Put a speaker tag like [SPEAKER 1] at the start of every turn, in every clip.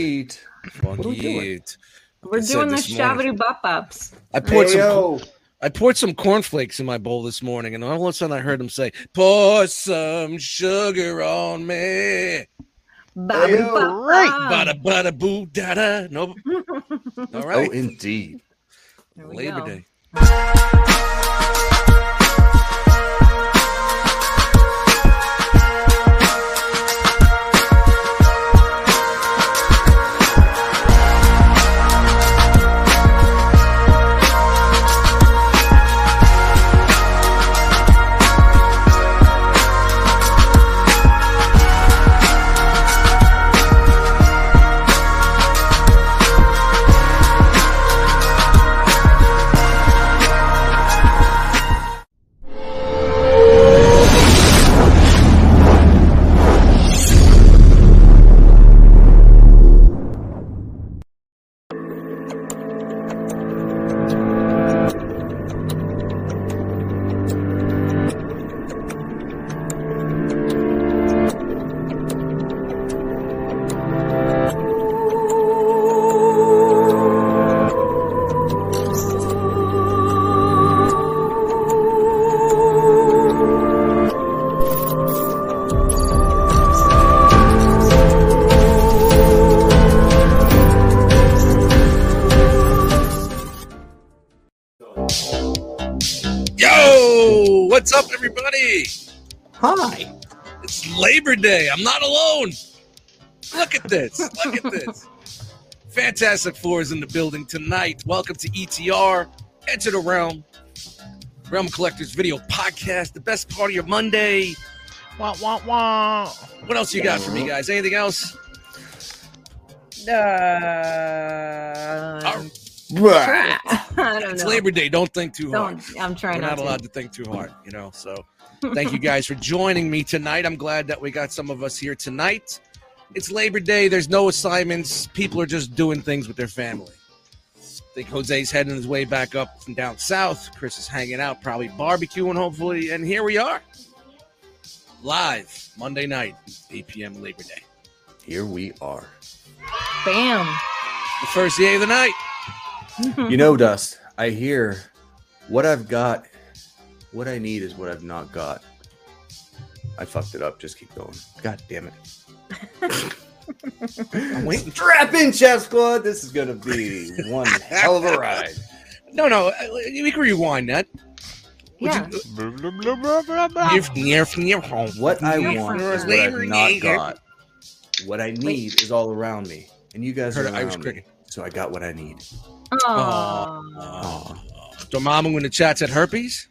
[SPEAKER 1] Yeet. Fun
[SPEAKER 2] What are we doing?
[SPEAKER 1] yeet.
[SPEAKER 3] We're
[SPEAKER 1] I said
[SPEAKER 3] doing the
[SPEAKER 1] this morning.
[SPEAKER 3] shabri bop ups.
[SPEAKER 1] I poured
[SPEAKER 2] Hey,
[SPEAKER 1] some.
[SPEAKER 2] yo.
[SPEAKER 1] I poured some cornflakes in my bowl this morning, and all of a sudden I heard him say, "Pour some sugar on me."
[SPEAKER 3] Bobby
[SPEAKER 2] yo,
[SPEAKER 3] bop
[SPEAKER 2] right.
[SPEAKER 3] up.
[SPEAKER 1] Bada bada boo da da. No. All
[SPEAKER 2] Ah. Oh,
[SPEAKER 1] right.
[SPEAKER 2] indeed.
[SPEAKER 3] There we
[SPEAKER 1] Labor
[SPEAKER 3] go.
[SPEAKER 1] Day. Yo, what's up, everybody?
[SPEAKER 2] Hi.
[SPEAKER 1] It's Labor Day. I'm not alone. Look at this. Look at this. Fantastic Four is in the building tonight. Welcome to ETR, Enter the Realm, Realm Collectors Video Podcast, the best part of your Monday.
[SPEAKER 4] Wah, wah, wah.
[SPEAKER 1] What else you got for me, guys? Anything else?
[SPEAKER 3] Uh,
[SPEAKER 2] Right.
[SPEAKER 3] I don't
[SPEAKER 1] It's
[SPEAKER 3] know.
[SPEAKER 1] Labor Day. Don't think too hard.
[SPEAKER 3] Don't, I'm trying
[SPEAKER 1] We're not
[SPEAKER 3] not,
[SPEAKER 1] allowed to think too hard, you know. So, thank you guys for joining me tonight. I'm glad that we got some of us here tonight. It's Labor Day. There's no assignments. People are just doing things with their family. I think Jose's heading his way back up from down south. Chris is hanging out, probably barbecuing, hopefully. And here we are, live Monday night, 8 p.m. Labor Day.
[SPEAKER 2] Here we are.
[SPEAKER 3] to. Bam.
[SPEAKER 1] The first day of the night.
[SPEAKER 2] You know, Dust, I hear what I've got, what I need is what I've not got. I fucked it up. Just keep going. God damn it.
[SPEAKER 1] I'm waiting.
[SPEAKER 2] Strap in, Chef Squad. This is going to be one hell of a ride.
[SPEAKER 1] No, no, uh, we can rewind that.
[SPEAKER 3] Yeah.
[SPEAKER 4] Blah, blah, blah, blah, blah, blah.
[SPEAKER 1] Near, near, near home.
[SPEAKER 2] Oh. What I
[SPEAKER 3] Yeah.
[SPEAKER 2] want is what
[SPEAKER 1] Labor
[SPEAKER 2] I've
[SPEAKER 1] Day.
[SPEAKER 2] not got. What I need is all around me. And you guys
[SPEAKER 1] Heard
[SPEAKER 2] are
[SPEAKER 1] an Irish
[SPEAKER 2] around me.
[SPEAKER 1] cricket.
[SPEAKER 2] So I got what I need.
[SPEAKER 3] Aw.
[SPEAKER 2] Aw.
[SPEAKER 1] Dormammu in the chat said herpes.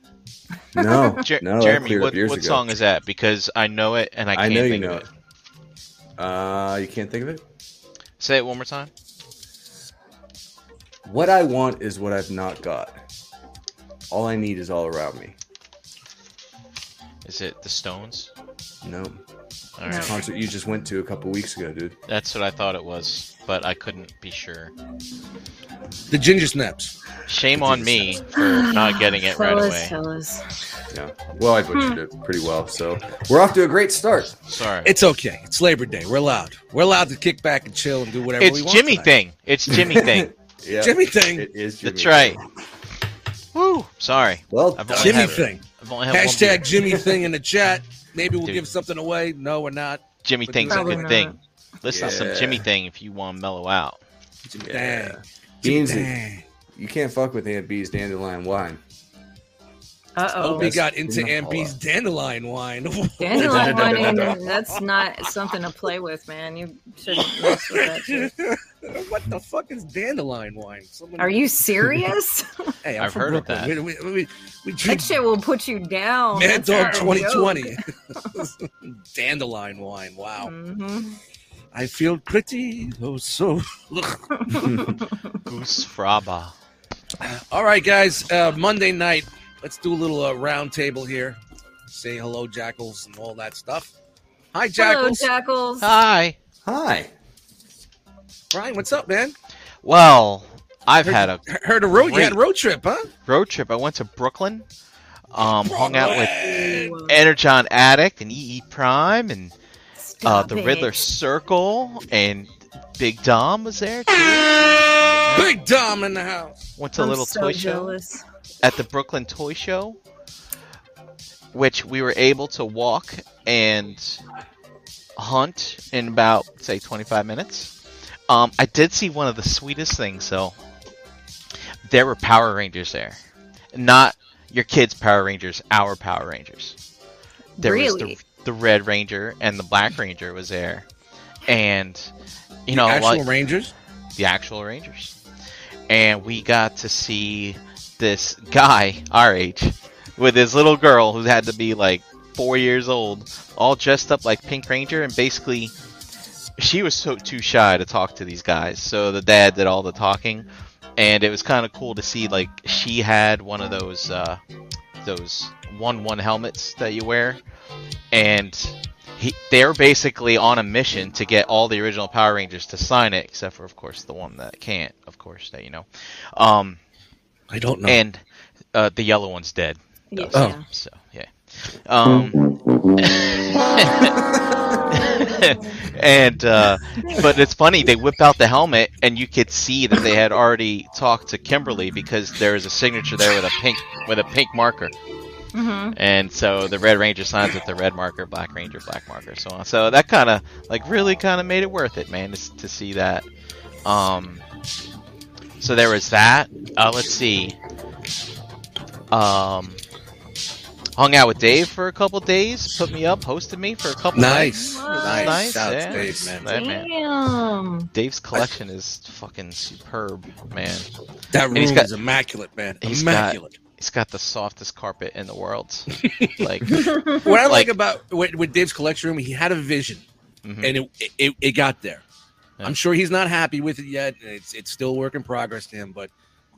[SPEAKER 2] No,
[SPEAKER 4] Jer-
[SPEAKER 2] no, that
[SPEAKER 4] Jeremy,
[SPEAKER 2] cleared up
[SPEAKER 4] what,
[SPEAKER 2] years
[SPEAKER 4] what
[SPEAKER 2] ago.
[SPEAKER 4] song is that? Because I know it and I
[SPEAKER 2] I
[SPEAKER 4] can't
[SPEAKER 2] know you
[SPEAKER 4] think
[SPEAKER 2] know
[SPEAKER 4] of
[SPEAKER 2] it.
[SPEAKER 4] it.
[SPEAKER 2] Uh, you can't think of it.
[SPEAKER 4] Say it one more time.
[SPEAKER 2] What I want is what I've not got. All I need is all around me.
[SPEAKER 4] Is it The Stones?
[SPEAKER 2] No
[SPEAKER 4] All
[SPEAKER 3] No.
[SPEAKER 4] right.
[SPEAKER 2] concert you just went to a couple weeks ago, dude.
[SPEAKER 4] That's what I thought it was, but I couldn't be sure.
[SPEAKER 1] The ginger snaps.
[SPEAKER 4] Shame on me for not getting it right
[SPEAKER 3] Fellas,
[SPEAKER 4] away.
[SPEAKER 3] fellas.
[SPEAKER 2] Yeah. Well, I
[SPEAKER 4] Hmm.
[SPEAKER 2] butchered it pretty well, so we're off to a great start.
[SPEAKER 4] Sorry.
[SPEAKER 1] It's okay. It's Labor Day. We're allowed. We're allowed to kick back and chill and do whatever
[SPEAKER 4] It's
[SPEAKER 1] we want.
[SPEAKER 4] Jimmy
[SPEAKER 1] tonight.
[SPEAKER 4] thing. It's Jimmy thing.
[SPEAKER 2] Yeah,
[SPEAKER 1] Jimmy thing.
[SPEAKER 2] it is. Jimmy.
[SPEAKER 4] That's right. Woo. Sorry.
[SPEAKER 2] Well,
[SPEAKER 4] I've only
[SPEAKER 1] Jimmy
[SPEAKER 4] had-
[SPEAKER 1] thing.
[SPEAKER 4] I've only had one beer.
[SPEAKER 1] Hashtag Jimmy thing in the chat. Maybe we'll
[SPEAKER 4] Dude.
[SPEAKER 1] give something away. No, we're not.
[SPEAKER 4] Jimmy thing's a
[SPEAKER 3] Probably
[SPEAKER 4] good
[SPEAKER 3] not.
[SPEAKER 4] thing. Listen to some
[SPEAKER 2] Yeah.
[SPEAKER 4] Jimmy thing if you want to mellow out.
[SPEAKER 1] Jimmy
[SPEAKER 2] Yeah.
[SPEAKER 1] thing. Jimmy
[SPEAKER 2] Beansy,
[SPEAKER 1] thing.
[SPEAKER 2] you can't fuck with Aunt B's dandelion wine.
[SPEAKER 3] Uh
[SPEAKER 1] Oh,
[SPEAKER 3] oh.
[SPEAKER 1] we
[SPEAKER 2] that's
[SPEAKER 1] got into
[SPEAKER 2] in the
[SPEAKER 1] Ampy's dandelion wine.
[SPEAKER 3] Dandelion wine, that's not something to play with, man. You shouldn't mess with that. shit.
[SPEAKER 1] what the fuck is dandelion wine? Someone,
[SPEAKER 3] Are you serious?
[SPEAKER 1] Hey, I'm
[SPEAKER 4] I've
[SPEAKER 1] from
[SPEAKER 4] heard of
[SPEAKER 1] Brooklyn. We, we, we, we drink
[SPEAKER 3] that shit will put you down.
[SPEAKER 1] Mad Dog
[SPEAKER 3] That's not a
[SPEAKER 1] 2020. dandelion wine. Wow.
[SPEAKER 3] joke. Mhm.
[SPEAKER 1] I feel pretty. Oh, so.
[SPEAKER 4] Goose Fraba.
[SPEAKER 1] All right, guys. Uh, Monday night, let's do a little uh, round table here. Say hello, Jackals, and all that stuff. Hi,
[SPEAKER 3] Hello,
[SPEAKER 1] Jackals.
[SPEAKER 3] Jackals.
[SPEAKER 4] Hi.
[SPEAKER 2] Hi.
[SPEAKER 1] Brian, what's up, man?
[SPEAKER 4] Well, I've had a
[SPEAKER 1] He- Heard a road. You had a
[SPEAKER 4] Great.
[SPEAKER 1] road trip, huh?
[SPEAKER 4] road trip. I went to Brooklyn, um, hung out with
[SPEAKER 1] Hey.
[SPEAKER 3] Whoa.
[SPEAKER 4] Energon Addict and EE E Prime and uh,
[SPEAKER 3] Stop
[SPEAKER 4] the
[SPEAKER 3] it.
[SPEAKER 4] Riddler Circle and Big Dom was there. Too.
[SPEAKER 1] Big Dom in the house.
[SPEAKER 4] Went to a
[SPEAKER 3] I'm
[SPEAKER 4] little
[SPEAKER 3] so
[SPEAKER 4] toy show.
[SPEAKER 3] jealous.
[SPEAKER 4] at the Brooklyn Toy Show, which we were able to walk and hunt in about say 25 minutes. Um, I did see one of the sweetest things though. There were Power Rangers there, not your kids' Power Rangers, our Power Rangers. There
[SPEAKER 3] Really?
[SPEAKER 4] was the, the Red Ranger and the Black Ranger was there, and you know,
[SPEAKER 1] Actual
[SPEAKER 4] like,
[SPEAKER 1] Rangers.
[SPEAKER 4] the actual Rangers. And we got to see this guy, our age, with his little girl who had to be like four years old, all dressed up like Pink Ranger, and basically she was so too shy to talk to these guys, so the dad did all the talking. And it was kind of cool to see like she had one of those uh, those one one helmets that you wear, and he, they're basically on a mission to get all the original Power Rangers to sign it, except for of course the one that can't, of course that you know. Um,
[SPEAKER 1] I don't know.
[SPEAKER 4] and uh, the yellow one's dead.
[SPEAKER 3] Yeah.
[SPEAKER 1] Oh.
[SPEAKER 3] yeah.
[SPEAKER 4] So yeah. Um, and uh, but it's funny they whip out the helmet and you could see that they had already talked to Kimberly because there is a signature there with a pink with a pink marker. Oh.
[SPEAKER 3] Mhm.
[SPEAKER 4] And so the Red Ranger signs with the red marker, Black Ranger, black marker, so on. So that kind of, like, really kind of made it worth it, man, to, s- to see that. Um, so there was that. Uh, let's see. Um, hung out with Dave for a couple days, put me up, hosted me for a couple nights.
[SPEAKER 1] nice,
[SPEAKER 3] What?
[SPEAKER 1] nice,
[SPEAKER 4] Nice,
[SPEAKER 1] Shout out to
[SPEAKER 4] yeah.
[SPEAKER 1] Dave, man.
[SPEAKER 4] That man.
[SPEAKER 3] Damn.
[SPEAKER 4] Dave's collection is fucking superb, man.
[SPEAKER 1] That room
[SPEAKER 4] he's got-
[SPEAKER 1] is immaculate, man.
[SPEAKER 4] he's got-
[SPEAKER 1] immaculate.
[SPEAKER 4] He's got the softest carpet in the world. like,
[SPEAKER 1] what I like,
[SPEAKER 4] like-
[SPEAKER 1] about with, with Dave's collection room, he had a vision,
[SPEAKER 4] mhm.
[SPEAKER 1] and it it, it got there.
[SPEAKER 4] Yeah.
[SPEAKER 1] I'm sure he's not happy with it yet. and It's it's still work in progress to him, but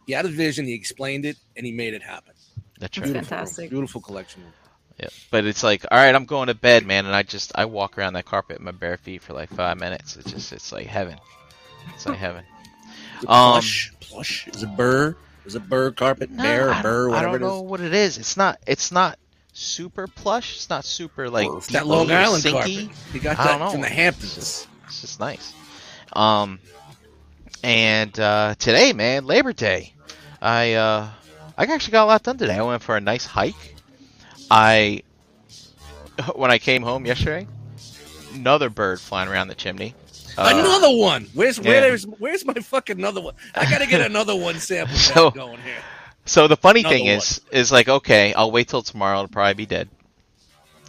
[SPEAKER 1] he had a vision. He explained it, and he made it happen.
[SPEAKER 4] that's right.
[SPEAKER 1] Beautiful, room,
[SPEAKER 3] fantastic.
[SPEAKER 1] beautiful collection. room.
[SPEAKER 4] Yeah, but it's like, all right, I'm going to bed, man, and I just I walk around that carpet in my bare feet for like five minutes. It's just it's like heaven. It's like heaven.
[SPEAKER 1] The
[SPEAKER 4] Um,
[SPEAKER 1] plush, plush is a burr. Is a burr carpet, bear,
[SPEAKER 4] I,
[SPEAKER 1] a burr,
[SPEAKER 4] don't- I
[SPEAKER 1] whatever
[SPEAKER 4] don't
[SPEAKER 1] it is.
[SPEAKER 4] know what it is. It's not it's not super plush. It's not super like
[SPEAKER 1] It's that
[SPEAKER 4] deep
[SPEAKER 1] Long
[SPEAKER 4] or
[SPEAKER 1] Island
[SPEAKER 4] sinky.
[SPEAKER 1] carpet. He got
[SPEAKER 4] I
[SPEAKER 1] that
[SPEAKER 4] don't know.
[SPEAKER 1] from the Hamptons.
[SPEAKER 4] It's just nice. Um, and uh, today, man, Labor Day, I uh, I actually got a lot done today. I went for a nice hike. I when I came home yesterday, another bird flying around the chimney. Uh,
[SPEAKER 1] another one. Where's
[SPEAKER 4] yeah.
[SPEAKER 1] where's where's my fucking another one? I gotta get another one sample back
[SPEAKER 4] So-
[SPEAKER 1] going here.
[SPEAKER 4] So the funny
[SPEAKER 1] Another
[SPEAKER 4] thing
[SPEAKER 1] one.
[SPEAKER 4] is, is like, okay, I'll wait till tomorrow. It'll probably be dead.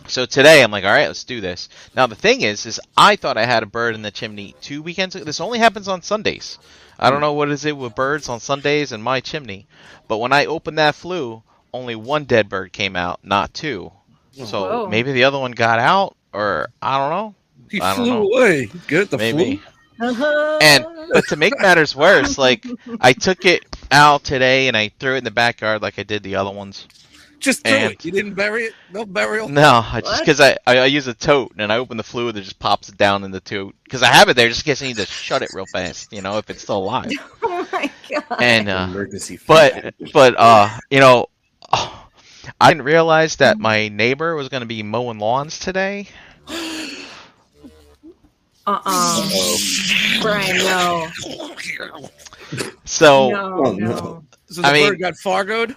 [SPEAKER 4] So today, I'm like, all right, let's do this. Now the thing is, is I thought I had a bird in the chimney two weekends. ago. This only happens on Sundays. I don't know what is it with birds on Sundays and my chimney, but when I opened that flue, only one dead bird came out, not two. So
[SPEAKER 3] Whoa.
[SPEAKER 4] maybe the other one got out, or I don't know.
[SPEAKER 1] He
[SPEAKER 4] I don't
[SPEAKER 1] flew
[SPEAKER 4] know.
[SPEAKER 1] away. Good the
[SPEAKER 4] maybe.
[SPEAKER 1] flu.
[SPEAKER 4] And but to make matters worse, like I took it out today and I threw it in the backyard like I did the other ones.
[SPEAKER 1] Just threw
[SPEAKER 4] And-
[SPEAKER 1] it. You didn't bury it. No burial.
[SPEAKER 4] No, I just
[SPEAKER 3] What?
[SPEAKER 4] because I, I I use a tote and I open the fluid that just pops it down in the tote because I have it there just in case I need to shut it real fast, you know, if it's still alive.
[SPEAKER 3] oh my god.
[SPEAKER 4] And uh,
[SPEAKER 2] Emergency.
[SPEAKER 4] but but uh, you know, I didn't realize that my neighbor was gonna be mowing lawns today.
[SPEAKER 3] Uh uh
[SPEAKER 2] Oh,
[SPEAKER 3] Brian, no.
[SPEAKER 4] So
[SPEAKER 3] no,
[SPEAKER 2] Oh,
[SPEAKER 3] no.
[SPEAKER 2] no.
[SPEAKER 1] So the
[SPEAKER 4] I mean-
[SPEAKER 1] bird got fargoed.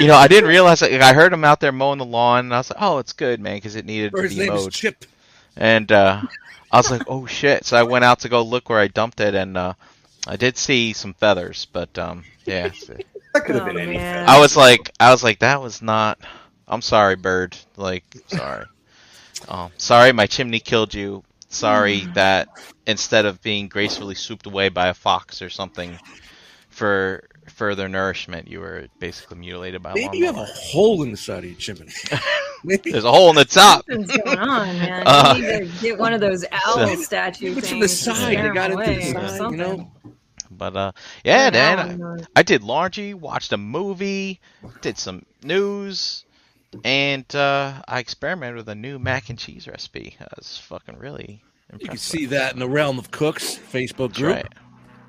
[SPEAKER 4] you know, I didn't realize like, I heard him out there mowing the lawn and I was like, oh, it's good, man, because it needed to
[SPEAKER 1] Bird's
[SPEAKER 4] be
[SPEAKER 1] name
[SPEAKER 4] mowed.
[SPEAKER 1] is Chip.
[SPEAKER 4] and uh, I was like, "Oh shit!" So I went out to go look where I dumped it, and uh, I did see some feathers, but um, yeah,
[SPEAKER 2] that could have
[SPEAKER 3] Oh,
[SPEAKER 2] been anything.
[SPEAKER 3] man.
[SPEAKER 4] I was like, I was like, that was not. I'm sorry, bird. Like, sorry. Um, sorry, my chimney killed you. Sorry that instead of being gracefully swooped away by a fox or something for further nourishment, you were basically mutilated by a
[SPEAKER 1] Maybe you have a
[SPEAKER 4] lawnmower.
[SPEAKER 1] hole in the side of your chimney. Maybe
[SPEAKER 4] There's a hole in the top.
[SPEAKER 3] Something's going on, man. You
[SPEAKER 4] Uh,
[SPEAKER 3] need to get one of those owl
[SPEAKER 4] so-
[SPEAKER 3] statue
[SPEAKER 1] it's
[SPEAKER 3] things.
[SPEAKER 1] from the
[SPEAKER 3] to
[SPEAKER 1] side.
[SPEAKER 3] scare
[SPEAKER 1] It got
[SPEAKER 3] them
[SPEAKER 1] into the
[SPEAKER 3] away or
[SPEAKER 1] side. You know.
[SPEAKER 4] But uh, yeah,
[SPEAKER 3] something.
[SPEAKER 4] man.
[SPEAKER 3] An owl
[SPEAKER 4] I-
[SPEAKER 3] in the-
[SPEAKER 4] I did laundry, watched a movie, did some news, and uh, I experimented with a new mac and cheese recipe. I was fucking really impressed.
[SPEAKER 1] You can
[SPEAKER 4] with
[SPEAKER 1] see
[SPEAKER 4] it.
[SPEAKER 1] that in the realm of cooks Facebook
[SPEAKER 4] That's
[SPEAKER 1] group.
[SPEAKER 4] right.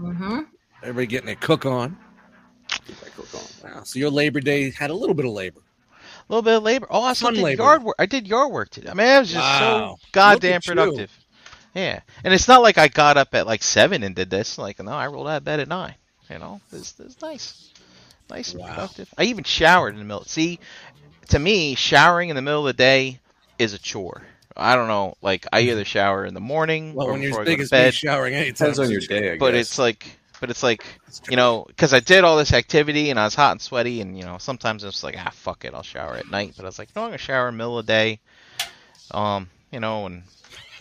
[SPEAKER 1] Oh,
[SPEAKER 3] Mhm.
[SPEAKER 1] Everybody getting their cook on. Wow. So your Labor Day had a little bit of labor.
[SPEAKER 4] A little bit of labor. Oh, I also
[SPEAKER 1] Fun
[SPEAKER 4] did
[SPEAKER 1] labor.
[SPEAKER 4] yard work. I did yard work today. I mean, I was just
[SPEAKER 1] Wow.
[SPEAKER 4] so goddamn
[SPEAKER 1] Look at you.
[SPEAKER 4] productive. Yeah, and it's not like I got up at like seven and did this. Like, no, I rolled out of bed at nine. You know, this this nice, nice and
[SPEAKER 1] Wow.
[SPEAKER 4] productive. I even showered in the middle. See, to me, showering in the middle of the day is a chore. I don't know. Like, I either shower in the morning
[SPEAKER 1] Well,
[SPEAKER 4] or
[SPEAKER 1] when you're
[SPEAKER 4] before
[SPEAKER 1] as
[SPEAKER 4] I go
[SPEAKER 1] big
[SPEAKER 4] to
[SPEAKER 1] as me,
[SPEAKER 4] bed.
[SPEAKER 1] showering anytime
[SPEAKER 2] Depends on your day, I
[SPEAKER 4] but
[SPEAKER 2] guess.
[SPEAKER 4] it's like, but it's like, you know, because I did all this activity and I was hot and sweaty, and you know, sometimes it's like, ah, fuck it, I'll shower at night. But I was like, no, I'm gonna shower in the middle of the day. Um, you know, and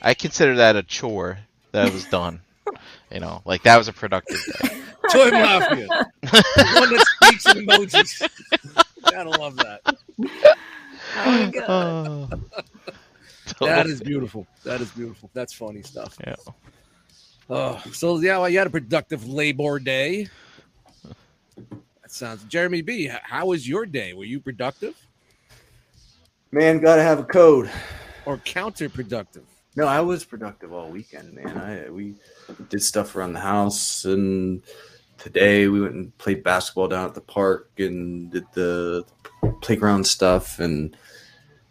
[SPEAKER 4] I consider that a chore that was done. you know, like that was a productive day.
[SPEAKER 1] Toy Mafia. the one that speaks in emojis. Gotta love that.
[SPEAKER 3] Oh, my God.
[SPEAKER 4] Oh.
[SPEAKER 1] That is beautiful. That is beautiful. That's funny stuff.
[SPEAKER 4] Yeah.
[SPEAKER 1] Oh, so yeah, well, you had a productive Labor Day. That sounds. Jeremy B, h- how was your day? Were you productive
[SPEAKER 2] man, gotta have a code.
[SPEAKER 1] or counterproductive?
[SPEAKER 2] No, I was productive all weekend, man. I we did stuff around the house, and today we went and played basketball down at the park, and did the playground stuff, and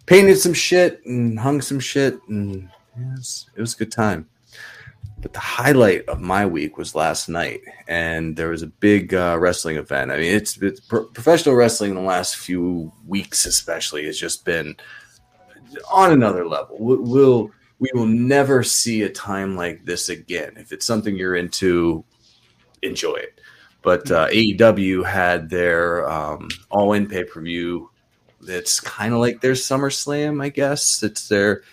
[SPEAKER 2] painted some shit, and hung some shit, and yeah, it, was, it was a good time. But the highlight of my week was last night, and there was a big uh, wrestling event. I mean, it's, it's pro- professional wrestling in the last few weeks, especially, has just been on another level. We- We'll we will never see a time like this again. If it's something you're into, enjoy it. But uh, AEW had their um, All In pay per view. That's kind of like their SummerSlam, I guess. It's their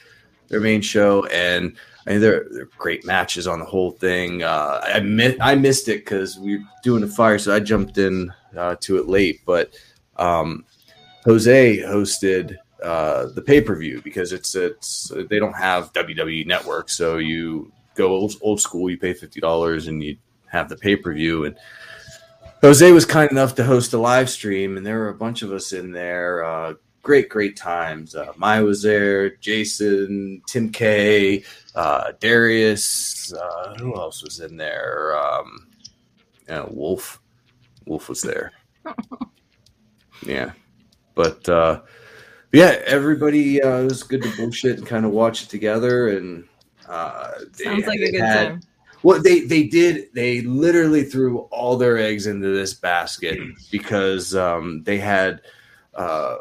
[SPEAKER 2] their main show, and I mean, they're, they're great matches on the whole thing. Uh, I mi- I missed it because we were doing the fire, so I jumped in uh, to it late. But um, Jose hosted uh, the pay per view because it's it's they don't have WWE Network, so you go old, old school. You pay fifty dollars and you have the pay per view. And Jose was kind enough to host a live stream, and there were a bunch of us in there. Uh, great, great times. Uh, Maya was there, Jason, Tim K, uh, Darius. Uh, who else was in there? Um, yeah, Wolf. Wolf was there. yeah, but. Uh, yeah, everybody uh, it was good to bullshit and kind of watch it together. And uh, they
[SPEAKER 3] Sounds like a good
[SPEAKER 2] had-
[SPEAKER 3] time.
[SPEAKER 2] Well, they they did. They literally threw all their eggs into this basket because um, they had uh,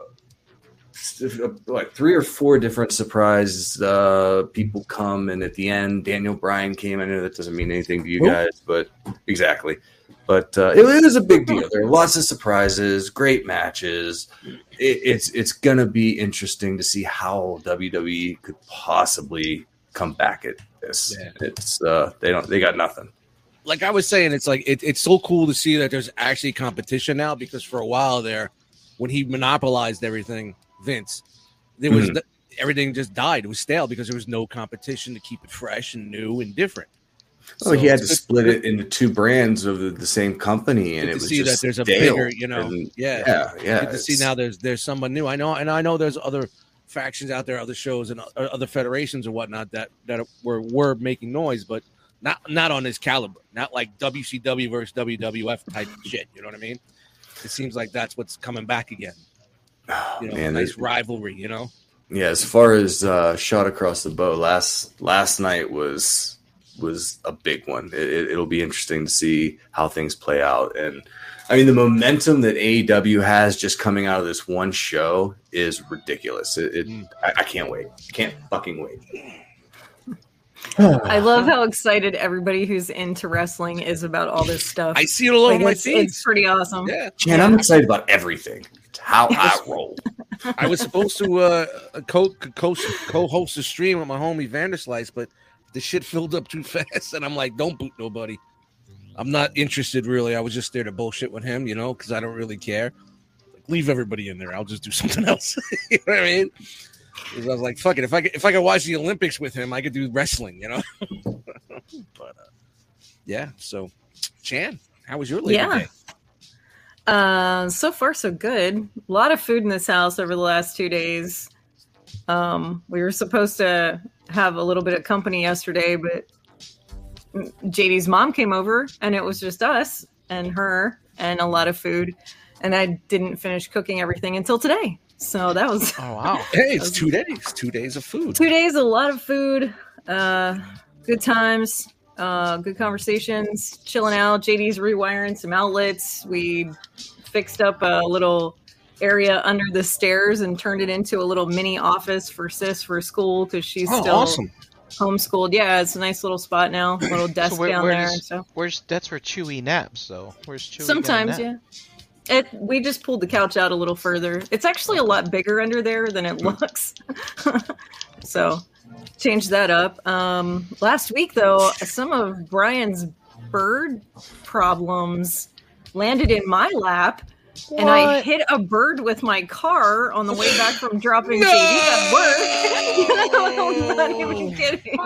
[SPEAKER 2] like three or four different surprise uh, people come, and at the end, Daniel Bryan came. I know that doesn't mean anything to you
[SPEAKER 1] Who?
[SPEAKER 2] guys, but exactly. But uh, it, it was a big deal. There are lots of surprises, great matches. It, it's it's gonna be interesting to see how WWE could possibly come back at this.
[SPEAKER 1] Yeah.
[SPEAKER 2] It's uh, they don't they got nothing.
[SPEAKER 1] like I was saying, it's like it, it's so cool to see that there's actually competition now because for a while there, when he monopolized everything, Vince, there was
[SPEAKER 2] Mhm.
[SPEAKER 1] the, everything just died. It was stale because there was no competition to keep it fresh and new and different.
[SPEAKER 2] Oh, he had to
[SPEAKER 1] it's good-
[SPEAKER 2] split it into two brands of the, the same company, and it
[SPEAKER 1] good to
[SPEAKER 2] was
[SPEAKER 1] see that
[SPEAKER 2] just
[SPEAKER 1] there's a
[SPEAKER 2] stale.
[SPEAKER 1] bigger, you know,
[SPEAKER 2] And-
[SPEAKER 1] yeah,
[SPEAKER 2] yeah, yeah.
[SPEAKER 1] Good to see
[SPEAKER 2] it's-
[SPEAKER 1] now there's there's someone new. I know, and I know there's other factions out there, other shows and o- other federations and whatnot that that were were making noise, but not not on his caliber, not like WCW versus WWF type shit. You know what I mean? It seems like that's what's coming back again.
[SPEAKER 2] oh,
[SPEAKER 1] You know,
[SPEAKER 2] man, they-
[SPEAKER 1] nice rivalry. You know,
[SPEAKER 2] yeah as far as uh shot across the bow last last night was was a big one it, it, it'll be interesting to see how things play out and i mean the momentum that aew has just coming out of this one show is ridiculous it, it
[SPEAKER 1] Mm.
[SPEAKER 2] I, I can't wait can't fucking wait
[SPEAKER 3] I love how excited everybody who's into wrestling is about all this stuff.
[SPEAKER 1] I see it all
[SPEAKER 3] Like,
[SPEAKER 1] over my
[SPEAKER 3] it's, it's
[SPEAKER 1] feeds.
[SPEAKER 3] pretty awesome.
[SPEAKER 1] Yeah,
[SPEAKER 2] Jan, i'm excited about everything it's how i roll
[SPEAKER 1] I was supposed to uh, co co co-host a stream with my homie Vanderslice, but the shit filled up too fast, and I'm like, don't boot nobody. I'm not interested really. I was just there to bullshit with him, you know, because I don't really care. Like, leave everybody in there. I'll just do something else. you know what I mean? 'Cause I was like, fuck it. If I could, if I could watch the Olympics with him, I could do wrestling, you know. but uh, yeah, so Chan, how was your Labor
[SPEAKER 3] Yeah.
[SPEAKER 1] Day?
[SPEAKER 3] Uh, so far, so good. A lot of food in this house over the last two days. Um, we were supposed to have a little bit of company yesterday, but JD's mom came over and it was just us and her and a lot of food. And I didn't finish cooking everything until today. So that was
[SPEAKER 4] Oh wow.
[SPEAKER 1] Hey, it's two days. Two days of food.
[SPEAKER 3] two days, a lot of food. Uh, good times, uh, good conversations, chilling out. JD's rewiring some outlets. We fixed up a little area under the stairs and turned it into a little mini office for sis for school because she's
[SPEAKER 1] oh,
[SPEAKER 3] still
[SPEAKER 1] awesome.
[SPEAKER 3] homeschooled. Yeah, it's a nice little spot now, little desk
[SPEAKER 4] where-
[SPEAKER 3] down
[SPEAKER 4] where
[SPEAKER 3] there.
[SPEAKER 4] does-
[SPEAKER 3] and stuff.
[SPEAKER 4] Where's that's where Chewy naps though? Where's Chewy? gonna
[SPEAKER 3] sometimes,
[SPEAKER 4] nap?
[SPEAKER 3] yeah. It, we just pulled the couch out a little further. It's actually a lot bigger under there than it looks. so, change that up. Um, last week, though, some of Brian's bird problems landed in my lap, and I hit a bird with my car on the way back from dropping JD at work. I'm not even kidding.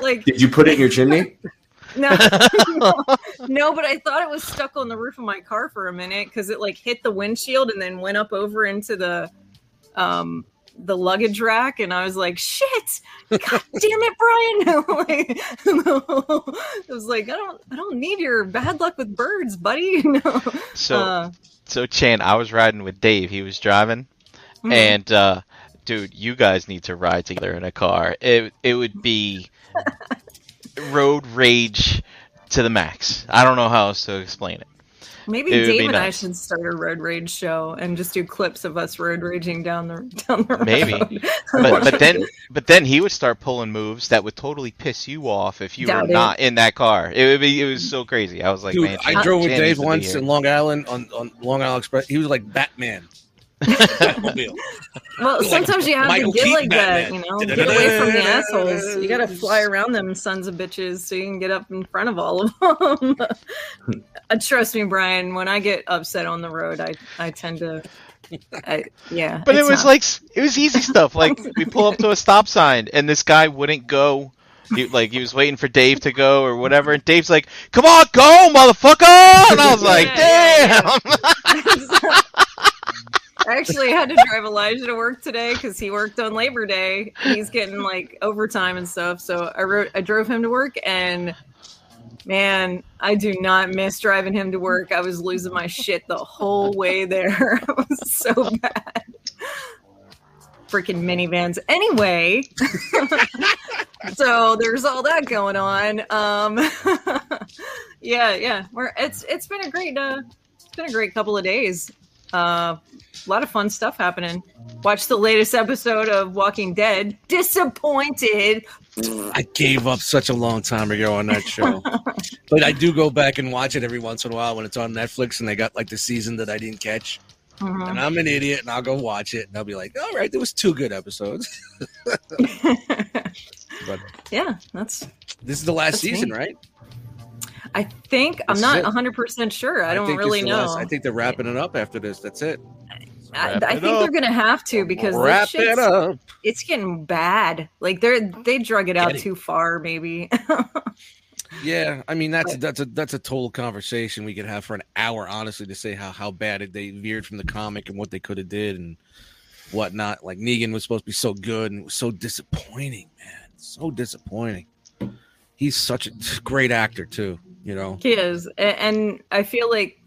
[SPEAKER 3] Like,
[SPEAKER 2] Did you put it in your chimney?
[SPEAKER 3] no, no, no, but I thought it was stuck on the roof of my car for a minute because it like hit the windshield and then went up over into the um the luggage rack, and I was like, "Shit, god damn it, Brian!" like, it was like, "I don't, I don't need your bad luck with birds, buddy." No.
[SPEAKER 4] So
[SPEAKER 3] Uh,
[SPEAKER 4] so Chan, I was riding with Dave. He was driving,
[SPEAKER 3] mhm.
[SPEAKER 4] and uh, dude, you guys need to ride together in a car. It it would be road rage to the max. I don't know how else to explain it.
[SPEAKER 3] maybe
[SPEAKER 4] it would
[SPEAKER 3] Dave
[SPEAKER 4] be
[SPEAKER 3] and I
[SPEAKER 4] nice.
[SPEAKER 3] should start a road rage show and just do clips of us road raging down the down the road.
[SPEAKER 4] Maybe. But but then but then he would start pulling moves that would totally piss you off if you
[SPEAKER 3] Doubt
[SPEAKER 4] were
[SPEAKER 3] it.
[SPEAKER 4] not in that car. It would be it was so crazy. I was like,
[SPEAKER 1] Dude,
[SPEAKER 4] man,
[SPEAKER 1] I
[SPEAKER 4] Chan-
[SPEAKER 1] drove with
[SPEAKER 4] Chan needs
[SPEAKER 1] Dave
[SPEAKER 4] to be
[SPEAKER 1] once
[SPEAKER 4] here.
[SPEAKER 1] in Long Island on, on Long Island Express. He was like Batman. Batmobile.
[SPEAKER 3] Well,
[SPEAKER 1] Like
[SPEAKER 3] sometimes you have
[SPEAKER 1] Michael
[SPEAKER 3] to get
[SPEAKER 1] Keaton
[SPEAKER 3] like that,
[SPEAKER 1] Batman.
[SPEAKER 3] you know, get away from the assholes. You got to fly around them sons of bitches so you can get up in front of all of them. Uh, Trust me, Brian. When I get upset on the road, I I tend to, I, yeah.
[SPEAKER 4] But it
[SPEAKER 3] it's
[SPEAKER 4] was
[SPEAKER 3] not-
[SPEAKER 4] like s- it was easy stuff. Like we pull up to a stop sign, and this guy wouldn't go. He, like he was waiting for Dave to go or whatever, and Dave's like, "Come on, go, motherfucker!" And I was like,
[SPEAKER 3] Yeah,
[SPEAKER 4] "Damn!"
[SPEAKER 3] I actually had to drive Elijah to work today because he worked on Labor Day. He's getting like overtime and stuff. So I wrote, I drove him to work, and man, I do not miss driving him to work. I was losing my shit the whole way there. it was so bad. Freaking minivans. Anyway, so there's all that going on. Um, yeah, yeah. We're it's it's been a great uh, it's been a great couple of days. Uh, a lot of fun stuff happening. Watch the latest episode of Walking Dead. Disappointed.
[SPEAKER 1] I gave up such a long time ago on that show. but I do go back and watch it every once in a while when it's on Netflix and they got like the season that I didn't catch.
[SPEAKER 3] Mhm.
[SPEAKER 1] And I'm an idiot and I'll go watch it and I'll be like, all right, there was two good episodes. But
[SPEAKER 3] yeah, that's.
[SPEAKER 1] this is the last
[SPEAKER 3] That's
[SPEAKER 1] season,
[SPEAKER 3] me.
[SPEAKER 1] right?
[SPEAKER 3] I think I'm
[SPEAKER 1] That's
[SPEAKER 3] not
[SPEAKER 1] it.
[SPEAKER 3] 100 percent sure. I don't
[SPEAKER 1] think this
[SPEAKER 3] really
[SPEAKER 1] is the
[SPEAKER 3] know.
[SPEAKER 1] last- I think they're wrapping it up after this. That's it.
[SPEAKER 3] I,
[SPEAKER 4] Wrap
[SPEAKER 3] I
[SPEAKER 4] it
[SPEAKER 3] think
[SPEAKER 4] up.
[SPEAKER 3] they're gonna have to because
[SPEAKER 1] wrap
[SPEAKER 3] this
[SPEAKER 1] it
[SPEAKER 3] shit's,
[SPEAKER 1] up.
[SPEAKER 3] it's getting bad. Like they're they drug it out
[SPEAKER 1] Getting-
[SPEAKER 3] too far, maybe.
[SPEAKER 1] Yeah, I mean that's that's a that's a total conversation we could have for an hour, honestly, to say how how bad it, they veered from the comic and what they could have did and whatnot. Like Negan was supposed to be so good and it was so disappointing, man, so disappointing. He's such a great actor too, you know.
[SPEAKER 3] He is, A- and I feel like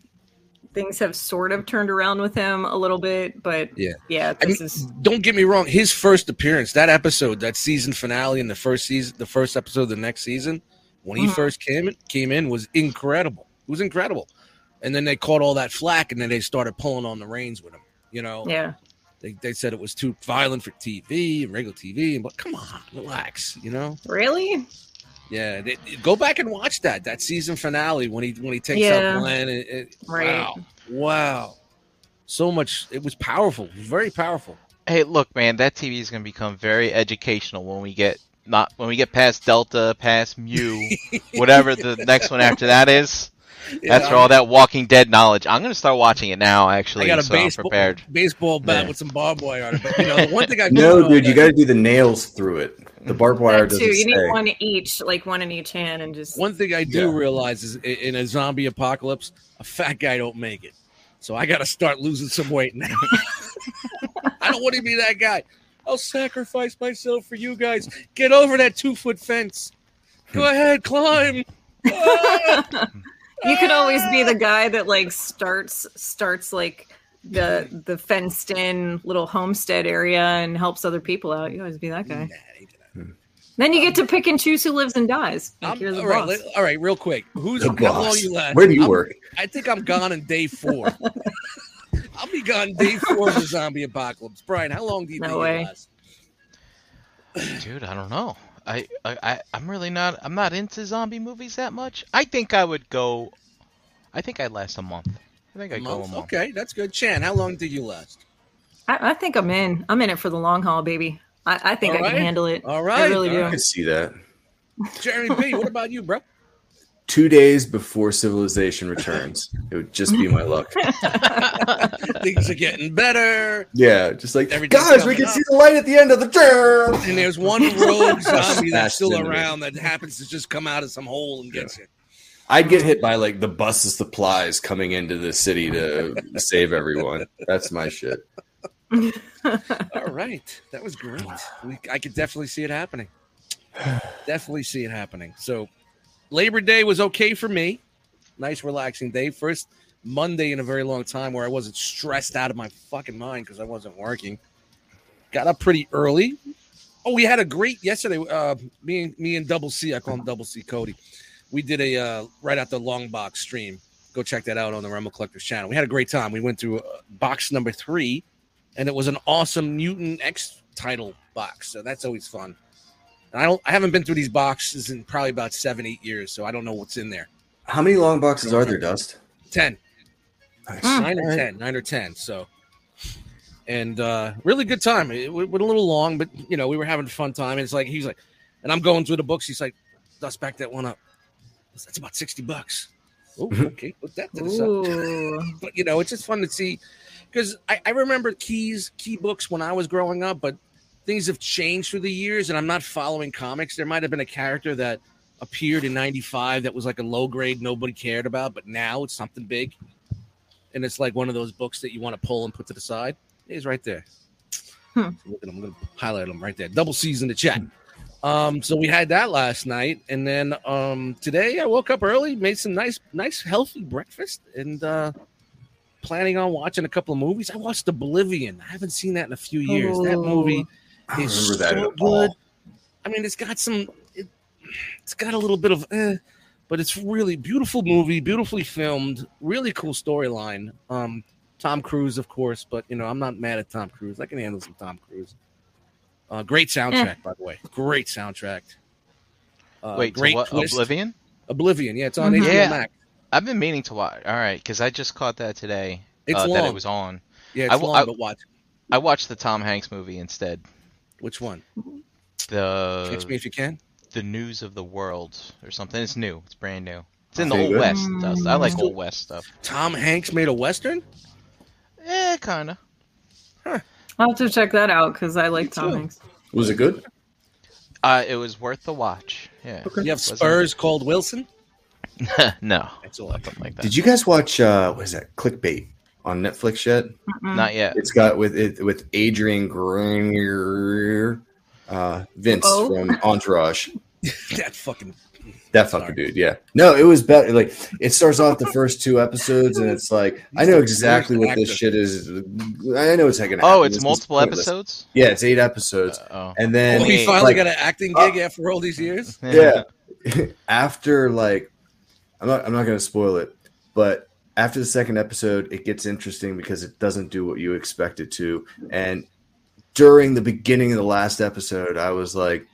[SPEAKER 3] things have sort of turned around with him a little bit, but
[SPEAKER 1] Yeah.
[SPEAKER 3] yeah,
[SPEAKER 1] I
[SPEAKER 3] this
[SPEAKER 1] mean,
[SPEAKER 3] is
[SPEAKER 1] Don't get me wrong, his first appearance, that episode, that season finale, and the first season, the first episode of the next season, when he
[SPEAKER 3] Mhm.
[SPEAKER 1] first came in, came in was incredible. It was incredible, and then they caught all that flack, and then they started pulling on the reins with him. You know,
[SPEAKER 3] yeah.
[SPEAKER 1] they, they said it was too violent for TV and regular TV, and but come on, relax. You know,
[SPEAKER 3] Really?
[SPEAKER 1] yeah, they, go back and watch that that season finale when he when he takes
[SPEAKER 3] Yeah.
[SPEAKER 1] out Glenn. It, it,
[SPEAKER 3] Right.
[SPEAKER 1] Wow, wow, so much. It was powerful, very powerful.
[SPEAKER 4] Hey, look, man, that TV is gonna become very educational when we get not when we get past Delta, past Mu, whatever the next one after that is. That's
[SPEAKER 1] Yeah.
[SPEAKER 4] for all that Walking Dead knowledge. I'm gonna start watching it now, actually,
[SPEAKER 1] I got a
[SPEAKER 4] so I'm
[SPEAKER 1] baseball
[SPEAKER 4] prepared.
[SPEAKER 1] baseball bat
[SPEAKER 4] Yeah.
[SPEAKER 1] with some barbed wire on it. But you know, the one thing I
[SPEAKER 2] No, dude, you got to do the nails through it. The barbed wire
[SPEAKER 3] That
[SPEAKER 2] doesn't
[SPEAKER 3] too. You
[SPEAKER 2] stay.
[SPEAKER 3] need one each, like one in each hand, and just
[SPEAKER 1] one thing I do
[SPEAKER 2] Yeah.
[SPEAKER 1] realize is i- in a zombie apocalypse, a fat guy don't make it. So I got to start losing some weight now. I don't want to be that guy. I'll sacrifice myself for you guys. Get over that two foot fence.
[SPEAKER 2] Hmm.
[SPEAKER 1] Go ahead, climb.
[SPEAKER 3] you could always be the guy that like starts starts like the the fenced in little homestead area and helps other people out. You always be that
[SPEAKER 1] Nah,
[SPEAKER 3] guy.
[SPEAKER 1] ain't gonna-
[SPEAKER 3] Then you get to pick and choose who lives and dies. Like
[SPEAKER 1] I'm-
[SPEAKER 3] you're the
[SPEAKER 1] all right,
[SPEAKER 3] boss.
[SPEAKER 1] let- all right, real quick. Who's
[SPEAKER 2] The
[SPEAKER 1] how
[SPEAKER 2] boss.
[SPEAKER 1] long you left?
[SPEAKER 2] Oh, Where do you
[SPEAKER 1] I'm-
[SPEAKER 2] work?
[SPEAKER 1] I think I'm gone on day four. I'll be gone day four of the zombie apocalypse. Brian, how long do you
[SPEAKER 3] No
[SPEAKER 1] think
[SPEAKER 3] way.
[SPEAKER 1] it lasts?
[SPEAKER 4] Dude, I don't know. I, I, I I'm really not. I'm not into zombie movies that much. I think I would go. I think I'd last a month. I think
[SPEAKER 1] A
[SPEAKER 4] I'd go a
[SPEAKER 1] month?
[SPEAKER 4] month.
[SPEAKER 1] Okay, that's good. Chan, how long did you last?
[SPEAKER 3] I, I think I'm in. I'm in it for the long haul, baby. I, I think
[SPEAKER 1] All
[SPEAKER 3] I
[SPEAKER 1] right.
[SPEAKER 3] can handle it.
[SPEAKER 1] All
[SPEAKER 3] I
[SPEAKER 1] right,
[SPEAKER 3] really
[SPEAKER 1] all
[SPEAKER 3] do.
[SPEAKER 2] I could see that.
[SPEAKER 1] Jeremy B, what about you, bro?
[SPEAKER 2] Two days before civilization returns, it would just be my luck.
[SPEAKER 1] Things are getting better.
[SPEAKER 2] Yeah, just like
[SPEAKER 1] Everything's
[SPEAKER 2] guys, we
[SPEAKER 1] coming
[SPEAKER 2] can
[SPEAKER 1] up."
[SPEAKER 2] see the light at the end of the tunnel.
[SPEAKER 1] And there's one rogue zombie
[SPEAKER 2] Smashed
[SPEAKER 1] that's still
[SPEAKER 2] into me.
[SPEAKER 1] around that happens to just come out of some hole and gets you.
[SPEAKER 2] I'd get hit by like the bus of supplies coming into the city to save everyone. That's my shit.
[SPEAKER 1] All right, that was great. We, I could definitely see it happening. definitely see it happening. So, Labor Day was okay for me. Nice, relaxing day. First Monday in a very long time where I wasn't stressed out of my fucking mind because I wasn't working. Got up pretty early. Oh, we had a great yesterday. Uh, me and me and Double C, I call him Double C Cody. We did a uh, right out the long box stream. Go check that out on the Rumble Collectors channel. We had a great time. We went through uh, box number three and it was an awesome Newton X title box. So that's always fun. And I don't, I haven't been through these boxes in probably about seven, eight years, so I don't know what's in there.
[SPEAKER 2] How many long boxes are there, Dust?
[SPEAKER 1] Ten,
[SPEAKER 2] Nice.
[SPEAKER 3] Hmm.
[SPEAKER 1] nine or ten, nine or ten. So, and uh, really good time. It, w- went a little long, but you know we were having a fun time. And it's like he's like, and I'm going through the books. He's like, dust back that one up. That's about sixty bucks. Oh, okay, put that to the side.
[SPEAKER 3] Ooh.
[SPEAKER 1] but you know, it's just fun to see because I, I remember keys, key books when I was growing up, but things have changed through the years, and I'm not following comics. There might have been a character that appeared in '95 that was like a low grade, nobody cared about, but now it's something big, and it's like one of those books that you want to pull and put to the side. It's right there.
[SPEAKER 3] Hmm.
[SPEAKER 1] Look at 'em. I'm gonna highlight them right there. Double C's in the chat. Um, so we had that last night, and then um today I woke up early, made some nice, nice healthy breakfast, and uh planning on watching a couple of movies. I watched Oblivion. I haven't seen that in a few years. That
[SPEAKER 3] Oh.
[SPEAKER 1] movie
[SPEAKER 2] I don't
[SPEAKER 1] is
[SPEAKER 2] remember that
[SPEAKER 1] so
[SPEAKER 2] at all.
[SPEAKER 1] good. I mean, it's got some. It, it's got a little bit of, eh, but it's really beautiful movie, beautifully filmed, really cool storyline. Um, Tom Cruise, of course, but you know I'm not mad at Tom Cruise. I can handle some Tom Cruise. Uh, great soundtrack, by the way. Great soundtrack. Uh,
[SPEAKER 4] Wait, so
[SPEAKER 1] great
[SPEAKER 4] what?
[SPEAKER 1] twist.
[SPEAKER 4] Oblivion?
[SPEAKER 1] Oblivion. Yeah, it's on
[SPEAKER 3] Mhm.
[SPEAKER 1] HBO
[SPEAKER 4] Yeah. Uh,
[SPEAKER 1] Max.
[SPEAKER 4] I've been meaning to watch. All right, because I just caught that today.
[SPEAKER 1] It's
[SPEAKER 4] uh,
[SPEAKER 1] long.
[SPEAKER 4] that it was on.
[SPEAKER 1] yeah, it's
[SPEAKER 4] I w-
[SPEAKER 1] long,
[SPEAKER 4] I-
[SPEAKER 1] but watch
[SPEAKER 4] I watched the Tom Hanks movie instead.
[SPEAKER 1] which one? Catch me
[SPEAKER 4] The
[SPEAKER 1] if you can.
[SPEAKER 4] the news of the world or something. It's new. It's brand new. It's in the
[SPEAKER 2] Okay,
[SPEAKER 4] old
[SPEAKER 2] good.
[SPEAKER 4] west. Dust. I like
[SPEAKER 3] Mm.
[SPEAKER 4] old west stuff.
[SPEAKER 1] Tom Hanks made a western.
[SPEAKER 4] Eh, kind of.
[SPEAKER 3] I'll have to check that out because I like Tom
[SPEAKER 1] too.
[SPEAKER 3] Hanks.
[SPEAKER 2] Was it good?
[SPEAKER 4] Uh, it was worth the watch. Yeah.
[SPEAKER 1] You have
[SPEAKER 4] Wasn't-
[SPEAKER 1] Spurs called Wilson.
[SPEAKER 4] no,
[SPEAKER 1] That's all. I
[SPEAKER 4] nothing like that.
[SPEAKER 2] Did you guys watch uh what is that? Clickbait on Netflix yet?
[SPEAKER 3] Mm-mm.
[SPEAKER 4] Not yet.
[SPEAKER 2] It's got with it with Adrian Grenier, uh Vince
[SPEAKER 3] Oh.
[SPEAKER 2] from Entourage.
[SPEAKER 1] that fucking
[SPEAKER 2] That fucking
[SPEAKER 1] Sorry.
[SPEAKER 2] dude, yeah. No, it was better. Like it starts off the first two episodes, and it's like I know exactly what this shit is. I know it's gonna.
[SPEAKER 4] Oh,
[SPEAKER 2] happen.
[SPEAKER 4] it's
[SPEAKER 2] This is
[SPEAKER 4] multiple
[SPEAKER 2] pointless.
[SPEAKER 4] episodes.
[SPEAKER 2] Yeah, it's eight episodes,
[SPEAKER 4] oh.
[SPEAKER 2] and then
[SPEAKER 1] Oh, he
[SPEAKER 4] Wait,
[SPEAKER 1] finally
[SPEAKER 2] like- uh,
[SPEAKER 1] got an acting gig after all these years.
[SPEAKER 2] yeah after like i'm not i'm not gonna spoil it but after the second episode it gets interesting because it doesn't do what you expect it to and during the beginning of the last episode i was like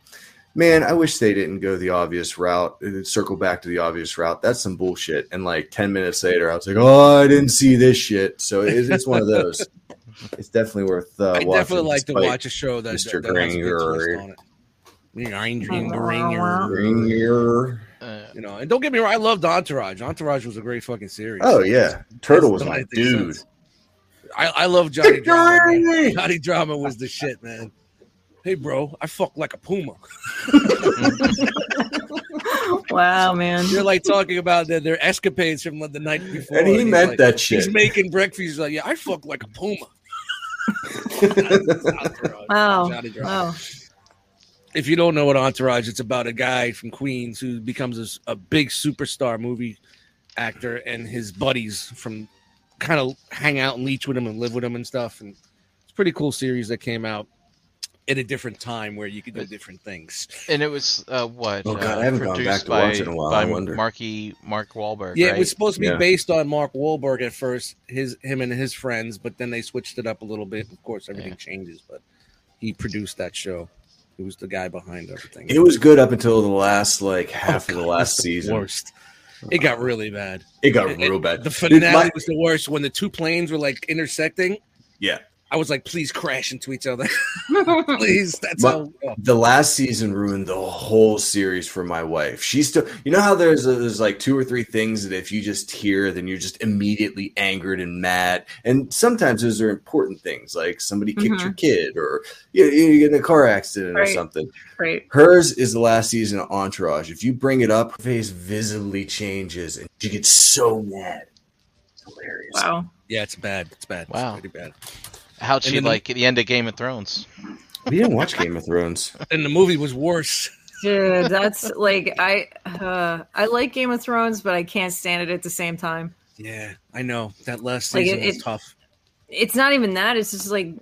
[SPEAKER 2] man i wish they didn't go the obvious route and circle back to the obvious route that's some bullshit and like 10 minutes later i was like oh i didn't see this shit so it's, it's one of those it's definitely worth uh,
[SPEAKER 1] I
[SPEAKER 2] watching
[SPEAKER 1] definitely like to
[SPEAKER 2] despite
[SPEAKER 1] watch a show that,
[SPEAKER 2] Mr.
[SPEAKER 1] that, that has a good twist
[SPEAKER 2] Granger.
[SPEAKER 1] on it. Adrian Granger.
[SPEAKER 2] Green Year.
[SPEAKER 4] Uh,
[SPEAKER 1] You know, and don't get me wrong, I loved Entourage. Entourage was a great fucking series.
[SPEAKER 2] oh yeah turtle was
[SPEAKER 1] That's
[SPEAKER 2] my
[SPEAKER 1] what I think
[SPEAKER 2] dude
[SPEAKER 1] since. I, I love Johnny Drama. man. Johnny Drama was the shit, man. Hey, bro, I fuck like a puma.
[SPEAKER 3] Wow, man.
[SPEAKER 1] You're like talking about their, their escapades from the night before.
[SPEAKER 2] And he
[SPEAKER 1] he's
[SPEAKER 2] meant
[SPEAKER 1] like-
[SPEAKER 2] that
[SPEAKER 1] He's
[SPEAKER 2] shit.
[SPEAKER 1] making breakfast. He's like, yeah, I fuck like a puma. Entourage.
[SPEAKER 3] Wow.
[SPEAKER 1] Johnny Drama.
[SPEAKER 3] Wow.
[SPEAKER 1] if you don't know what Entourage, it's about a guy from Queens who becomes a s- a, big superstar movie actor, and his buddies from kind of hang out and leech with him and live with him and stuff. And it's a pretty cool series that came out. in a different time where you could do different things.
[SPEAKER 4] And it was uh, what?
[SPEAKER 2] Oh, God,
[SPEAKER 4] uh,
[SPEAKER 2] I haven't gone
[SPEAKER 4] produced
[SPEAKER 2] back to watch
[SPEAKER 4] by-
[SPEAKER 2] it in a while,
[SPEAKER 4] By
[SPEAKER 2] I wonder.
[SPEAKER 4] Marky Mark Wahlberg.
[SPEAKER 1] Yeah,
[SPEAKER 4] right?
[SPEAKER 1] it was supposed to be
[SPEAKER 2] Yeah.
[SPEAKER 1] based on Mark Wahlberg at first, his him and his friends, but then they switched it up a little bit. Of course, everything
[SPEAKER 4] Yeah.
[SPEAKER 1] changes, but he produced that show. He was the guy behind everything.
[SPEAKER 2] It was good up until the last like half
[SPEAKER 1] Oh,
[SPEAKER 2] of the
[SPEAKER 1] God,
[SPEAKER 2] last
[SPEAKER 1] it's
[SPEAKER 2] season.
[SPEAKER 1] Worst. It got really bad.
[SPEAKER 2] It got
[SPEAKER 1] It-
[SPEAKER 2] real bad.
[SPEAKER 1] The
[SPEAKER 2] Dude,
[SPEAKER 1] finale
[SPEAKER 2] my-
[SPEAKER 1] was the worst when the two planes were like intersecting.
[SPEAKER 2] yeah,
[SPEAKER 1] I was like, please crash into each other, please. That's
[SPEAKER 2] My-
[SPEAKER 1] how. oh,
[SPEAKER 2] the last season ruined the whole series for my wife. She still, you know how there's there's like two or three things that if you just hear, then you're just immediately angered and mad. And sometimes those are important things, like somebody kicked
[SPEAKER 3] Mhm.
[SPEAKER 1] Mm-hmm.
[SPEAKER 2] your kid, or you, you get in a car accident or
[SPEAKER 3] Right.
[SPEAKER 2] something.
[SPEAKER 3] Right.
[SPEAKER 2] Hers is the last season of Entourage. If you bring it up, her face visibly changes, and she gets so mad. It's hilarious.
[SPEAKER 3] Wow.
[SPEAKER 1] yeah, it's bad. It's bad. It's
[SPEAKER 4] Wow.
[SPEAKER 1] pretty bad.
[SPEAKER 4] How'd
[SPEAKER 1] And
[SPEAKER 4] she
[SPEAKER 1] then the-
[SPEAKER 4] like at the end of Game of Thrones?
[SPEAKER 2] We didn't watch Game of Thrones.
[SPEAKER 1] And the movie was worse.
[SPEAKER 3] Dude, that's like I uh I like Game of Thrones, but I can't stand it at the same time.
[SPEAKER 1] Yeah, I know that last
[SPEAKER 3] Like,
[SPEAKER 1] season
[SPEAKER 3] it-
[SPEAKER 1] was
[SPEAKER 3] it-
[SPEAKER 1] tough.
[SPEAKER 3] It's not even that, it's just like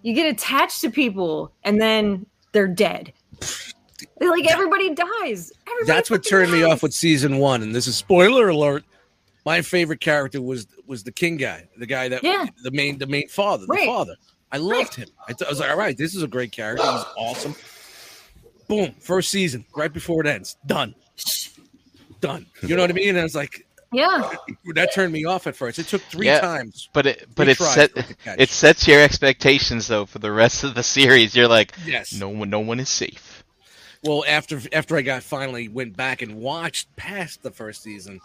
[SPEAKER 3] you get attached to people and then they're dead. Like everybody dies. Everybody
[SPEAKER 1] That's what
[SPEAKER 3] fucking
[SPEAKER 1] turned me
[SPEAKER 3] dies.
[SPEAKER 1] off with season one. And this is spoiler alert. My favorite character was was the king guy, the guy that
[SPEAKER 3] Yeah.
[SPEAKER 1] the main the main father, the
[SPEAKER 3] Right.
[SPEAKER 1] father. I loved him. I, th- I was like, all right, this is a great character. He's awesome. Boom, first season, right before it ends, done, done. You know what I mean? And I was like,
[SPEAKER 3] Yeah.
[SPEAKER 1] that turned me off at first. It took three
[SPEAKER 4] Yeah.
[SPEAKER 1] times.
[SPEAKER 4] But it but
[SPEAKER 1] three
[SPEAKER 4] it
[SPEAKER 1] tries
[SPEAKER 4] set
[SPEAKER 1] for it to catch.
[SPEAKER 4] it sets your expectations though for the rest of the series. You're like,
[SPEAKER 1] yes.
[SPEAKER 4] no one no one is safe.
[SPEAKER 1] Well, after after I got finally went back and watched past the first season,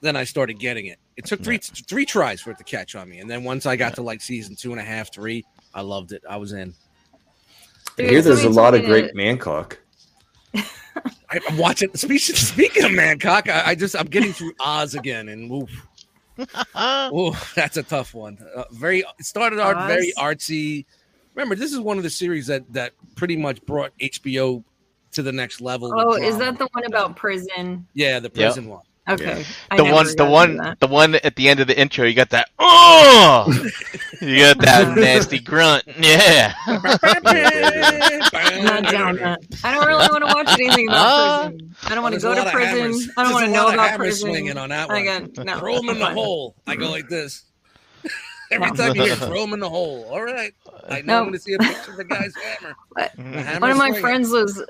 [SPEAKER 1] then I started getting it. It took three three tries for it to catch on me, and then once I got to like season two and a half, three, I loved it. I was in.
[SPEAKER 2] I
[SPEAKER 3] Dude,
[SPEAKER 2] hear there's a
[SPEAKER 3] somebody
[SPEAKER 2] lot of
[SPEAKER 3] tweeted-
[SPEAKER 2] great Mancock.
[SPEAKER 1] I, I'm watching. Speaking, speaking of Mancock, I, I just I'm getting through Oz again, and oof,
[SPEAKER 3] Uh-huh.
[SPEAKER 1] oof, that's a tough one. Uh, very it started out very artsy. Remember, this is one of the series that that pretty much brought HBO to the next level. with
[SPEAKER 3] Oh, is
[SPEAKER 1] drama.
[SPEAKER 3] that the one about prison?
[SPEAKER 1] yeah the prison one?
[SPEAKER 3] Okay. I
[SPEAKER 4] the
[SPEAKER 3] never
[SPEAKER 4] one the
[SPEAKER 3] got
[SPEAKER 4] one
[SPEAKER 3] that.
[SPEAKER 4] the one at the end of the intro you got that oh you got that
[SPEAKER 3] Uh-huh.
[SPEAKER 4] nasty grunt. Yeah.
[SPEAKER 3] I'm not down with that. I don't really want to watch anything about prison. I don't
[SPEAKER 1] Uh,
[SPEAKER 3] want to
[SPEAKER 1] There's
[SPEAKER 3] go
[SPEAKER 1] a lot
[SPEAKER 3] to
[SPEAKER 1] of hammers.
[SPEAKER 3] prison. I
[SPEAKER 1] There's
[SPEAKER 3] don't want
[SPEAKER 1] a
[SPEAKER 3] to know
[SPEAKER 1] lot of
[SPEAKER 3] about
[SPEAKER 1] hammer Swinging
[SPEAKER 3] prison.
[SPEAKER 1] on that
[SPEAKER 3] I
[SPEAKER 1] one.
[SPEAKER 3] got no.
[SPEAKER 1] Throw him in the
[SPEAKER 3] Fine.
[SPEAKER 1] hole. I go like this. Every time you hear throw him in the hole. All right. I know I'm
[SPEAKER 3] No.
[SPEAKER 1] going to see a picture of the guy's hammer. The hammer's
[SPEAKER 3] One of my
[SPEAKER 1] swinging.
[SPEAKER 3] friends was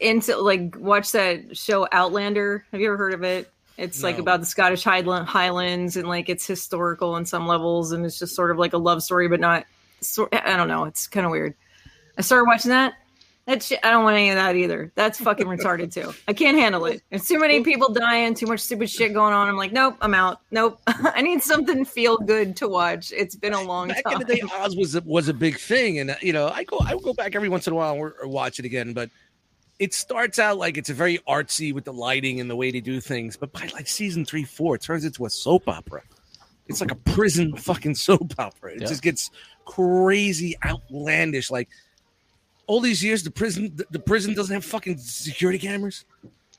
[SPEAKER 3] into like watch that show Outlander. Have you ever heard of it? It's like
[SPEAKER 1] No.
[SPEAKER 3] about the Scottish Highland Highlands and like it's historical on some levels and it's just sort of like a love story, but not. So, I don't know. It's kind of weird. I started watching that. That shit, I don't want any of that either. That's fucking retarded too. I can't handle it. There's too many people dying, too much stupid shit going on. I'm like, nope, I'm out. Nope. I need something feel good to watch. It's been a long
[SPEAKER 1] Back
[SPEAKER 3] time.
[SPEAKER 1] in the day, Oz was a, was a big thing, and uh, you know, I go I would go back every once in a while and wa- or watch it again. But it starts out like it's a very artsy with the lighting and the way they do things, but by like season three, four, it turns into a soap opera. It's like a prison fucking soap opera. It
[SPEAKER 4] Yeah.
[SPEAKER 1] just gets crazy, outlandish. Like all these years, the prison the, the prison doesn't have fucking security cameras.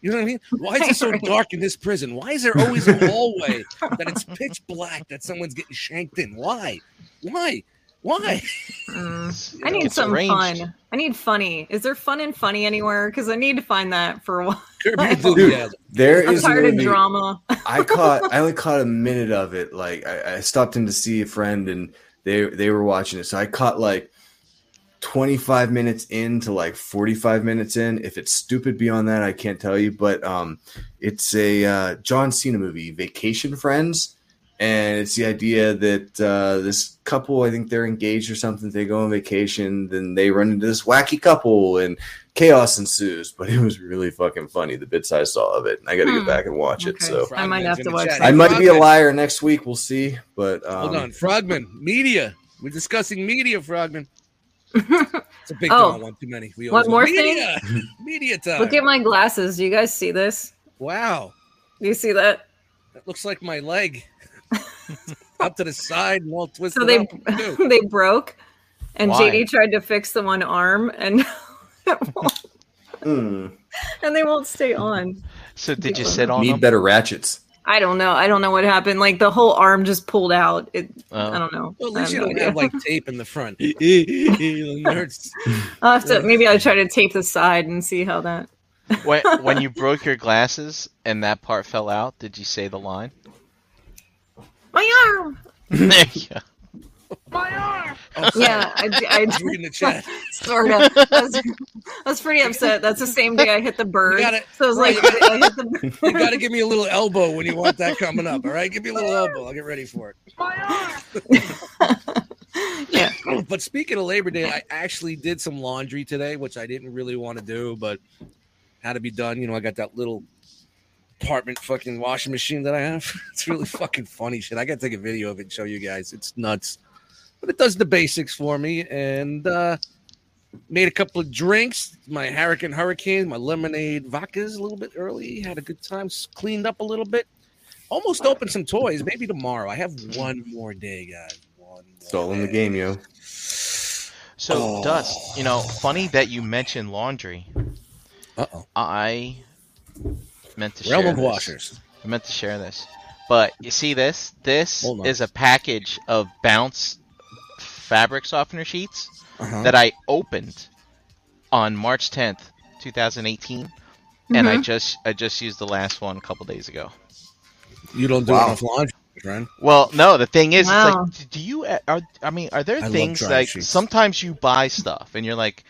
[SPEAKER 1] You know what I mean? Why is it so
[SPEAKER 3] Right.
[SPEAKER 1] dark in this prison? Why is there always a hallway that it's pitch black that someone's getting shanked in? Why? Why? Why?
[SPEAKER 3] Mm. I
[SPEAKER 4] It
[SPEAKER 3] need
[SPEAKER 4] gets
[SPEAKER 3] some
[SPEAKER 4] arranged.
[SPEAKER 3] fun. I need funny. Is there fun and funny anywhere? Because I need to find that for a while.
[SPEAKER 1] Curb your
[SPEAKER 2] Dude,
[SPEAKER 1] enthusiasm.
[SPEAKER 2] there
[SPEAKER 3] I'm
[SPEAKER 2] is a
[SPEAKER 3] tired of
[SPEAKER 2] movie-
[SPEAKER 3] drama.
[SPEAKER 2] I caught I only caught a minute of it. Like I, I stopped in to see a friend and they they were watching it. So I caught like 25 minutes in to like 45 minutes in. If it's stupid beyond that, I can't tell you. But um it's a uh, John Cena movie, Vacation Friends. And it's the idea that uh, this couple, I think they're engaged or something. They go on vacation, then they run into this wacky couple, and chaos ensues. But it was really fucking funny the bits I saw of it, and I got to
[SPEAKER 3] Hmm.
[SPEAKER 2] go back and watch it.
[SPEAKER 3] Okay.
[SPEAKER 2] So
[SPEAKER 3] I might
[SPEAKER 1] Frogman's
[SPEAKER 3] have
[SPEAKER 1] in
[SPEAKER 3] to
[SPEAKER 1] the
[SPEAKER 3] watch
[SPEAKER 1] chat.
[SPEAKER 3] that.
[SPEAKER 2] I might be a
[SPEAKER 1] Frogman.
[SPEAKER 2] liar next week. We'll see. But um,
[SPEAKER 1] Hold on, Frogman Media. We're discussing media, Frogman. It's a big
[SPEAKER 3] Oh.
[SPEAKER 1] one. One too many. We
[SPEAKER 3] One
[SPEAKER 1] always go,
[SPEAKER 3] more thing?
[SPEAKER 1] media. media time.
[SPEAKER 3] Look at my glasses. Do you guys see this?
[SPEAKER 1] wow,
[SPEAKER 3] Do you see that?
[SPEAKER 1] that looks like my leg. Up to the side and all twisted
[SPEAKER 3] So they
[SPEAKER 1] up. Dude,
[SPEAKER 3] they broke, and
[SPEAKER 4] Why?
[SPEAKER 3] JD tried to fix the one arm, and it won't-
[SPEAKER 2] mm,
[SPEAKER 3] and they won't stay on.
[SPEAKER 4] So did you sit on
[SPEAKER 2] need
[SPEAKER 4] them?
[SPEAKER 2] better ratchets.
[SPEAKER 3] I don't know. I don't know what happened. Like the whole arm just pulled out. It, I
[SPEAKER 4] Uh,
[SPEAKER 3] don't know.
[SPEAKER 1] Well, at
[SPEAKER 3] I
[SPEAKER 1] least you
[SPEAKER 3] no
[SPEAKER 1] don't
[SPEAKER 3] idea.
[SPEAKER 1] have like tape in the front. It hurts.
[SPEAKER 3] I'll have to maybe I'll try to tape the side and see how that.
[SPEAKER 4] when, when you broke your glasses and that part fell out, did you say the line?
[SPEAKER 3] My arm.
[SPEAKER 4] there you go.
[SPEAKER 1] Oh, sorry.
[SPEAKER 3] Yeah, I, d- I
[SPEAKER 1] I was
[SPEAKER 3] d-
[SPEAKER 1] reading the chat.
[SPEAKER 3] sort of. I was, I was pretty upset. That's the same day I hit the bird.
[SPEAKER 1] gotta-
[SPEAKER 3] so I was
[SPEAKER 1] right,
[SPEAKER 3] like,
[SPEAKER 1] you
[SPEAKER 3] I hit the
[SPEAKER 1] You got to give me a little elbow when you want that coming up. All right, give me a little elbow. I'll get ready for it.
[SPEAKER 3] bird. yeah.
[SPEAKER 1] But speaking of Labor Day, I actually did some laundry today, which I didn't really want to do, but had to be done. You know, I got that little apartment fucking washing machine that I have. It's really fucking funny shit. I got to take a video of it and show you guys. It's nuts, but it does the basics for me. And uh, made a couple of drinks. My hurricane, hurricane, my lemonade, vodkas a little bit early. Had a good time. s- Cleaned up a little bit. Almost opened some toys. Maybe tomorrow. I have one more day, guys. One.
[SPEAKER 2] Stolen the
[SPEAKER 1] day.
[SPEAKER 2] game, yo.
[SPEAKER 4] So,
[SPEAKER 1] Oh.
[SPEAKER 4] Dust, you know, funny that you mentioned laundry.
[SPEAKER 1] Uh oh.
[SPEAKER 4] I meant to share
[SPEAKER 1] Realm of
[SPEAKER 4] this.
[SPEAKER 1] Washers.
[SPEAKER 4] I meant to share this, but you see this? This
[SPEAKER 1] Hold on.
[SPEAKER 4] is a package of Bounce fabric softener sheets
[SPEAKER 1] Uh-huh.
[SPEAKER 4] that I opened on March 10th, 2018, and I
[SPEAKER 3] Mhm.
[SPEAKER 4] just I just used the last one a couple days ago.
[SPEAKER 1] you don't do
[SPEAKER 2] Wow.
[SPEAKER 1] enough laundry, friend.
[SPEAKER 4] Well, no, the thing is,
[SPEAKER 3] Wow.
[SPEAKER 4] it's like, do you? Are, I mean, are there
[SPEAKER 1] love
[SPEAKER 4] things
[SPEAKER 1] dry
[SPEAKER 4] like
[SPEAKER 1] sheets.
[SPEAKER 4] sometimes you buy stuff and you're like,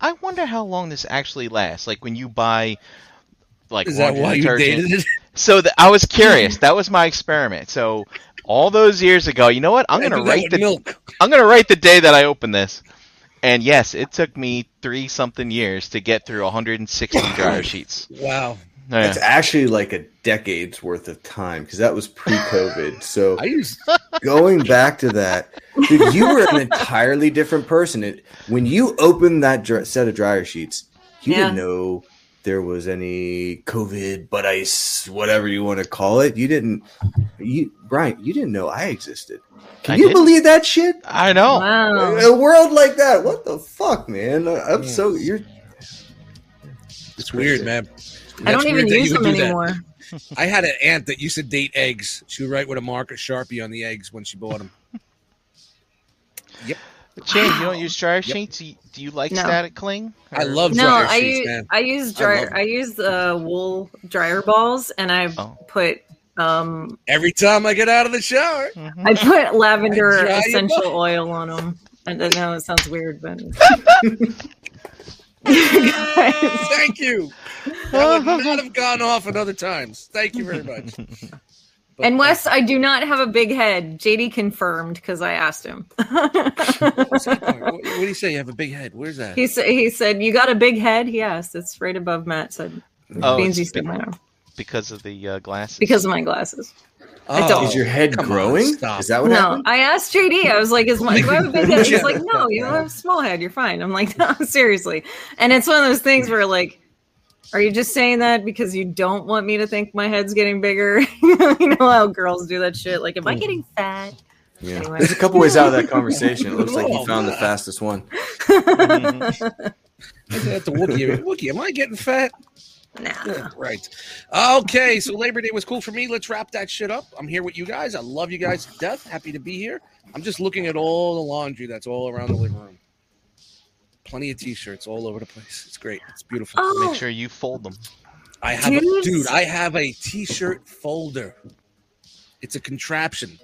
[SPEAKER 4] I wonder how long this actually lasts. Like when you buy, like
[SPEAKER 1] Is that
[SPEAKER 4] laundry
[SPEAKER 1] why you
[SPEAKER 4] detergent.
[SPEAKER 1] dated it?
[SPEAKER 4] So the, I was curious. That was my experiment. So all those years ago, you know what? I'm gonna
[SPEAKER 1] Do that
[SPEAKER 4] write
[SPEAKER 1] with
[SPEAKER 4] the
[SPEAKER 1] milk.
[SPEAKER 4] I'm gonna write the day that I opened this. And yes, it took me three something years to get through 160 dryer sheets.
[SPEAKER 1] Wow,
[SPEAKER 4] Yeah.
[SPEAKER 2] That's actually like a decade's worth of time because that was pre-COVID. So
[SPEAKER 1] I used
[SPEAKER 2] going back to that, dude, you were an entirely different person. It, when you opened that dr- set of dryer sheets, you didn't
[SPEAKER 3] Yeah.
[SPEAKER 2] know there was any COVID, butt ice, whatever you want to call it. You didn't, you Brian, you didn't know I existed. Can
[SPEAKER 4] I
[SPEAKER 2] you
[SPEAKER 4] didn't.
[SPEAKER 2] believe that shit?
[SPEAKER 4] I know.
[SPEAKER 3] Wow.
[SPEAKER 2] A world like that, what the fuck, man? I'm
[SPEAKER 1] Yeah.
[SPEAKER 2] so you're.
[SPEAKER 1] It's weird, man.
[SPEAKER 3] I
[SPEAKER 1] That's
[SPEAKER 3] don't even
[SPEAKER 1] weird that
[SPEAKER 3] use
[SPEAKER 1] you would
[SPEAKER 3] them
[SPEAKER 1] do that.
[SPEAKER 3] anymore.
[SPEAKER 1] I had an aunt that used to date eggs. She would write with a marker sharpie on the eggs when she bought them.
[SPEAKER 4] Jane, you don't use dryer
[SPEAKER 1] Yep.
[SPEAKER 4] sheets. You- Do you like
[SPEAKER 3] No.
[SPEAKER 4] static cling?
[SPEAKER 1] I
[SPEAKER 4] Or-
[SPEAKER 1] love
[SPEAKER 3] No,
[SPEAKER 1] dryer
[SPEAKER 3] I
[SPEAKER 1] sheets,
[SPEAKER 3] use
[SPEAKER 1] man.
[SPEAKER 3] I use
[SPEAKER 1] I love
[SPEAKER 3] dryer.
[SPEAKER 1] them.
[SPEAKER 3] I, use uh, wool dryer balls, and I
[SPEAKER 4] Oh.
[SPEAKER 3] put um
[SPEAKER 1] Every time I get out of the shower,
[SPEAKER 4] Mhm.
[SPEAKER 3] I put lavender
[SPEAKER 1] I dry your
[SPEAKER 3] essential
[SPEAKER 1] balls.
[SPEAKER 3] oil on them. I don't know. It sounds weird, but
[SPEAKER 1] thank you. I would not have gone off at other times. Thank you very much. But-
[SPEAKER 3] and Wes, I do not have a big head. JD confirmed because I asked him.
[SPEAKER 1] uh, what what do you say? You have a big head. Where's that?
[SPEAKER 3] he said, "He said you got a big head." Yes, it's right above Matt said.
[SPEAKER 4] Oh,
[SPEAKER 3] means
[SPEAKER 4] it's
[SPEAKER 3] you said
[SPEAKER 4] be-
[SPEAKER 3] my arm
[SPEAKER 4] because of the uh, glasses.
[SPEAKER 3] because of my glasses.
[SPEAKER 1] Oh,
[SPEAKER 3] don't.
[SPEAKER 2] Is your head
[SPEAKER 1] Come on,
[SPEAKER 2] growing?
[SPEAKER 1] stop.
[SPEAKER 2] Is that what
[SPEAKER 3] no,
[SPEAKER 2] happened?
[SPEAKER 3] I asked JD. I was like, "Is my do I have a big head?" He's like, "No, you
[SPEAKER 1] Yeah.
[SPEAKER 3] have a small head. You're fine." I'm like, "No, seriously." And it's one of those things where like, are you just saying that because you don't want me to think my head's getting bigger? you know how girls do that shit. Like, am I getting fat?
[SPEAKER 2] Yeah.
[SPEAKER 3] Anyway.
[SPEAKER 2] There's a couple ways out of that conversation. It looks like you found the
[SPEAKER 1] Oh.
[SPEAKER 2] fastest one.
[SPEAKER 1] That's a Wookiee. Wookiee, am I getting fat?
[SPEAKER 3] Nah.
[SPEAKER 1] Yeah, right. Okay, so Labor Day was cool for me. Let's wrap that shit up. I'm here with you guys. I love you guys to death. Happy to be here. I'm just looking at all the laundry that's all around the living room. Plenty of t-shirts all over the place. It's great. It's beautiful.
[SPEAKER 3] Oh.
[SPEAKER 4] Make sure you fold them.
[SPEAKER 1] I have a,
[SPEAKER 3] Dudes.
[SPEAKER 1] dude, I have a t-shirt folder. It's a contraption.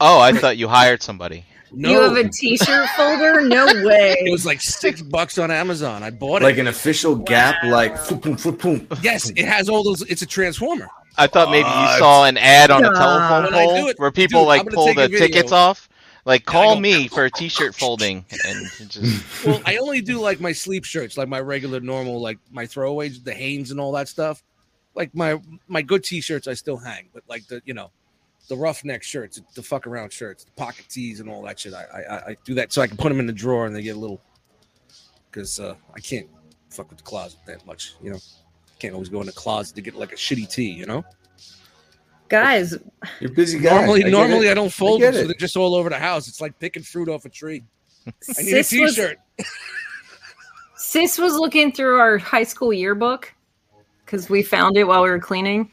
[SPEAKER 4] Oh, I thought you hired somebody.
[SPEAKER 1] No.
[SPEAKER 3] You have a T-shirt folder? No
[SPEAKER 1] it
[SPEAKER 3] way.
[SPEAKER 1] was like six bucks on Amazon. I bought it.
[SPEAKER 2] like an official gap, like foom, foom, foom, foom.
[SPEAKER 1] yes, it has all those. It's a transformer.
[SPEAKER 4] I thought maybe
[SPEAKER 2] Uh,
[SPEAKER 4] you saw an ad on a
[SPEAKER 3] Nah.
[SPEAKER 4] telephone
[SPEAKER 1] When I
[SPEAKER 4] pole
[SPEAKER 1] do it-
[SPEAKER 4] where people
[SPEAKER 1] dude, I'm
[SPEAKER 4] like
[SPEAKER 1] gonna
[SPEAKER 4] pull
[SPEAKER 1] take a
[SPEAKER 4] the
[SPEAKER 1] video.
[SPEAKER 4] tickets off. Like,
[SPEAKER 1] And I
[SPEAKER 4] call
[SPEAKER 1] go-
[SPEAKER 4] me for a t-shirt folding, and it just
[SPEAKER 1] Well, I only do like my sleep shirts, like my regular, normal, like my throwaways, the Hanes and all that stuff. Like my my good t-shirts, I still hang, but like the you know, the roughneck shirts, the fuck around shirts, the pocket tees, and all that shit. I I, I- I do that so I can put them in the drawer and they get a little because uh, I can't fuck with the closet that much, you know. Can't always go in the closet to get like a shitty tee, you know.
[SPEAKER 3] Guys,
[SPEAKER 2] You're a busy guy.
[SPEAKER 1] Normally,
[SPEAKER 2] I get
[SPEAKER 1] normally
[SPEAKER 2] it.
[SPEAKER 1] I don't fold
[SPEAKER 2] get
[SPEAKER 1] them, so
[SPEAKER 2] it.
[SPEAKER 1] they're just all over the house. It's like picking fruit off a tree. I need
[SPEAKER 3] sis
[SPEAKER 1] a
[SPEAKER 3] was,
[SPEAKER 1] t-shirt.
[SPEAKER 3] sis was looking through our high school yearbook because we found it while we were cleaning,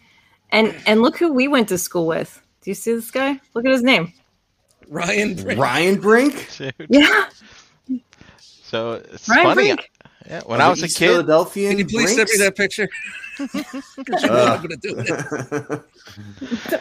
[SPEAKER 3] And and look who we went to school with. Do you see this guy? Look at his name.
[SPEAKER 1] Ryan Brink.
[SPEAKER 2] Ryan Brink?
[SPEAKER 4] Dude.
[SPEAKER 3] Yeah,
[SPEAKER 4] So it's
[SPEAKER 3] Ryan
[SPEAKER 4] funny.
[SPEAKER 3] Brink.
[SPEAKER 4] Yeah, when I was a
[SPEAKER 2] East
[SPEAKER 4] kid,
[SPEAKER 2] Philadelphian
[SPEAKER 1] Can you please send
[SPEAKER 2] Brinks?
[SPEAKER 1] me that picture? 'Cause you know
[SPEAKER 2] Uh,
[SPEAKER 1] I'm gonna do it.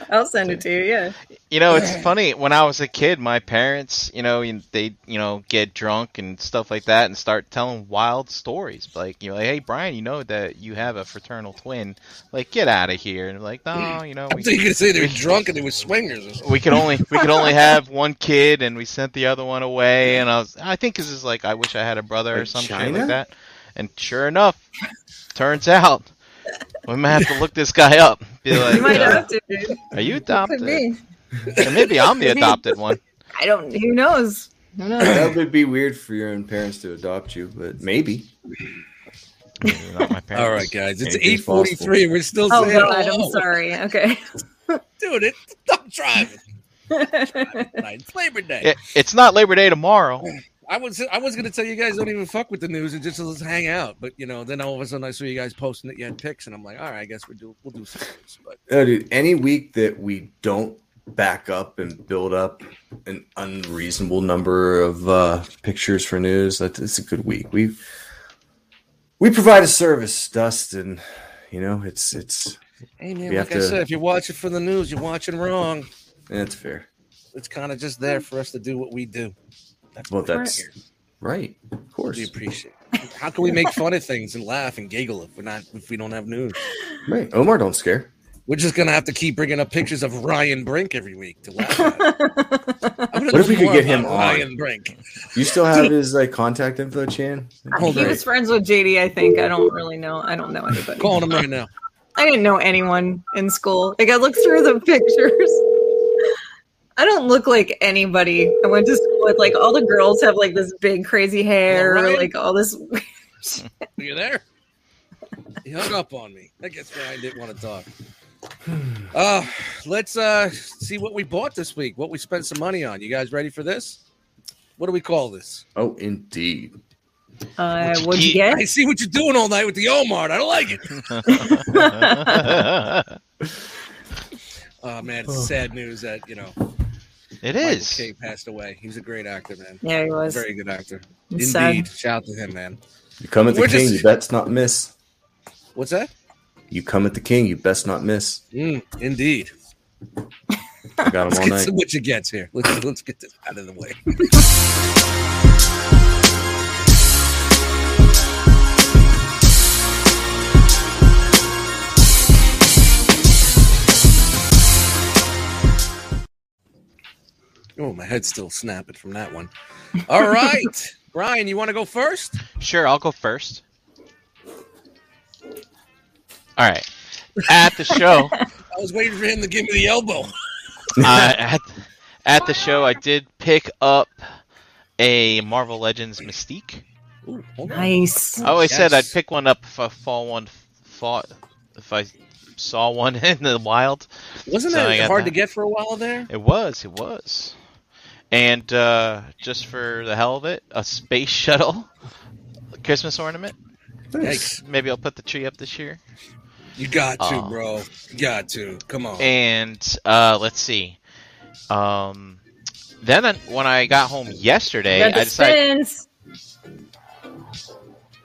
[SPEAKER 3] I'll send it to you. Yeah.
[SPEAKER 4] you know, it's funny. When I was a kid, my parents, you know, you- they, you know, get drunk and stuff like that, and start telling wild stories. Like, you know, like, hey Brian, you know that you have a fraternal twin. Like, get out of here. And like, no, you know,
[SPEAKER 1] I
[SPEAKER 4] we,
[SPEAKER 1] thought you could say they're drunk and they were swingers. Or something.
[SPEAKER 4] we could only we could only have one kid, and we sent the other one away. And I was, I think this is like, I wish I had a brother or
[SPEAKER 2] Like
[SPEAKER 4] some shit
[SPEAKER 2] China?
[SPEAKER 4] like that. And sure enough, turns out we might have to look this guy up. Be like,
[SPEAKER 3] You might
[SPEAKER 4] uh,
[SPEAKER 3] have to. Dude.
[SPEAKER 4] are you
[SPEAKER 3] Could
[SPEAKER 4] adopted?
[SPEAKER 3] be.
[SPEAKER 4] And maybe I'm the
[SPEAKER 3] Could be.
[SPEAKER 4] adopted one.
[SPEAKER 3] I don't. Who knows? Who knows?
[SPEAKER 2] that would be weird for your own parents to adopt you, but maybe.
[SPEAKER 4] Maybe not my parents.
[SPEAKER 1] All right, guys, it's
[SPEAKER 2] Anything's
[SPEAKER 1] eight forty-three. We're still
[SPEAKER 3] Oh
[SPEAKER 1] saying
[SPEAKER 3] God,
[SPEAKER 1] hello.
[SPEAKER 3] I'm sorry. Okay.
[SPEAKER 1] dude. It, I'm driving. Tonight. It's Labor Day.
[SPEAKER 4] It, it's not Labor Day tomorrow.
[SPEAKER 1] I was I was gonna tell you guys don't even fuck with the news and just let's hang out. But you know, then all of a sudden I saw you guys posting that you had pics, and I'm like, all right, I guess we do we'll do some news. But
[SPEAKER 2] No, Oh, dude, any week that we don't back up and build up an unreasonable number of uh, pictures for news, that it's a good week. We we provide a service, Dustin. You know, it's it's
[SPEAKER 1] hey, man,
[SPEAKER 2] We
[SPEAKER 1] like
[SPEAKER 2] have
[SPEAKER 1] I
[SPEAKER 2] to-
[SPEAKER 1] said, if you're watching for the news, you're watching wrong.
[SPEAKER 2] that's fair.
[SPEAKER 1] It's kind of just there for us to do what we do. That's
[SPEAKER 2] Well,
[SPEAKER 1] what we're
[SPEAKER 2] that's
[SPEAKER 1] here.
[SPEAKER 2] right. Of course,
[SPEAKER 1] we appreciate. it. How can we make fun of things and laugh and giggle if we're not if we don't have news?
[SPEAKER 2] right. Omar, don't scare.
[SPEAKER 1] We're just gonna have to keep bringing up pictures of Ryan Brink every week to laugh. At. I'm gonna
[SPEAKER 2] What if
[SPEAKER 1] do
[SPEAKER 2] we could
[SPEAKER 1] more
[SPEAKER 2] get him
[SPEAKER 1] about
[SPEAKER 2] on?
[SPEAKER 1] Ryan Brink?
[SPEAKER 2] You still have his like contact info, Chan?
[SPEAKER 1] Hold
[SPEAKER 3] he
[SPEAKER 1] on.
[SPEAKER 3] was friends with JD. I think. I don't really know. I don't know anybody.
[SPEAKER 1] Calling him right now.
[SPEAKER 3] I didn't know anyone in school. Like I looked through the pictures. I don't look like anybody. I went to school with like all the girls have like this big crazy hair,
[SPEAKER 1] All right.
[SPEAKER 3] like all this.
[SPEAKER 1] Are you there? He hung up on me. I guess why I didn't want to talk. Uh, let's uh see what we bought this week. What we spent some money on. You guys ready for this? What do we call this?
[SPEAKER 2] Oh, indeed.
[SPEAKER 3] Uh,
[SPEAKER 4] What'd you
[SPEAKER 3] what'd you
[SPEAKER 4] get?
[SPEAKER 3] get?
[SPEAKER 1] I see what you're doing all night with the Omar. I don't like it.
[SPEAKER 4] it
[SPEAKER 1] Oh man, it's sad news that you know Michael
[SPEAKER 4] is.
[SPEAKER 1] K passed away. He was a great actor, man.
[SPEAKER 3] Yeah, he was.
[SPEAKER 1] Very good actor.
[SPEAKER 3] It's sad.
[SPEAKER 1] Indeed. Shout out to him, man.
[SPEAKER 2] You come at the
[SPEAKER 1] We're
[SPEAKER 2] king,
[SPEAKER 1] just-
[SPEAKER 2] you best not miss.
[SPEAKER 1] What's that?
[SPEAKER 2] You come at the king, you best not miss.
[SPEAKER 1] Mm, indeed.
[SPEAKER 2] I got him
[SPEAKER 1] Let's
[SPEAKER 2] all
[SPEAKER 1] get
[SPEAKER 2] night.
[SPEAKER 1] to what you gets here. Let's let's get this out of the way. Oh, my head's still snapping from that one. All right, Brian, you want to go first?
[SPEAKER 4] Sure, I'll go first. All right. At the show,
[SPEAKER 1] I was waiting for him to give me the elbow.
[SPEAKER 4] uh, at, at the show, I did pick up a Marvel Legends Mystique.
[SPEAKER 1] Ooh, hold on.
[SPEAKER 3] Nice.
[SPEAKER 4] I always said I'd
[SPEAKER 1] Yes.
[SPEAKER 4] pick one up if I fall one, fought, if I saw one in the wild.
[SPEAKER 1] Wasn't
[SPEAKER 4] So I
[SPEAKER 1] that
[SPEAKER 4] got
[SPEAKER 1] hard to
[SPEAKER 4] that.
[SPEAKER 1] get for a while there?
[SPEAKER 4] It was, it was. And uh, just for the hell of it, a space shuttle Christmas ornament.
[SPEAKER 1] Yikes.
[SPEAKER 4] Maybe I'll put the tree up this year.
[SPEAKER 1] You got to,
[SPEAKER 4] Aw.
[SPEAKER 1] bro. You got to. Come on.
[SPEAKER 4] Oh. And uh, let's see. Um, then I- when I got home yesterday,
[SPEAKER 3] Got the
[SPEAKER 4] I decided
[SPEAKER 3] spins.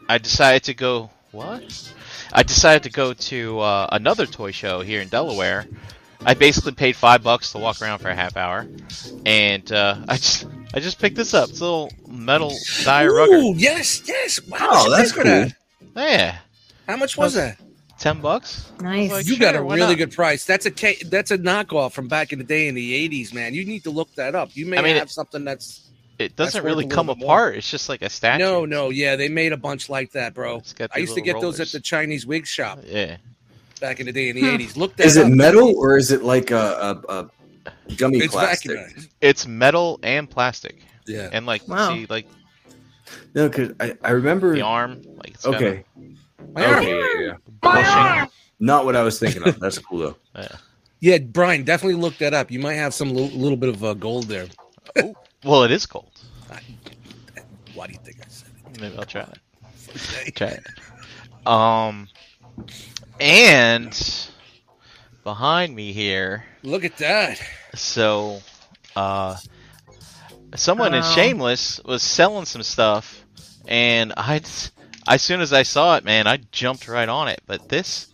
[SPEAKER 4] I decided to go. What? I decided to go to uh, another toy show here in Delaware. I basically paid five bucks to walk around for a half hour, and uh, I just I just picked this up. It's a little metal die rugger.
[SPEAKER 1] Ooh, yes, yes. Wow,
[SPEAKER 2] Oh,
[SPEAKER 1] she
[SPEAKER 2] that's
[SPEAKER 1] paid for that.
[SPEAKER 4] Yeah,
[SPEAKER 1] How much was that?
[SPEAKER 4] ten bucks.
[SPEAKER 3] Nice.
[SPEAKER 4] Like-
[SPEAKER 1] You got a
[SPEAKER 4] sure, why
[SPEAKER 1] really
[SPEAKER 4] not?
[SPEAKER 1] good price. That's a ca- that's a knockoff from back in the day in the '80s, man. You need to look that up. You may
[SPEAKER 4] I mean,
[SPEAKER 1] have something that's
[SPEAKER 4] It
[SPEAKER 1] That's
[SPEAKER 4] doesn't
[SPEAKER 1] worth
[SPEAKER 4] really
[SPEAKER 1] a little
[SPEAKER 4] come
[SPEAKER 1] bit
[SPEAKER 4] apart.
[SPEAKER 1] more.
[SPEAKER 4] It's just like a statue.
[SPEAKER 1] no, no, yeah. They made a bunch like that, bro.
[SPEAKER 4] It's got
[SPEAKER 1] I
[SPEAKER 4] these
[SPEAKER 1] used to get
[SPEAKER 4] little
[SPEAKER 1] those at
[SPEAKER 4] rollers.
[SPEAKER 1] the Chinese wig shop
[SPEAKER 4] Yeah.
[SPEAKER 1] back in the day in the
[SPEAKER 3] Hmm.
[SPEAKER 1] '80s. Look that
[SPEAKER 2] Is it
[SPEAKER 1] up.
[SPEAKER 2] metal or is it like a, a, a gummy
[SPEAKER 1] It's
[SPEAKER 2] plastic?
[SPEAKER 1] vacuumized.
[SPEAKER 4] It's metal and plastic,
[SPEAKER 1] Yeah.
[SPEAKER 4] and like
[SPEAKER 3] Wow.
[SPEAKER 4] see like
[SPEAKER 2] No, because I, I remember.
[SPEAKER 4] the arm. Like it's got
[SPEAKER 2] Okay.
[SPEAKER 1] My arm.
[SPEAKER 2] Okay, yeah, yeah.
[SPEAKER 4] a bushing.
[SPEAKER 2] Not what I was thinking of. That's cool though.
[SPEAKER 1] Yeah, Brian, definitely look that up. You might have some little, little bit of uh, gold there.
[SPEAKER 4] Well, it is cold.
[SPEAKER 1] Why do you think I said it?
[SPEAKER 4] Maybe I'll try it.
[SPEAKER 1] Okay.
[SPEAKER 4] Try it. Um, and behind me here.
[SPEAKER 1] Look at that.
[SPEAKER 4] So, uh, someone in
[SPEAKER 3] Oh.
[SPEAKER 4] Shameless was selling some stuff, and I, just- as soon as I saw it, man, I jumped right on it. But this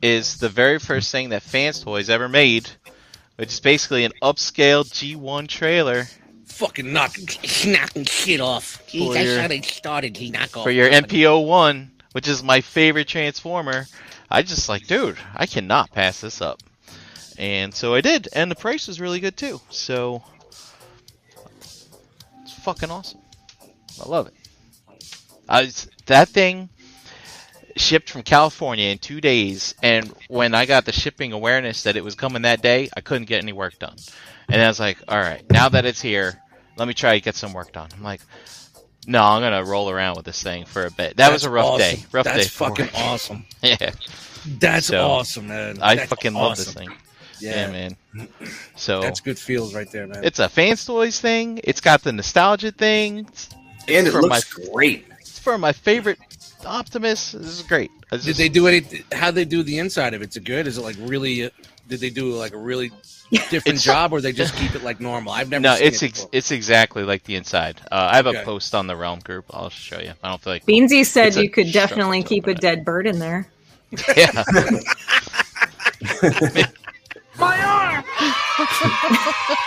[SPEAKER 4] is the very first thing that Fans Toys ever made, which is basically an upscale G1 trailer
[SPEAKER 1] Fucking knocking, knocking shit off. Jeez,
[SPEAKER 4] For
[SPEAKER 1] I
[SPEAKER 4] your-
[SPEAKER 1] should have started to knock off.
[SPEAKER 4] for your
[SPEAKER 1] somebody.
[SPEAKER 4] MPO one, which is my favorite Transformer. I just like, dude, I cannot pass this up, and so I did, and the price was really good too. So it's fucking awesome. I love it. I was, that thing shipped from California in two days, and when I got the shipping awareness that it was coming that day, I couldn't get any work done, and I was like, all right, now that it's here, let me try to get some work done. I'm like. No, I'm gonna roll around with this thing for a bit. That was
[SPEAKER 1] That's
[SPEAKER 4] a rough
[SPEAKER 1] awesome.
[SPEAKER 4] day. Rough
[SPEAKER 1] That's
[SPEAKER 4] day. for
[SPEAKER 1] fucking
[SPEAKER 4] work.
[SPEAKER 1] awesome.
[SPEAKER 4] Yeah,
[SPEAKER 1] That's
[SPEAKER 4] So,
[SPEAKER 1] awesome, man.
[SPEAKER 4] I
[SPEAKER 1] That's
[SPEAKER 4] fucking love this
[SPEAKER 1] awesome.
[SPEAKER 4] thing.
[SPEAKER 1] Yeah,
[SPEAKER 4] Yeah, man. So
[SPEAKER 1] That's good feels right there, man.
[SPEAKER 4] it's a fans toys thing. It's got the nostalgia thing. It's,
[SPEAKER 2] And it
[SPEAKER 4] from
[SPEAKER 2] looks great.
[SPEAKER 4] it's for my favorite Optimus. This is great. It's
[SPEAKER 1] did
[SPEAKER 4] just-
[SPEAKER 1] they do any? How they do the inside of it? Is it good? Is it like really? uh, Did they do like a really different
[SPEAKER 4] It's-
[SPEAKER 1] job, or they just keep it like normal? I've never.
[SPEAKER 4] no,
[SPEAKER 1] seen
[SPEAKER 4] it's
[SPEAKER 1] it
[SPEAKER 4] ex-
[SPEAKER 1] before.
[SPEAKER 4] it's exactly like the inside. Uh, I have
[SPEAKER 1] Okay.
[SPEAKER 4] a post on the Realm group. I'll show you. I don't feel like
[SPEAKER 3] Beansy said
[SPEAKER 4] It's a
[SPEAKER 3] you could
[SPEAKER 4] structure
[SPEAKER 3] definitely
[SPEAKER 4] to
[SPEAKER 3] keep a
[SPEAKER 4] open it.
[SPEAKER 3] dead bird in there.
[SPEAKER 4] yeah.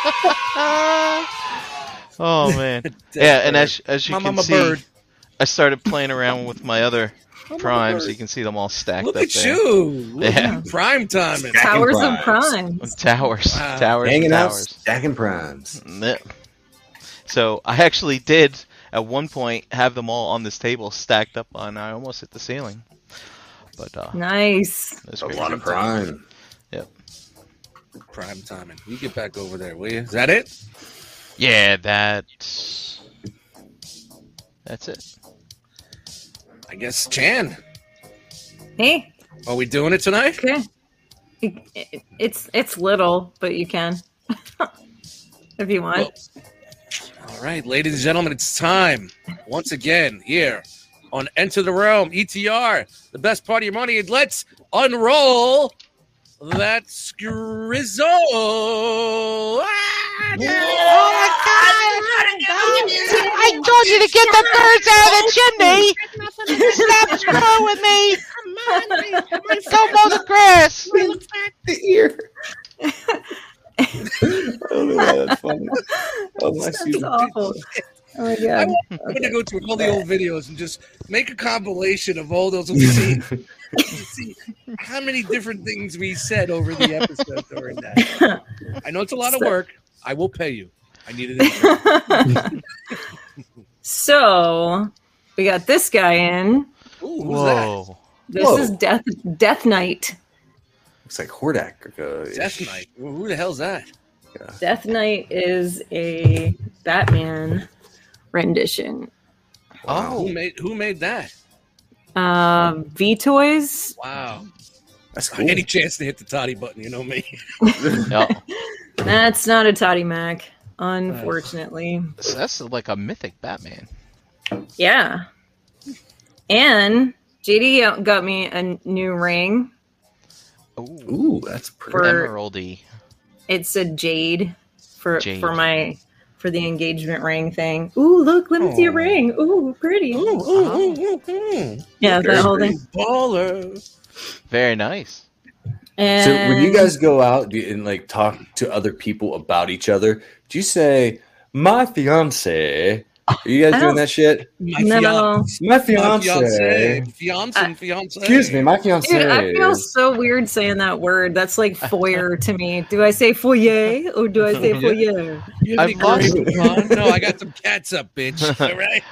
[SPEAKER 4] My arm. oh man. yeah, and as as you
[SPEAKER 1] My
[SPEAKER 4] can
[SPEAKER 1] mama
[SPEAKER 4] see,
[SPEAKER 1] bird.
[SPEAKER 4] I started playing around with my other
[SPEAKER 1] mama
[SPEAKER 4] primes.
[SPEAKER 1] bird.
[SPEAKER 4] You can see them all stacked
[SPEAKER 1] look
[SPEAKER 4] up
[SPEAKER 1] at
[SPEAKER 4] there.
[SPEAKER 1] you, Look
[SPEAKER 4] Yeah.
[SPEAKER 1] at you, prime time.
[SPEAKER 2] Stacking
[SPEAKER 3] Towers of
[SPEAKER 2] primes.
[SPEAKER 4] On
[SPEAKER 3] Primes.
[SPEAKER 4] Towers,
[SPEAKER 1] Wow.
[SPEAKER 4] towers, and
[SPEAKER 2] Hanging out,
[SPEAKER 4] towers.
[SPEAKER 2] stacking primes.
[SPEAKER 4] Yep. So I actually did at one point have them all on this table stacked up, and I almost hit the ceiling. But uh,
[SPEAKER 3] Nice.
[SPEAKER 4] that's
[SPEAKER 2] A
[SPEAKER 4] great.
[SPEAKER 2] lot of prime.
[SPEAKER 1] Prime timing. You get back over there, will you? Is that it?
[SPEAKER 4] Yeah, that. That's it.
[SPEAKER 1] I guess Chan.
[SPEAKER 3] Hey,
[SPEAKER 1] Are we doing it tonight?
[SPEAKER 3] okay. It- it- it's it's little, but you can if you want.
[SPEAKER 1] All right, ladies and gentlemen, it's time once again here on Enter the Realm ETR, the best part of your money. And let's unroll that scrizzle. Ah,
[SPEAKER 3] Oh
[SPEAKER 5] I told you to get the birds out of the chimney. Stop screwing with me. Go mow the grass.
[SPEAKER 2] I don't know why that's funny. Unless
[SPEAKER 3] That's
[SPEAKER 2] you-
[SPEAKER 3] awful. Oh my god.
[SPEAKER 1] I'm gonna go through all the old videos and just make a compilation of all those. and see, see how many different things we said over the episode during that. I know it's a lot of work. I will pay you. I needed it.
[SPEAKER 3] so we got this guy in.
[SPEAKER 1] Ooh, who's that?
[SPEAKER 4] Whoa.
[SPEAKER 3] This
[SPEAKER 2] Whoa.
[SPEAKER 3] is Death Death Knight.
[SPEAKER 2] Looks like Hordak. Uh,
[SPEAKER 1] Death Knight. Well, Who the hell's that?
[SPEAKER 3] Death Knight is a Batman rendition.
[SPEAKER 1] Who
[SPEAKER 4] Oh,
[SPEAKER 1] made Who made that?
[SPEAKER 3] Uh, v Toys.
[SPEAKER 1] Wow.
[SPEAKER 2] That's cool.
[SPEAKER 1] Any chance to hit the toddy button? You know me.
[SPEAKER 4] no.
[SPEAKER 3] That's not a Toddy Mac, unfortunately.
[SPEAKER 4] So that's like a mythic Batman.
[SPEAKER 3] Yeah. And JD got me a new ring.
[SPEAKER 4] Ooh,
[SPEAKER 2] Ooh, that's pretty.
[SPEAKER 3] For-
[SPEAKER 4] emeraldy.
[SPEAKER 3] It's a jade for
[SPEAKER 4] Jade.
[SPEAKER 3] for my for the engagement ring thing. Ooh, look, let me see a
[SPEAKER 1] Aw.
[SPEAKER 3] ring. Ooh, pretty.
[SPEAKER 1] ooh, ooh, ooh, ooh.
[SPEAKER 3] yeah, that whole thing.
[SPEAKER 1] Baller.
[SPEAKER 4] Very nice.
[SPEAKER 3] And
[SPEAKER 2] So when you guys go out do- and like talk to other people about each other, do you say "my fiance"? Are you
[SPEAKER 3] I
[SPEAKER 2] guys doing
[SPEAKER 3] don't-
[SPEAKER 2] that shit?
[SPEAKER 1] My
[SPEAKER 3] no,
[SPEAKER 2] My
[SPEAKER 1] fian-
[SPEAKER 2] fiance.
[SPEAKER 1] Fiance. Fiance.
[SPEAKER 3] I-
[SPEAKER 1] Fiance.
[SPEAKER 2] Excuse me, my fiance.
[SPEAKER 3] dude, I feel so weird saying that word. That's like foyer to me. Do I say foyer or do I say foyer?
[SPEAKER 1] You have
[SPEAKER 4] I've
[SPEAKER 1] any grapes,
[SPEAKER 2] lost-
[SPEAKER 1] Mom? No, I got some cats up, bitch. All right.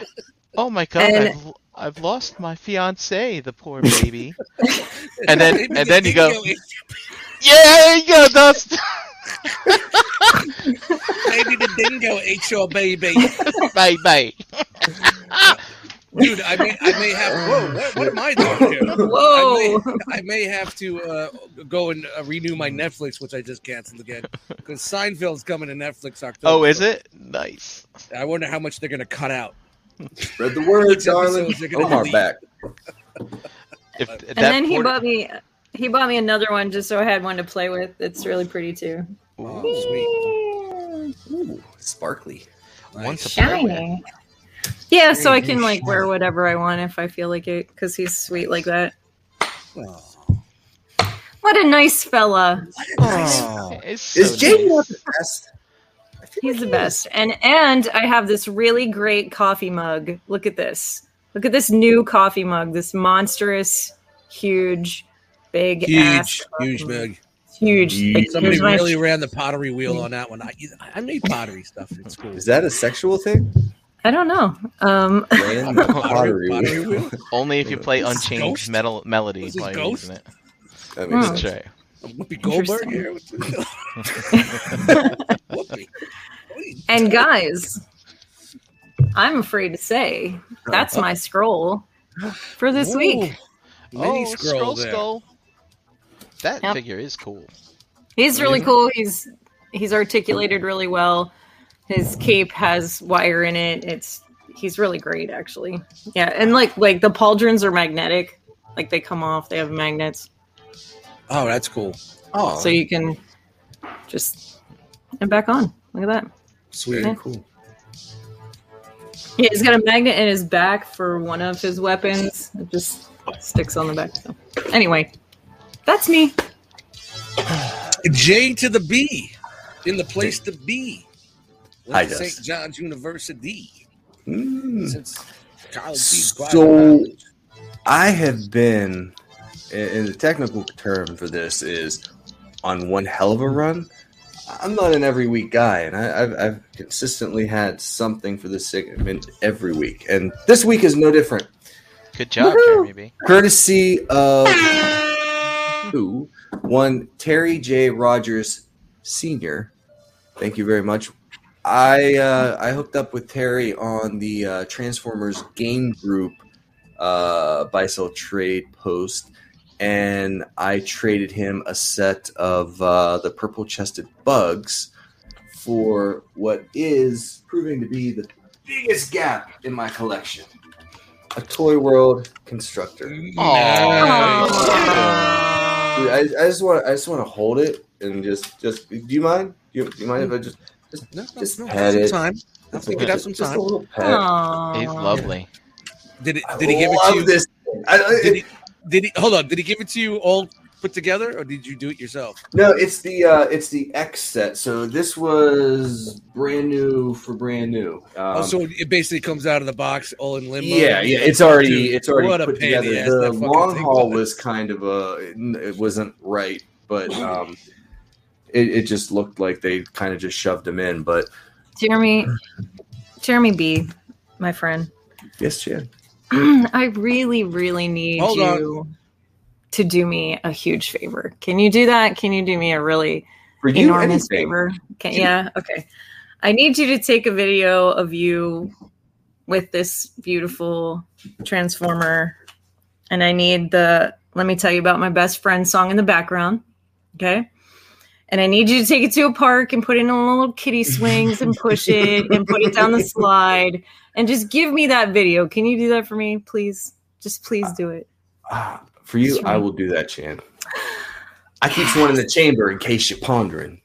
[SPEAKER 4] Oh my god,
[SPEAKER 3] And-
[SPEAKER 4] I've, l- I've lost my fiance, the poor baby. and then and then you go, yeah, there you go, Dust.
[SPEAKER 1] Maybe the dingo ate your baby.
[SPEAKER 4] bye bye.
[SPEAKER 1] Dude, I may, I may have.
[SPEAKER 4] Oh,
[SPEAKER 1] Whoa, what, what am I doing here?
[SPEAKER 3] Whoa.
[SPEAKER 1] I may have to uh, go and uh, renew my Netflix, which I just canceled again because Seinfeld's coming to Netflix October.
[SPEAKER 4] Oh, is it nice?
[SPEAKER 1] I wonder how much they're going to cut out.
[SPEAKER 2] Spread the word,
[SPEAKER 1] Episodes
[SPEAKER 2] darling.
[SPEAKER 1] are gonna
[SPEAKER 2] Omar
[SPEAKER 1] leave.
[SPEAKER 2] back.
[SPEAKER 4] If, if
[SPEAKER 3] And then he
[SPEAKER 4] poor-
[SPEAKER 3] bought me He bought me another one just so I had one to play with. It's really pretty too.
[SPEAKER 1] Oh, sweet.
[SPEAKER 2] Ooh, sparkly.
[SPEAKER 4] Once
[SPEAKER 1] Nice.
[SPEAKER 4] upon a while.
[SPEAKER 3] Yeah, so I can
[SPEAKER 1] Very
[SPEAKER 3] like wear whatever I want if I feel like it because he's sweet like that.
[SPEAKER 1] Oh.
[SPEAKER 3] What a nice fella.
[SPEAKER 1] Oh.
[SPEAKER 4] It's so
[SPEAKER 2] Is Jaden
[SPEAKER 4] nice.
[SPEAKER 2] not the best? I feel
[SPEAKER 3] He's
[SPEAKER 2] like
[SPEAKER 3] the
[SPEAKER 2] he
[SPEAKER 3] best. And and I have this really great coffee mug. Look at this. Look at this new coffee mug. This monstrous, huge, big ass
[SPEAKER 1] Huge,
[SPEAKER 3] coffee
[SPEAKER 1] huge mug.
[SPEAKER 3] Huge. Like,
[SPEAKER 1] Somebody
[SPEAKER 3] here's my-
[SPEAKER 1] really ran the pottery wheel on that one. I, I made pottery stuff. It's cool.
[SPEAKER 2] is. Is that a sexual thing?
[SPEAKER 3] I don't know. Um
[SPEAKER 2] Ran the pottery.
[SPEAKER 1] pottery
[SPEAKER 2] wheel.
[SPEAKER 1] wheel?
[SPEAKER 4] Only if you play
[SPEAKER 1] Is this
[SPEAKER 4] Unchained
[SPEAKER 1] Ghost?
[SPEAKER 4] metal, Melody
[SPEAKER 1] Is this
[SPEAKER 4] while you're
[SPEAKER 1] Ghost?
[SPEAKER 4] using it.
[SPEAKER 2] That makes
[SPEAKER 3] Hmm.
[SPEAKER 4] That's
[SPEAKER 2] sense.
[SPEAKER 4] right.
[SPEAKER 1] Whoopi Goldberg here. Whoopi.
[SPEAKER 3] and guys, I'm afraid to say that's my scroll for this week.
[SPEAKER 1] Mini
[SPEAKER 4] oh,
[SPEAKER 1] scroll,
[SPEAKER 4] scroll,
[SPEAKER 1] there.
[SPEAKER 4] skull. That
[SPEAKER 3] Yep.
[SPEAKER 4] figure is cool.
[SPEAKER 3] He's really cool. He's he's articulated really well. His cape has wire in it. It's he's really great actually. Yeah, and like like the pauldrons are magnetic. Like they come off, they have magnets.
[SPEAKER 1] Oh, that's cool.
[SPEAKER 2] Oh,
[SPEAKER 3] So you can just and back on. Look at that.
[SPEAKER 1] Sweet.
[SPEAKER 3] Yeah.
[SPEAKER 2] cool.
[SPEAKER 3] Yeah, he's got a magnet in his back for one of his weapons. It just sticks on the back. So anyway, that's me.
[SPEAKER 1] J to the B in the place to be.
[SPEAKER 2] Hi,
[SPEAKER 1] Went to
[SPEAKER 2] guys.
[SPEAKER 1] St. John's University.
[SPEAKER 2] Hmm.
[SPEAKER 1] Since college is quite-
[SPEAKER 2] So I have been, and and the technical term for this is on one hell of a run. I'm not an every week guy, and I, I've, I've consistently had something for this segment every week, and this week is no different.
[SPEAKER 4] Good job,
[SPEAKER 2] Woohoo!
[SPEAKER 4] Jeremy B.
[SPEAKER 2] Courtesy of who? One Terry J. Rogers Senior. Thank you very much. I uh, I hooked up with Terry on the uh, Transformers game group uh, buy sell trade post, and I traded him a set of uh, the purple chested bugs for what is proving to be the biggest gap in my collection. A Toy World constructor.
[SPEAKER 1] Nice.
[SPEAKER 2] Dude, I, I just want I just want to hold it and just just do you mind? Do you, do you mind if I just
[SPEAKER 1] No, no,
[SPEAKER 2] Just
[SPEAKER 1] no,
[SPEAKER 2] had
[SPEAKER 1] some
[SPEAKER 2] it.
[SPEAKER 1] time. I think we could have some
[SPEAKER 2] just
[SPEAKER 1] time.
[SPEAKER 2] a little pet?
[SPEAKER 3] Aww.
[SPEAKER 4] He's lovely.
[SPEAKER 1] Did it?
[SPEAKER 2] I
[SPEAKER 1] Did he give it
[SPEAKER 2] love
[SPEAKER 1] to you?
[SPEAKER 2] This. I, I-
[SPEAKER 1] Did he, did he? Hold on. Did he give it to you all put together, or did you do it yourself?
[SPEAKER 2] no, it's the uh, it's the X set. So this was brand new for brand new. Um,
[SPEAKER 1] oh, so it basically comes out of the box all in limbo.
[SPEAKER 2] yeah, yeah, it's already
[SPEAKER 1] Dude,
[SPEAKER 2] it's already
[SPEAKER 1] what a
[SPEAKER 2] put
[SPEAKER 1] pain in the
[SPEAKER 2] together.
[SPEAKER 1] ass
[SPEAKER 2] The
[SPEAKER 1] that fucking
[SPEAKER 2] long
[SPEAKER 1] thing
[SPEAKER 2] haul
[SPEAKER 1] was.
[SPEAKER 2] was kind of a it wasn't right, but um, it, it just looked like they kind of just shoved him in. But
[SPEAKER 3] Jeremy Jeremy B, my friend.
[SPEAKER 2] yes, Chad.
[SPEAKER 3] I really, really need
[SPEAKER 1] Hold on.
[SPEAKER 3] you to do me a huge favor. Can you do that? Can you do me a really
[SPEAKER 2] For you,
[SPEAKER 3] enormous
[SPEAKER 2] anything.
[SPEAKER 3] favor? Okay,
[SPEAKER 2] Do-
[SPEAKER 3] yeah, okay. I need you to take a video of you with this beautiful transformer, and I need the "Let Me Tell You About My Best Friend" song in the background. Okay. And I need you to take it to a park and put it in little kiddie swings and push it and put it down the slide and just give me that video. Can you do that for me, please? Just please do it.
[SPEAKER 2] Ah, for you,
[SPEAKER 3] Sure.
[SPEAKER 2] I will do that, Chan. I keeps one in the chamber in case you're pondering.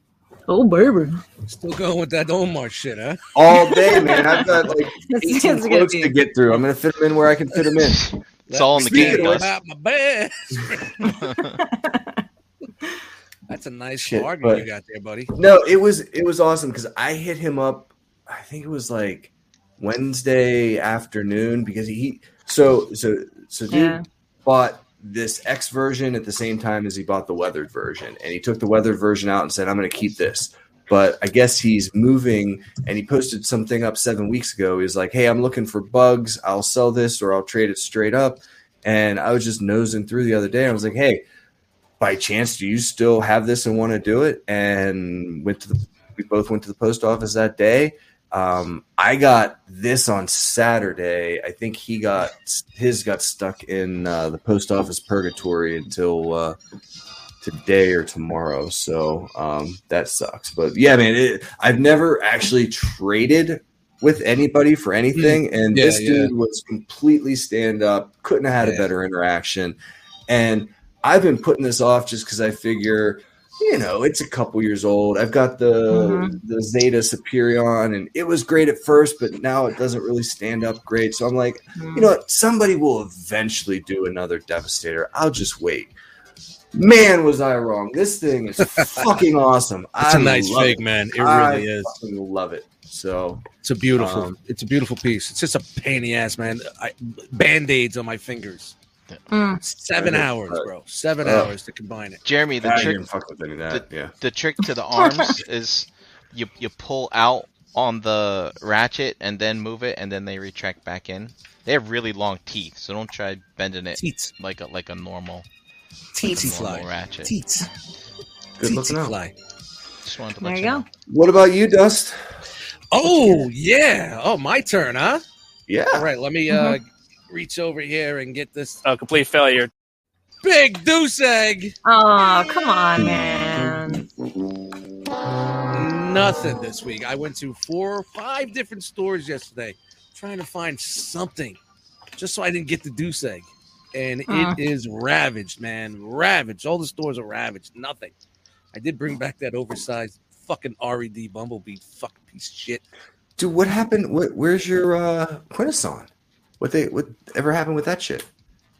[SPEAKER 3] Oh, baby.
[SPEAKER 1] Still going with that Omar shit, huh?
[SPEAKER 2] All day, man. I've got like 18
[SPEAKER 3] It's gonna
[SPEAKER 2] quotes
[SPEAKER 3] be-
[SPEAKER 2] to get through. I'm gonna fit them in where I can fit them in.
[SPEAKER 4] It's all in the
[SPEAKER 1] Speaking
[SPEAKER 4] game,
[SPEAKER 2] Speaking of
[SPEAKER 4] Gus.
[SPEAKER 1] about my bed. That's a nice
[SPEAKER 2] Shit,
[SPEAKER 1] bargain
[SPEAKER 2] but-
[SPEAKER 1] you got there, buddy.
[SPEAKER 2] No, it was it was awesome because I hit him up. I think it was like Wednesday afternoon because he so so so dude
[SPEAKER 3] Yeah.
[SPEAKER 2] bought this X version at the same time as he bought the weathered version, and he took the weathered version out and said, "I'm going to keep this." But I guess he's moving, and he posted something up seven weeks ago. He's like, "Hey, I'm looking for bugs. I'll sell this or I'll trade it straight up." And I was just nosing through the other day. I was like, "Hey, by chance, do you still have this and want to do it? And went to the, we both went to the post office that day. Um, I got this on Saturday. I think he got his got stuck in uh, the post office purgatory until uh, today or tomorrow. So um, that sucks. But yeah, man, it, I've never actually traded with anybody for anything, and
[SPEAKER 1] Hmm. Yeah,
[SPEAKER 2] this
[SPEAKER 1] yeah.
[SPEAKER 2] dude was completely stand up. Couldn't have had
[SPEAKER 1] Yeah.
[SPEAKER 2] a better interaction, and I've been putting this off just because I figure, you know, it's a couple years old. I've got the
[SPEAKER 3] Mhm.
[SPEAKER 2] the Zeta Superion, and it was great at first, but now it doesn't really stand up great. So I'm like, you know what? Somebody will eventually do another Devastator. I'll just wait. Man, was I wrong. This thing is fucking awesome.
[SPEAKER 1] It's
[SPEAKER 2] a
[SPEAKER 1] a nice
[SPEAKER 2] It.
[SPEAKER 1] fig, man. It
[SPEAKER 2] I
[SPEAKER 1] really is.
[SPEAKER 2] fucking love it. So
[SPEAKER 1] It's a beautiful.
[SPEAKER 2] Um,
[SPEAKER 1] it's a beautiful piece. It's just a pain in the ass, man. I, Band-aids on my fingers.
[SPEAKER 3] Mm.
[SPEAKER 1] Seven
[SPEAKER 2] Right.
[SPEAKER 1] hours, bro. Seven
[SPEAKER 2] Ugh.
[SPEAKER 1] hours to combine it.
[SPEAKER 4] Jeremy, the
[SPEAKER 2] I
[SPEAKER 4] trick
[SPEAKER 2] didn't fuck with any of that. yeah.
[SPEAKER 4] the trick to the arms is you you pull out on the ratchet and then move it and then they retract back in. They have really long teeth, so don't try bending it
[SPEAKER 1] Teats,
[SPEAKER 4] like a like a normal,
[SPEAKER 1] teats
[SPEAKER 4] normal
[SPEAKER 1] fly,
[SPEAKER 4] ratchet.
[SPEAKER 1] teats,
[SPEAKER 2] Good
[SPEAKER 1] teats
[SPEAKER 2] looking out.
[SPEAKER 1] fly.
[SPEAKER 4] Just wanted to
[SPEAKER 3] There
[SPEAKER 4] let
[SPEAKER 3] you
[SPEAKER 4] you
[SPEAKER 3] go.
[SPEAKER 4] know.
[SPEAKER 2] What about you, Dust?
[SPEAKER 1] Oh yeah. Oh, my turn, huh? All
[SPEAKER 2] Yeah.
[SPEAKER 1] right, let me uh, reach over here and get this
[SPEAKER 6] Oh, complete failure.
[SPEAKER 1] big deuce egg.
[SPEAKER 3] Oh, come on, man.
[SPEAKER 1] Nothing this week. I went to four or five different stores yesterday trying to find something just so I didn't get the deuce egg. And
[SPEAKER 3] Mm.
[SPEAKER 1] it is ravaged, man. Ravaged. All the stores are ravaged. Nothing. I did bring back that oversized fucking RED Bumblebee fucking piece of shit.
[SPEAKER 2] Dude, what happened? What, where's your uh, Quintesson? What they what ever happened with that shit?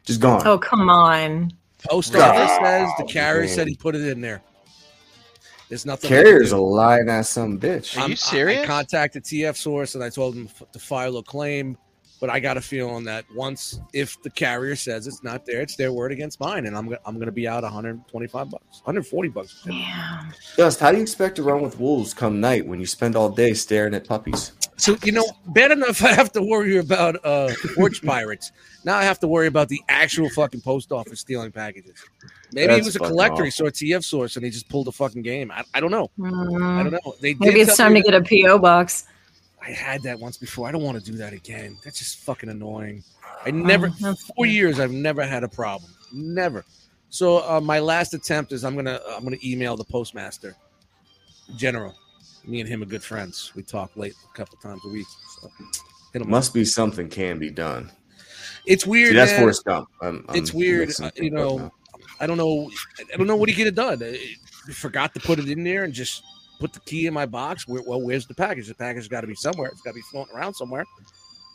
[SPEAKER 2] Just gone.
[SPEAKER 3] Oh, come on.
[SPEAKER 1] Post
[SPEAKER 2] Nah.
[SPEAKER 1] office Oh, says the carrier
[SPEAKER 2] Man.
[SPEAKER 1] said he put it in there. There's nothing. I can
[SPEAKER 2] Carrier's
[SPEAKER 1] do.
[SPEAKER 2] a lying ass some bitch.
[SPEAKER 4] Are
[SPEAKER 1] I'm- I-
[SPEAKER 4] you
[SPEAKER 1] I,
[SPEAKER 4] serious?
[SPEAKER 1] contacted TF Source and I told them f- to file a claim, but I got a feeling that once if the carrier says it's not there, it's their word against mine, and I'm go- I'm going to be out 125 bucks, 140 bucks.
[SPEAKER 3] Yeah.
[SPEAKER 2] Dust, how do you expect to run with wolves come night when you spend all day staring at puppies?
[SPEAKER 1] So you know, bad enough I have to worry about uh porch pirates. Now I have to worry about the actual fucking post office stealing packages. Maybe
[SPEAKER 2] That's
[SPEAKER 1] it was a
[SPEAKER 2] fucking
[SPEAKER 1] collector. He saw a TF Source and he just pulled the fucking game. I, I don't know. I
[SPEAKER 3] Mm.
[SPEAKER 1] don't know. They
[SPEAKER 3] Maybe
[SPEAKER 1] did
[SPEAKER 3] it's
[SPEAKER 1] tell
[SPEAKER 3] time
[SPEAKER 1] me
[SPEAKER 3] to get a P.O. box.
[SPEAKER 1] I had that once before. I don't want to do that again. That's just fucking annoying. I never,
[SPEAKER 3] Oh, that's
[SPEAKER 1] four
[SPEAKER 3] fair.
[SPEAKER 1] years, I've never had a problem. Never. So uh, my last attempt is I'm gonna uh, I'm gonna email the postmaster general. Me and him are good friends. We talk late a couple times a week. So hit him up.
[SPEAKER 2] Must be something can be done.
[SPEAKER 1] It's weird.
[SPEAKER 2] See, that's
[SPEAKER 1] man.
[SPEAKER 2] Forrest Gump. I'm, I'm
[SPEAKER 1] It's weird,
[SPEAKER 2] mixing
[SPEAKER 1] uh,
[SPEAKER 2] things
[SPEAKER 1] you
[SPEAKER 2] up
[SPEAKER 1] know,
[SPEAKER 2] now.
[SPEAKER 1] I don't know. I don't know what he could have done. I forgot to put it in there and just put the key in my box. Where, well, where's the package? The package has got to be somewhere. It's got to be floating around somewhere.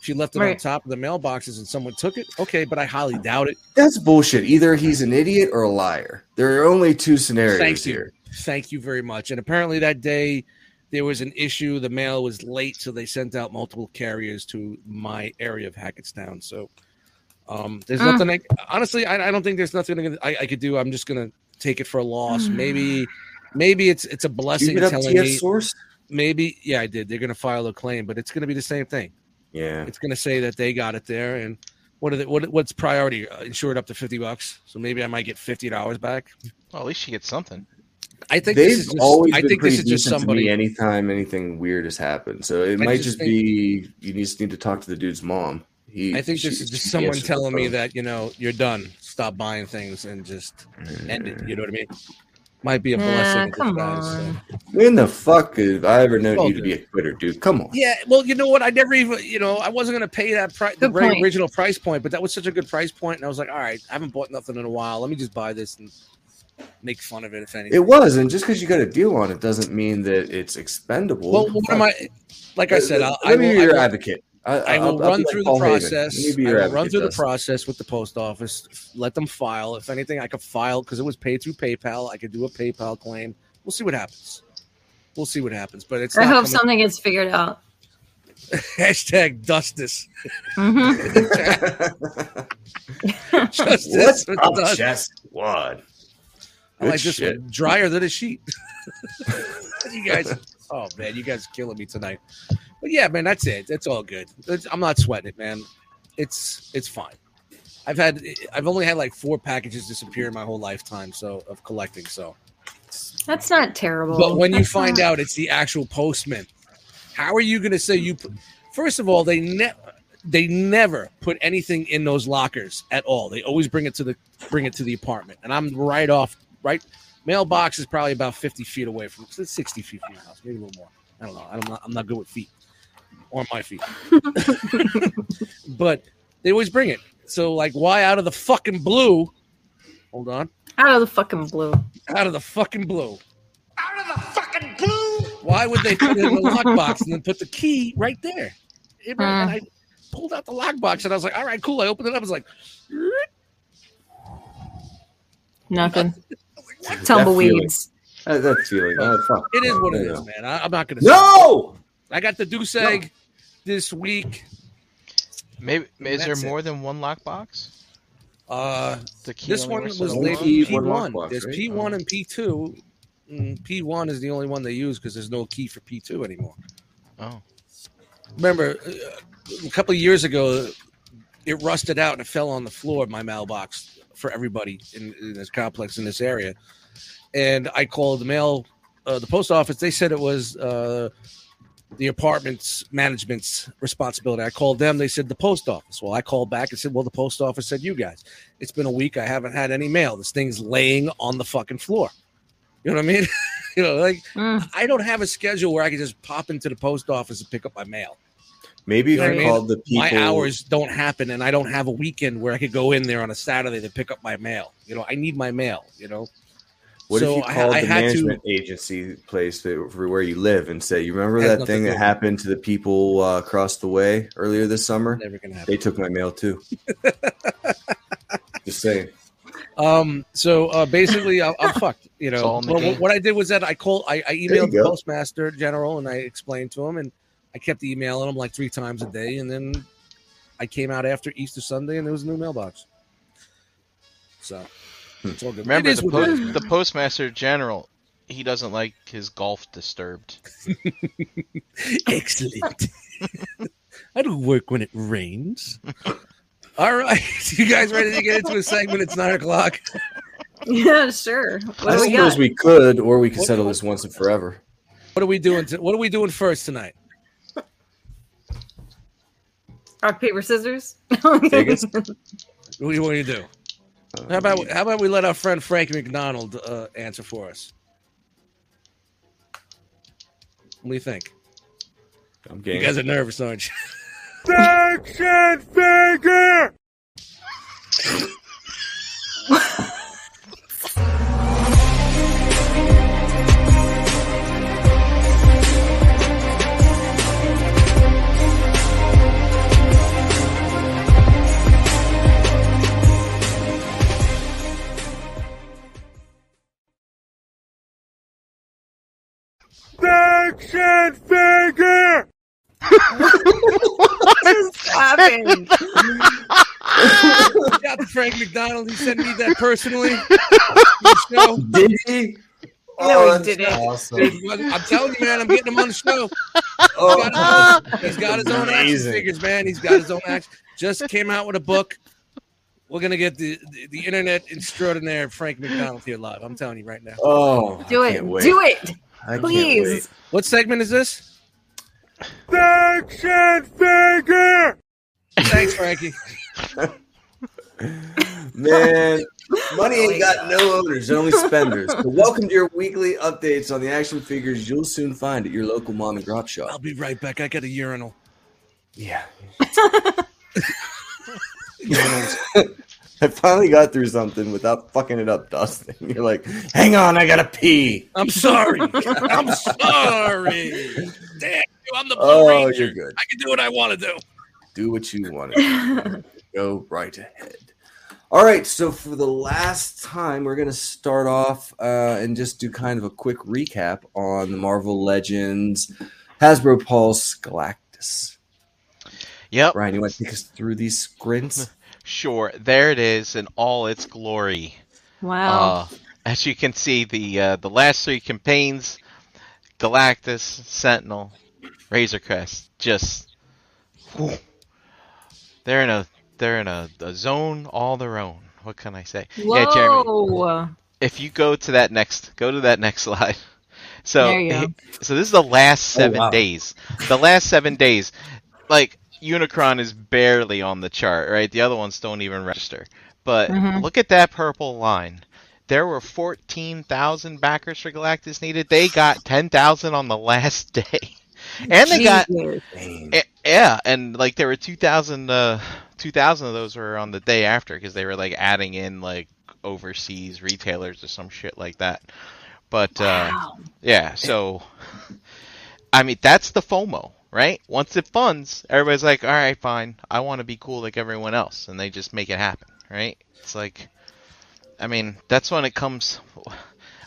[SPEAKER 1] She left it on
[SPEAKER 3] Right.
[SPEAKER 1] top of the mailboxes and someone took it. Okay, but I highly doubt it.
[SPEAKER 2] That's bullshit. Either he's an idiot or a liar. There are only two scenarios
[SPEAKER 1] Thank you.
[SPEAKER 2] here.
[SPEAKER 1] Thank you very much. And apparently that day there was an issue. The mail was late, so they sent out multiple carriers to my area of Hackettstown. So um, there's
[SPEAKER 3] Mm.
[SPEAKER 1] nothing. I, honestly, I, I don't think there's nothing I, I could do. I'm just gonna take it for a loss.
[SPEAKER 3] Mm.
[SPEAKER 1] Maybe, maybe it's it's a
[SPEAKER 2] Do you
[SPEAKER 1] blessing
[SPEAKER 2] get up
[SPEAKER 1] telling
[SPEAKER 2] TF
[SPEAKER 1] me.
[SPEAKER 2] source?
[SPEAKER 1] Maybe, yeah, I did. They're gonna file a claim, but it's gonna be the same thing.
[SPEAKER 2] Yeah.
[SPEAKER 1] It's gonna say that they got it there and. What, are the, what what's priority uh, insured up to 50 bucks so maybe i might get $50 back
[SPEAKER 4] Well, at least you get something.
[SPEAKER 1] i think
[SPEAKER 2] They've
[SPEAKER 1] this is just,
[SPEAKER 2] always
[SPEAKER 1] i
[SPEAKER 2] been
[SPEAKER 1] think
[SPEAKER 2] pretty
[SPEAKER 1] this is just
[SPEAKER 2] decent
[SPEAKER 1] somebody
[SPEAKER 2] to me anytime anything weird has happened. So it
[SPEAKER 1] I
[SPEAKER 2] might
[SPEAKER 1] just
[SPEAKER 2] just
[SPEAKER 1] think-
[SPEAKER 2] be you just need to talk to the dude's mom. He,
[SPEAKER 1] I think this
[SPEAKER 2] she-
[SPEAKER 1] is
[SPEAKER 2] she
[SPEAKER 1] just someone
[SPEAKER 2] answers the
[SPEAKER 1] telling me
[SPEAKER 2] phone.
[SPEAKER 1] that you know you're done. Stop buying things and just end it. You know what I mean? Might be a blessing.
[SPEAKER 3] Yeah,
[SPEAKER 1] in
[SPEAKER 3] come
[SPEAKER 1] disguise, so.
[SPEAKER 3] on.
[SPEAKER 2] When the fuck have I ever known
[SPEAKER 1] Well,
[SPEAKER 2] you to be a quitter, dude? Come on.
[SPEAKER 1] Yeah. Well, you know what? I never even you know I wasn't gonna pay that price, the
[SPEAKER 3] Good
[SPEAKER 1] very
[SPEAKER 3] point.
[SPEAKER 1] original price point, but that was such a good price point, and I was like, all right, I haven't bought nothing in a while. Let me just buy this and make fun of it if anything.
[SPEAKER 2] It was, and just because you got a deal on it doesn't mean that it's expendable.
[SPEAKER 1] well, what am I? Like I said, I'll, I
[SPEAKER 2] Let me
[SPEAKER 1] will,
[SPEAKER 2] be
[SPEAKER 1] I
[SPEAKER 2] your
[SPEAKER 1] will-
[SPEAKER 2] advocate. I,
[SPEAKER 1] I
[SPEAKER 2] I'll- I'll
[SPEAKER 1] will
[SPEAKER 2] be
[SPEAKER 1] run
[SPEAKER 2] like
[SPEAKER 1] through the
[SPEAKER 2] Paul Heyman.
[SPEAKER 1] process.
[SPEAKER 2] Let me be
[SPEAKER 1] I
[SPEAKER 2] your
[SPEAKER 1] will run
[SPEAKER 2] advocate,
[SPEAKER 1] through the
[SPEAKER 2] Dustin.
[SPEAKER 1] process with the post office. f- Let them file. If anything, I could file because it was paid through PayPal. I could do a PayPal claim. We'll see what happens. We'll see what happens. But it's
[SPEAKER 3] I
[SPEAKER 1] not
[SPEAKER 3] hope
[SPEAKER 1] coming-
[SPEAKER 3] something gets figured out.
[SPEAKER 1] hashtag Dustus.
[SPEAKER 3] hmm
[SPEAKER 1] Justice
[SPEAKER 2] What's
[SPEAKER 1] with
[SPEAKER 2] up,
[SPEAKER 1] Dust.
[SPEAKER 2] Jess? What?
[SPEAKER 1] I like
[SPEAKER 2] Good
[SPEAKER 1] this
[SPEAKER 2] shit.
[SPEAKER 1] one drier than a sheet. you guys, oh man, you guys are killing me tonight. But yeah, man, that's it. That's all good. It's- I'm not sweating it, man. It's it's fine. I've had I've only had like four packages disappear in my whole lifetime, so of collecting. So,
[SPEAKER 3] That's not terrible.
[SPEAKER 1] but when you
[SPEAKER 3] That's
[SPEAKER 1] find
[SPEAKER 3] not-
[SPEAKER 1] out it's the actual postman, how are you going to say you? put- First of all, they never they never put anything in those lockers at all. They always bring it to the bring it to the apartment, and I'm right off right. Mailbox is probably about fifty feet away from sixty feet from my house, maybe a little more. I don't know. I don't know. I'm not good with feet or my feet, but they always bring it. So like, why out of the fucking blue Hold on.
[SPEAKER 3] Out of the fucking blue.
[SPEAKER 1] Out of the fucking blue.
[SPEAKER 5] Out of the fucking blue!
[SPEAKER 1] Why would they put it in the lockbox and then put the key right there? It-
[SPEAKER 3] Mm.
[SPEAKER 1] And I pulled out the lockbox and I was like, all right, cool. I opened it up. I was like,
[SPEAKER 3] Nothing.
[SPEAKER 2] That
[SPEAKER 3] Tumbleweeds.
[SPEAKER 2] feeling. That, that feeling. Oh, fuck.
[SPEAKER 1] it is what it
[SPEAKER 2] Yeah.
[SPEAKER 1] is, man. I, I'm not going to
[SPEAKER 2] No.
[SPEAKER 1] I got the goose egg this week.
[SPEAKER 4] Maybe is there
[SPEAKER 1] That's it.
[SPEAKER 4] more than one lockbox?
[SPEAKER 1] Uh,
[SPEAKER 4] The key
[SPEAKER 1] this
[SPEAKER 4] only
[SPEAKER 1] one
[SPEAKER 4] works
[SPEAKER 1] was
[SPEAKER 4] on
[SPEAKER 2] only
[SPEAKER 1] labeled
[SPEAKER 2] key, one
[SPEAKER 1] P1.
[SPEAKER 2] lockbox,
[SPEAKER 1] there's
[SPEAKER 2] right? Oh.
[SPEAKER 1] P1 and P2. Mm, P1 is the only one they use because there's no key for P2 anymore.
[SPEAKER 4] Oh,
[SPEAKER 1] Remember, uh, a couple of years ago, it rusted out and it fell on the floor of my mailbox for everybody in, in this complex in this area. And I called the mail, uh, the post office. They said it was uh, the apartment's management's responsibility. I called them. They said the post office. Well, I called back and said, well, the post office said you guys. It's been a week. I haven't had any mail. This thing's laying on the fucking floor. You know what I mean? you know, like
[SPEAKER 3] Mm.
[SPEAKER 1] I don't have a schedule where I can just pop into the post office and pick up my mail
[SPEAKER 2] Maybe if
[SPEAKER 1] You know what I
[SPEAKER 2] you
[SPEAKER 1] mean?
[SPEAKER 2] called the people.
[SPEAKER 1] my hours don't happen and I don't have a weekend where I could go in there on a Saturday to pick up my mail. You know, I need my mail, you know.
[SPEAKER 2] What
[SPEAKER 1] So
[SPEAKER 2] if you
[SPEAKER 1] I-
[SPEAKER 2] called
[SPEAKER 1] I
[SPEAKER 2] the
[SPEAKER 1] had to-
[SPEAKER 2] management agency place that, for where you live and say, "You remember
[SPEAKER 1] Has
[SPEAKER 2] that
[SPEAKER 1] nothing
[SPEAKER 2] thing
[SPEAKER 1] to
[SPEAKER 2] that
[SPEAKER 1] do.
[SPEAKER 2] happened to the people uh, across the way earlier this summer?
[SPEAKER 1] Never gonna happen.
[SPEAKER 2] They took my mail too." Just saying.
[SPEAKER 1] Um so uh basically I'm, I'm fucked, you
[SPEAKER 4] It's
[SPEAKER 1] know.
[SPEAKER 4] all in the
[SPEAKER 1] Well,
[SPEAKER 4] game.
[SPEAKER 1] what I did was that I called I, I
[SPEAKER 2] you
[SPEAKER 1] emailed the
[SPEAKER 2] go.
[SPEAKER 1] postmaster general and I explained to him and I kept emailing him like three times a day and then I came out after Easter Sunday and there was a new mailbox. So it's all good.
[SPEAKER 4] remember
[SPEAKER 1] It is
[SPEAKER 4] the,
[SPEAKER 1] what it
[SPEAKER 4] po-
[SPEAKER 1] is, man.
[SPEAKER 4] the postmaster general. He doesn't like his golf disturbed.
[SPEAKER 1] Excellent. I don't work when it rains. All right, you guys ready to get into a segment? It's nine o'clock.
[SPEAKER 3] Yeah, sure.
[SPEAKER 2] I
[SPEAKER 3] What do we
[SPEAKER 2] suppose
[SPEAKER 3] got?
[SPEAKER 2] we could, or we could
[SPEAKER 1] What-
[SPEAKER 2] settle this once and forever.
[SPEAKER 1] What are we doing? To, what are we doing first tonight?
[SPEAKER 3] Rock, paper, scissors.
[SPEAKER 2] Biggest?
[SPEAKER 1] What do you want to do?
[SPEAKER 2] Uh,
[SPEAKER 1] How about how about we let our friend Frank McDonald uh, answer for us? What do you think?
[SPEAKER 2] I'm
[SPEAKER 1] You
[SPEAKER 2] game.
[SPEAKER 1] guys are nervous, aren't you?
[SPEAKER 3] What's happening?
[SPEAKER 1] Shout out to Frank McDonald. He sent me that personally. The show.
[SPEAKER 2] Did he?
[SPEAKER 3] No, he
[SPEAKER 2] that's
[SPEAKER 3] didn't.
[SPEAKER 2] Awesome.
[SPEAKER 1] I'm telling you, man. I'm getting him on the show.
[SPEAKER 2] Oh,
[SPEAKER 1] He's got his own action
[SPEAKER 2] Amazing.
[SPEAKER 1] figures, man. He's got his own action. Just came out with a book. We're gonna get the the, the internet extraordinaire Frank McDonald here live. I'm telling you right now.
[SPEAKER 2] oh,
[SPEAKER 3] Do
[SPEAKER 2] I
[SPEAKER 3] it.
[SPEAKER 2] can't wait.
[SPEAKER 3] Do it.
[SPEAKER 2] I can't
[SPEAKER 3] Please.
[SPEAKER 1] What segment is this? Thanks, Frankie.
[SPEAKER 2] wait. man. Money ain't got no owners, only spenders. So welcome to your weekly updates on the action figures you'll soon find at your local mom and grop
[SPEAKER 1] I'll
[SPEAKER 2] shop.
[SPEAKER 1] be right back. I got a urinal.
[SPEAKER 2] Yeah. I finally got through something without fucking it up, Dustin. You're like, hang on, I gotta pee.
[SPEAKER 1] I'm sorry. I'm sorry. Damn you! I'm the Blue
[SPEAKER 2] Oh,
[SPEAKER 1] Ranger.
[SPEAKER 2] you're good.
[SPEAKER 1] I can do what I want to do.
[SPEAKER 2] do what you want to do. go right ahead all right so for the last time we're going to start off uh, and just do kind of a quick recap on the marvel legends hasbro pulse galactus
[SPEAKER 4] Yep,
[SPEAKER 2] ryan you want to take us through these sprints
[SPEAKER 4] sure. There it is in all its glory.
[SPEAKER 3] Wow.
[SPEAKER 4] Uh, as you can see, the uh, the last three campaigns, Galactus, Sentinel, Razor Crest, just whew. they're in a they're in a, a zone all their own. What can I say?
[SPEAKER 3] Whoa.
[SPEAKER 4] Yeah, Jeremy. If you go to that next, go to that next slide. So
[SPEAKER 3] There you go.
[SPEAKER 4] so this is the last seven
[SPEAKER 2] wow.
[SPEAKER 4] days. The last seven days, like Unicron is barely on the chart, right? The other ones don't even register. But
[SPEAKER 3] Mhm.
[SPEAKER 4] look at that purple line. There were fourteen thousand backers for Galactus needed. They got ten thousand on the last day, and they got
[SPEAKER 3] Jesus.
[SPEAKER 2] Dang.
[SPEAKER 4] Eh, Yeah, and like there were 2,000 uh, 2000 of those were on the day after because they were like adding in like overseas retailers or some shit like that. But uh, yeah, so I mean that's the FOMO, right? Once it funds, everybody's like, all right, fine, I want to be cool like everyone else, and they just make it happen, right? It's like, I mean, that's when it comes.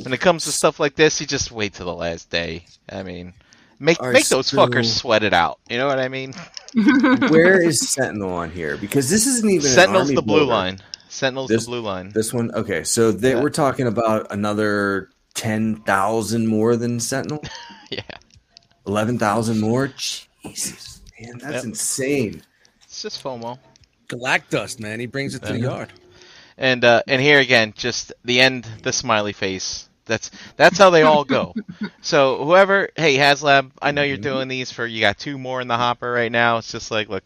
[SPEAKER 4] When it comes to stuff like this, you just wait till the last day. I mean, make
[SPEAKER 2] Are
[SPEAKER 4] make those
[SPEAKER 2] still-
[SPEAKER 4] fuckers sweat it out. You know what I mean?
[SPEAKER 2] Where is Sentinel on here? Because this isn't even an
[SPEAKER 4] Sentinel's
[SPEAKER 2] army
[SPEAKER 4] the blue
[SPEAKER 2] builder.
[SPEAKER 4] line. Sentinel's
[SPEAKER 2] This-
[SPEAKER 4] the blue line.
[SPEAKER 2] This one, okay. So they,
[SPEAKER 4] Yeah.
[SPEAKER 2] we're talking about another ten thousand more than Sentinel,
[SPEAKER 4] yeah.
[SPEAKER 2] eleven thousand more. Jesus, man, that's
[SPEAKER 4] Yep.
[SPEAKER 2] insane.
[SPEAKER 4] It's just FOMO.
[SPEAKER 1] Galactus, man. He brings it to the
[SPEAKER 4] Yeah.
[SPEAKER 1] yard.
[SPEAKER 4] And uh, and here again, just the end, the smiley face. That's that's how they all go. so whoever, hey Haslab, I know
[SPEAKER 1] Mm-hmm.
[SPEAKER 4] you're doing these for. You got two more in the hopper right now. It's just like, look,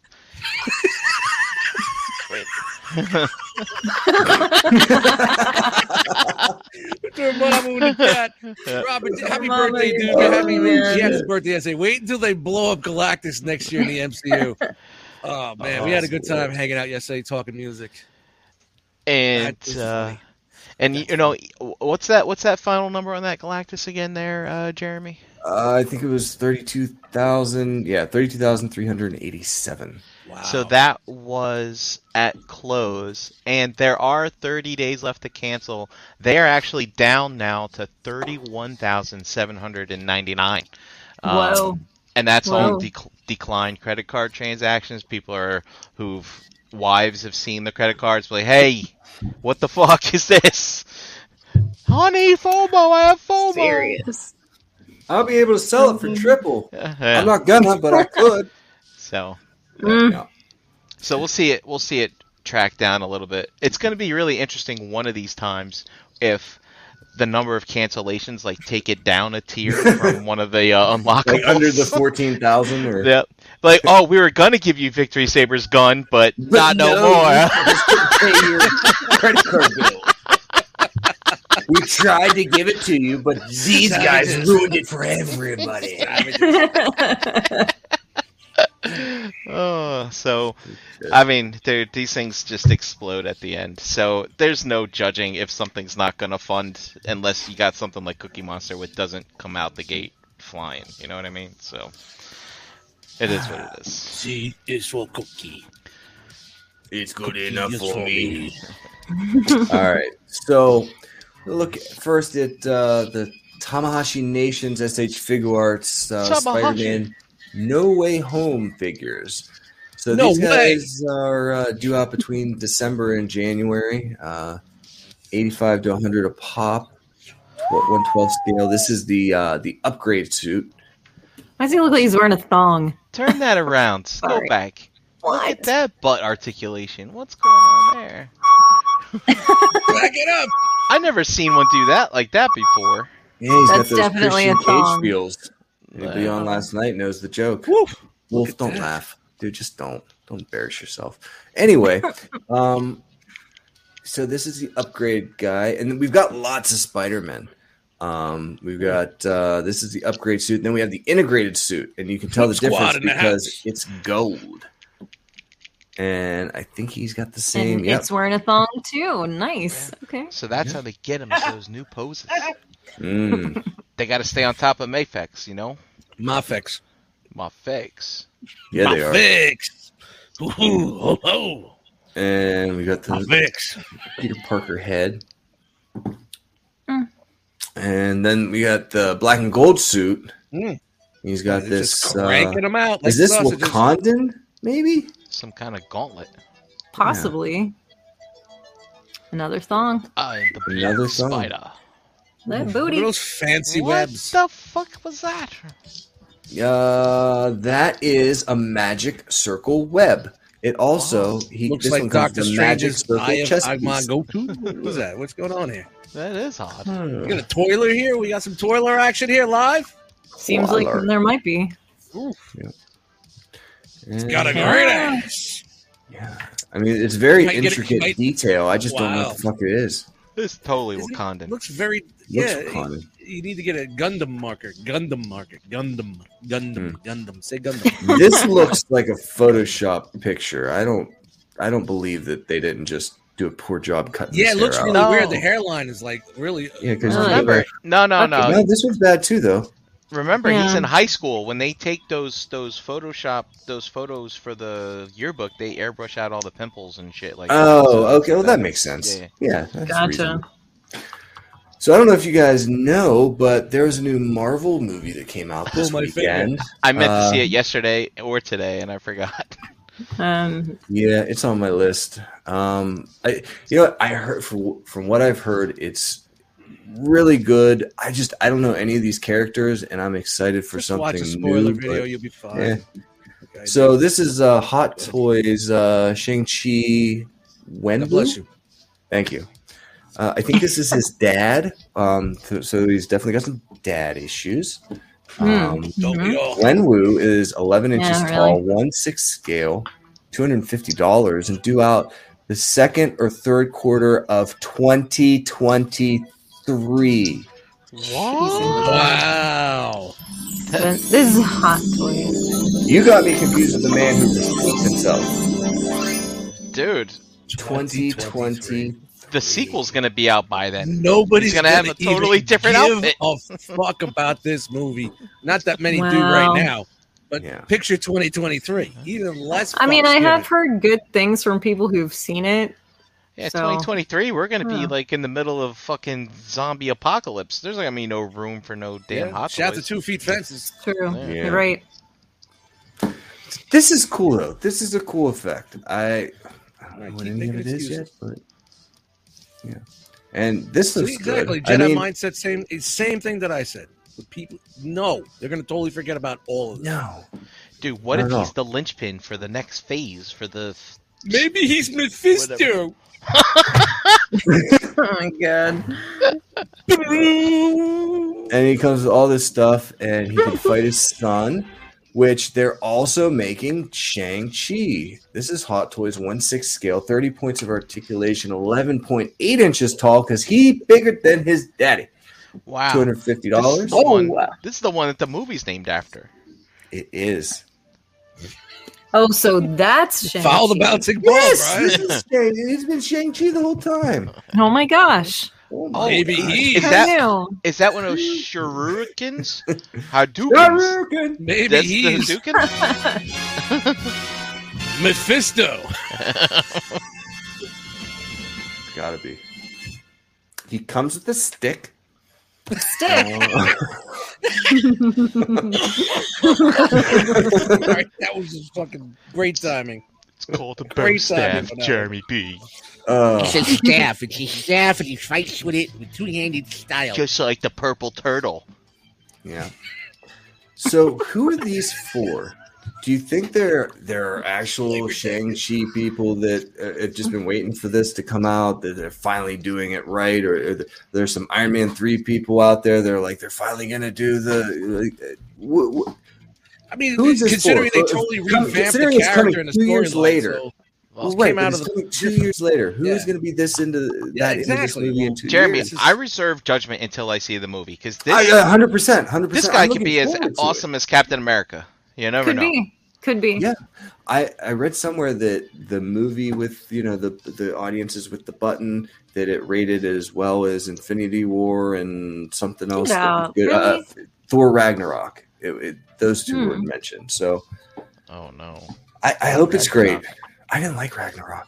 [SPEAKER 1] Dear Mama, when you got-
[SPEAKER 4] Yeah.
[SPEAKER 1] Robert, happy
[SPEAKER 3] Mama,
[SPEAKER 1] birthday, dude.
[SPEAKER 3] you're
[SPEAKER 1] happy
[SPEAKER 3] so
[SPEAKER 1] birthday.
[SPEAKER 3] good.
[SPEAKER 1] Jack's birthday. I say, wait until they blow up Galactus next year in the MCU. Oh man, we had a good time hanging out yesterday, talking music.
[SPEAKER 4] and
[SPEAKER 1] That is
[SPEAKER 4] uh,
[SPEAKER 1] funny.
[SPEAKER 4] and you, you know what's that? What's that final number on that Galactus again? There, uh, Jeremy.
[SPEAKER 2] Uh, I think it was thirty-two thousand. Yeah, thirty-two thousand three hundred eighty-seven.
[SPEAKER 1] Wow.
[SPEAKER 4] So that was at close, and there are 30 days left to cancel. They are actually down now to 31,799. Um,
[SPEAKER 3] Whoa.
[SPEAKER 4] and that's on
[SPEAKER 3] Whoa.
[SPEAKER 4] dec declined credit card transactions. People are who've wives have seen the credit cards, be like, hey, what the fuck is this? Honey, FOMO, I have FOMO.
[SPEAKER 3] Serious.
[SPEAKER 2] I'll be able to sell it for triple.
[SPEAKER 4] Yeah.
[SPEAKER 2] I'm not gonna, but I could.
[SPEAKER 4] so.
[SPEAKER 3] Mm.
[SPEAKER 2] Yeah.
[SPEAKER 4] So we'll see it. We'll see it track down a little bit. It's going to be really interesting one of these times if the number of cancellations like take it down a tier from one of the uh, unlockables.
[SPEAKER 2] Like under the fourteen thousand, or
[SPEAKER 4] Yep. Like, oh, we were gonna give you Victory Saber's gun, but, not no, more.
[SPEAKER 2] credit card bill. we tried to give it to you, but these guys ruined it for everybody.
[SPEAKER 4] oh, so, I mean, they're- these things just explode at the end. So there's no judging if something's not gonna fund unless you got something like Cookie Monster, which doesn't come out the gate flying. You know what I mean? So it is what it is.
[SPEAKER 1] C is for cookie.
[SPEAKER 2] It's good
[SPEAKER 1] Cookie is
[SPEAKER 2] All right. So look first at uh, the Tamahashi Nations SH Figure Arts uh,
[SPEAKER 4] Tamahashi.
[SPEAKER 2] Spider-Man No Way Home figures. So
[SPEAKER 1] No
[SPEAKER 2] these
[SPEAKER 1] way.
[SPEAKER 2] guys are uh, due out between December and January, uh, 85 to 100 a pop, tw- 112 scale. This is the uh, the upgrade suit.
[SPEAKER 3] Why does he look like he's wearing a thong?
[SPEAKER 4] Turn that around. Go
[SPEAKER 3] Sorry.
[SPEAKER 4] back. Look
[SPEAKER 3] What?
[SPEAKER 4] at that butt articulation. What's going on there?
[SPEAKER 1] Back it up.
[SPEAKER 4] I never seen one do that like that before.
[SPEAKER 2] Yeah, he's
[SPEAKER 3] That's definitely a thong.
[SPEAKER 2] Cage feels. Anybody
[SPEAKER 4] Wow.
[SPEAKER 2] on last night knows the joke.
[SPEAKER 1] Woof.
[SPEAKER 2] Wolf,
[SPEAKER 1] at
[SPEAKER 2] don't
[SPEAKER 1] that.
[SPEAKER 2] laugh, dude. Just don't. Don't embarrass yourself. Anyway, um, so this is the upgrade guy, and we've got lots of Spider Men. Um, we've got uh, this is the upgrade suit. Then we have the integrated suit, and you can tell the
[SPEAKER 1] Squad
[SPEAKER 2] difference
[SPEAKER 1] in the
[SPEAKER 2] because
[SPEAKER 1] house.
[SPEAKER 2] it's gold. And I think he's got the same.
[SPEAKER 3] and
[SPEAKER 2] Yep.
[SPEAKER 3] it's wearing a thong too. Nice. Okay.
[SPEAKER 4] So that's
[SPEAKER 2] Yeah.
[SPEAKER 4] how they get him is those new poses.
[SPEAKER 2] Mm.
[SPEAKER 4] They got to stay on top of Mafex, you know?
[SPEAKER 1] My fix.
[SPEAKER 4] My fix.
[SPEAKER 2] Yeah, they
[SPEAKER 1] My
[SPEAKER 2] are.
[SPEAKER 1] fix. Ooh, oh, oh.
[SPEAKER 2] And we got
[SPEAKER 1] My
[SPEAKER 2] the
[SPEAKER 1] fix.
[SPEAKER 2] Peter Parker head.
[SPEAKER 3] Mm.
[SPEAKER 2] And then we got the black and gold suit.
[SPEAKER 1] Mm.
[SPEAKER 2] He's got
[SPEAKER 1] They're
[SPEAKER 2] this.
[SPEAKER 1] Just
[SPEAKER 2] Uh,
[SPEAKER 1] cranking them out. like
[SPEAKER 2] is this
[SPEAKER 1] sausages.
[SPEAKER 2] Wakandan? Maybe.
[SPEAKER 4] Some kind of gauntlet.
[SPEAKER 3] Possibly. Another thong.
[SPEAKER 4] I am Uh, the black
[SPEAKER 2] Another song.
[SPEAKER 4] spider.
[SPEAKER 3] That
[SPEAKER 1] Look at
[SPEAKER 3] booty.
[SPEAKER 1] those fancy
[SPEAKER 4] what
[SPEAKER 1] webs.
[SPEAKER 4] the fuck was that?
[SPEAKER 2] Uh, that is a magic circle web. It also he,
[SPEAKER 1] Oh, Looks
[SPEAKER 2] this
[SPEAKER 1] like
[SPEAKER 2] one comes
[SPEAKER 1] Doctor
[SPEAKER 2] with a magic
[SPEAKER 1] Strange's
[SPEAKER 2] circle
[SPEAKER 1] Eye of
[SPEAKER 2] chest
[SPEAKER 1] Agmon
[SPEAKER 2] piece.
[SPEAKER 1] Goku. Who's that? What's going on here?
[SPEAKER 4] That is odd.
[SPEAKER 1] We
[SPEAKER 2] Hmm.
[SPEAKER 1] got a toiler here. We got some toiler action here live.
[SPEAKER 3] Seems like
[SPEAKER 2] Waller.
[SPEAKER 3] there might be.
[SPEAKER 1] Got a great ass.
[SPEAKER 2] Yeah. I mean, it's very
[SPEAKER 1] Might get it-
[SPEAKER 2] intricate
[SPEAKER 1] might-
[SPEAKER 2] detail. I just don't know
[SPEAKER 1] Wow.
[SPEAKER 2] what the fuck it is.
[SPEAKER 4] This is totally
[SPEAKER 1] Isn't it-
[SPEAKER 4] Wakandan.
[SPEAKER 1] Looks very.
[SPEAKER 2] Looks
[SPEAKER 1] yeah,
[SPEAKER 2] Wakandan.
[SPEAKER 1] you need to get a Gundam marker. Gundam marker. Gundam. Gundam. Gundam. Say Gundam.
[SPEAKER 2] this looks like a Photoshop picture. I don't I don't believe that they didn't just do a poor job cutting.
[SPEAKER 1] Yeah, it
[SPEAKER 2] his
[SPEAKER 1] looks
[SPEAKER 2] hair
[SPEAKER 1] really
[SPEAKER 2] out.
[SPEAKER 4] No.
[SPEAKER 1] weird. The hairline is like really.
[SPEAKER 2] Yeah, because
[SPEAKER 3] No,
[SPEAKER 4] Remember? No, no, no.
[SPEAKER 2] no, this was bad too, though.
[SPEAKER 4] Remember, he's
[SPEAKER 3] Yeah.
[SPEAKER 4] in high school. When they take those those Photoshop those photos for the yearbook, they airbrush out all the pimples and shit. Like
[SPEAKER 2] Oh,
[SPEAKER 4] so-
[SPEAKER 2] okay. Well, that makes sense.
[SPEAKER 4] Yeah.
[SPEAKER 2] Yeah, that's
[SPEAKER 3] Gotcha.
[SPEAKER 2] reasonable. So I don't know if you guys know, but there was a new Marvel movie that came out this
[SPEAKER 1] Oh, my
[SPEAKER 2] weekend.
[SPEAKER 4] I meant to see
[SPEAKER 2] Uh,
[SPEAKER 4] it yesterday or today, and I forgot.
[SPEAKER 3] Um,
[SPEAKER 2] Yeah, it's on my list. Um, I, you know, what? I heard from from what I've heard, it's really good. I just I don't know any of these characters, and I'm excited for
[SPEAKER 1] Just
[SPEAKER 2] something
[SPEAKER 1] watch a spoiler
[SPEAKER 2] new, but-
[SPEAKER 1] video, you'll be fine.
[SPEAKER 2] yeah.
[SPEAKER 1] Okay.
[SPEAKER 2] So this is uh, Hot Toys uh, Shang Chi
[SPEAKER 1] God bless
[SPEAKER 2] Wenwu.
[SPEAKER 1] you.
[SPEAKER 2] Thank you. Uh, I think this is his dad. Um, th- so he's definitely got some dad issues.
[SPEAKER 1] Hmm.
[SPEAKER 2] Um,
[SPEAKER 1] Don't
[SPEAKER 3] mhm.
[SPEAKER 1] we all?
[SPEAKER 2] Wenwu is 11 inches
[SPEAKER 3] Yeah,
[SPEAKER 2] tall, one six scale, two hundred and fifty dollars, and due out the second or third quarter of twenty twenty three.
[SPEAKER 1] Wow.
[SPEAKER 3] this is hot toys.
[SPEAKER 2] You got me confused with the man who repeats himself.
[SPEAKER 4] Dude,
[SPEAKER 2] Twenty twenty.
[SPEAKER 4] the sequel's gonna be out by then.
[SPEAKER 1] Nobody's
[SPEAKER 4] He's gonna have a
[SPEAKER 1] even
[SPEAKER 4] totally different
[SPEAKER 1] give
[SPEAKER 4] outfit.
[SPEAKER 1] A fuck about this movie. Not that many do
[SPEAKER 3] Wow.
[SPEAKER 1] right now. But
[SPEAKER 2] Yeah.
[SPEAKER 1] picture 2023. Even less.
[SPEAKER 3] I mean,
[SPEAKER 1] fucks
[SPEAKER 3] I have
[SPEAKER 1] given.
[SPEAKER 3] heard good things from people who've seen it.
[SPEAKER 4] Yeah,
[SPEAKER 3] So-
[SPEAKER 4] 2023, we're gonna be
[SPEAKER 3] Huh.
[SPEAKER 4] like in the middle of fucking zombie apocalypse. There's not gonna be no room for no damn
[SPEAKER 1] Yeah.
[SPEAKER 4] hot
[SPEAKER 1] Shout out to
[SPEAKER 4] toys.
[SPEAKER 1] Two Feet Fences.
[SPEAKER 3] True.
[SPEAKER 4] Yeah.
[SPEAKER 2] Yeah.
[SPEAKER 3] You're right.
[SPEAKER 2] This is cool though. This is a cool effect. I, I don't
[SPEAKER 1] Right,
[SPEAKER 2] know
[SPEAKER 1] keep
[SPEAKER 2] what any of
[SPEAKER 1] making
[SPEAKER 2] it is
[SPEAKER 1] excuses.
[SPEAKER 2] yet, but yeah. And this
[SPEAKER 1] So
[SPEAKER 2] looks
[SPEAKER 1] exactly.
[SPEAKER 2] good.
[SPEAKER 1] Jedi
[SPEAKER 2] I mean,
[SPEAKER 1] mindset. Same. it's Same thing that I said. The people. No, they're gonna totally forget about all of this.
[SPEAKER 2] no.
[SPEAKER 4] Dude, what
[SPEAKER 2] I
[SPEAKER 4] if
[SPEAKER 2] don't
[SPEAKER 4] he's the linchpin for the next phase for the?
[SPEAKER 1] Maybe he's Mephisto.
[SPEAKER 3] Oh my god.
[SPEAKER 2] And he comes with all this stuff, and he can fight his son, which they're also making Shang Chi. This is Hot Toys one six scale, thirty points of articulation, eleven point eight inches tall, because he bigger than his daddy.
[SPEAKER 4] Wow,
[SPEAKER 2] Two hundred fifty dollars.
[SPEAKER 4] This is, the one, this is the one that the movie's named after.
[SPEAKER 2] It is.
[SPEAKER 3] Oh, so that's Shang.
[SPEAKER 1] Foul the bouncing ball,
[SPEAKER 2] Yes,
[SPEAKER 1] right?
[SPEAKER 2] this is Shang- it's been Shang Chi the whole time.
[SPEAKER 3] Oh my gosh.
[SPEAKER 2] Oh, my
[SPEAKER 1] Maybe
[SPEAKER 2] God.
[SPEAKER 1] he.
[SPEAKER 4] Is that-
[SPEAKER 3] Who knew?
[SPEAKER 4] Is that one of those shurikens? Hadoukens?
[SPEAKER 2] Shuriken.
[SPEAKER 1] Maybe
[SPEAKER 4] That's the
[SPEAKER 1] he's
[SPEAKER 4] Hadouken?
[SPEAKER 1] Mephisto.
[SPEAKER 2] It's gotta be. He comes with a stick.
[SPEAKER 3] Stick.
[SPEAKER 2] Uh,
[SPEAKER 1] All right, that was just fucking great timing.
[SPEAKER 4] It's called the bow
[SPEAKER 1] Great timing
[SPEAKER 4] staff,
[SPEAKER 1] for that.
[SPEAKER 4] Jeremy B.
[SPEAKER 2] Uh,
[SPEAKER 6] It's a staff. It's a staff, and he fights with it with two-handed style.
[SPEAKER 4] Just like the purple turtle.
[SPEAKER 2] yeah. So who are these for? Do you think they're they're actual Shang Chi people that uh, have just been waiting for this to come out? That they're finally doing it right, or, or th- there's some Iron Man three people out there. They're like they're finally gonna do the. Like, uh, wh- wh-
[SPEAKER 1] I mean,
[SPEAKER 2] Who is this
[SPEAKER 1] considering
[SPEAKER 2] for?
[SPEAKER 1] they
[SPEAKER 2] For-
[SPEAKER 1] totally
[SPEAKER 2] come-
[SPEAKER 1] revamped the
[SPEAKER 2] considering it's coming
[SPEAKER 1] character and the
[SPEAKER 2] two years
[SPEAKER 1] storyline,
[SPEAKER 2] later.
[SPEAKER 1] so-
[SPEAKER 2] well,
[SPEAKER 1] This
[SPEAKER 2] right,
[SPEAKER 1] came
[SPEAKER 2] but
[SPEAKER 1] out
[SPEAKER 2] it's
[SPEAKER 1] of
[SPEAKER 2] coming two years later. Who's
[SPEAKER 1] Yeah.
[SPEAKER 2] going to be this into th-
[SPEAKER 1] Yeah,
[SPEAKER 2] that
[SPEAKER 1] exactly.
[SPEAKER 2] into this movie in
[SPEAKER 1] Well,
[SPEAKER 2] two
[SPEAKER 4] Jeremy,
[SPEAKER 2] years?
[SPEAKER 4] I reserve judgment until I see the movie because this
[SPEAKER 2] hundred percent, hundred
[SPEAKER 4] this
[SPEAKER 2] percent.
[SPEAKER 4] guy could be as awesome as Captain America. You never
[SPEAKER 3] Could
[SPEAKER 4] know.
[SPEAKER 3] be. Could be.
[SPEAKER 2] Yeah. I I read somewhere that the movie with you know the the audiences with the button that it rated as well as Infinity War and something else. that was
[SPEAKER 3] out.
[SPEAKER 2] good. Uh, Thor Ragnarok. It, it, those two
[SPEAKER 3] Hmm.
[SPEAKER 2] were mentioned. So
[SPEAKER 4] Oh no!
[SPEAKER 2] I, I hope it's great.
[SPEAKER 4] Ragnarok.
[SPEAKER 2] I didn't like Ragnarok.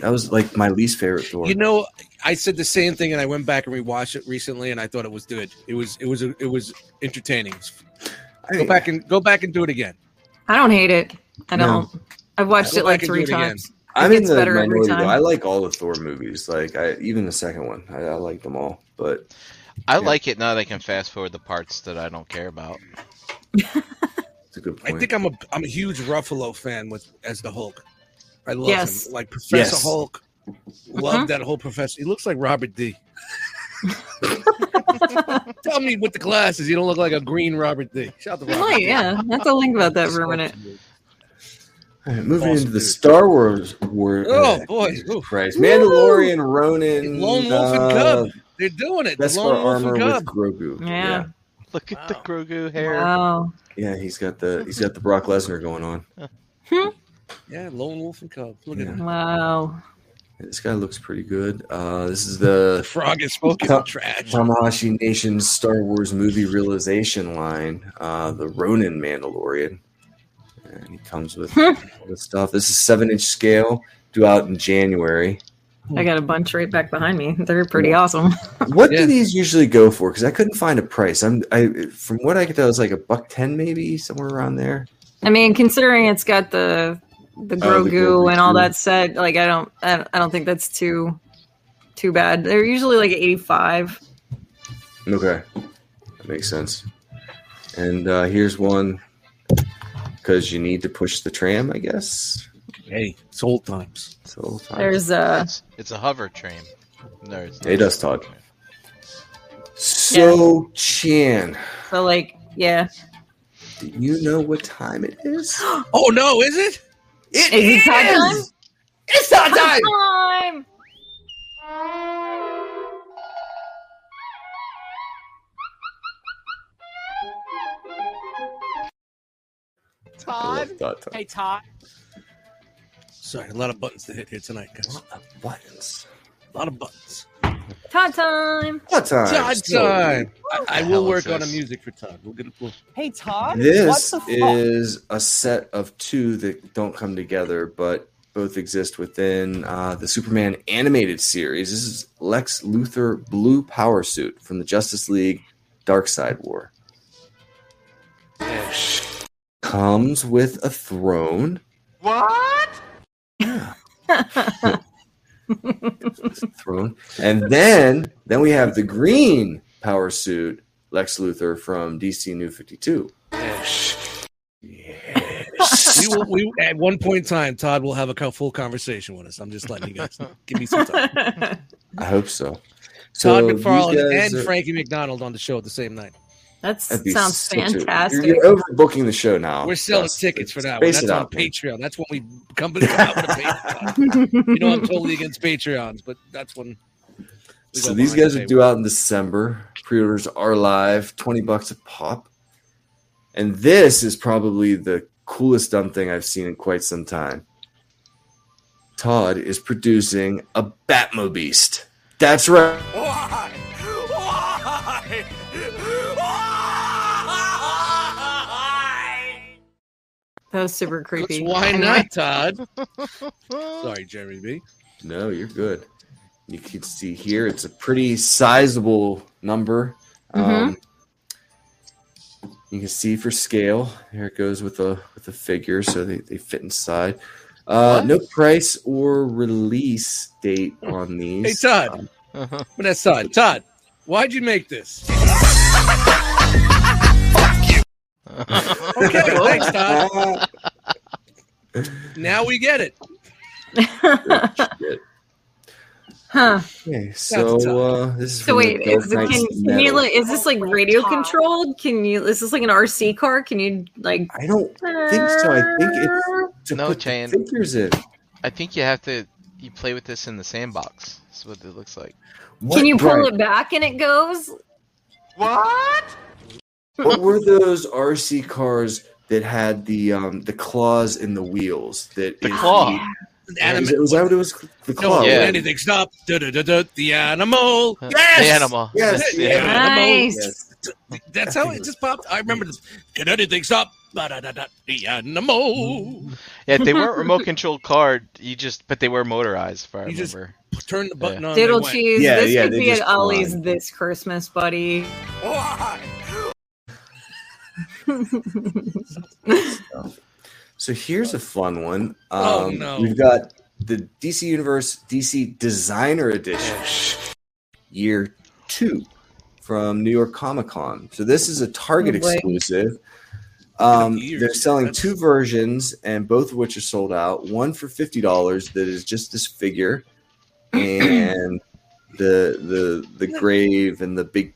[SPEAKER 2] That was like my least favorite Thor.
[SPEAKER 1] You know, I said the same thing, and I went back and rewatched it recently, and I thought it was good. It was, it was, a, it was entertaining.
[SPEAKER 2] I
[SPEAKER 1] Go
[SPEAKER 2] mean,
[SPEAKER 1] back and go back and do it again.
[SPEAKER 3] I don't hate it. I
[SPEAKER 2] No.
[SPEAKER 3] don't. I've watched
[SPEAKER 1] Go
[SPEAKER 3] it like
[SPEAKER 1] back and
[SPEAKER 3] three
[SPEAKER 1] do it again.
[SPEAKER 3] times.
[SPEAKER 2] I'm
[SPEAKER 3] It
[SPEAKER 2] in
[SPEAKER 3] gets
[SPEAKER 2] the
[SPEAKER 3] better every
[SPEAKER 2] minority though.
[SPEAKER 3] time.
[SPEAKER 2] I like all the Thor movies. Like I even the second one. I, I like them all. But
[SPEAKER 4] I
[SPEAKER 2] Yeah.
[SPEAKER 4] like it now that I can fast forward the parts that I don't care about.
[SPEAKER 2] it's a good point.
[SPEAKER 1] I think I'm a, I'm a huge Ruffalo fan with as the Hulk. I love
[SPEAKER 3] Yes. Uh-huh.
[SPEAKER 1] him, like Professor
[SPEAKER 2] Yes.
[SPEAKER 1] Hulk. Love that whole professor. He looks like Robert D. Tell me with the glasses, you don't look like a green Robert D. Shout out to Robert
[SPEAKER 3] Right,
[SPEAKER 1] D.
[SPEAKER 3] yeah. I have to think about that for a minute.
[SPEAKER 2] All right, moving
[SPEAKER 1] Awesome
[SPEAKER 2] into the
[SPEAKER 1] dude.
[SPEAKER 2] Star Wars war.
[SPEAKER 1] Oh,
[SPEAKER 2] uh,
[SPEAKER 1] boy.
[SPEAKER 2] Jesus
[SPEAKER 1] Oof.
[SPEAKER 2] Christ. Mandalorian, Ronin,
[SPEAKER 1] Lone Wolf and
[SPEAKER 2] uh,
[SPEAKER 1] Cub. They're doing it. The
[SPEAKER 2] Beskar
[SPEAKER 1] Lone Wolf
[SPEAKER 2] armor
[SPEAKER 1] and
[SPEAKER 2] with
[SPEAKER 1] Cub.
[SPEAKER 2] Grogu.
[SPEAKER 3] Yeah.
[SPEAKER 4] Look at the
[SPEAKER 1] Wow.
[SPEAKER 4] Grogu hair.
[SPEAKER 3] Wow.
[SPEAKER 2] yeah, yeah, he's got the he's got the Brock Lesnar going on.
[SPEAKER 1] Yeah, Lone Wolf and Cub. Look at
[SPEAKER 2] Yeah.
[SPEAKER 1] him.
[SPEAKER 3] Wow.
[SPEAKER 2] This guy looks pretty good. Uh, this is the
[SPEAKER 1] Frog is spoken
[SPEAKER 2] Ta-
[SPEAKER 1] trash.
[SPEAKER 2] Tamahashi Nation's Star Wars movie realization line, uh, the Ronin Mandalorian. And he comes with all this stuff. This is seven inch scale, due out in January.
[SPEAKER 3] I got a bunch right back behind me. They're pretty awesome.
[SPEAKER 2] What
[SPEAKER 1] Yeah.
[SPEAKER 2] do these usually go for? Because I couldn't find a price. I'm I from what I could tell, it's like a buck ten, maybe somewhere around there.
[SPEAKER 3] I mean, considering it's got the the Grogu,
[SPEAKER 2] Oh, the Grogu
[SPEAKER 3] and all
[SPEAKER 2] too.
[SPEAKER 3] that set, like I don't, I don't, I don't think that's too too bad. They're usually like eighty five.
[SPEAKER 2] Okay, that makes sense. And uh, here's one because you need to push the tram, I guess.
[SPEAKER 1] Hey, it's old times.
[SPEAKER 2] So
[SPEAKER 3] There's uh,
[SPEAKER 4] It's, it's a hover train. No, it's
[SPEAKER 2] It does talk. so Chan.
[SPEAKER 3] so like yeah,
[SPEAKER 2] Do you know what time it is?
[SPEAKER 1] Oh no, is it?
[SPEAKER 2] It
[SPEAKER 3] Is it time time?
[SPEAKER 2] It's time time!
[SPEAKER 3] time.
[SPEAKER 2] I
[SPEAKER 5] Todd?
[SPEAKER 2] love dot time.
[SPEAKER 5] Hey, Todd.
[SPEAKER 1] Sorry, a lot of buttons to hit here tonight, guys.
[SPEAKER 2] What the buttons?
[SPEAKER 1] A lot of buttons.
[SPEAKER 3] Todd time.
[SPEAKER 2] What time?
[SPEAKER 1] Todd
[SPEAKER 2] So,
[SPEAKER 1] time. I, I
[SPEAKER 4] What the
[SPEAKER 1] will
[SPEAKER 4] hell
[SPEAKER 1] work
[SPEAKER 4] is
[SPEAKER 1] on a
[SPEAKER 4] this?
[SPEAKER 1] music for Todd. We'll get a we'll-
[SPEAKER 5] Hey, Todd. what
[SPEAKER 2] This
[SPEAKER 5] the fuck?
[SPEAKER 2] is a set of two that don't come together, but both exist within uh, the Superman animated series. This is Lex Luthor Blue Power Suit from the Justice League Dark Side War. Comes with a throne. throne. And then then we have the green power suit Lex Luthor from DC New 52.
[SPEAKER 1] we will, we, at one point in time, Todd will have a co- full conversation with us. I'm just letting you guys know. give me some time.
[SPEAKER 2] I hope so.
[SPEAKER 1] Todd
[SPEAKER 2] these
[SPEAKER 1] McFarlane
[SPEAKER 2] guys
[SPEAKER 1] and
[SPEAKER 2] are-
[SPEAKER 1] Frankie McDonald on the show at the same night.
[SPEAKER 3] that
[SPEAKER 2] that'd be
[SPEAKER 3] sounds
[SPEAKER 2] such a- you're-
[SPEAKER 3] fantastic.
[SPEAKER 2] You're, overbooking the show now.
[SPEAKER 1] We're selling
[SPEAKER 2] Just-
[SPEAKER 1] tickets for that one.
[SPEAKER 2] Oh, space
[SPEAKER 1] That's
[SPEAKER 2] it
[SPEAKER 1] on
[SPEAKER 2] out, man.
[SPEAKER 1] Patreon. That's when we come, come out with a Patreon. You know, I'm totally against Patreons, but that's when. we
[SPEAKER 2] So
[SPEAKER 1] go
[SPEAKER 2] these
[SPEAKER 1] behind
[SPEAKER 2] guys
[SPEAKER 1] the
[SPEAKER 2] are
[SPEAKER 1] paywall.
[SPEAKER 2] due out in December. Pre-orders are live, twenty bucks a pop. And this is probably the coolest dumb thing I've seen in quite some time. Todd is producing a Batmobeast. That's right.
[SPEAKER 3] that was super
[SPEAKER 1] That's
[SPEAKER 3] creepy.
[SPEAKER 1] Why
[SPEAKER 3] I know.
[SPEAKER 1] not, Todd? Sorry, Jeremy B.
[SPEAKER 2] No, you're good. You can see here it's a pretty sizable number.
[SPEAKER 3] Mm-hmm.
[SPEAKER 2] Um, you can see for scale. Here it goes with the with the figure, so they, they fit inside. Uh, no price or release date on these.
[SPEAKER 1] Hey, Todd. But that's Todd. Todd, why'd you make this? Okay, thanks, Todd.
[SPEAKER 2] Ah,
[SPEAKER 1] Now we get it.
[SPEAKER 2] shit.
[SPEAKER 3] huh.
[SPEAKER 2] Okay, so uh, this is
[SPEAKER 3] So
[SPEAKER 2] from
[SPEAKER 3] wait,
[SPEAKER 2] the Dark
[SPEAKER 3] is, the,
[SPEAKER 2] Knight's
[SPEAKER 3] can, can you
[SPEAKER 2] Metal.
[SPEAKER 3] like, is this like radio controlled? Can you is this like an RC car? Can you like
[SPEAKER 2] I don't think so. I think
[SPEAKER 3] Uh,
[SPEAKER 2] it's to
[SPEAKER 4] No,
[SPEAKER 2] put the
[SPEAKER 4] Chan.
[SPEAKER 2] figures in.
[SPEAKER 4] I think you have to. You play with this in the sandbox. That's what it looks like.
[SPEAKER 3] Can you pull it back and it goes?
[SPEAKER 2] what were those RC cars that had the um the claws in the wheels? That
[SPEAKER 4] The
[SPEAKER 2] if
[SPEAKER 4] claw.
[SPEAKER 2] you-
[SPEAKER 1] Anima-
[SPEAKER 2] was, it- was that what it was? The
[SPEAKER 1] Don't
[SPEAKER 2] claw.
[SPEAKER 1] let
[SPEAKER 4] Yeah.
[SPEAKER 2] right?
[SPEAKER 1] anything stop. Da-da-da-da, the animal. Yes!
[SPEAKER 4] The animal.
[SPEAKER 2] Yes,
[SPEAKER 4] The
[SPEAKER 2] yeah.
[SPEAKER 4] animal.
[SPEAKER 3] Nice.
[SPEAKER 2] Yes.
[SPEAKER 1] That's how it just popped. I remember this. Can anything stop? Ba-da-da-da, the animal.
[SPEAKER 4] Yeah, they weren't remote controlled card. You just, but they were motorized. If I
[SPEAKER 1] You just-
[SPEAKER 4] remember.
[SPEAKER 1] Turn the button on.
[SPEAKER 3] Diddle
[SPEAKER 1] they went.
[SPEAKER 3] cheese.
[SPEAKER 2] Yeah,
[SPEAKER 3] this
[SPEAKER 2] yeah,
[SPEAKER 3] could
[SPEAKER 2] they
[SPEAKER 3] be
[SPEAKER 2] just
[SPEAKER 3] an Ollie's
[SPEAKER 2] collide.
[SPEAKER 3] this Christmas, buddy.
[SPEAKER 1] Oh, ah,
[SPEAKER 2] So here's a fun one. Um,
[SPEAKER 1] Oh, no.
[SPEAKER 2] We've got the DC Universe DC Designer Edition,
[SPEAKER 1] Oh,
[SPEAKER 2] year two, from New York Comic Con. So this is a Target
[SPEAKER 3] Oh, boy.
[SPEAKER 2] exclusive. Um,
[SPEAKER 1] Years.
[SPEAKER 2] they're selling
[SPEAKER 1] That's-
[SPEAKER 2] two versions, and both of which are sold out. One for fifty dollars that is just this figure, and the the the grave and the big.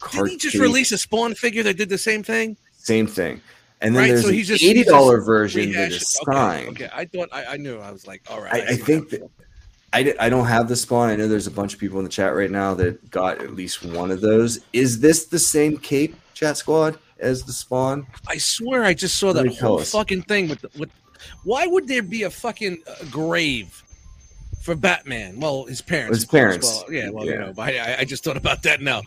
[SPEAKER 1] Didn't he
[SPEAKER 2] card
[SPEAKER 1] just
[SPEAKER 2] case,
[SPEAKER 1] release a Spawn figure that did the same thing?
[SPEAKER 2] Same thing. And then
[SPEAKER 1] Right,
[SPEAKER 2] there's
[SPEAKER 1] so
[SPEAKER 2] an
[SPEAKER 1] he's just- he's
[SPEAKER 2] eighty
[SPEAKER 1] just
[SPEAKER 2] dollar version that
[SPEAKER 1] Rehash
[SPEAKER 2] is
[SPEAKER 1] it.
[SPEAKER 2] signed.
[SPEAKER 1] Okay, okay. I thought I, I knew. I was like, all right.
[SPEAKER 2] I, I
[SPEAKER 1] see what
[SPEAKER 2] think
[SPEAKER 1] happened.
[SPEAKER 2] that I, di- I don't have the spawn. I know there's a bunch of people in the chat right now that got at least one of those. Is this the same cape, chat squad, as the spawn?
[SPEAKER 1] I swear I just saw
[SPEAKER 2] Let
[SPEAKER 1] that
[SPEAKER 2] me tell
[SPEAKER 1] whole
[SPEAKER 2] us.
[SPEAKER 1] fucking thing with the, with. Why would there be a fucking uh, grave for Batman. Well, his parents.
[SPEAKER 2] His
[SPEAKER 1] of course.
[SPEAKER 2] parents.
[SPEAKER 1] Well, yeah. Well, you
[SPEAKER 2] Yeah.
[SPEAKER 1] know, but I, I- I just thought about that now.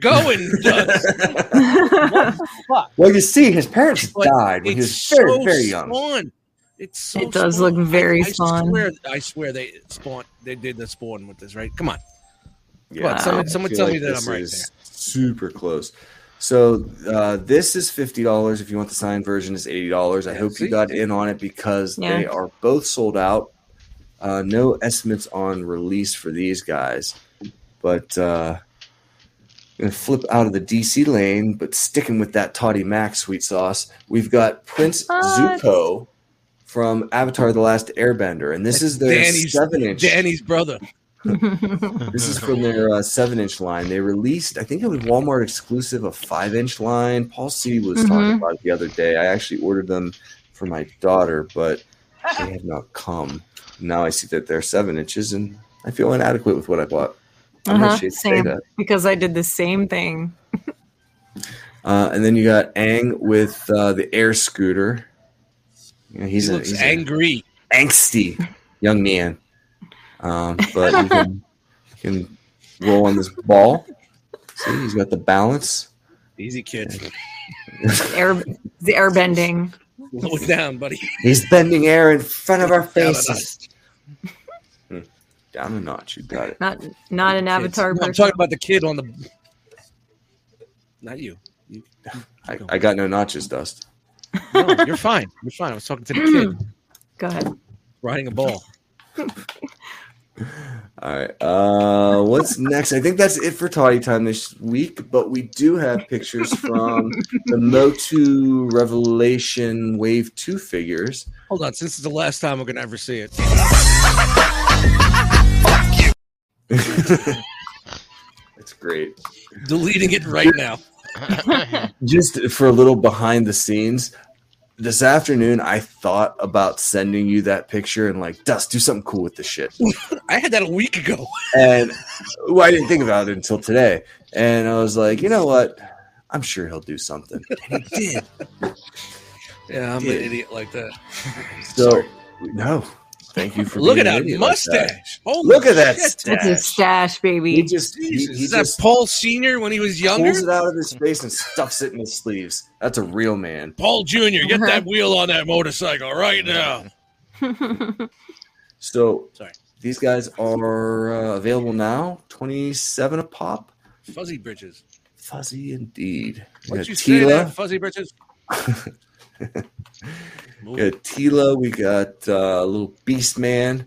[SPEAKER 1] going. Dust.
[SPEAKER 2] well, you see, his parents
[SPEAKER 1] But
[SPEAKER 2] died when he was
[SPEAKER 1] it's
[SPEAKER 2] very,
[SPEAKER 1] so
[SPEAKER 2] very young.
[SPEAKER 1] Spawn. It's so
[SPEAKER 3] It does
[SPEAKER 1] Spawn.
[SPEAKER 3] look very
[SPEAKER 1] I,
[SPEAKER 3] Spawn.
[SPEAKER 1] I swear, I swear they spawn. They did the spawn with this, right? Come on.
[SPEAKER 2] Yeah,
[SPEAKER 3] Wow.
[SPEAKER 1] someone-
[SPEAKER 2] I
[SPEAKER 1] someone
[SPEAKER 2] feel
[SPEAKER 1] tell me that
[SPEAKER 2] this
[SPEAKER 1] I'm right
[SPEAKER 2] is Super close. So uh, this is fifty dollars. If you want the signed version, it's eighty dollars. I
[SPEAKER 1] Yeah,
[SPEAKER 2] hope
[SPEAKER 1] see?
[SPEAKER 2] you got in on it because
[SPEAKER 3] Yeah.
[SPEAKER 2] they are both sold out. Uh, no estimates on release for these guys, but uh, gonna flip out of the DC lane. But sticking with that Toddy Mac sweet sauce, we've got Prince
[SPEAKER 3] What?
[SPEAKER 2] Zuko from Avatar: The Last Airbender, and this is their
[SPEAKER 1] Danny's-
[SPEAKER 2] seven-inch.
[SPEAKER 1] Danny's brother.
[SPEAKER 2] This is from their uh, seven inch line. They released, I think it was Walmart exclusive, a five inch line. Paul C was talking
[SPEAKER 3] Mhm.
[SPEAKER 2] about it the other day. I actually ordered them for my daughter, but they have not come. Now I see that they're seven inches, and I feel inadequate with what I bought. I'm not
[SPEAKER 3] Uh-huh,
[SPEAKER 2] ashamed to say
[SPEAKER 3] same.
[SPEAKER 2] that.
[SPEAKER 3] because I did the same thing.
[SPEAKER 2] Uh, and then you got Ang with uh, the air scooter. Yeah, he's,
[SPEAKER 1] He
[SPEAKER 2] a,
[SPEAKER 1] looks
[SPEAKER 2] he's a
[SPEAKER 1] angry.
[SPEAKER 2] angsty young man. Um, but you can, you can roll on this ball. See, he's got the balance.
[SPEAKER 1] Easy kid.
[SPEAKER 3] Air, the air bending.
[SPEAKER 1] Slow it down, buddy.
[SPEAKER 2] He's bending air in front of our
[SPEAKER 1] Down a
[SPEAKER 2] faces. Hmm. Down a notch, you got it.
[SPEAKER 3] Not not an
[SPEAKER 1] Kids.
[SPEAKER 3] avatar.
[SPEAKER 1] No, I'm
[SPEAKER 3] person.
[SPEAKER 1] talking about the kid on the. Not you.
[SPEAKER 2] I, I got no notches, Dust.
[SPEAKER 1] No, you're fine. You're fine. I was talking to the kid
[SPEAKER 3] Go ahead.
[SPEAKER 1] riding a ball.
[SPEAKER 2] All right. Uh, what's next? I think that's it for Toddy Time this week, but we do have pictures from the Motu Revelation Wave 2 figures.
[SPEAKER 1] Hold on. Since it's the last time we're gonna ever see it.
[SPEAKER 2] That's great.
[SPEAKER 1] Deleting it right now.
[SPEAKER 2] just for a little behind the scenes this afternoon i thought about sending you that picture and like dust do something cool with this shit
[SPEAKER 1] I had that a week ago.
[SPEAKER 2] and well, i didn't think about it until today and i was like you know what i'm sure he'll do something and he did
[SPEAKER 1] Yeah, I'm
[SPEAKER 2] Yeah.
[SPEAKER 1] an idiot like that.
[SPEAKER 2] so no thank you for
[SPEAKER 1] Look at
[SPEAKER 2] being an
[SPEAKER 1] that
[SPEAKER 2] idiot like
[SPEAKER 1] mustache. Holy
[SPEAKER 2] Look at that
[SPEAKER 1] shit.
[SPEAKER 3] That's a
[SPEAKER 2] stash.
[SPEAKER 3] stash,
[SPEAKER 2] he
[SPEAKER 3] baby.
[SPEAKER 2] just he,
[SPEAKER 1] Jesus,
[SPEAKER 2] he
[SPEAKER 1] is that
[SPEAKER 2] just
[SPEAKER 1] Paul Senior when he was younger?
[SPEAKER 2] pulls it out of his face and stuffs it in his sleeves that's a real man
[SPEAKER 1] Paul Junior, get
[SPEAKER 3] Uh-huh.
[SPEAKER 1] that wheel on that motorcycle right now.
[SPEAKER 2] so
[SPEAKER 1] Sorry.
[SPEAKER 2] these guys are uh, available now 27 a pop
[SPEAKER 1] Fuzzy britches.
[SPEAKER 2] Fuzzy indeed. We
[SPEAKER 1] What
[SPEAKER 2] got
[SPEAKER 1] you say? There,
[SPEAKER 2] Tila.
[SPEAKER 1] fuzzy britches.
[SPEAKER 2] We got Tila. We got uh, little Beast Man. It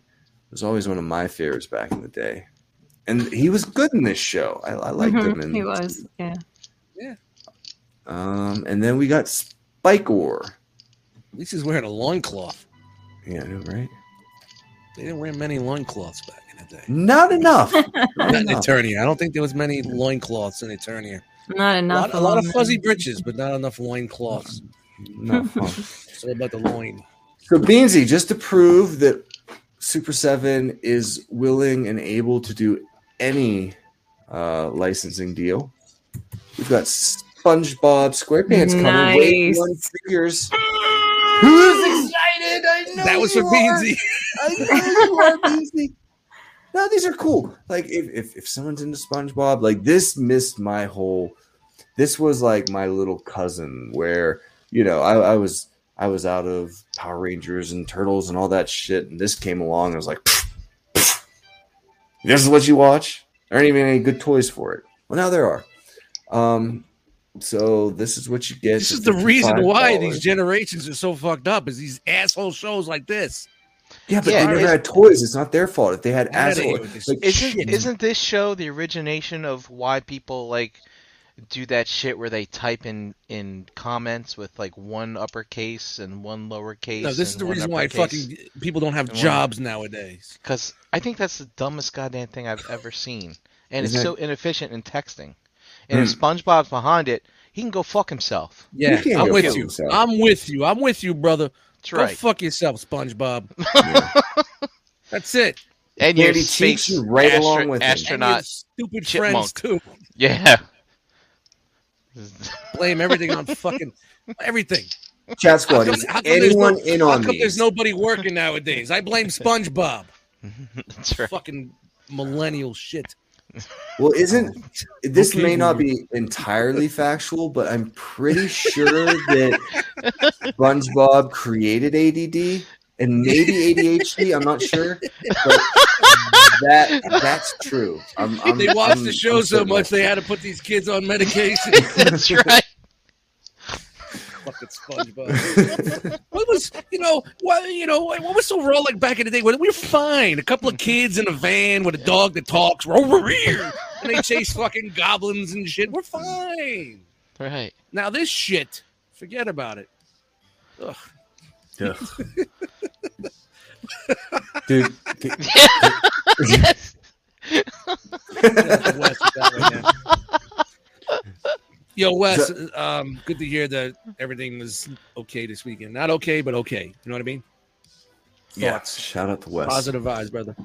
[SPEAKER 2] was always one of my favorites back in the day, and he was good in this show. I, I liked him.
[SPEAKER 3] Mhm,
[SPEAKER 2] And,
[SPEAKER 3] He was. Yeah.
[SPEAKER 2] Um, and then we got Spike War.
[SPEAKER 1] At least he's wearing a loincloth.
[SPEAKER 2] Yeah, I know, right?
[SPEAKER 1] They didn't wear many loincloths back in the day.
[SPEAKER 2] Not enough. Not
[SPEAKER 1] Not in
[SPEAKER 2] enough.
[SPEAKER 1] Eternia. I don't think there was many loincloths in Eternia.
[SPEAKER 3] Not
[SPEAKER 1] A
[SPEAKER 3] enough.
[SPEAKER 1] lot, a lot of
[SPEAKER 3] them.
[SPEAKER 1] fuzzy britches, but not enough loincloths.
[SPEAKER 2] Not fun.
[SPEAKER 1] It's all about the loin.
[SPEAKER 2] So Beansy, just to prove that Super Seven is willing and able to do any uh, licensing deal, we've got SpongeBob SquarePants coming. Wave
[SPEAKER 3] Nice.
[SPEAKER 2] one figures. Who's excited? I know
[SPEAKER 1] That was for
[SPEAKER 2] you are.
[SPEAKER 1] Beansy.
[SPEAKER 2] I know you are, Beansy. No, these are cool. Like if, if if someone's into SpongeBob, like this missed my whole. This was like my little cousin, where you know I, I was I was out of Power Rangers and Turtles and all that shit, and this came along. And I was like, this is what you watch. There ain't even any good toys for it. Well, now there are. Um, so this is what you get.
[SPEAKER 1] This
[SPEAKER 2] for
[SPEAKER 1] is the reason
[SPEAKER 2] $55.
[SPEAKER 1] why these generations are so fucked up. Is these asshole shows like this?
[SPEAKER 2] Yeah, but
[SPEAKER 4] Yeah,
[SPEAKER 2] they never
[SPEAKER 4] it's-
[SPEAKER 2] had toys. It's not their fault if they had
[SPEAKER 1] Outta here
[SPEAKER 2] assholes.
[SPEAKER 1] with this
[SPEAKER 2] Like,
[SPEAKER 1] Mm-hmm.
[SPEAKER 4] Isn't isn't this show the origination of why people like do that shit where they type in in comments with like one uppercase and one lowercase?
[SPEAKER 1] No, this is
[SPEAKER 4] and
[SPEAKER 1] the
[SPEAKER 4] one
[SPEAKER 1] reason why
[SPEAKER 4] uppercase?
[SPEAKER 1] fucking people don't have
[SPEAKER 4] And one-
[SPEAKER 1] jobs nowadays.
[SPEAKER 4] Because I think that's the dumbest goddamn thing I've ever seen, and it's
[SPEAKER 2] Isn't it?
[SPEAKER 4] so inefficient in texting. And
[SPEAKER 1] Mm.
[SPEAKER 4] if SpongeBob's behind it, he can go fuck himself.
[SPEAKER 1] Yeah,
[SPEAKER 2] can't
[SPEAKER 1] I'm
[SPEAKER 2] go
[SPEAKER 1] with
[SPEAKER 2] kill
[SPEAKER 1] you.
[SPEAKER 2] yourself.
[SPEAKER 1] I'm with you. I'm with you, brother.
[SPEAKER 4] That's
[SPEAKER 1] Go
[SPEAKER 4] right.
[SPEAKER 1] fuck yourself, SpongeBob.
[SPEAKER 2] Yeah.
[SPEAKER 1] That's it.
[SPEAKER 4] and your
[SPEAKER 2] Andy cheeks
[SPEAKER 4] space
[SPEAKER 2] you right
[SPEAKER 4] astro-
[SPEAKER 2] along with him.
[SPEAKER 1] And
[SPEAKER 4] astronaut.
[SPEAKER 1] your stupid friends
[SPEAKER 4] chipmunk.
[SPEAKER 1] too.
[SPEAKER 4] Yeah.
[SPEAKER 1] Blame everything on fucking everything.
[SPEAKER 2] Chat squad,
[SPEAKER 1] How come-
[SPEAKER 2] is
[SPEAKER 1] how come there's
[SPEAKER 2] anyone
[SPEAKER 1] no-
[SPEAKER 2] in
[SPEAKER 1] How
[SPEAKER 2] on
[SPEAKER 1] come
[SPEAKER 2] these?
[SPEAKER 1] there's nobody working nowadays? I blame SpongeBob.
[SPEAKER 4] That's right.
[SPEAKER 1] Fucking millennial shit.
[SPEAKER 2] Well, isn't this
[SPEAKER 1] Okay,
[SPEAKER 2] may not be entirely factual, but I'm pretty sure that SpongeBob created ADD and maybe ADHD. I'm not sure, but that that's true. I'm, I'm,
[SPEAKER 1] They watched
[SPEAKER 2] I'm-
[SPEAKER 1] the
[SPEAKER 2] I'm
[SPEAKER 1] show so
[SPEAKER 2] certain
[SPEAKER 1] much
[SPEAKER 2] of it.
[SPEAKER 1] they had to put these kids on medication.
[SPEAKER 4] That's right.
[SPEAKER 1] fucking SpongeBob. what was you know what you know what what was so raw like back in the day when we were fine? A couple
[SPEAKER 4] Mm-hmm.
[SPEAKER 1] of kids in a van with a dog that talks "Roar, roar, roar," and they chase fucking goblins and shit. We're
[SPEAKER 4] Mm-hmm.
[SPEAKER 1] fine.
[SPEAKER 4] Right.
[SPEAKER 1] Now this shit, forget about it. Ugh.
[SPEAKER 2] Dude,
[SPEAKER 4] yes.
[SPEAKER 1] Wes, that right now. Yo, Wes, um, good to hear that everything was okay this weekend. Not okay, but okay. You know what I mean?
[SPEAKER 2] yeah,
[SPEAKER 1] Thoughts?
[SPEAKER 2] shout out to Wes.
[SPEAKER 1] Positive vibes, brother.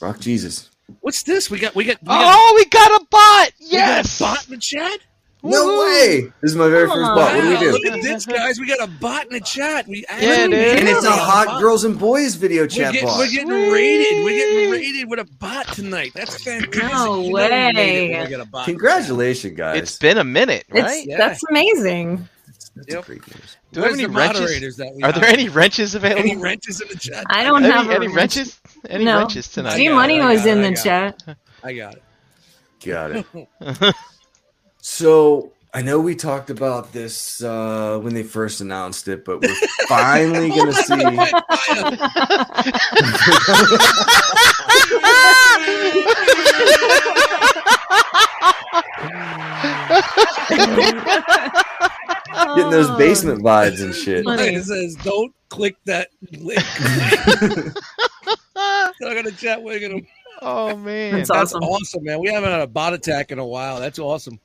[SPEAKER 2] Rock Jesus.
[SPEAKER 1] What's this? We got we got we got,
[SPEAKER 4] Oh, we got a bot.
[SPEAKER 1] we got
[SPEAKER 4] Yes.
[SPEAKER 1] a bot in the chat.
[SPEAKER 2] No way! This is my very first
[SPEAKER 3] Aw.
[SPEAKER 2] bot. What do
[SPEAKER 1] Wow,
[SPEAKER 2] we do?
[SPEAKER 1] Look at this, guys. We got a bot in the chat. We
[SPEAKER 4] Yeah, dude.
[SPEAKER 2] And it's a
[SPEAKER 1] Yeah.
[SPEAKER 2] hot girls and boys video
[SPEAKER 1] We're
[SPEAKER 2] chat
[SPEAKER 1] getting,
[SPEAKER 2] bot.
[SPEAKER 1] we're getting rated. We're getting rated with a bot tonight. That's fantastic.
[SPEAKER 3] No
[SPEAKER 1] You know we made it
[SPEAKER 3] way.
[SPEAKER 1] when we got a bot.
[SPEAKER 2] Congratulations,
[SPEAKER 4] It's
[SPEAKER 2] guys.
[SPEAKER 4] been a minute, right?
[SPEAKER 3] It's
[SPEAKER 1] Yeah.
[SPEAKER 3] that's amazing.
[SPEAKER 2] That's
[SPEAKER 1] Yep.
[SPEAKER 2] great news.
[SPEAKER 4] Do we have
[SPEAKER 1] Where's
[SPEAKER 4] any
[SPEAKER 1] the
[SPEAKER 4] wrenches?
[SPEAKER 1] moderators that we
[SPEAKER 4] Are
[SPEAKER 1] have?
[SPEAKER 4] there any wrenches available?
[SPEAKER 1] any wrenches in the chat?
[SPEAKER 3] I don't
[SPEAKER 4] Any,
[SPEAKER 3] have a
[SPEAKER 4] any
[SPEAKER 3] wrench.
[SPEAKER 4] wrenches? Any
[SPEAKER 3] No.
[SPEAKER 4] wrenches tonight?
[SPEAKER 1] I
[SPEAKER 3] G
[SPEAKER 1] got it,
[SPEAKER 3] Money
[SPEAKER 1] I
[SPEAKER 3] was
[SPEAKER 1] got it,
[SPEAKER 3] in
[SPEAKER 1] I
[SPEAKER 3] the
[SPEAKER 1] got it.
[SPEAKER 3] chat.
[SPEAKER 1] I got it.
[SPEAKER 2] Got it. So I know we talked about this uh, when they first announced it, but we're finally gonna see.
[SPEAKER 1] uh,
[SPEAKER 2] Getting those
[SPEAKER 3] Oh.
[SPEAKER 2] basement vibes and shit.
[SPEAKER 3] Funny.
[SPEAKER 1] It says, "Don't click that link." They're gonna chat. We're gonna.
[SPEAKER 4] oh man.
[SPEAKER 3] That's awesome.
[SPEAKER 1] Awesome, man. We haven't had a bot attack in a while. That's awesome.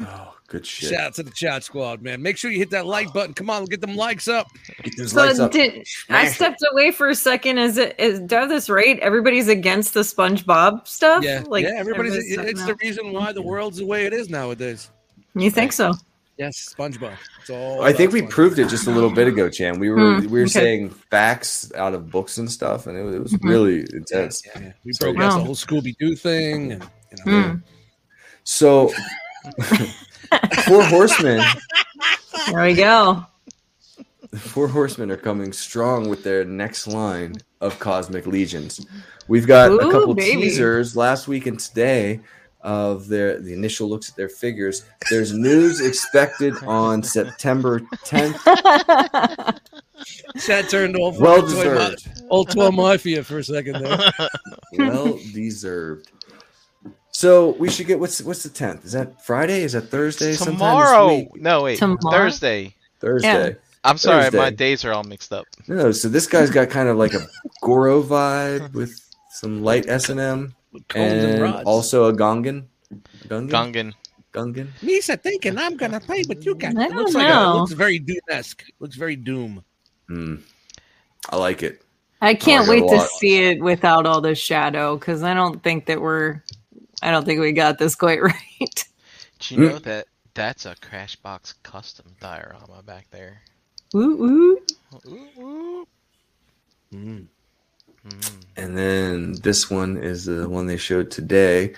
[SPEAKER 2] Oh, good shit.
[SPEAKER 1] Shout out to the chat squad, man. Make sure you hit that like button. Come on, get them likes up.
[SPEAKER 2] Get those lights
[SPEAKER 3] So
[SPEAKER 2] up.
[SPEAKER 3] did, I
[SPEAKER 2] Smash it.
[SPEAKER 3] stepped away for a second. Is it is at this rate? Everybody's against the SpongeBob stuff.
[SPEAKER 1] Yeah, yeah. Everybody's.
[SPEAKER 3] talking
[SPEAKER 1] it's the
[SPEAKER 3] about-
[SPEAKER 1] reason why the world's the way it is nowadays.
[SPEAKER 3] you think so?
[SPEAKER 1] Yes, SpongeBob. It's all
[SPEAKER 2] I think
[SPEAKER 1] about
[SPEAKER 2] we
[SPEAKER 1] SpongeBob.
[SPEAKER 2] proved it just a little bit ago, Chan. We were
[SPEAKER 3] Hmm,
[SPEAKER 2] we were
[SPEAKER 3] okay.
[SPEAKER 2] saying facts out of books and stuff, and it was, it was
[SPEAKER 3] Mhm.
[SPEAKER 2] really intense.
[SPEAKER 1] Yeah, yeah. We
[SPEAKER 2] So, Mm.
[SPEAKER 1] broke out the
[SPEAKER 3] yeah.
[SPEAKER 1] whole Scooby Doo thing. And, you know,
[SPEAKER 3] Hmm.
[SPEAKER 2] So, Four Horsemen,
[SPEAKER 3] There we go.
[SPEAKER 2] the Four Horsemen are coming strong with their next line of Cosmic Legions. We've got a
[SPEAKER 3] Ooh,
[SPEAKER 2] couple
[SPEAKER 3] baby.
[SPEAKER 2] teasers last week and today of their the initial looks at their figures. There's news expected on September 10th.
[SPEAKER 1] Chat turned off.
[SPEAKER 2] Well
[SPEAKER 1] Old Toy Ma-
[SPEAKER 2] deserved.
[SPEAKER 1] Old Toy Mafia for a second there.
[SPEAKER 2] Well deserved. So we should get what's what's the 10th? Is that Friday? Is that Thursday? Sometime this
[SPEAKER 4] Tomorrow.
[SPEAKER 2] week?
[SPEAKER 4] No, wait.
[SPEAKER 3] Tomorrow?
[SPEAKER 4] Thursday.
[SPEAKER 2] Thursday.
[SPEAKER 4] I'm sorry, my
[SPEAKER 2] Thursday.
[SPEAKER 4] days are all mixed up.
[SPEAKER 2] No, so this guy's got kind of like a Goro vibe with some light S and M.
[SPEAKER 1] Combs and
[SPEAKER 2] and
[SPEAKER 1] rods.
[SPEAKER 2] also a Gongan. Gungan?
[SPEAKER 4] Gungan.
[SPEAKER 2] Gungan?
[SPEAKER 1] Lisa thinking I'm gonna play with you guys.
[SPEAKER 3] I
[SPEAKER 1] It looks
[SPEAKER 3] don't
[SPEAKER 1] like a,
[SPEAKER 3] know.
[SPEAKER 1] looks very Doom esque. Looks very Doom.
[SPEAKER 2] Hmm. I like it.
[SPEAKER 3] I
[SPEAKER 2] I
[SPEAKER 3] can't
[SPEAKER 2] got a
[SPEAKER 3] wait to
[SPEAKER 2] lot.
[SPEAKER 3] see it without all the shadow because I don't think that we're. I don't think we got this quite right.
[SPEAKER 4] Do you
[SPEAKER 2] Mm.
[SPEAKER 4] know that that's a Crashbox custom diorama back there?
[SPEAKER 3] Ooh, ooh.
[SPEAKER 4] Ooh, ooh.
[SPEAKER 1] Mm.
[SPEAKER 4] Mm.
[SPEAKER 2] And then this one is the one they showed today,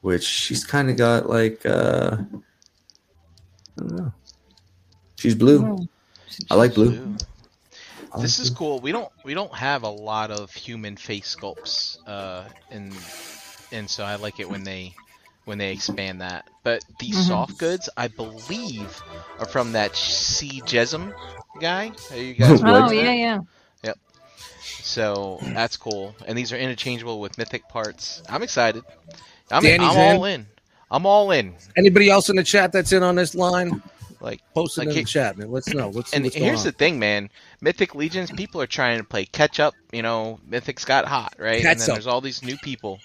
[SPEAKER 2] which she's kind of got like uh I don't know. She's blue.
[SPEAKER 3] Oh,
[SPEAKER 2] I like blue. I like
[SPEAKER 4] This is
[SPEAKER 2] blue.
[SPEAKER 4] cool. We don't we don't have a lot of human face sculpts, uh, and and so I like it when they when they expand that. But these
[SPEAKER 3] Mhm.
[SPEAKER 4] soft goods, I believe, are from that C Jesm guy. Are you guys? familiar
[SPEAKER 3] Oh
[SPEAKER 4] with
[SPEAKER 3] yeah,
[SPEAKER 4] that?
[SPEAKER 3] yeah.
[SPEAKER 4] So that's cool. And these are interchangeable with mythic parts. I'm excited. I'm, I'm
[SPEAKER 1] Danny's
[SPEAKER 4] all in. I'm all in.
[SPEAKER 1] Anybody else in the chat that's in on this line?
[SPEAKER 4] Like
[SPEAKER 1] Post it
[SPEAKER 4] Like
[SPEAKER 1] in
[SPEAKER 4] he-
[SPEAKER 1] the chat, man. Let's know. Let's see
[SPEAKER 4] and
[SPEAKER 1] what's
[SPEAKER 4] here's the
[SPEAKER 1] going
[SPEAKER 4] thing, man. Mythic Legions, people are trying to play catch up. You know, Mythic's got hot, right? and
[SPEAKER 1] Catch
[SPEAKER 4] then
[SPEAKER 1] up.
[SPEAKER 4] there's all these new people.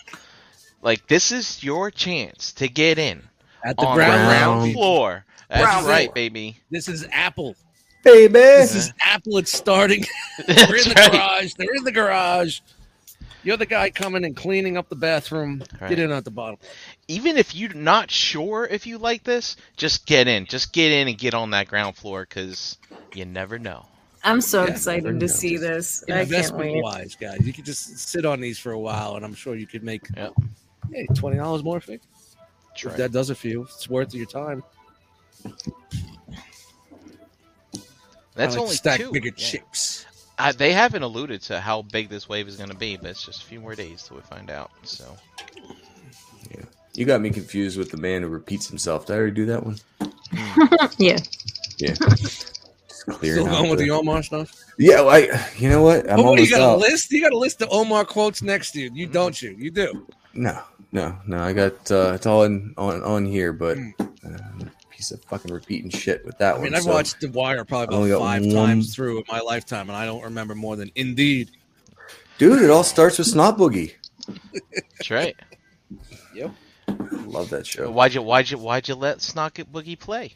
[SPEAKER 4] Like this is your chance to get in
[SPEAKER 1] on. At the
[SPEAKER 4] on
[SPEAKER 1] ground,
[SPEAKER 4] the ground
[SPEAKER 1] round.
[SPEAKER 4] floor. That's
[SPEAKER 1] Ground
[SPEAKER 4] right,
[SPEAKER 1] floor.
[SPEAKER 4] baby.
[SPEAKER 1] This is Apple.
[SPEAKER 2] Hey man.
[SPEAKER 1] This is Apple. It's starting. We're in
[SPEAKER 4] That's
[SPEAKER 1] the
[SPEAKER 4] right.
[SPEAKER 1] garage. They're in the garage. You're the guy coming and cleaning up the bathroom.
[SPEAKER 4] Right.
[SPEAKER 1] Get in at the bottom.
[SPEAKER 4] Even if you're not sure if you like this, just get in. Just get in and get on that ground floor because you never know.
[SPEAKER 3] I'm so
[SPEAKER 1] Yeah,
[SPEAKER 2] there
[SPEAKER 3] excited
[SPEAKER 2] you
[SPEAKER 3] to
[SPEAKER 2] go.
[SPEAKER 3] see this. I can't
[SPEAKER 1] Investment
[SPEAKER 3] wait.
[SPEAKER 1] wise, guys, you could just sit on these for a while, and I'm sure you could make
[SPEAKER 4] Yep.
[SPEAKER 1] hey, twenty dollars more. If it-
[SPEAKER 4] That's
[SPEAKER 1] if
[SPEAKER 4] right.
[SPEAKER 1] that does it for you, it's worth your time.
[SPEAKER 4] That's
[SPEAKER 1] I like to
[SPEAKER 4] only
[SPEAKER 1] stack
[SPEAKER 4] two.
[SPEAKER 1] bigger
[SPEAKER 4] yeah.
[SPEAKER 1] chips.
[SPEAKER 4] I, they haven't alluded to how big this wave is going to be, but it's just a few more days till we find out. So
[SPEAKER 2] You got me confused with the man who repeats himself. Did I already do that one?
[SPEAKER 3] Yeah.
[SPEAKER 2] Just clear
[SPEAKER 1] Still
[SPEAKER 2] out
[SPEAKER 1] going with
[SPEAKER 2] the-
[SPEAKER 1] the Omar stuff.
[SPEAKER 2] Yeah, well, I, you know what? I'm
[SPEAKER 1] Oh, what, you
[SPEAKER 2] almost
[SPEAKER 1] got a
[SPEAKER 2] out.
[SPEAKER 1] list? You got a list of Omar quotes next to you.
[SPEAKER 4] Mm-hmm.
[SPEAKER 1] You don't you? You do.
[SPEAKER 2] No, no, no. I got uh, it's all in on on here, but uh, piece of fucking repeating shit with that
[SPEAKER 1] Hmm. I
[SPEAKER 2] one.
[SPEAKER 1] mean, I've
[SPEAKER 2] so-
[SPEAKER 1] watched The Wire
[SPEAKER 2] I only
[SPEAKER 1] probably
[SPEAKER 2] got
[SPEAKER 1] about five
[SPEAKER 2] one.
[SPEAKER 1] times through in my lifetime, and I don't remember more than "Indeed."
[SPEAKER 2] dude. It all starts with Snot Boogie.
[SPEAKER 4] that's right.
[SPEAKER 2] Love that show.
[SPEAKER 4] Why'd you why'd you why'd you let Snocket Boogie play?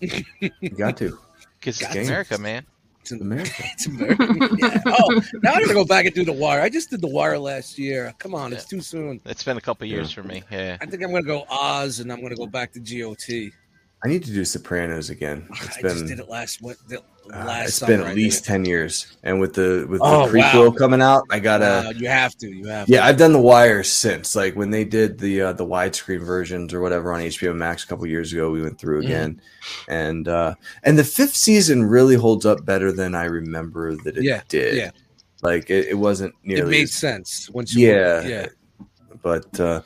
[SPEAKER 2] You got to.
[SPEAKER 4] Because it's
[SPEAKER 2] Game.
[SPEAKER 4] America, man.
[SPEAKER 1] It's in-
[SPEAKER 2] America.
[SPEAKER 1] It's American. yeah. Oh, now I gotta go back and do the wire. I just did the wire last year. Come on, it's too soon.
[SPEAKER 4] It's been a couple years for me. Yeah.
[SPEAKER 1] I think I'm gonna go Oz, and I'm gonna go back to GOT.
[SPEAKER 2] I need to do Sopranos again. It's
[SPEAKER 1] I just
[SPEAKER 2] been
[SPEAKER 1] did it last what the,
[SPEAKER 2] uh,
[SPEAKER 1] last.
[SPEAKER 2] it's
[SPEAKER 1] summer
[SPEAKER 2] been
[SPEAKER 1] I
[SPEAKER 2] at
[SPEAKER 1] did
[SPEAKER 2] least
[SPEAKER 1] it.
[SPEAKER 2] ten years, and with the with the
[SPEAKER 1] Oh,
[SPEAKER 2] prequel
[SPEAKER 1] wow.
[SPEAKER 2] coming out, I gotta.
[SPEAKER 1] Wow, you have to. You have.
[SPEAKER 2] Yeah, I've done The Wire since. Like when they did the uh, the widescreen versions or whatever on HBO Max a couple years ago, we went through
[SPEAKER 4] Mhm.
[SPEAKER 1] Mm-hmm.
[SPEAKER 2] again, and uh, and the fifth season really holds up better than I remember that it
[SPEAKER 1] Yeah,
[SPEAKER 2] did.
[SPEAKER 1] yeah.
[SPEAKER 2] Like it, it wasn't
[SPEAKER 1] to. It
[SPEAKER 2] nearly.
[SPEAKER 1] made
[SPEAKER 2] as-
[SPEAKER 1] sense once. You
[SPEAKER 2] yeah,
[SPEAKER 1] Yeah.
[SPEAKER 2] But uh,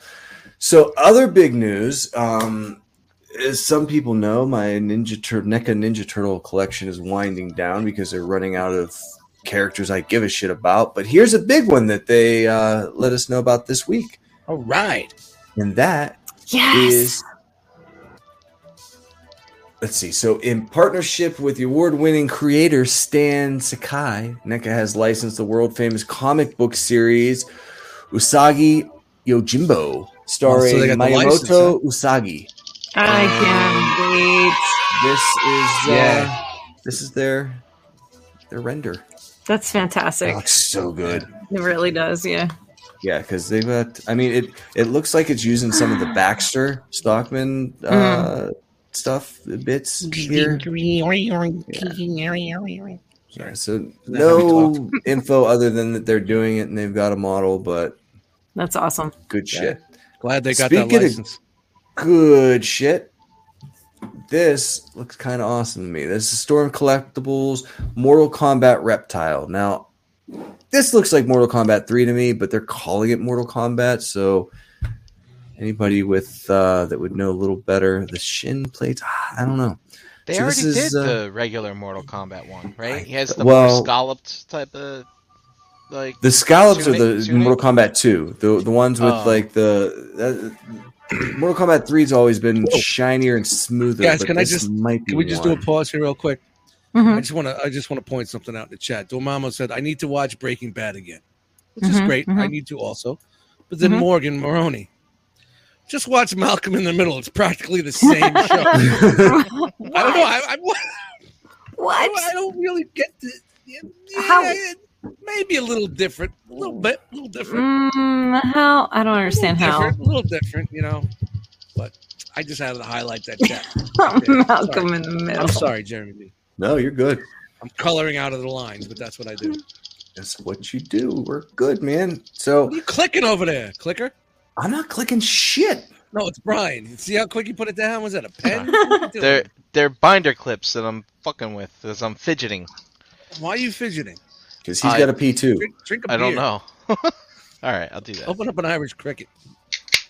[SPEAKER 2] so other big news. Um, as some people know, my Ninja Tur- NECA Ninja Turtle collection is winding down because they're running out of characters I give a shit about. But here's a big one that they uh, let us know about this week.
[SPEAKER 1] All right.
[SPEAKER 2] And that
[SPEAKER 3] Yes.
[SPEAKER 2] is- let's see. So, in partnership with the award winning creator Stan Sakai, NECA has licensed the world famous comic book series Usagi Yojimbo, starring
[SPEAKER 1] Oh, so they got the
[SPEAKER 2] Miyamoto
[SPEAKER 1] license, huh?
[SPEAKER 2] Usagi.
[SPEAKER 3] I can't
[SPEAKER 2] This is uh,
[SPEAKER 1] Yeah.
[SPEAKER 2] this is their their render.
[SPEAKER 3] wait. That's fantastic.
[SPEAKER 2] It looks so good.
[SPEAKER 3] It really does. Yeah.
[SPEAKER 2] Yeah, because they've got. I mean, it it looks like it's using some of the Baxter Stockman uh, stuff bits here. Yeah, so
[SPEAKER 1] that how we
[SPEAKER 2] no info other than that they're doing it and they've got a model, but
[SPEAKER 3] That's awesome.
[SPEAKER 2] good
[SPEAKER 1] Yeah.
[SPEAKER 2] shit.
[SPEAKER 1] Glad they got that
[SPEAKER 2] Speaking of-
[SPEAKER 1] license.
[SPEAKER 2] Good shit. This looks kind of awesome to me. This is Storm Collectibles Mortal Kombat Reptile. Now, this looks like Mortal Kombat 3 to me, but they're calling it Mortal Kombat, so anybody with uh, that would know a little better, the shin plates, ah, I don't know.
[SPEAKER 4] They
[SPEAKER 2] So
[SPEAKER 4] already
[SPEAKER 2] this
[SPEAKER 4] did
[SPEAKER 2] is, uh,
[SPEAKER 4] the regular Mortal Kombat one, right?
[SPEAKER 2] I-
[SPEAKER 4] He has the
[SPEAKER 2] well-
[SPEAKER 4] more scalloped type of like
[SPEAKER 2] The scallops
[SPEAKER 4] Tsunade-
[SPEAKER 2] are the
[SPEAKER 4] Tsunade?
[SPEAKER 2] Mortal Kombat 2. The the ones with
[SPEAKER 4] Oh.
[SPEAKER 2] like the uh, Mortal Kombat 3's always been
[SPEAKER 1] Whoa.
[SPEAKER 2] shinier and smoother.
[SPEAKER 1] Guys,
[SPEAKER 2] but
[SPEAKER 1] can I
[SPEAKER 2] this
[SPEAKER 1] just-
[SPEAKER 2] might be
[SPEAKER 1] Can we just
[SPEAKER 2] one.
[SPEAKER 1] do a pause here real quick? I
[SPEAKER 3] Mhm.
[SPEAKER 1] just want to. I just want to point something out in the chat. Dormammu said, "I need to watch Breaking Bad again," which is
[SPEAKER 3] Mhm,
[SPEAKER 1] great. I
[SPEAKER 3] mhm.
[SPEAKER 1] need to also. But then
[SPEAKER 3] Mhm.
[SPEAKER 1] Morgan Maroney, just watch Malcolm in the Middle. It's practically the same show. I don't know. I, I, I, don't- I
[SPEAKER 3] What?
[SPEAKER 1] don't really get the. Yeah,
[SPEAKER 3] How-
[SPEAKER 1] yeah, maybe a little different, a little bit, a little different.
[SPEAKER 3] Mm, how? I don't understand
[SPEAKER 1] a little
[SPEAKER 3] how.
[SPEAKER 1] different, a little different, you know. But I just had to highlight that chat.
[SPEAKER 3] Malcolm in the middle.
[SPEAKER 1] I'm sorry, Jeremy. B.
[SPEAKER 2] No, you're good.
[SPEAKER 1] I'm coloring out of the lines, but that's what I do.
[SPEAKER 3] Mm-hmm.
[SPEAKER 2] That's what you do. We're good, man. So
[SPEAKER 1] What are you clicking over there, clicker?
[SPEAKER 2] I'm not clicking shit.
[SPEAKER 1] No, it's Brian. See how quick you put it down? Was that a pen?
[SPEAKER 4] they're they're binder clips that I'm fucking with because I'm fidgeting.
[SPEAKER 1] Why are you fidgeting?
[SPEAKER 2] Because he's
[SPEAKER 4] I-
[SPEAKER 2] got a P2.
[SPEAKER 1] Drink, drink a
[SPEAKER 4] I
[SPEAKER 1] beer.
[SPEAKER 4] don't know. All right, I'll do that.
[SPEAKER 1] Open up an Irish cricket.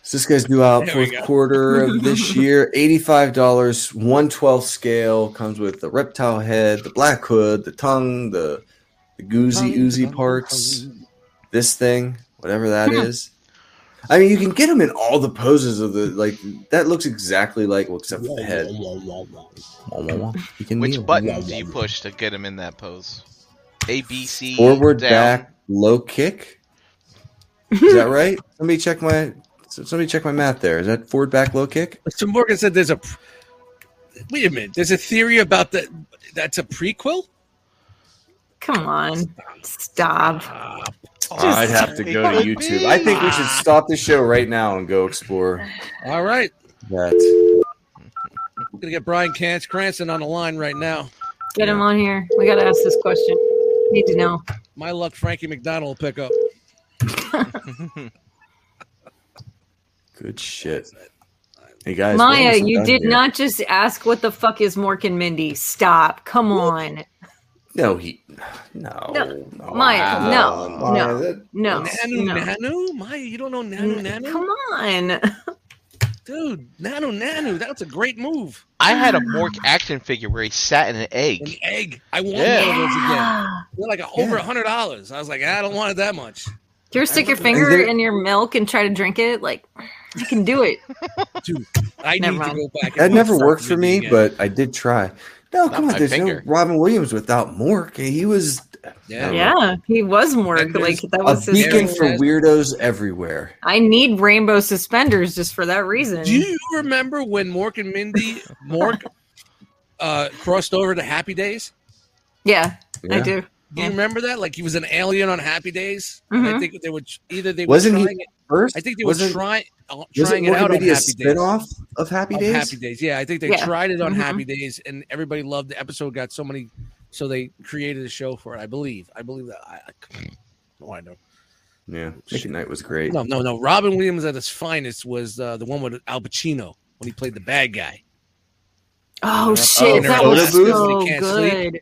[SPEAKER 2] So this guy's due out
[SPEAKER 1] There we
[SPEAKER 2] fourth
[SPEAKER 1] go.
[SPEAKER 2] quarter of this year. Eighty-five dollars, one twelfth scale. Comes with the reptile head, the black hood, the tongue, the the goozy oozy parts. This thing, whatever that
[SPEAKER 1] Hmm.
[SPEAKER 2] is. I mean, you can get them in all the poses of the like. That looks exactly like, well, except for the head. Wah, wah, wah. You can kneel.
[SPEAKER 4] Which button do you push to get him in that pose? A B C
[SPEAKER 2] Forward,
[SPEAKER 4] down.
[SPEAKER 2] back, low kick. Is that right? somebody check my somebody check my math. There is that forward, back, low kick.
[SPEAKER 1] So Morgan said there's a. pr- Wait a minute. There's a theory about that. That's a prequel?
[SPEAKER 3] Come on. Stop.
[SPEAKER 1] Ah,
[SPEAKER 2] I'd have to go to
[SPEAKER 4] It could
[SPEAKER 2] YouTube.
[SPEAKER 4] be.
[SPEAKER 2] I think we should stop the show right now and go explore
[SPEAKER 1] all right.
[SPEAKER 2] that.
[SPEAKER 1] I'm going to get Brian Cance Cranston on the line right now.
[SPEAKER 3] Get him on here. We got to ask this question. Need to know.
[SPEAKER 1] My luck, Frankie McDonald will pick up.
[SPEAKER 2] Good shit. Hey guys, we're
[SPEAKER 3] Maya,
[SPEAKER 2] almost
[SPEAKER 3] you
[SPEAKER 2] done
[SPEAKER 3] did
[SPEAKER 2] here.
[SPEAKER 3] not just ask what the fuck is Mork and Mindy. Stop. Come on.
[SPEAKER 2] No, he. No.
[SPEAKER 3] No,
[SPEAKER 2] no.
[SPEAKER 3] Maya, no,
[SPEAKER 2] Come
[SPEAKER 3] no.
[SPEAKER 2] on.
[SPEAKER 3] that- No.
[SPEAKER 1] Nanu,
[SPEAKER 3] no.
[SPEAKER 1] Nanu, Maya, you don't know Nanu, Nanu,
[SPEAKER 3] Come on.
[SPEAKER 1] dude, Nanu, Nanu. That's a great move.
[SPEAKER 4] I had a Mork action figure where he sat in an
[SPEAKER 1] An
[SPEAKER 4] egg.
[SPEAKER 1] egg. I want
[SPEAKER 4] Yeah.
[SPEAKER 1] one of those again.
[SPEAKER 3] Yeah.
[SPEAKER 1] They're like over a hundred dollars. I was like, I don't want it that much,
[SPEAKER 3] Do you ever stick your
[SPEAKER 1] Is
[SPEAKER 3] finger
[SPEAKER 2] there-
[SPEAKER 3] in your milk and try to drink it? Like, you can do it.
[SPEAKER 1] dude. I
[SPEAKER 3] Never
[SPEAKER 1] need to
[SPEAKER 3] mind.
[SPEAKER 1] go back. and
[SPEAKER 2] That
[SPEAKER 1] watch
[SPEAKER 2] never
[SPEAKER 1] something
[SPEAKER 2] worked for me,
[SPEAKER 1] again.
[SPEAKER 2] but I did try. No, come
[SPEAKER 4] my
[SPEAKER 2] on. There's
[SPEAKER 4] finger.
[SPEAKER 2] no Robin Williams without Mork. He was
[SPEAKER 1] yeah,
[SPEAKER 3] Yeah, he was Mork.
[SPEAKER 1] And there's
[SPEAKER 3] Like, that
[SPEAKER 2] a
[SPEAKER 3] was his.
[SPEAKER 2] beacon
[SPEAKER 1] thing.
[SPEAKER 2] for weirdos everywhere.
[SPEAKER 3] I need rainbow suspenders just for that reason.
[SPEAKER 1] Do you remember when Mork and Mindy Mork uh, crossed over to Happy Days?
[SPEAKER 3] yeah, I
[SPEAKER 2] Yeah.
[SPEAKER 3] do.
[SPEAKER 1] Do you
[SPEAKER 3] Yeah.
[SPEAKER 1] remember that? Like he was an alien on Happy Days. And I
[SPEAKER 3] Mhm.
[SPEAKER 1] think they were either they
[SPEAKER 2] Wasn't
[SPEAKER 1] were
[SPEAKER 2] he-
[SPEAKER 1] trying it,
[SPEAKER 2] First,
[SPEAKER 1] I think they were
[SPEAKER 2] wasn't,
[SPEAKER 1] trying uh,
[SPEAKER 2] wasn't
[SPEAKER 1] trying
[SPEAKER 2] Mork
[SPEAKER 1] it out
[SPEAKER 2] and
[SPEAKER 1] on
[SPEAKER 2] Mindy a
[SPEAKER 1] Happy Days.
[SPEAKER 2] spinoff of Happy
[SPEAKER 1] Of
[SPEAKER 2] Days?
[SPEAKER 1] Happy Days. Yeah, I think they
[SPEAKER 3] Yeah.
[SPEAKER 1] tried it on
[SPEAKER 3] Mhm.
[SPEAKER 1] Happy Days, and everybody loved the episode. Got so many, so they created a show for it. I believe. I believe that. I, I, no, I know.
[SPEAKER 2] Yeah, Mickey Knight was great.
[SPEAKER 1] No, no, no. Robin Williams at his finest was uh, the one with Al Pacino when he played the bad guy.
[SPEAKER 3] Oh
[SPEAKER 1] Oh,
[SPEAKER 3] shit, that
[SPEAKER 2] Photo
[SPEAKER 3] was
[SPEAKER 2] booth?
[SPEAKER 3] so
[SPEAKER 1] You can't
[SPEAKER 3] good.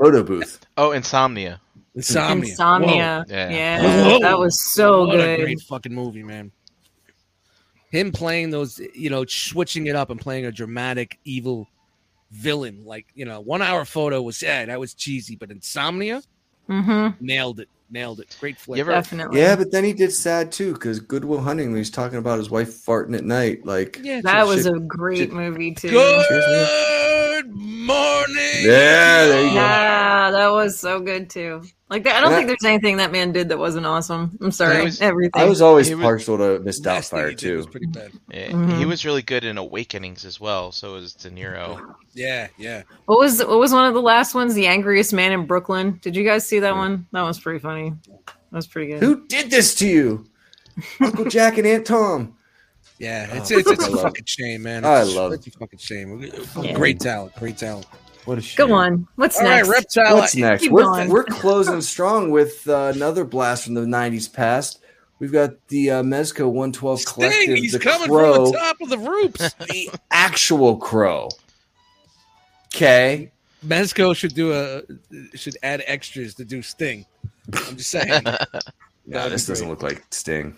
[SPEAKER 2] Photo booth.
[SPEAKER 4] Oh, insomnia.
[SPEAKER 1] Insomnia.
[SPEAKER 3] Insomnia.
[SPEAKER 4] Whoa. Yeah.
[SPEAKER 3] Yeah,
[SPEAKER 1] Whoa.
[SPEAKER 3] that was so
[SPEAKER 1] what a
[SPEAKER 3] good.
[SPEAKER 1] great fucking movie, man. Him playing those, you know, switching it up and playing a dramatic evil villain. Like, you know, one hour photo was yeah, that was cheesy, but Insomnia
[SPEAKER 3] hmm
[SPEAKER 1] nailed it, nailed it. Great flick.
[SPEAKER 4] You ever-
[SPEAKER 3] Definitely.
[SPEAKER 2] Yeah, but then he did sad too because Goodwill Hunting, when he's talking about his wife farting at night, like
[SPEAKER 1] Yeah, it's
[SPEAKER 3] that was
[SPEAKER 2] shit.
[SPEAKER 3] a great movie too.
[SPEAKER 1] Good morning.
[SPEAKER 2] Yeah, there you go.
[SPEAKER 3] Yeah, that was so good too. Like that, I don't
[SPEAKER 2] Yeah.
[SPEAKER 3] think there's anything that man did that wasn't awesome. I'm sorry,
[SPEAKER 4] That was-
[SPEAKER 3] everything.
[SPEAKER 2] I was always
[SPEAKER 4] He was-
[SPEAKER 2] partial to Miss
[SPEAKER 1] Last thing he
[SPEAKER 2] Doubtfire
[SPEAKER 1] did was
[SPEAKER 2] too.
[SPEAKER 1] pretty bad.
[SPEAKER 4] Yeah, Eh, He
[SPEAKER 3] Mhm.
[SPEAKER 4] was really good in Awakenings as well. So was De Niro.
[SPEAKER 1] Yeah, yeah.
[SPEAKER 3] what was what was one of the last ones? The angriest man in Brooklyn. Did you guys see
[SPEAKER 1] Hmm.
[SPEAKER 3] that one? That was pretty funny. That was pretty good.
[SPEAKER 2] Who did this to you, Uncle Jack and Aunt Tom?
[SPEAKER 1] Yeah, it's
[SPEAKER 2] Oh,
[SPEAKER 1] it's, it's
[SPEAKER 2] I
[SPEAKER 1] a
[SPEAKER 2] love
[SPEAKER 1] fucking shame, man.
[SPEAKER 2] I
[SPEAKER 1] It's-
[SPEAKER 2] love
[SPEAKER 1] it's a fucking shame.
[SPEAKER 3] Yeah.
[SPEAKER 1] Great talent, great talent.
[SPEAKER 2] What a shame.
[SPEAKER 3] Go on. What's
[SPEAKER 1] All right,
[SPEAKER 3] next?
[SPEAKER 1] reptile.
[SPEAKER 2] What's next?
[SPEAKER 3] keep
[SPEAKER 2] We're,
[SPEAKER 3] going.
[SPEAKER 2] we're closing strong with uh, another blast from the '90s past. We've got the uh, Mezco 112
[SPEAKER 1] Sting,
[SPEAKER 2] collective,
[SPEAKER 1] he's
[SPEAKER 2] the
[SPEAKER 1] coming
[SPEAKER 2] Crow,
[SPEAKER 1] from the top of the roofs.
[SPEAKER 2] the actual Crow. Okay,
[SPEAKER 1] Mezco should do a should add extras to do Sting. I'm just saying.
[SPEAKER 2] no,
[SPEAKER 1] That'd
[SPEAKER 2] this
[SPEAKER 1] be
[SPEAKER 2] doesn't
[SPEAKER 1] great.
[SPEAKER 2] look like Sting.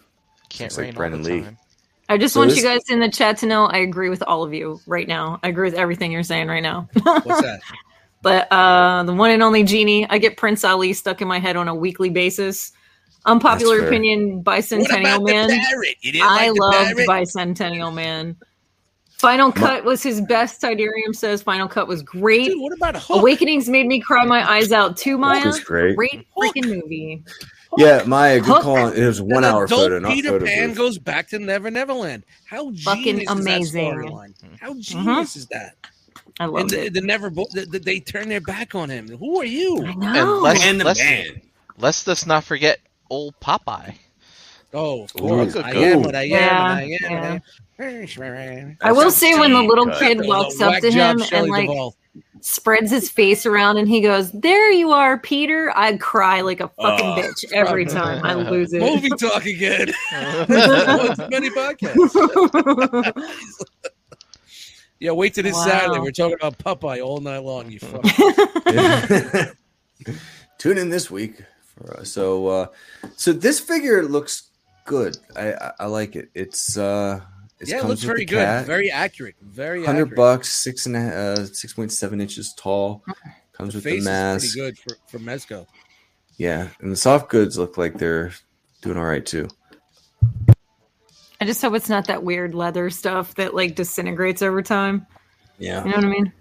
[SPEAKER 4] Can't
[SPEAKER 2] Looks like
[SPEAKER 4] rain
[SPEAKER 2] Brandon
[SPEAKER 4] all the
[SPEAKER 2] Lee.
[SPEAKER 4] time.
[SPEAKER 3] I just
[SPEAKER 2] So
[SPEAKER 3] want
[SPEAKER 2] this-
[SPEAKER 3] you guys in the chat to know I agree with all of you right now. I agree with everything you're saying right now.
[SPEAKER 1] What's that?
[SPEAKER 3] but uh, the one and only genie, I get Prince Ali stuck in my head on a weekly basis. Unpopular
[SPEAKER 2] That's fair.
[SPEAKER 3] opinion, Bicentennial Man.
[SPEAKER 1] parrot? You didn't
[SPEAKER 3] I
[SPEAKER 1] like the
[SPEAKER 3] loved
[SPEAKER 1] parrot?
[SPEAKER 3] Bicentennial Man. Final Cut was his best. Tidarium says Final Cut was great.
[SPEAKER 1] Dude, what about Hook?
[SPEAKER 3] Awakenings made me cry my eyes out too, Maya.
[SPEAKER 2] Walker's great.
[SPEAKER 3] Great freaking movie.
[SPEAKER 2] Yeah, Maya, good
[SPEAKER 3] Hook.
[SPEAKER 2] call. on- It was
[SPEAKER 1] That
[SPEAKER 2] one hour
[SPEAKER 1] adult
[SPEAKER 2] photo, not
[SPEAKER 1] Peter
[SPEAKER 2] photo.
[SPEAKER 1] Pan
[SPEAKER 2] booth.
[SPEAKER 1] goes back to Never Neverland. How
[SPEAKER 3] Fucking
[SPEAKER 1] genius
[SPEAKER 3] amazing. Mm-hmm.
[SPEAKER 1] is that storyline? How genius is that?
[SPEAKER 3] I
[SPEAKER 1] And
[SPEAKER 3] loved
[SPEAKER 1] the,
[SPEAKER 3] it.
[SPEAKER 1] the Never Bo- the, the- they turn their back on him. Who are you?
[SPEAKER 3] I know.
[SPEAKER 4] let's- let's- Let's just not forget old Popeye.
[SPEAKER 1] Oh, of
[SPEAKER 2] Ooh.
[SPEAKER 1] course. I am
[SPEAKER 2] Ooh.
[SPEAKER 1] what I am. and
[SPEAKER 3] Yeah,
[SPEAKER 1] I am.
[SPEAKER 3] yeah.
[SPEAKER 1] and I am.
[SPEAKER 3] I will say when the little kid
[SPEAKER 1] Those
[SPEAKER 3] walks
[SPEAKER 1] are
[SPEAKER 3] up to
[SPEAKER 1] whack job
[SPEAKER 3] him
[SPEAKER 1] Shelley
[SPEAKER 3] and like
[SPEAKER 1] Duvall.
[SPEAKER 3] spreads his face around and he goes, "There you are, Peter." I cry like a fucking
[SPEAKER 2] Oh.
[SPEAKER 3] bitch every time. I lose it.
[SPEAKER 1] movie talk again.
[SPEAKER 4] That's
[SPEAKER 1] Once many podcasts. Yeah, wait till this
[SPEAKER 3] Wow.
[SPEAKER 1] Saturday. We're talking about Popeye all night long. You fuck.
[SPEAKER 2] Tune in this week for us. So, uh, so this figure looks good. I, I, I like it. It's uh, it
[SPEAKER 1] yeah, it
[SPEAKER 2] comes
[SPEAKER 1] looks
[SPEAKER 2] with
[SPEAKER 1] very
[SPEAKER 2] the
[SPEAKER 1] good.
[SPEAKER 2] cat.
[SPEAKER 1] Very accurate. Very
[SPEAKER 2] hundred
[SPEAKER 1] accurate.
[SPEAKER 2] bucks, six and a, uh, six point seven inches tall.
[SPEAKER 3] Mm-hmm.
[SPEAKER 2] Comes
[SPEAKER 1] The
[SPEAKER 2] with the
[SPEAKER 1] face is
[SPEAKER 2] mask.
[SPEAKER 1] pretty good for, for Mezco.
[SPEAKER 2] Yeah, and the soft goods look like they're doing all right too.
[SPEAKER 3] I just hope it's not that weird leather stuff that like disintegrates over time. You
[SPEAKER 2] Yeah,
[SPEAKER 3] know what I mean?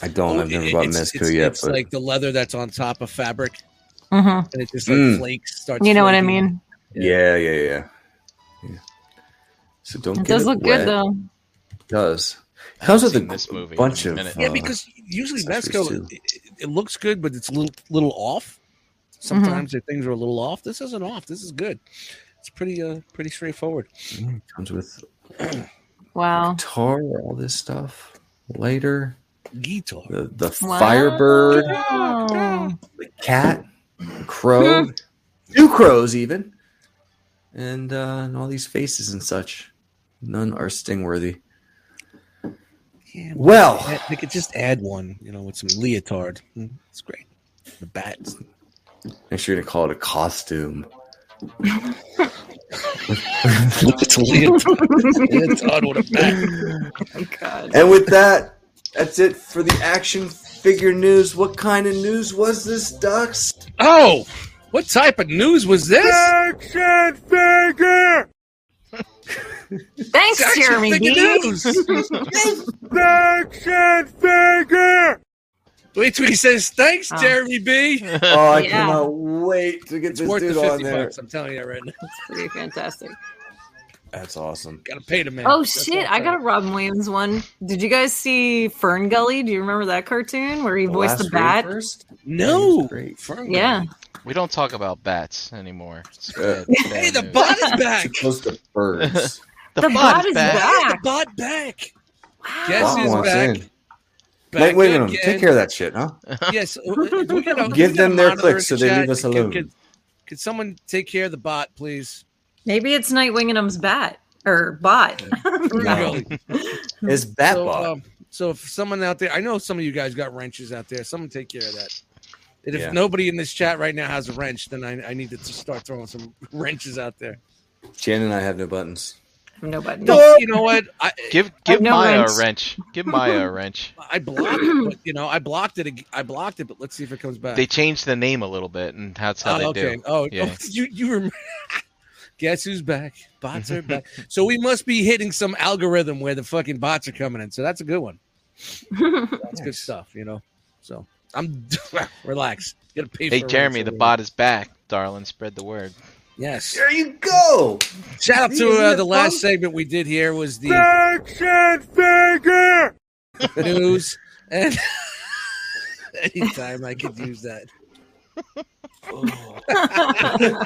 [SPEAKER 2] I don't. Oh, I've never
[SPEAKER 1] It-
[SPEAKER 2] bought
[SPEAKER 1] it's,
[SPEAKER 2] Mezco
[SPEAKER 1] it's-
[SPEAKER 2] yet,
[SPEAKER 1] It's
[SPEAKER 2] but
[SPEAKER 1] like the leather that's on top of fabric,
[SPEAKER 3] Mm-hmm.
[SPEAKER 1] and it just like
[SPEAKER 2] Mm.
[SPEAKER 1] flakes. Starts.
[SPEAKER 3] You know what I
[SPEAKER 1] flaking.
[SPEAKER 3] mean?
[SPEAKER 2] yeah, yeah, yeah, yeah. So don't.
[SPEAKER 3] It
[SPEAKER 2] get
[SPEAKER 3] does look
[SPEAKER 2] wet.
[SPEAKER 3] good though.
[SPEAKER 2] It does. Comes with a
[SPEAKER 4] seen this movie
[SPEAKER 2] bunch
[SPEAKER 4] in a
[SPEAKER 2] of
[SPEAKER 4] minute.
[SPEAKER 1] Yeah,
[SPEAKER 2] uh,
[SPEAKER 1] because usually
[SPEAKER 2] accessories,
[SPEAKER 1] Mezco,
[SPEAKER 2] too.
[SPEAKER 1] it, it looks good, but it's a little little off. Sometimes their things are a little off. This isn't off. This is good. It's pretty uh pretty straightforward.
[SPEAKER 2] comes with
[SPEAKER 3] Wow.
[SPEAKER 2] guitar, all this stuff. Lighter.
[SPEAKER 1] Guitar.
[SPEAKER 2] The, the firebird,
[SPEAKER 3] Wow.
[SPEAKER 2] the cat,
[SPEAKER 3] Hmm.
[SPEAKER 2] crow, two crows even, and, uh, and all these faces and such. None are stingworthy.
[SPEAKER 1] Yeah,
[SPEAKER 2] Well.
[SPEAKER 1] they- they could just add one, you know, with some leotard. Mm, It's great. The bat.
[SPEAKER 2] Make sure you're gonna call it a costume.
[SPEAKER 1] it's a leotard. leotard with a bat.
[SPEAKER 3] Oh, God.
[SPEAKER 2] And with that, that's it for the action figure news. What kind of news was this, Ducks?
[SPEAKER 1] Oh, what type of news was this? Action figure.
[SPEAKER 3] Thanks, Jeremy D.
[SPEAKER 1] news. Action figure. Wait till he says thanks,
[SPEAKER 3] Oh.
[SPEAKER 1] Jeremy B.
[SPEAKER 2] Oh, I
[SPEAKER 3] Yeah.
[SPEAKER 2] cannot wait to get
[SPEAKER 1] It's
[SPEAKER 2] this
[SPEAKER 1] worth the
[SPEAKER 2] dude on
[SPEAKER 1] fifty
[SPEAKER 2] there.
[SPEAKER 1] bucks. I'm telling you that right now.
[SPEAKER 3] That's pretty fantastic.
[SPEAKER 2] That's awesome.
[SPEAKER 1] Gotta pay the man.
[SPEAKER 3] Oh
[SPEAKER 1] That's
[SPEAKER 3] shit!
[SPEAKER 1] all
[SPEAKER 3] I got a
[SPEAKER 1] right.
[SPEAKER 3] Robin Williams one. Did you guys see Fern Gully? Do you remember that cartoon where he voiced the
[SPEAKER 2] last
[SPEAKER 3] bat?
[SPEAKER 2] reel first?
[SPEAKER 1] no.
[SPEAKER 2] Great.
[SPEAKER 1] Fern-
[SPEAKER 3] Yeah.
[SPEAKER 4] We don't talk about bats anymore. It's
[SPEAKER 2] Uh,
[SPEAKER 4] bad- bad
[SPEAKER 1] Hey, the
[SPEAKER 4] news.
[SPEAKER 1] bot is back.
[SPEAKER 2] Close to birds.
[SPEAKER 4] The,
[SPEAKER 3] The
[SPEAKER 4] bot
[SPEAKER 3] bot
[SPEAKER 4] is
[SPEAKER 3] is
[SPEAKER 4] back.
[SPEAKER 3] back.
[SPEAKER 1] Yeah, the bot back. Guess
[SPEAKER 2] Bot
[SPEAKER 1] is
[SPEAKER 2] wants
[SPEAKER 1] back.
[SPEAKER 2] in.
[SPEAKER 1] back
[SPEAKER 2] Wait, wait a minute.
[SPEAKER 1] again.
[SPEAKER 2] Take care of that shit, huh?
[SPEAKER 1] Yes. uh, uh, we gotta-
[SPEAKER 2] Give
[SPEAKER 1] we
[SPEAKER 2] them
[SPEAKER 1] gotta
[SPEAKER 2] their
[SPEAKER 1] monitor
[SPEAKER 2] clicks so
[SPEAKER 1] the
[SPEAKER 2] they
[SPEAKER 1] chat.
[SPEAKER 2] leave us
[SPEAKER 1] Could-
[SPEAKER 2] alone.
[SPEAKER 1] Could, could someone take care of the bot, please?
[SPEAKER 3] Maybe it's Nightwing and Um's bat or bot.
[SPEAKER 2] No. It's bat
[SPEAKER 1] Hmm. So,
[SPEAKER 2] bot.
[SPEAKER 1] um, so if someone out there, I know some of you guys got wrenches out there. Someone take care of that. And if
[SPEAKER 2] Yeah.
[SPEAKER 1] nobody in this chat right now has a wrench, then I, I need to start throwing some wrenches out there.
[SPEAKER 2] Jan and I have no buttons.
[SPEAKER 3] Nobody.
[SPEAKER 1] No, you know what? I,
[SPEAKER 4] Give give
[SPEAKER 3] no
[SPEAKER 4] Maya
[SPEAKER 3] wrench.
[SPEAKER 4] a wrench. Give Maya a wrench.
[SPEAKER 1] I blocked it, but you know, I blocked it. ag- I blocked it, but let's see if it comes back.
[SPEAKER 4] They changed the name a little bit, and that's how
[SPEAKER 1] oh,
[SPEAKER 4] they
[SPEAKER 1] okay.
[SPEAKER 4] do.
[SPEAKER 1] Oh,
[SPEAKER 4] Yeah.
[SPEAKER 1] you you remember? Guess who's back? Bots are back. So we must be hitting some algorithm where the fucking bots are coming in. So that's a good one. That's good stuff, you know. So I'm relax. Gotta pay
[SPEAKER 4] Hey
[SPEAKER 1] for a
[SPEAKER 4] Jeremy,
[SPEAKER 1] wrench
[SPEAKER 4] the
[SPEAKER 1] already.
[SPEAKER 4] bot is back, darling. Spread the word.
[SPEAKER 1] Yes.
[SPEAKER 2] There you go.
[SPEAKER 1] Shout out to
[SPEAKER 2] Isn't
[SPEAKER 1] uh,
[SPEAKER 2] it
[SPEAKER 1] the last
[SPEAKER 2] fun?
[SPEAKER 1] segment we did here was the action figure news. And anytime I could use that. Oh.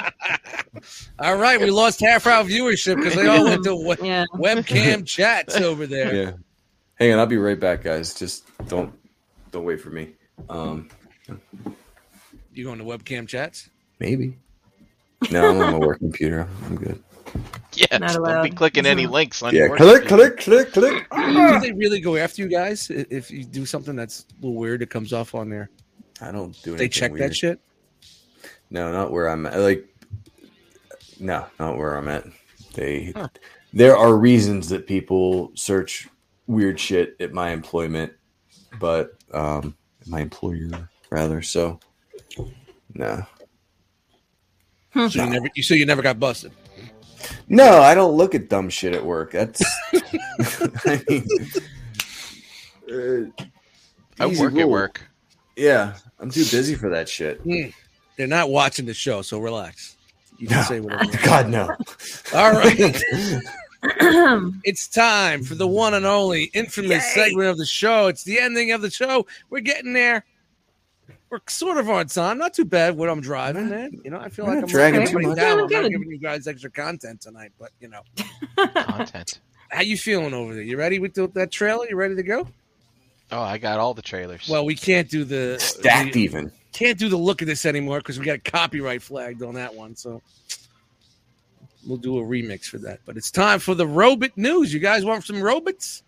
[SPEAKER 1] All right, we lost half our viewership because they all went to we-
[SPEAKER 3] yeah.
[SPEAKER 1] webcam chats over there.
[SPEAKER 2] Yeah. Hang on, I'll be right back, guys. Just don't don't wait for me. Um,
[SPEAKER 1] You going to webcam chats?
[SPEAKER 2] maybe. No, I'm on my work computer. I'm good.
[SPEAKER 4] Yes,
[SPEAKER 3] Not
[SPEAKER 4] don't be
[SPEAKER 3] allowed.
[SPEAKER 4] clicking any links on
[SPEAKER 2] Yeah,
[SPEAKER 4] your
[SPEAKER 2] click,
[SPEAKER 4] computer.
[SPEAKER 2] click, click, click.
[SPEAKER 1] Do they really go after you guys i- if you do something that's a little weird? It comes off on there.
[SPEAKER 2] I don't do anything.
[SPEAKER 1] They check
[SPEAKER 2] weird.
[SPEAKER 1] that shit.
[SPEAKER 2] No, not where I'm at. Like, no, not where I'm at. They, there are reasons that people search weird shit at my employment, but um, my employer rather. So, no,
[SPEAKER 1] So you never, you, so you never got busted.
[SPEAKER 2] no, I don't look at dumb shit at work. That's, I mean, uh,
[SPEAKER 4] I
[SPEAKER 2] easy
[SPEAKER 4] work at
[SPEAKER 2] rule.
[SPEAKER 4] work.
[SPEAKER 2] Yeah, I'm too busy for that shit.
[SPEAKER 1] They're not watching the show, so relax. You can
[SPEAKER 2] No.
[SPEAKER 1] say whatever. you want.
[SPEAKER 2] God no.
[SPEAKER 1] All right. It's time for the one and only infamous segment of the show. It's the ending of the show. We're getting there. We're sort of on time. Not too bad when I'm driving, man. You know, I feel
[SPEAKER 2] We're
[SPEAKER 1] like
[SPEAKER 2] not
[SPEAKER 1] I'm
[SPEAKER 2] dragging
[SPEAKER 1] letting
[SPEAKER 2] too
[SPEAKER 1] everybody
[SPEAKER 2] much.
[SPEAKER 1] down.
[SPEAKER 3] Doing
[SPEAKER 1] I'm not
[SPEAKER 3] good.
[SPEAKER 1] giving you guys extra content tonight, but you know,
[SPEAKER 4] Content.
[SPEAKER 1] how you feeling over there? You ready with the, that trailer? You ready to go?
[SPEAKER 4] Oh, I got all the trailers.
[SPEAKER 1] Well, we can't do the
[SPEAKER 2] Stacked
[SPEAKER 1] the-
[SPEAKER 2] even.
[SPEAKER 1] can't do the look of this anymore because we got a copyright flagged on that one. So we'll do a remix for that. But it's time for the robot news. You guys want some robots?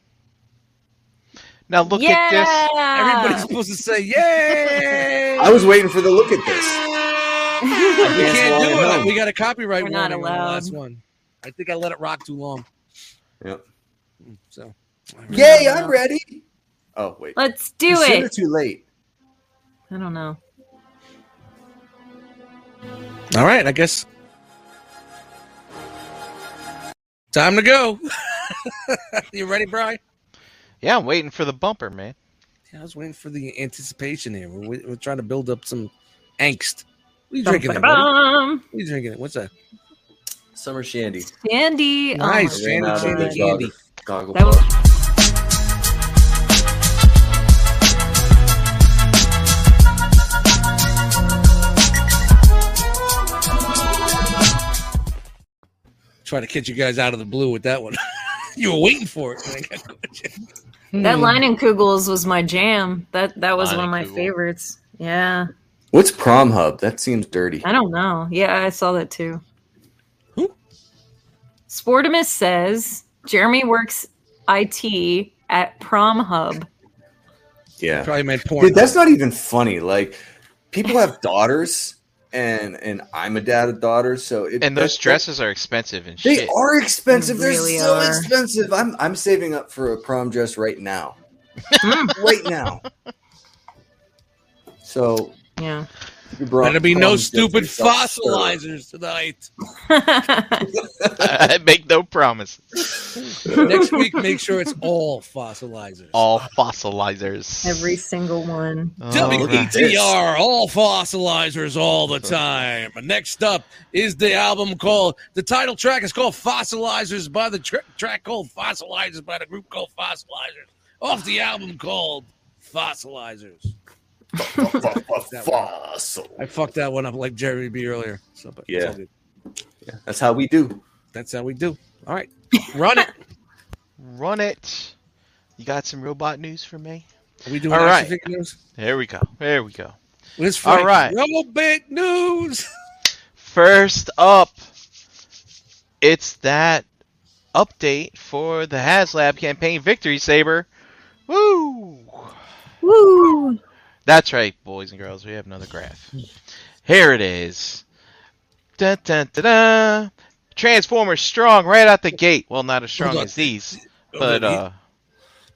[SPEAKER 4] now look at this.
[SPEAKER 3] Ah.
[SPEAKER 1] Everybody's supposed to say, "Yay!"
[SPEAKER 2] I was waiting for the look at this.
[SPEAKER 1] we can't do it.
[SPEAKER 2] Yes,
[SPEAKER 1] We got a copyright
[SPEAKER 3] We're
[SPEAKER 1] warning
[SPEAKER 3] not
[SPEAKER 1] on the
[SPEAKER 3] allowed.
[SPEAKER 1] last one. I think I let it rock too long.
[SPEAKER 2] Yep.
[SPEAKER 1] So,
[SPEAKER 2] Yay, I'm ready. Oh wait.
[SPEAKER 3] Let's do
[SPEAKER 2] Too soon or
[SPEAKER 3] it.
[SPEAKER 2] too late.
[SPEAKER 3] I don't know.
[SPEAKER 1] all right, I guess time to go. you ready, Brian?
[SPEAKER 4] Yeah, I'm waiting for the bumper, man.
[SPEAKER 1] Yeah, I was waiting for the anticipation here. We're, we're trying to build up some angst. What are you drinking? there, buddy? What
[SPEAKER 3] Ba-ba-bum.
[SPEAKER 1] are you drinking? What's that?
[SPEAKER 2] Summer shandy.
[SPEAKER 3] Sandy. Oh
[SPEAKER 1] Nice,
[SPEAKER 3] my
[SPEAKER 1] Sandy,
[SPEAKER 3] God.
[SPEAKER 1] Sandy, Sandy.
[SPEAKER 2] Goggle
[SPEAKER 3] That was-
[SPEAKER 1] Try to catch you guys out of the blue with that one. you were waiting for it. and I got-
[SPEAKER 3] That line in Kugels was my jam. That that was
[SPEAKER 4] Line
[SPEAKER 3] one
[SPEAKER 4] in
[SPEAKER 3] of my
[SPEAKER 4] Kugel.
[SPEAKER 3] favorites. Yeah.
[SPEAKER 2] What's prom hub? That seems dirty.
[SPEAKER 3] I don't know. Yeah, I saw that too.
[SPEAKER 1] Who?
[SPEAKER 3] Sportimus says Jeremy works IT at Prom Hub.
[SPEAKER 2] Yeah.
[SPEAKER 1] Probably meant porn.
[SPEAKER 2] Dude, that's not even funny. Like people have daughters, and and I'm a dad of daughters, so it,
[SPEAKER 4] And those
[SPEAKER 2] that-
[SPEAKER 4] dresses are expensive and
[SPEAKER 2] they
[SPEAKER 4] shit.
[SPEAKER 2] are expensive.
[SPEAKER 3] They
[SPEAKER 2] They are
[SPEAKER 3] really
[SPEAKER 2] so
[SPEAKER 3] are.
[SPEAKER 2] expensive. I'm I'm saving up for a prom dress right now, right now. So
[SPEAKER 3] Yeah.
[SPEAKER 2] you brought
[SPEAKER 1] Better be
[SPEAKER 2] prom
[SPEAKER 1] no
[SPEAKER 2] dress
[SPEAKER 1] stupid
[SPEAKER 2] yourself, sir.
[SPEAKER 1] fossilizers tonight.
[SPEAKER 4] I make no promise.
[SPEAKER 1] Next week, make sure it's all fossilizers.
[SPEAKER 4] All fossilizers.
[SPEAKER 3] Every single one.
[SPEAKER 4] Oh,
[SPEAKER 2] look at this.
[SPEAKER 1] WETR, all fossilizers all the time. Next up is the album called, the title track is called Fossilizers by the tr- track called Fossilizers by the group called Fossilizers. Off the album called Fossilizers.
[SPEAKER 2] Fossil.
[SPEAKER 1] I fucked that one up like Jeremy B earlier. So, but it's
[SPEAKER 2] Yeah.
[SPEAKER 1] all good.
[SPEAKER 2] That's how we do.
[SPEAKER 1] That's how we do. All right. Run it.
[SPEAKER 4] Run it. You got some robot news for me?
[SPEAKER 1] Are we doing
[SPEAKER 4] All
[SPEAKER 1] action
[SPEAKER 4] right.
[SPEAKER 1] figure news?
[SPEAKER 4] There we go. There we go.
[SPEAKER 1] Where's
[SPEAKER 4] All
[SPEAKER 1] Frank?
[SPEAKER 4] right.
[SPEAKER 1] Robobit news.
[SPEAKER 4] First up, it's that update for the HasLab campaign Victory Saber. Woo!
[SPEAKER 3] Woo!
[SPEAKER 4] That's right, boys and girls. We have another graph. Here it is. Dun, dun, dun, dun. Transformers strong right out the gate. Well, not as strong
[SPEAKER 1] Hold on.
[SPEAKER 4] as these, but uh,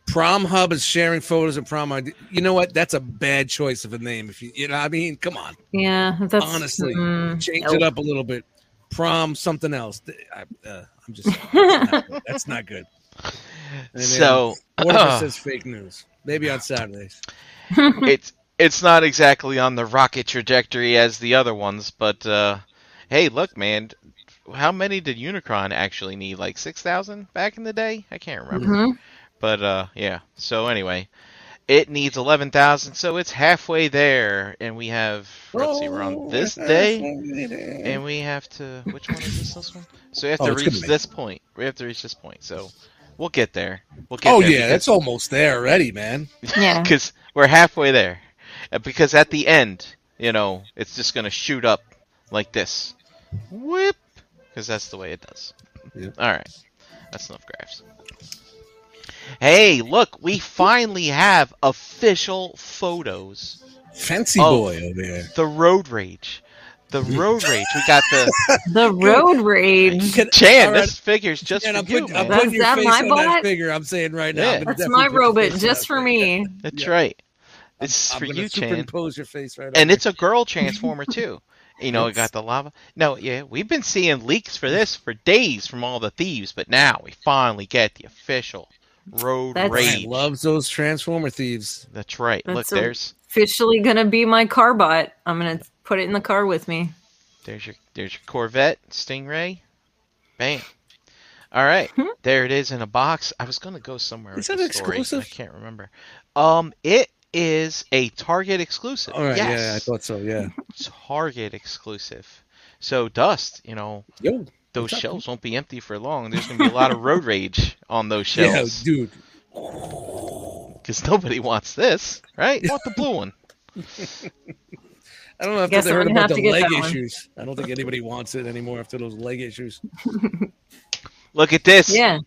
[SPEAKER 1] Prom Hub is sharing photos of prom ID. You know what? That's a bad choice of a name. If you, you know, what I mean, come on,
[SPEAKER 3] Yeah, that's
[SPEAKER 1] honestly,
[SPEAKER 3] mm,
[SPEAKER 1] change
[SPEAKER 3] nope.
[SPEAKER 1] it up a little bit. Prom something else. Th- I, uh, I'm just that's not good. And then
[SPEAKER 4] so
[SPEAKER 1] what if it
[SPEAKER 4] uh,
[SPEAKER 1] says fake news? Maybe on Saturdays.
[SPEAKER 4] it's it's not exactly on the rocket trajectory as the other ones, but uh, hey, look, man, how many did Unicron actually need? Like six thousand back in the day? I can't remember.
[SPEAKER 3] Mhm.
[SPEAKER 1] Mm-hmm.
[SPEAKER 4] But uh, yeah. So anyway, it needs eleven thousand, so it's halfway there, and we have let's see, we're
[SPEAKER 1] Oh,
[SPEAKER 4] on this day, and we have to. Which one is this? This one. So we have
[SPEAKER 1] Oh,
[SPEAKER 4] to
[SPEAKER 1] it's gonna
[SPEAKER 4] reach
[SPEAKER 1] be-
[SPEAKER 4] this point. We have to reach this point. So we'll get there. We'll get
[SPEAKER 1] Oh
[SPEAKER 4] there
[SPEAKER 1] yeah,
[SPEAKER 4] because-
[SPEAKER 1] that's almost there already, man.
[SPEAKER 3] Yeah.
[SPEAKER 4] because we're halfway there. Uh, Because at the end, you know, it's just gonna shoot up like this, whip, because that's the way it does.
[SPEAKER 1] Yep.
[SPEAKER 4] All right, that's enough graphs. Hey, look, we finally have official photos.
[SPEAKER 1] Fancy
[SPEAKER 4] Oh.
[SPEAKER 1] boy over here.
[SPEAKER 4] The road rage, the road rage. We got the
[SPEAKER 3] The road rage.
[SPEAKER 1] Can-
[SPEAKER 4] Chan.
[SPEAKER 1] all right,
[SPEAKER 4] This figure's just
[SPEAKER 1] Chan,
[SPEAKER 4] for
[SPEAKER 1] I'm
[SPEAKER 4] you,
[SPEAKER 1] putting, I'm
[SPEAKER 4] man.
[SPEAKER 1] putting your
[SPEAKER 3] That's-
[SPEAKER 1] face
[SPEAKER 3] that
[SPEAKER 1] on
[SPEAKER 3] my
[SPEAKER 1] that
[SPEAKER 3] bot?
[SPEAKER 1] figure. I'm saying right now.
[SPEAKER 4] Yeah.
[SPEAKER 1] I'm gonna
[SPEAKER 3] That's
[SPEAKER 1] definitely
[SPEAKER 3] my
[SPEAKER 1] put your
[SPEAKER 3] robot
[SPEAKER 1] face on
[SPEAKER 3] just
[SPEAKER 1] that
[SPEAKER 3] for
[SPEAKER 1] thing.
[SPEAKER 3] me.
[SPEAKER 4] That's
[SPEAKER 1] Yeah.
[SPEAKER 4] right. This is
[SPEAKER 1] I'm
[SPEAKER 4] for
[SPEAKER 1] gonna
[SPEAKER 4] you, Chan.
[SPEAKER 1] superimpose your face right.
[SPEAKER 4] and
[SPEAKER 1] over
[SPEAKER 4] it's a girl transformer too. You know, it got the lava. No, yeah, we've been seeing leaks for this for days from all the thieves, but now we finally get the official road
[SPEAKER 3] That's-
[SPEAKER 1] Ryan
[SPEAKER 4] rage.
[SPEAKER 1] loves those Transformer thieves.
[SPEAKER 4] That's right. Look,
[SPEAKER 3] That's a-
[SPEAKER 4] there's
[SPEAKER 3] Officially gonna be my car bot. I'm gonna put it in the car with me.
[SPEAKER 4] there's your there's your Corvette Stingray. Bam. All right,
[SPEAKER 3] Hmm?
[SPEAKER 4] there it is in a box. I was gonna go somewhere.
[SPEAKER 1] Is
[SPEAKER 4] with
[SPEAKER 1] that
[SPEAKER 4] the story,
[SPEAKER 1] exclusive?
[SPEAKER 4] I can't remember. Um, it is a Target exclusive.
[SPEAKER 1] All right,
[SPEAKER 4] yes,
[SPEAKER 1] yeah, I thought so. Yeah,
[SPEAKER 4] Target exclusive. So Dust, you know,
[SPEAKER 1] yo,
[SPEAKER 4] those
[SPEAKER 1] What's up,
[SPEAKER 4] shelves won't be empty for long. There's gonna be a lot of road rage on those
[SPEAKER 1] yeah,
[SPEAKER 4] shelves
[SPEAKER 1] dude.
[SPEAKER 4] because nobody wants this, right? Want the blue one?
[SPEAKER 1] I don't know if
[SPEAKER 3] Guess
[SPEAKER 1] they
[SPEAKER 3] I'm
[SPEAKER 1] heard
[SPEAKER 3] gonna
[SPEAKER 1] about
[SPEAKER 3] have
[SPEAKER 1] the
[SPEAKER 3] to get
[SPEAKER 1] leg
[SPEAKER 3] that one.
[SPEAKER 1] issues. I don't think anybody wants it anymore after those leg issues.
[SPEAKER 4] Look at this.
[SPEAKER 3] Yeah.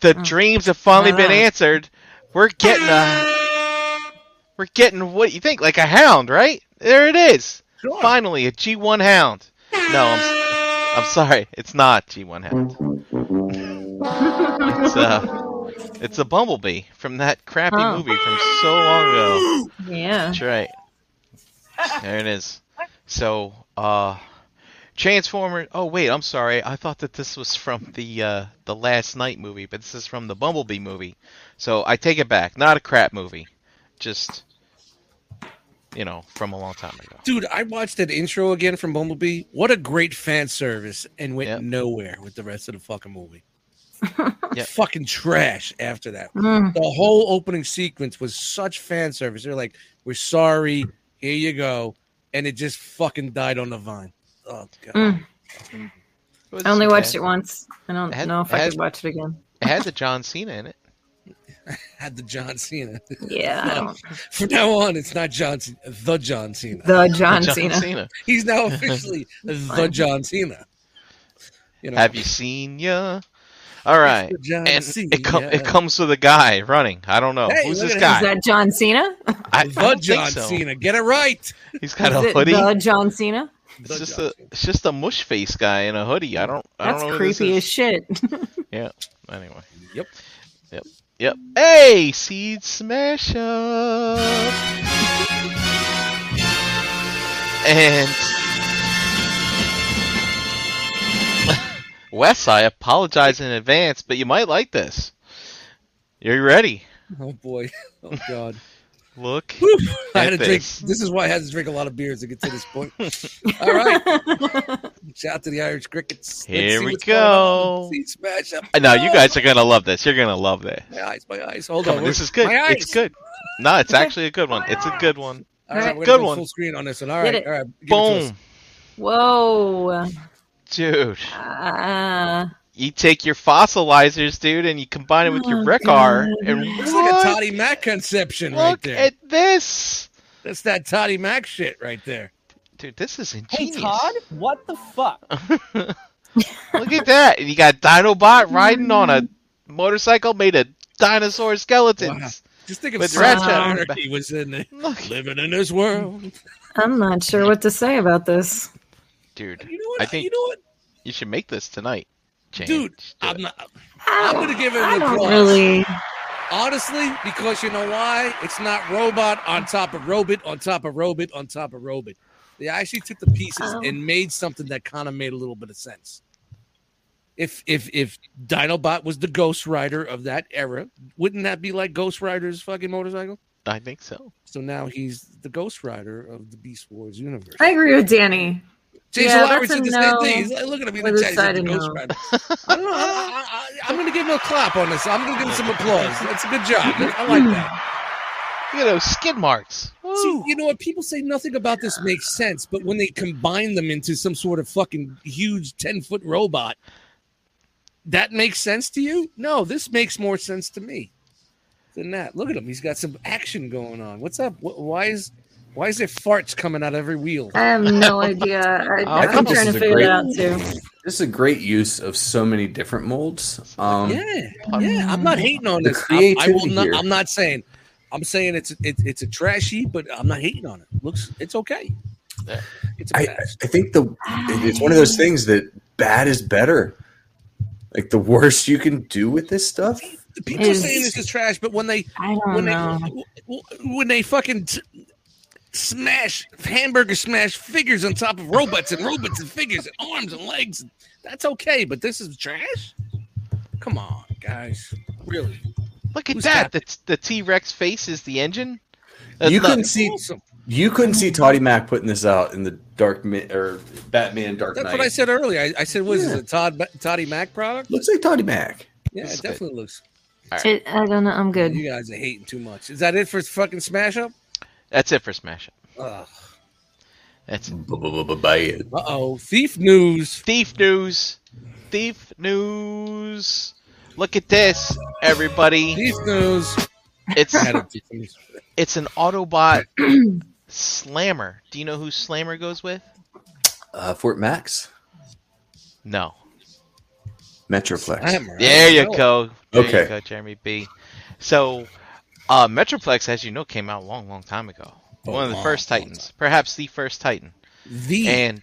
[SPEAKER 4] The
[SPEAKER 3] Oh. Ah.
[SPEAKER 4] dreams have finally
[SPEAKER 3] Wow.
[SPEAKER 4] been answered. We're getting a, we're getting what you think, like a hound, right? There it is. Finally, a G1 hound. No, I'm, s- I'm sorry, it's not G1 hound. it's uh, it's a bumblebee from that crappy
[SPEAKER 3] Oh.
[SPEAKER 4] movie from so long ago.
[SPEAKER 3] Yeah.
[SPEAKER 4] That's right. There it is. So, uh, Transformer. Oh wait, I'm sorry. I thought that this was from the uh, the Last Night movie, but this is from the Bumblebee movie. So I take it back. Not a crap movie. Just you know, from a long time ago.
[SPEAKER 1] Dude, I watched that intro again from Bumblebee. What a great fan service, and went
[SPEAKER 4] Yep.
[SPEAKER 1] nowhere with the rest of the fucking movie.
[SPEAKER 4] Yep.
[SPEAKER 1] Fucking trash after that.
[SPEAKER 3] Mm.
[SPEAKER 1] The whole opening sequence was such fan service. They're like, "We're sorry, here you go," and it just fucking died on the vine. Oh god.
[SPEAKER 3] Mm.
[SPEAKER 4] was
[SPEAKER 3] I only
[SPEAKER 4] okay.
[SPEAKER 3] watched it once. I don't
[SPEAKER 4] It had-
[SPEAKER 3] know if
[SPEAKER 4] it
[SPEAKER 3] I
[SPEAKER 4] had-
[SPEAKER 3] could watch it again.
[SPEAKER 4] It had the John Cena in it.
[SPEAKER 1] had the John Cena.
[SPEAKER 3] Yeah. I don't-
[SPEAKER 1] From now on, it's not John Cena, the John Cena.
[SPEAKER 3] The John, Cena.
[SPEAKER 1] He's now officially the
[SPEAKER 3] Fine.
[SPEAKER 1] John Cena. You know,
[SPEAKER 4] Have you seen ya? All right.
[SPEAKER 1] the John
[SPEAKER 4] And
[SPEAKER 1] Cena.
[SPEAKER 4] it, com- it comes with a guy running. I don't know.
[SPEAKER 1] Hey,
[SPEAKER 4] Who's
[SPEAKER 1] look
[SPEAKER 4] this
[SPEAKER 1] at
[SPEAKER 4] guy?
[SPEAKER 3] Is that John Cena?
[SPEAKER 4] I, I
[SPEAKER 1] the
[SPEAKER 4] don't
[SPEAKER 1] John
[SPEAKER 4] think so.
[SPEAKER 1] Cena. Get it right.
[SPEAKER 4] He's got
[SPEAKER 3] Is
[SPEAKER 4] a
[SPEAKER 3] it
[SPEAKER 4] hoodie.
[SPEAKER 3] The John Cena?
[SPEAKER 1] The
[SPEAKER 4] It's just
[SPEAKER 1] John
[SPEAKER 4] a
[SPEAKER 1] Cena.
[SPEAKER 4] it's just a mush face guy in a hoodie. I don't I
[SPEAKER 3] That's
[SPEAKER 4] don't know who this
[SPEAKER 3] creepy as
[SPEAKER 4] is.
[SPEAKER 3] shit.
[SPEAKER 4] Anyway.
[SPEAKER 1] Yep.
[SPEAKER 4] Yep. Yep. Hey, seed smash up. and Wes, I apologize in advance, but you might like this. You're ready.
[SPEAKER 1] Oh boy. Oh god.
[SPEAKER 4] Look.
[SPEAKER 1] Whew. I had to
[SPEAKER 4] At
[SPEAKER 1] drink.
[SPEAKER 4] this.
[SPEAKER 1] This is why I had to drink a lot of beers to get to this point. All right. Shout out to the Irish Crickets.
[SPEAKER 4] Here we
[SPEAKER 1] what's going on.
[SPEAKER 4] go.
[SPEAKER 1] See, smash up.
[SPEAKER 4] Now you guys are gonna love this. You're gonna love this.
[SPEAKER 1] My eyes, my eyes. Hold
[SPEAKER 4] Come
[SPEAKER 1] on.
[SPEAKER 4] on,
[SPEAKER 1] we're-
[SPEAKER 4] this is good.
[SPEAKER 1] My eyes.
[SPEAKER 4] It's good. No, it's actually a good one. It's a good one.
[SPEAKER 1] All right,
[SPEAKER 3] Alright.
[SPEAKER 1] we're
[SPEAKER 4] Good
[SPEAKER 1] gonna go
[SPEAKER 4] one.
[SPEAKER 1] Full screen on this one. All
[SPEAKER 3] Get
[SPEAKER 1] right,
[SPEAKER 3] it.
[SPEAKER 1] all right. give it to us.
[SPEAKER 4] Boom,
[SPEAKER 3] Whoa.
[SPEAKER 4] dude.
[SPEAKER 3] Uh,
[SPEAKER 4] You take your fossilizers, dude, and you combine it with your
[SPEAKER 3] Oh,
[SPEAKER 4] Rekar,
[SPEAKER 3] God.
[SPEAKER 4] and
[SPEAKER 1] It's like a
[SPEAKER 4] what?
[SPEAKER 1] Toddy Mac conception right
[SPEAKER 4] Look
[SPEAKER 1] there.
[SPEAKER 4] at this,
[SPEAKER 1] That's that Toddy Mac shit right there.
[SPEAKER 4] dude. This is
[SPEAKER 7] Hey,
[SPEAKER 4] ingenious.
[SPEAKER 7] Todd, what the fuck?
[SPEAKER 4] Look at that. And you got Dinobot riding on a motorcycle made of dinosaur skeletons.
[SPEAKER 1] Just think of
[SPEAKER 4] With
[SPEAKER 1] Sons of
[SPEAKER 4] Ratchet.
[SPEAKER 1] Anarchy was in the
[SPEAKER 4] Look,
[SPEAKER 1] living in this world.
[SPEAKER 3] I'm not sure what to say about this.
[SPEAKER 4] dude.
[SPEAKER 1] You know what?
[SPEAKER 4] I think-
[SPEAKER 1] you know what?
[SPEAKER 4] You should make this tonight, Jane.
[SPEAKER 1] Dude,
[SPEAKER 4] Just do
[SPEAKER 1] I'm
[SPEAKER 4] it.
[SPEAKER 1] not.
[SPEAKER 3] I
[SPEAKER 1] I'm
[SPEAKER 3] don't-
[SPEAKER 1] gonna give it
[SPEAKER 3] I
[SPEAKER 1] an
[SPEAKER 3] don't
[SPEAKER 1] applause.
[SPEAKER 3] really.
[SPEAKER 1] Honestly, because you know why? It's not robot on top of robot on top of robot on top of robot. They actually took the pieces
[SPEAKER 3] Oh.
[SPEAKER 1] and made something that kind of made a little bit of sense. If if if Dinobot was the Ghost Rider of that era, wouldn't that be like Ghost Rider's fucking motorcycle?
[SPEAKER 4] I think so.
[SPEAKER 1] So now he's the Ghost Rider of the Beast Wars universe.
[SPEAKER 3] I agree with Danny.
[SPEAKER 1] Jason
[SPEAKER 3] Yeah,
[SPEAKER 1] Lowry
[SPEAKER 3] that's a
[SPEAKER 1] said the
[SPEAKER 3] no.
[SPEAKER 1] same thing. He's like, looking at me in the
[SPEAKER 3] With a
[SPEAKER 1] chat. He's like,
[SPEAKER 3] side
[SPEAKER 1] the
[SPEAKER 3] of
[SPEAKER 1] Ghost
[SPEAKER 3] no.
[SPEAKER 1] Rider. I don't know. I, I, I'm going to give him a clap on this. I'm going to give him some applause. That's a good job. I like that.
[SPEAKER 4] Look at those skin marks.
[SPEAKER 1] See, you know what? People say nothing about this makes sense, but when they combine them into some sort of fucking huge 10 foot robot, that makes sense to you? No, this makes more sense to me than that. Look at him. He's got some action going on. What's up? Wh- Why is why is there farts coming out of every wheel?
[SPEAKER 3] I have no idea. I,
[SPEAKER 4] I
[SPEAKER 3] I'm
[SPEAKER 4] think
[SPEAKER 2] this
[SPEAKER 3] trying to
[SPEAKER 2] is a
[SPEAKER 3] figure
[SPEAKER 2] great-
[SPEAKER 3] it out too.
[SPEAKER 2] This is a great use of so many different molds. Um,
[SPEAKER 1] yeah, yeah. I'm not hating on
[SPEAKER 2] The
[SPEAKER 1] this. I, I will
[SPEAKER 2] creativity
[SPEAKER 1] not.
[SPEAKER 2] here.
[SPEAKER 1] I'm not saying. I'm saying it's it, it's a trashy, but I'm not hating on it. Looks, it's okay.
[SPEAKER 4] Yeah.
[SPEAKER 1] It's a
[SPEAKER 2] I,
[SPEAKER 1] pass.
[SPEAKER 2] I think the it's one of those things that bad is better. Like the worst you can do with this stuff.
[SPEAKER 1] The People are
[SPEAKER 3] Is-
[SPEAKER 1] saying this is trash, but when they
[SPEAKER 3] I
[SPEAKER 1] when
[SPEAKER 3] don't
[SPEAKER 1] they
[SPEAKER 3] know.
[SPEAKER 1] w- w- when they fucking t- smash hamburger smash figures on top of robots and robots and figures and arms and legs, that's okay. But this is trash. Come on, guys. Really?
[SPEAKER 4] Look at
[SPEAKER 1] Who's
[SPEAKER 4] that. The, the T-Rex face is the engine. That's
[SPEAKER 2] you
[SPEAKER 4] not-
[SPEAKER 2] couldn't see
[SPEAKER 1] Awesome.
[SPEAKER 2] you couldn't see Toddy Mac putting this out in the Dark Mi- or Batman Dark
[SPEAKER 1] That's
[SPEAKER 2] Knight.
[SPEAKER 1] what I said earlier. I, I said, "Was
[SPEAKER 2] Yeah.
[SPEAKER 1] this a Todd Ma- Toddy Mac product?"
[SPEAKER 2] Looks like Toddy Mac.
[SPEAKER 1] Yeah,
[SPEAKER 4] It's
[SPEAKER 1] it
[SPEAKER 4] good.
[SPEAKER 1] definitely looks.
[SPEAKER 3] It, I don't know. I'm good.
[SPEAKER 1] You guys are hating too much. Is that it for fucking smash up?
[SPEAKER 4] That's it for Smash Up.
[SPEAKER 1] Uh
[SPEAKER 4] That's it.
[SPEAKER 2] Buy
[SPEAKER 1] oh, thief news.
[SPEAKER 4] Thief news. Thief news. Look at this, everybody.
[SPEAKER 1] Thief news.
[SPEAKER 4] It's
[SPEAKER 1] I had a thief news.
[SPEAKER 4] it's an Autobot Slammer. Do you know who Slammer goes with?
[SPEAKER 2] Uh, Fort Max,
[SPEAKER 4] No.
[SPEAKER 2] Metroplex.
[SPEAKER 1] Slammer.
[SPEAKER 4] There you
[SPEAKER 1] Oh,
[SPEAKER 4] go. There
[SPEAKER 2] Okay.
[SPEAKER 4] you go, Jeremy B. So, uh, Metroplex, as you know, came out a long, long time ago.
[SPEAKER 1] A
[SPEAKER 4] One of the
[SPEAKER 1] long,
[SPEAKER 4] first
[SPEAKER 1] long
[SPEAKER 4] Titans, perhaps the first Titan,
[SPEAKER 1] The
[SPEAKER 4] and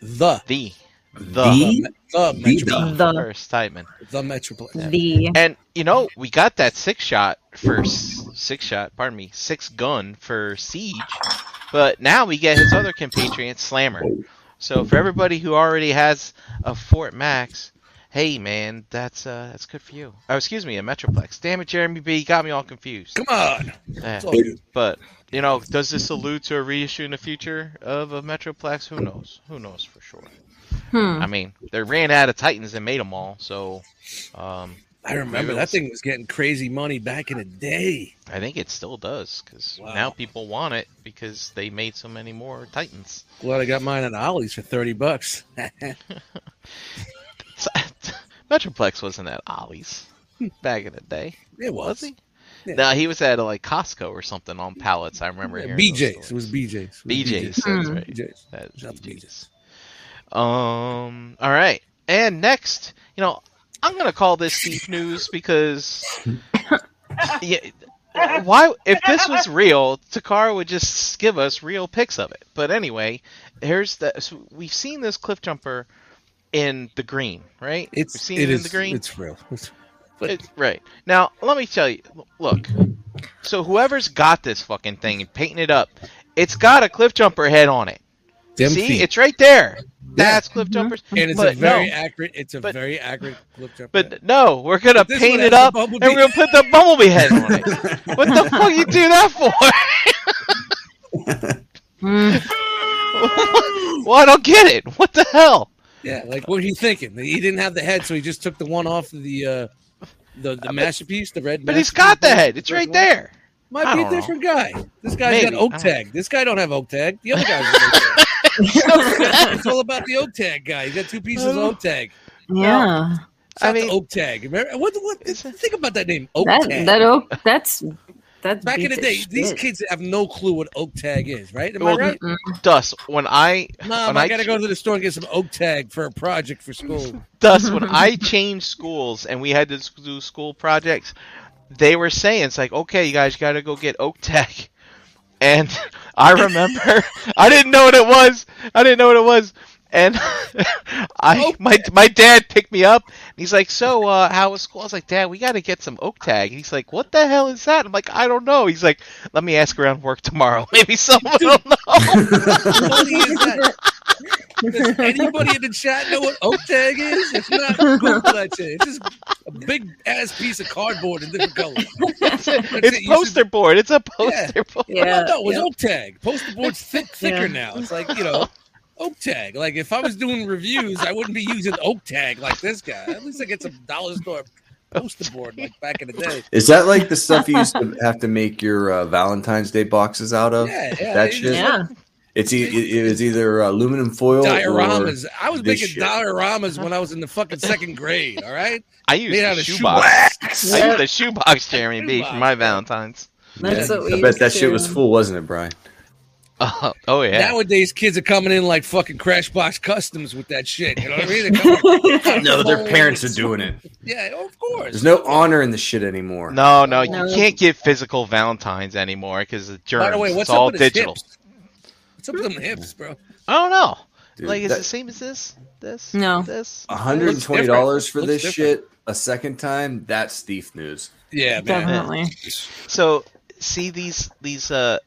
[SPEAKER 1] the
[SPEAKER 4] the
[SPEAKER 1] the the metroplex.
[SPEAKER 3] The
[SPEAKER 4] first Titan.
[SPEAKER 1] The Metroplex.
[SPEAKER 3] the
[SPEAKER 4] And you know, we got that six shot for s- six shot, pardon me, six gun for Siege, but now we get his other compatriot Slammer. So for everybody who already has a Fort Max, hey man, that's uh that's good for you. Oh, excuse me, a Metroplex. Damn it, Jeremy B, you got me all confused.
[SPEAKER 1] Come on.
[SPEAKER 4] Yeah.
[SPEAKER 1] It's all good.
[SPEAKER 4] But you know, does this allude to a reissue in the future of a Metroplex? Who knows? Who knows for sure?
[SPEAKER 3] hmm.
[SPEAKER 4] I mean, they ran out of Titans and made them all, so um,
[SPEAKER 1] I remember that thing was getting crazy money back in the day.
[SPEAKER 4] I think it still does because
[SPEAKER 1] Wow.
[SPEAKER 4] now people want it because they made so many more Titans.
[SPEAKER 1] Glad I got mine at Ollie's for 30 bucks.
[SPEAKER 4] Metroplex wasn't at Ollie's back in the day,
[SPEAKER 1] It
[SPEAKER 4] was
[SPEAKER 1] Hmm. was.
[SPEAKER 4] he? No, he was at like Costco or something on pallets. I remember.
[SPEAKER 1] Yeah,
[SPEAKER 4] hearing those
[SPEAKER 1] BJ's. It
[SPEAKER 4] stories.
[SPEAKER 1] was BJ's. It was
[SPEAKER 4] BJ's. That's
[SPEAKER 1] Hmm.
[SPEAKER 3] Mm.
[SPEAKER 4] right.
[SPEAKER 1] BJ's.
[SPEAKER 4] That's
[SPEAKER 1] Shout out to
[SPEAKER 4] BJ's. Um. All right. And next, you know, I'm gonna call this deep news because, yeah, why? If this was real, Takara would just give us real pics of it. But anyway, here's the. So we've seen this cliff jumper in the green, right?
[SPEAKER 1] It's
[SPEAKER 4] we've seen
[SPEAKER 1] it
[SPEAKER 4] in
[SPEAKER 1] is-
[SPEAKER 4] the green.
[SPEAKER 1] It's real. It's-
[SPEAKER 4] It- right. Now, let me tell you. Look. So whoever's got this fucking thing and painting it up, it's got a cliff jumper head on it.
[SPEAKER 1] Them
[SPEAKER 4] See,
[SPEAKER 1] feet.
[SPEAKER 4] it's right there. That's cliff jumpers.
[SPEAKER 1] and it's a
[SPEAKER 4] but
[SPEAKER 1] very
[SPEAKER 4] no.
[SPEAKER 1] accurate. It's a
[SPEAKER 4] But-
[SPEAKER 1] very accurate clip jump.
[SPEAKER 4] But no, we're gonna
[SPEAKER 1] But this one
[SPEAKER 4] paint it
[SPEAKER 1] has the
[SPEAKER 4] up and
[SPEAKER 1] bumblebee.
[SPEAKER 4] we're gonna put the bumblebee head on it. what the fuck you do that for?
[SPEAKER 3] Mm.
[SPEAKER 4] well, I don't get it. What the hell?
[SPEAKER 1] yeah, like what were you thinking? He didn't have the head, so he just took the one off the uh, the the masterpiece, the red.
[SPEAKER 4] But he's
[SPEAKER 1] masterpiece.
[SPEAKER 4] got the head. It's right there. I
[SPEAKER 1] Might be a
[SPEAKER 4] don't know.
[SPEAKER 1] different guy. This guy's
[SPEAKER 4] Maybe.
[SPEAKER 1] got oak
[SPEAKER 4] I don't
[SPEAKER 1] tag. This guy don't have oak tag. The other guy's got oak tag. it's all about the oak tag guy. He got two pieces of oak tag.
[SPEAKER 3] yeah,
[SPEAKER 1] Shout
[SPEAKER 4] I
[SPEAKER 1] out to
[SPEAKER 4] mean-
[SPEAKER 1] oak tag. Remember- What what? Think about that name, oak
[SPEAKER 3] that
[SPEAKER 1] tag.
[SPEAKER 3] that oak that's that's
[SPEAKER 1] Back in
[SPEAKER 3] beat
[SPEAKER 1] the day, these
[SPEAKER 3] shit.
[SPEAKER 1] kids have no clue what oak tag is, right? Am I
[SPEAKER 4] Well,
[SPEAKER 1] right?
[SPEAKER 3] Mm-mm.
[SPEAKER 4] Dust. When I
[SPEAKER 1] Mom,
[SPEAKER 4] when
[SPEAKER 1] I,
[SPEAKER 4] I
[SPEAKER 1] gotta go to the store and get some oak tag for a project for school.
[SPEAKER 4] Thus, when I changed schools and we had to s- do school projects, they were saying, it's like, okay, you guys got to go get Oak Tech. And I remember, I didn't know what it was. I didn't know what it was. And I,
[SPEAKER 1] Oak
[SPEAKER 4] my, my dad picked me up. And he's like, so uh, how was school? I was like, Dad, we got to get some Oak Tag. And he's like, what the hell is that? I'm like, I don't know. He's like, let me ask around work tomorrow. Maybe someone will know.
[SPEAKER 1] What funny is that? Does anybody in the chat know what oak tag is? If not, Google that shit. It's just a big ass piece of cardboard in different colors.
[SPEAKER 4] it's
[SPEAKER 1] it. You
[SPEAKER 4] it's
[SPEAKER 1] should-
[SPEAKER 4] poster board. It's a poster board.
[SPEAKER 1] No,
[SPEAKER 3] yeah,
[SPEAKER 1] no, it was
[SPEAKER 3] yeah.
[SPEAKER 1] oak tag. Poster board's thick, thicker
[SPEAKER 3] Yeah.
[SPEAKER 1] now. It's like you know, oak tag. Like if I was doing reviews, I wouldn't be using oak tag like this guy. At least I get some dollar store poster board like back in the day.
[SPEAKER 2] Is that like the stuff you used to have to make your uh, Valentine's Day boxes out of?
[SPEAKER 1] Yeah, yeah.
[SPEAKER 2] That
[SPEAKER 1] it's
[SPEAKER 2] shit?
[SPEAKER 1] just
[SPEAKER 3] yeah.
[SPEAKER 2] It's e- it, it was either uh, aluminum foil or
[SPEAKER 1] Dioramas. I was
[SPEAKER 2] this
[SPEAKER 1] making
[SPEAKER 2] shit.
[SPEAKER 1] dioramas when I was in the fucking second grade. All right,
[SPEAKER 4] I used
[SPEAKER 1] made out
[SPEAKER 4] the
[SPEAKER 1] of
[SPEAKER 4] shoebox.
[SPEAKER 1] shoebox.
[SPEAKER 4] I
[SPEAKER 3] Yeah.
[SPEAKER 4] used a shoebox, Jeremy B, for
[SPEAKER 1] Shoebox.
[SPEAKER 4] my Valentine's.
[SPEAKER 3] That's
[SPEAKER 1] Yeah.
[SPEAKER 3] what we
[SPEAKER 2] I
[SPEAKER 3] used
[SPEAKER 2] bet that
[SPEAKER 3] to.
[SPEAKER 2] shit was full, wasn't it, Brian?
[SPEAKER 4] Oh, oh yeah.
[SPEAKER 1] Nowadays, kids are coming in like fucking Crash Box Customs with that shit. You know what I mean? They're coming-
[SPEAKER 2] No,
[SPEAKER 1] their parents are
[SPEAKER 2] doing it.
[SPEAKER 1] yeah, of course.
[SPEAKER 2] There's no honor in the shit anymore.
[SPEAKER 4] no, no,
[SPEAKER 3] No.
[SPEAKER 4] you can't get physical Valentines anymore because the germs.
[SPEAKER 1] By the way, what's
[SPEAKER 4] it's
[SPEAKER 1] up
[SPEAKER 4] all
[SPEAKER 1] with his
[SPEAKER 4] digital.
[SPEAKER 1] hips? What's up with them hips, bro?
[SPEAKER 4] I don't know.
[SPEAKER 2] Dude,
[SPEAKER 4] like, is
[SPEAKER 2] that-
[SPEAKER 4] it the same as this? This?
[SPEAKER 3] No.
[SPEAKER 4] This?
[SPEAKER 2] $120 for
[SPEAKER 1] Looks
[SPEAKER 2] this
[SPEAKER 1] different.
[SPEAKER 2] shit a second time, that's thief news.
[SPEAKER 1] Yeah, man.
[SPEAKER 3] Definitely.
[SPEAKER 4] So, see these these uh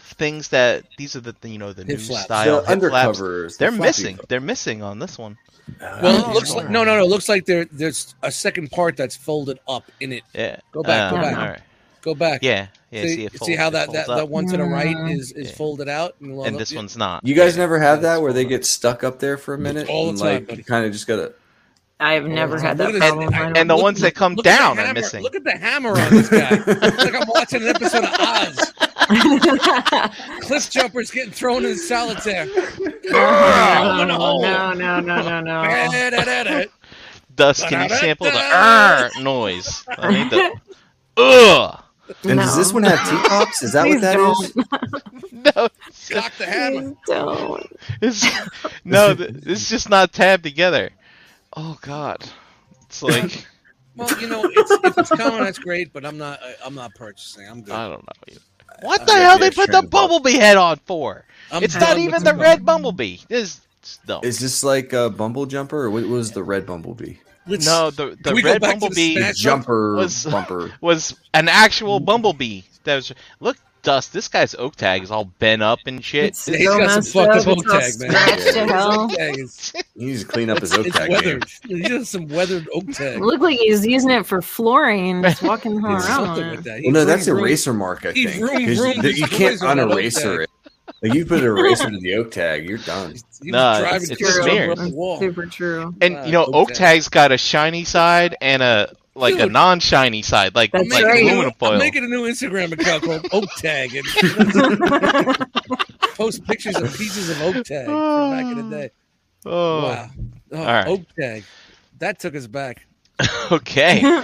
[SPEAKER 4] things that these are the you know the
[SPEAKER 1] Hip
[SPEAKER 4] new
[SPEAKER 1] flaps.
[SPEAKER 4] style
[SPEAKER 2] the
[SPEAKER 4] hip flaps.
[SPEAKER 2] undercovers.
[SPEAKER 4] They're
[SPEAKER 2] the floppy
[SPEAKER 4] missing.
[SPEAKER 2] co-
[SPEAKER 4] They're missing on this one.
[SPEAKER 1] Well,
[SPEAKER 4] Oh.
[SPEAKER 1] it looks like no, no, no. It looks like there there's a second part that's folded up in it.
[SPEAKER 4] Yeah.
[SPEAKER 1] Go back,
[SPEAKER 4] Uh,
[SPEAKER 1] go back,
[SPEAKER 4] all right.
[SPEAKER 1] go back.
[SPEAKER 4] Yeah. Yeah.
[SPEAKER 1] see,
[SPEAKER 4] See, it
[SPEAKER 1] see
[SPEAKER 4] folds-
[SPEAKER 1] how
[SPEAKER 4] it
[SPEAKER 1] that
[SPEAKER 4] folds
[SPEAKER 1] that,
[SPEAKER 4] up,
[SPEAKER 1] that one to the right
[SPEAKER 3] Mm.
[SPEAKER 1] is is
[SPEAKER 4] Yeah.
[SPEAKER 1] folded out and,
[SPEAKER 4] and this one's not.
[SPEAKER 2] You guys
[SPEAKER 4] Yeah.
[SPEAKER 2] never have
[SPEAKER 4] Yeah,
[SPEAKER 2] that
[SPEAKER 4] it's
[SPEAKER 2] where they
[SPEAKER 4] folded.
[SPEAKER 2] get stuck up there for a minute?
[SPEAKER 1] All the
[SPEAKER 2] and,
[SPEAKER 1] time,
[SPEAKER 2] like,
[SPEAKER 1] buddy.
[SPEAKER 2] You kind of just got to.
[SPEAKER 3] I have never had that problem. I don't-
[SPEAKER 4] and the ones that come
[SPEAKER 1] look at the
[SPEAKER 4] down are
[SPEAKER 1] hammer-
[SPEAKER 4] missing.
[SPEAKER 1] Look at the hammer on this guy. It's like I'm watching an episode of Oz. Cliff jumper's getting thrown in solitaire.
[SPEAKER 3] no,
[SPEAKER 4] Oh,
[SPEAKER 1] in the hole.
[SPEAKER 3] no, no, no, no, no.
[SPEAKER 1] That's
[SPEAKER 4] Dust, can you sample the er noise? I need the ugh.
[SPEAKER 2] And does this
[SPEAKER 3] No.
[SPEAKER 2] one have T tops? Is that what
[SPEAKER 3] Please
[SPEAKER 2] that
[SPEAKER 3] don't.
[SPEAKER 2] is?
[SPEAKER 4] No,
[SPEAKER 1] Cock the hammer.
[SPEAKER 3] Please don't.
[SPEAKER 4] it's, no, th- it's just not tabbed together. Oh God, it's like
[SPEAKER 1] Well, you know, it's, if it's coming, that's great. But I'm not. I, I'm not purchasing. I'm
[SPEAKER 4] I
[SPEAKER 1] good.
[SPEAKER 4] don't know. What
[SPEAKER 2] I'm
[SPEAKER 4] the
[SPEAKER 2] gonna
[SPEAKER 4] hell
[SPEAKER 2] be
[SPEAKER 4] they
[SPEAKER 2] a
[SPEAKER 4] put the
[SPEAKER 2] trend bump.
[SPEAKER 4] bumblebee head on for?
[SPEAKER 1] I'm
[SPEAKER 4] It's
[SPEAKER 1] done
[SPEAKER 4] not
[SPEAKER 1] with
[SPEAKER 4] even the red bumblebee. This no,
[SPEAKER 2] Is this like a bumble jumper? Or what was the red bumblebee?
[SPEAKER 1] Let's-
[SPEAKER 4] no. The
[SPEAKER 1] Can
[SPEAKER 4] the
[SPEAKER 1] we go
[SPEAKER 4] red
[SPEAKER 1] back to the
[SPEAKER 4] bumblebee
[SPEAKER 1] Smash
[SPEAKER 2] Jumper
[SPEAKER 4] was-
[SPEAKER 2] bumper.
[SPEAKER 4] was an actual bumblebee. That was look, Dust. This guy's oak tag is all bent up and shit.
[SPEAKER 3] It's
[SPEAKER 1] He's
[SPEAKER 3] so
[SPEAKER 1] got some
[SPEAKER 3] messed
[SPEAKER 1] fucked up
[SPEAKER 3] up. It's
[SPEAKER 1] tag,
[SPEAKER 3] all
[SPEAKER 1] man.
[SPEAKER 3] scratched to hell.
[SPEAKER 1] Tag is-
[SPEAKER 2] He needs to clean up his oak
[SPEAKER 1] It's
[SPEAKER 2] tag game.
[SPEAKER 1] weathered. He's got some weathered oak tag.
[SPEAKER 3] Look like he's using it for flooring and just walking the hell
[SPEAKER 2] It's
[SPEAKER 3] around.
[SPEAKER 1] Something
[SPEAKER 3] with
[SPEAKER 1] with
[SPEAKER 3] it.
[SPEAKER 1] that. He
[SPEAKER 2] Well, no, that's
[SPEAKER 1] vroom, vroom.
[SPEAKER 2] eraser mark, I
[SPEAKER 1] He
[SPEAKER 2] think.
[SPEAKER 1] vroom,
[SPEAKER 2] 'cause
[SPEAKER 1] vroom
[SPEAKER 2] th- you can't
[SPEAKER 1] destroys all that oak
[SPEAKER 2] uneraser
[SPEAKER 1] tag.
[SPEAKER 2] it. Like you put an eraser to the oak tag, you're done.
[SPEAKER 1] He was
[SPEAKER 4] Nah,
[SPEAKER 1] driving
[SPEAKER 4] it's-
[SPEAKER 1] through
[SPEAKER 4] it's
[SPEAKER 1] the
[SPEAKER 4] smeared.
[SPEAKER 1] rubber wall.
[SPEAKER 3] Super true.
[SPEAKER 4] And
[SPEAKER 1] Uh,
[SPEAKER 4] you know,
[SPEAKER 1] oak
[SPEAKER 4] oak
[SPEAKER 1] tag.
[SPEAKER 4] tag's got a shiny side and a like a
[SPEAKER 1] Dude.
[SPEAKER 4] non-shiny side, like
[SPEAKER 3] That's
[SPEAKER 4] like
[SPEAKER 3] right.
[SPEAKER 4] aluminum
[SPEAKER 1] I'm
[SPEAKER 4] foil.
[SPEAKER 1] making a new Instagram account called Oak Tag and post pictures of pieces of Oak Tag from back in the day.
[SPEAKER 4] Oh,
[SPEAKER 1] Wow. Oh,
[SPEAKER 4] All right.
[SPEAKER 1] Oak Tag. That took us back.
[SPEAKER 4] okay.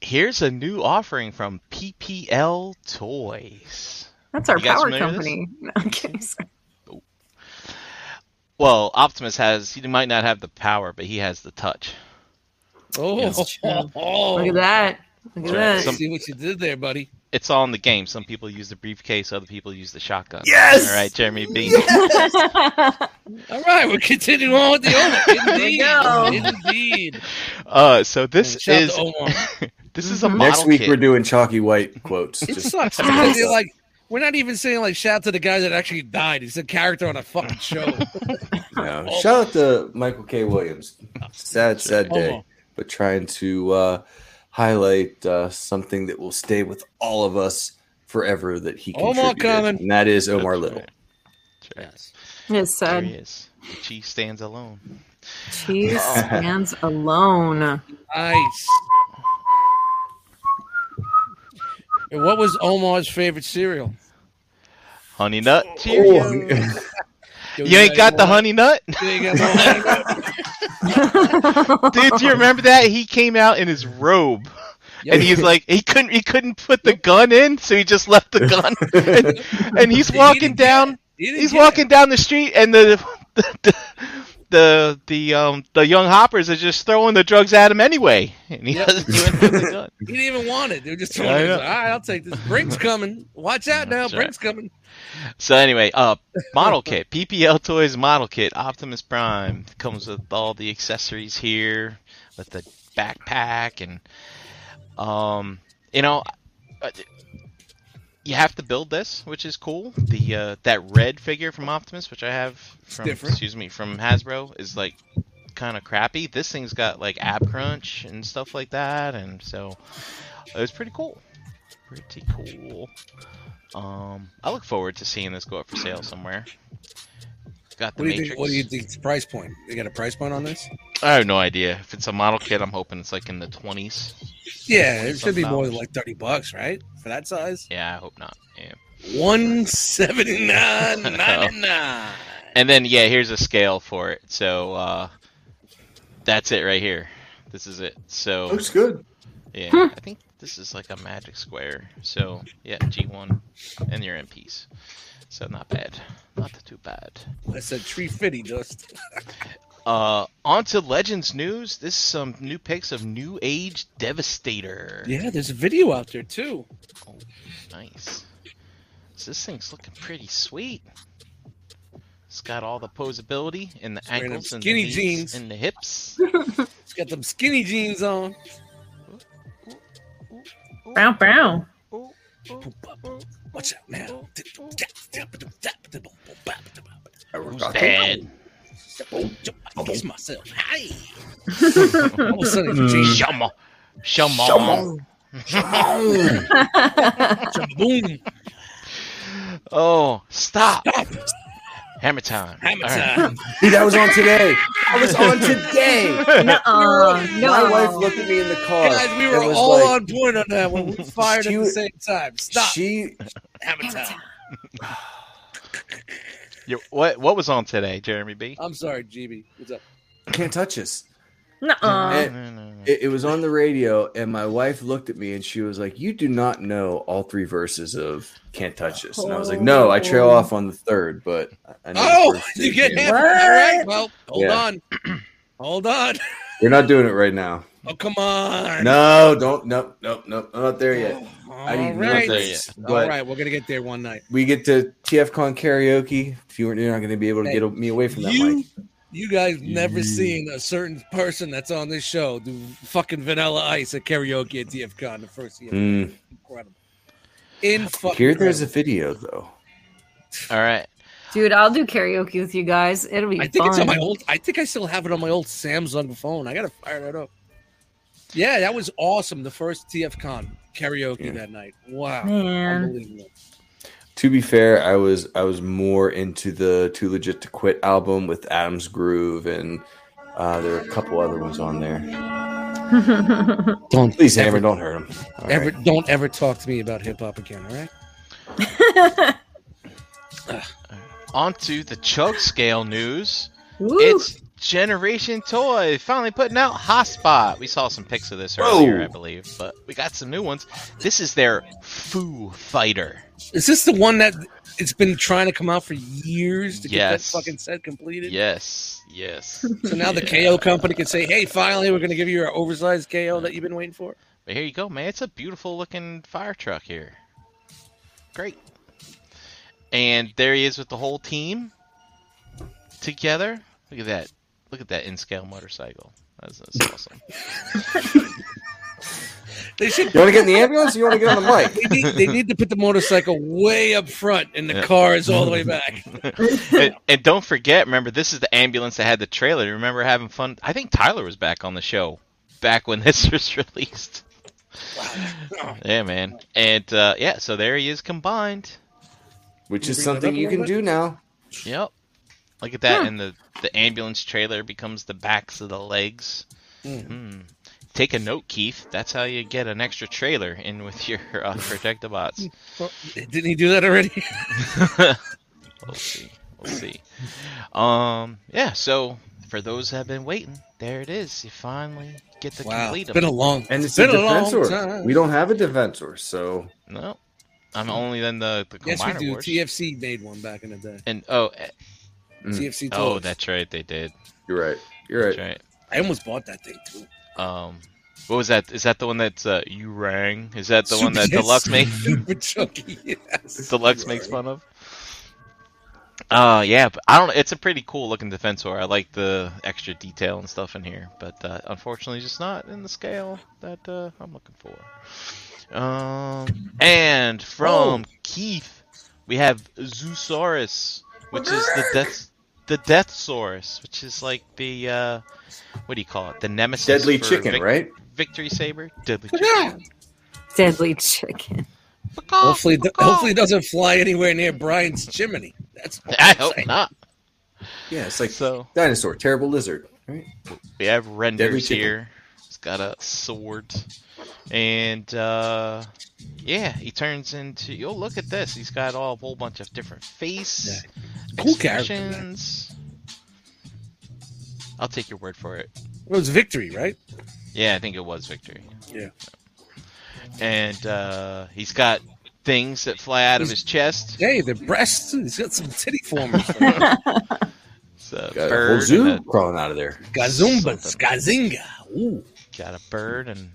[SPEAKER 4] here's a new offering from PPL Toys.
[SPEAKER 3] That's our
[SPEAKER 4] You guys
[SPEAKER 3] power
[SPEAKER 4] familiar with this?
[SPEAKER 3] company. No, I'm kidding. Sorry.
[SPEAKER 4] Well, Optimus has he might not have the power, but he has the touch.
[SPEAKER 1] Oh,
[SPEAKER 3] Look at that. Look at
[SPEAKER 4] Right.
[SPEAKER 3] that.
[SPEAKER 4] Some-
[SPEAKER 1] see what you did there, buddy.
[SPEAKER 4] It's all in the game. Some people use the briefcase, other people use the shotgun.
[SPEAKER 2] Yes!
[SPEAKER 4] All right, Jeremy B.
[SPEAKER 1] All right, we'll continue on with the Omar.
[SPEAKER 3] you
[SPEAKER 1] Indeed,
[SPEAKER 3] go.
[SPEAKER 1] indeed.
[SPEAKER 4] Uh, so this
[SPEAKER 1] Shout out
[SPEAKER 4] is
[SPEAKER 1] to Mm-hmm. Omar.
[SPEAKER 4] this is a
[SPEAKER 3] Mhm.
[SPEAKER 4] model
[SPEAKER 2] Next week
[SPEAKER 4] kit.
[SPEAKER 2] we're doing chalky white quotes.
[SPEAKER 1] It
[SPEAKER 2] Just
[SPEAKER 1] sucks.
[SPEAKER 3] Yes.
[SPEAKER 1] because they're like we're not even saying like shout out to the guy that actually died. He's a character on a fucking show.
[SPEAKER 2] you know. shout out to Michael K. Williams. Sad, sad day.
[SPEAKER 1] Omar.
[SPEAKER 2] but trying to uh, highlight uh, something that will stay with all of us forever that he
[SPEAKER 1] Omar
[SPEAKER 2] contributed,
[SPEAKER 1] coming.
[SPEAKER 2] and that is Omar
[SPEAKER 4] That's
[SPEAKER 2] Little.
[SPEAKER 4] right. That's
[SPEAKER 3] It's
[SPEAKER 4] right. There he
[SPEAKER 3] sad.
[SPEAKER 4] is. The chief stands alone.
[SPEAKER 3] She stands alone.
[SPEAKER 1] Nice. And what was Omar's favorite cereal?
[SPEAKER 4] Honey nut.
[SPEAKER 2] Oh,
[SPEAKER 4] Cheerio. You ain't got the honey nut?
[SPEAKER 1] You ain't got no honey.
[SPEAKER 4] Dude, do you remember that? He came out in his robe. And he's like, he couldn't, he couldn't put the gun in, so he just left the gun. And, and he's
[SPEAKER 1] He
[SPEAKER 4] walking
[SPEAKER 1] didn't get
[SPEAKER 4] down,
[SPEAKER 1] You didn't
[SPEAKER 4] he's
[SPEAKER 1] get
[SPEAKER 4] walking down the street, and the, the, the, the, the, um, the young hoppers are just throwing the drugs at him anyway, and he
[SPEAKER 1] Yep.
[SPEAKER 4] doesn't even put the gun.
[SPEAKER 1] He didn't even want it. They were just
[SPEAKER 4] Yeah,
[SPEAKER 1] telling
[SPEAKER 4] I
[SPEAKER 1] him,
[SPEAKER 4] know.
[SPEAKER 1] all right, I'll take this. Brink's coming. Watch out now.
[SPEAKER 4] That's right.
[SPEAKER 1] Brink's coming.
[SPEAKER 4] So anyway, uh, model kit, PPL Toys model kit, Optimus Prime comes with all the accessories here, with the backpack and, um, you know, uh, you have to build this, which is cool. The uh, that red figure from Optimus, which I have from
[SPEAKER 1] different.
[SPEAKER 4] excuse me from Hasbro, is like kind of crappy. This thing's got like ab crunch and stuff like that, and so it was pretty cool. Pretty cool. Um, I look forward to seeing this go up for sale somewhere. Got the
[SPEAKER 1] What do you
[SPEAKER 4] Matrix.
[SPEAKER 1] think? What do you think? the price point? They got a price point on this?
[SPEAKER 4] I have no idea. If it's a model kit, I'm hoping it's like in the 20s.
[SPEAKER 1] Yeah, it should be more than
[SPEAKER 4] $20.
[SPEAKER 1] like thirty bucks, right? For that size,
[SPEAKER 4] Yeah, I hope not. Yeah.
[SPEAKER 1] one seventy nine ninety nine.
[SPEAKER 4] And then yeah, here's a scale for it. So uh, that's it right here. This is it. So
[SPEAKER 2] Looks good.
[SPEAKER 4] yeah,
[SPEAKER 3] Hmm.
[SPEAKER 4] I think this is like a magic square. So yeah, G1 and your MPs. So not bad. Not too bad.
[SPEAKER 1] That's a tree fitty just.
[SPEAKER 4] Uh, on to Legends news. This is some new pics of New Age Devastator.
[SPEAKER 1] Yeah, there's a video out there too.
[SPEAKER 4] Nice. So this thing's looking pretty sweet. It's got all the posability in the
[SPEAKER 1] wearing them
[SPEAKER 4] ankles and the
[SPEAKER 1] skinny
[SPEAKER 4] knees
[SPEAKER 1] jeans.
[SPEAKER 4] and the hips.
[SPEAKER 1] It's got them skinny jeans on.
[SPEAKER 3] Bow, bow.
[SPEAKER 1] Watch out now.
[SPEAKER 4] Who's bad?
[SPEAKER 1] Kiss myself. Hi. All of a sudden, it's jeans.
[SPEAKER 4] Shama. Shama.
[SPEAKER 1] Boom.
[SPEAKER 4] Oh, stop. Hammer time.
[SPEAKER 1] Hammer
[SPEAKER 4] All right.
[SPEAKER 1] time.
[SPEAKER 2] Dude, that was on today. That was on today.
[SPEAKER 3] Uh,
[SPEAKER 2] My
[SPEAKER 3] no.
[SPEAKER 2] wife looked at me in the car.
[SPEAKER 1] Guys, we were
[SPEAKER 2] and was
[SPEAKER 1] all
[SPEAKER 2] like,
[SPEAKER 1] on point on that one. We fired at
[SPEAKER 2] She-
[SPEAKER 1] the same time. Stop.
[SPEAKER 2] She
[SPEAKER 1] Hammer time.
[SPEAKER 4] You- What, what was on today, Jeremy B?
[SPEAKER 1] I'm sorry, GB. What's up?
[SPEAKER 2] can't touch us.
[SPEAKER 3] Nuh-uh.
[SPEAKER 1] Eh.
[SPEAKER 2] It- It, it was on the radio, and my wife looked at me and she was like, "You do not know all three verses of Can't Touch Us." And I was like, "No, I trail off on the third, but I I know the
[SPEAKER 1] Oh,
[SPEAKER 2] first
[SPEAKER 1] you
[SPEAKER 2] two."
[SPEAKER 1] get half. All
[SPEAKER 3] What?
[SPEAKER 1] right. Well, hold
[SPEAKER 2] Yeah.
[SPEAKER 1] on. Hold on.
[SPEAKER 2] We're not doing it right now.
[SPEAKER 1] Oh, come on.
[SPEAKER 2] No, don't. Nope, nope, nope. I'm not there yet. I
[SPEAKER 1] All
[SPEAKER 2] need
[SPEAKER 1] right.
[SPEAKER 4] there yet.
[SPEAKER 2] nothing.
[SPEAKER 1] All
[SPEAKER 2] But
[SPEAKER 1] right. We're going to get there one night.
[SPEAKER 2] we get to TFCon karaoke. If you weren't, you're not going to be able to
[SPEAKER 1] Hey,
[SPEAKER 2] get me away from that
[SPEAKER 1] you-
[SPEAKER 2] mic.
[SPEAKER 1] You guys never
[SPEAKER 2] Yeah.
[SPEAKER 1] seen a certain person that's on this show do fucking vanilla ice at karaoke at DFCon the first year.
[SPEAKER 2] Mm.
[SPEAKER 1] Incredible. In fucking
[SPEAKER 2] Here, there's a
[SPEAKER 1] incredible.
[SPEAKER 2] video though.
[SPEAKER 4] All right.
[SPEAKER 3] Dude, I'll do karaoke with you guys. It'll be
[SPEAKER 1] I think it's on
[SPEAKER 3] fun.
[SPEAKER 1] my old. I think I still have it on my old Samsung phone. I gotta fire that up. Yeah, that was awesome. The first TFCon karaoke
[SPEAKER 2] Yeah.
[SPEAKER 1] that night. Wow,
[SPEAKER 3] Man.
[SPEAKER 1] unbelievable.
[SPEAKER 2] To be fair, I was I was more into the Too Legit to Quit album with Adam's Groove, and uh, there were a couple other ones on there.
[SPEAKER 1] Don't
[SPEAKER 2] Please, Hammer, don't hurt him. All right.
[SPEAKER 1] ever don't ever talk to me about hip hop again. All right.
[SPEAKER 4] On to the chug scale news.
[SPEAKER 3] Woo.
[SPEAKER 4] It's Generation Toy finally putting out Hotspot. We saw some pics of this earlier, I believe, but we got some new ones. This is their Foo Fighter.
[SPEAKER 1] Is this the one that it's been trying to come out for years to get that
[SPEAKER 4] Yes.
[SPEAKER 1] fucking set completed?
[SPEAKER 4] Yes, yes.
[SPEAKER 1] So now the
[SPEAKER 4] Yeah.
[SPEAKER 1] KO company can say, "Hey, finally, we're going to give you your oversized KO that you've been waiting for."
[SPEAKER 4] But here you go, man. It's a beautiful looking fire truck here. Great. And there he is with the whole team together. Look at that. Look at that in scale motorcycle. That's, that's awesome.
[SPEAKER 1] They should.
[SPEAKER 2] You want to get in the ambulance? Or you want to get on the mic?
[SPEAKER 1] They need, they need to put the motorcycle way up front, and the
[SPEAKER 4] Yeah.
[SPEAKER 1] car is all the way back.
[SPEAKER 4] and, and don't forget, remember, this is the ambulance that had the trailer. Remember having fun? I think Tyler was back on the show back when this was released. Yeah, man. And uh, yeah, so there he is combined.
[SPEAKER 2] Which
[SPEAKER 1] You
[SPEAKER 2] is
[SPEAKER 1] bring that
[SPEAKER 2] something
[SPEAKER 1] up a
[SPEAKER 2] you can
[SPEAKER 1] little
[SPEAKER 2] do now.
[SPEAKER 4] Yep. Look at that, and the the ambulance trailer becomes the backs of the legs.
[SPEAKER 1] Mm.
[SPEAKER 4] Hmm. Take a note, Keith. That's how you get an extra trailer in with your uh, projectibots.
[SPEAKER 1] Didn't he do that already?
[SPEAKER 4] we'll see. We'll see. Um. Yeah. So for those that have been waiting, there it is. You finally get to
[SPEAKER 1] Wow,
[SPEAKER 4] complete
[SPEAKER 1] it's
[SPEAKER 4] 'em.
[SPEAKER 1] been a long,
[SPEAKER 2] And it's a
[SPEAKER 1] been a, long
[SPEAKER 2] defensor.
[SPEAKER 1] time.
[SPEAKER 2] We don't have a defensor, so
[SPEAKER 4] no. I'm only then the the
[SPEAKER 1] yes, we
[SPEAKER 4] combiner
[SPEAKER 1] do.
[SPEAKER 4] wars.
[SPEAKER 1] TFC made one back in the day.
[SPEAKER 4] and oh, eh,
[SPEAKER 2] Mm.
[SPEAKER 1] TFC.
[SPEAKER 4] oh,
[SPEAKER 1] Toys.
[SPEAKER 4] that's right. They did.
[SPEAKER 2] you're right. You're
[SPEAKER 4] That's
[SPEAKER 2] right.
[SPEAKER 4] right.
[SPEAKER 1] I almost bought that thing too.
[SPEAKER 4] Um. What was that? Is that the one that's uh, you rang? Is that the one that
[SPEAKER 1] Yes.
[SPEAKER 4] Deluxe made?
[SPEAKER 1] Super chunky. Yes.
[SPEAKER 4] Deluxe makes fun of. Uh yeah, but I don't. It's a pretty cool looking defensor. I like the extra detail and stuff in here, but uh, unfortunately, just not in the scale that uh, I'm looking for. Um, and from
[SPEAKER 2] Oh.
[SPEAKER 4] Keith, we have Zeusaurus, which is the death, the Deathsaurus, which is like the uh, what do you call it? The nemesis,
[SPEAKER 2] Deadly
[SPEAKER 4] for
[SPEAKER 2] chicken,
[SPEAKER 4] Vic-
[SPEAKER 2] right?
[SPEAKER 4] Victory saber, deadly chicken.
[SPEAKER 3] Deadly chicken.
[SPEAKER 4] Oh,
[SPEAKER 1] Hopefully, hopefully it doesn't fly anywhere near Brian's chimney. That's all
[SPEAKER 4] I
[SPEAKER 1] I'm
[SPEAKER 4] hope
[SPEAKER 1] saying.
[SPEAKER 4] not.
[SPEAKER 2] Yeah, it's like
[SPEAKER 4] So.
[SPEAKER 2] dinosaur, terrible lizard. Right?
[SPEAKER 4] We have renders
[SPEAKER 2] chicken.
[SPEAKER 4] here. He's got a sword. And uh yeah, he turns into oh look at this. He's got all a whole bunch of different face
[SPEAKER 1] Cool character, man.
[SPEAKER 4] expressions. I'll take your word for it.
[SPEAKER 1] It was victory, right?
[SPEAKER 4] Yeah, I think it was victory.
[SPEAKER 1] Yeah.
[SPEAKER 4] And uh he's got things that fly out of
[SPEAKER 1] He's-
[SPEAKER 4] his chest.
[SPEAKER 1] Hey, the breasts. He's got some titty formers.
[SPEAKER 4] It's a
[SPEAKER 2] Got a whole
[SPEAKER 4] bird
[SPEAKER 2] zoo
[SPEAKER 4] and
[SPEAKER 2] crawling out of there.
[SPEAKER 1] Gazumbas, Gazinga. Ooh,
[SPEAKER 4] a, got a bird and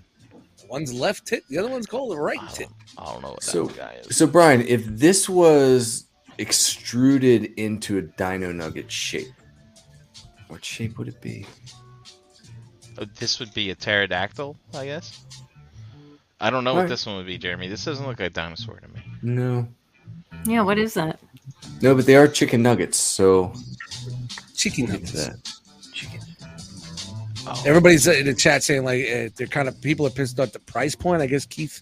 [SPEAKER 1] one's left tit, the other one's called the right
[SPEAKER 4] I
[SPEAKER 1] tit.
[SPEAKER 4] don't, I don't know what that
[SPEAKER 2] So-
[SPEAKER 4] one guy is.
[SPEAKER 2] So Brian, if this was extruded into a dino nugget shape, what shape would it be?
[SPEAKER 4] Uh, This would be a pterodactyl, I guess. I don't know what
[SPEAKER 2] Right.
[SPEAKER 4] this one would be, Jeremy. This doesn't look like dinosaur to me.
[SPEAKER 2] No.
[SPEAKER 3] Yeah, what is that?
[SPEAKER 2] No, but they are chicken nuggets, so uh,
[SPEAKER 1] Chicken
[SPEAKER 2] we'll get to
[SPEAKER 1] nuggets.
[SPEAKER 2] that. Chicken.
[SPEAKER 4] Oh.
[SPEAKER 1] Everybody's in the chat saying like uh, they're kind of people are pissed off the price point. I guess Keith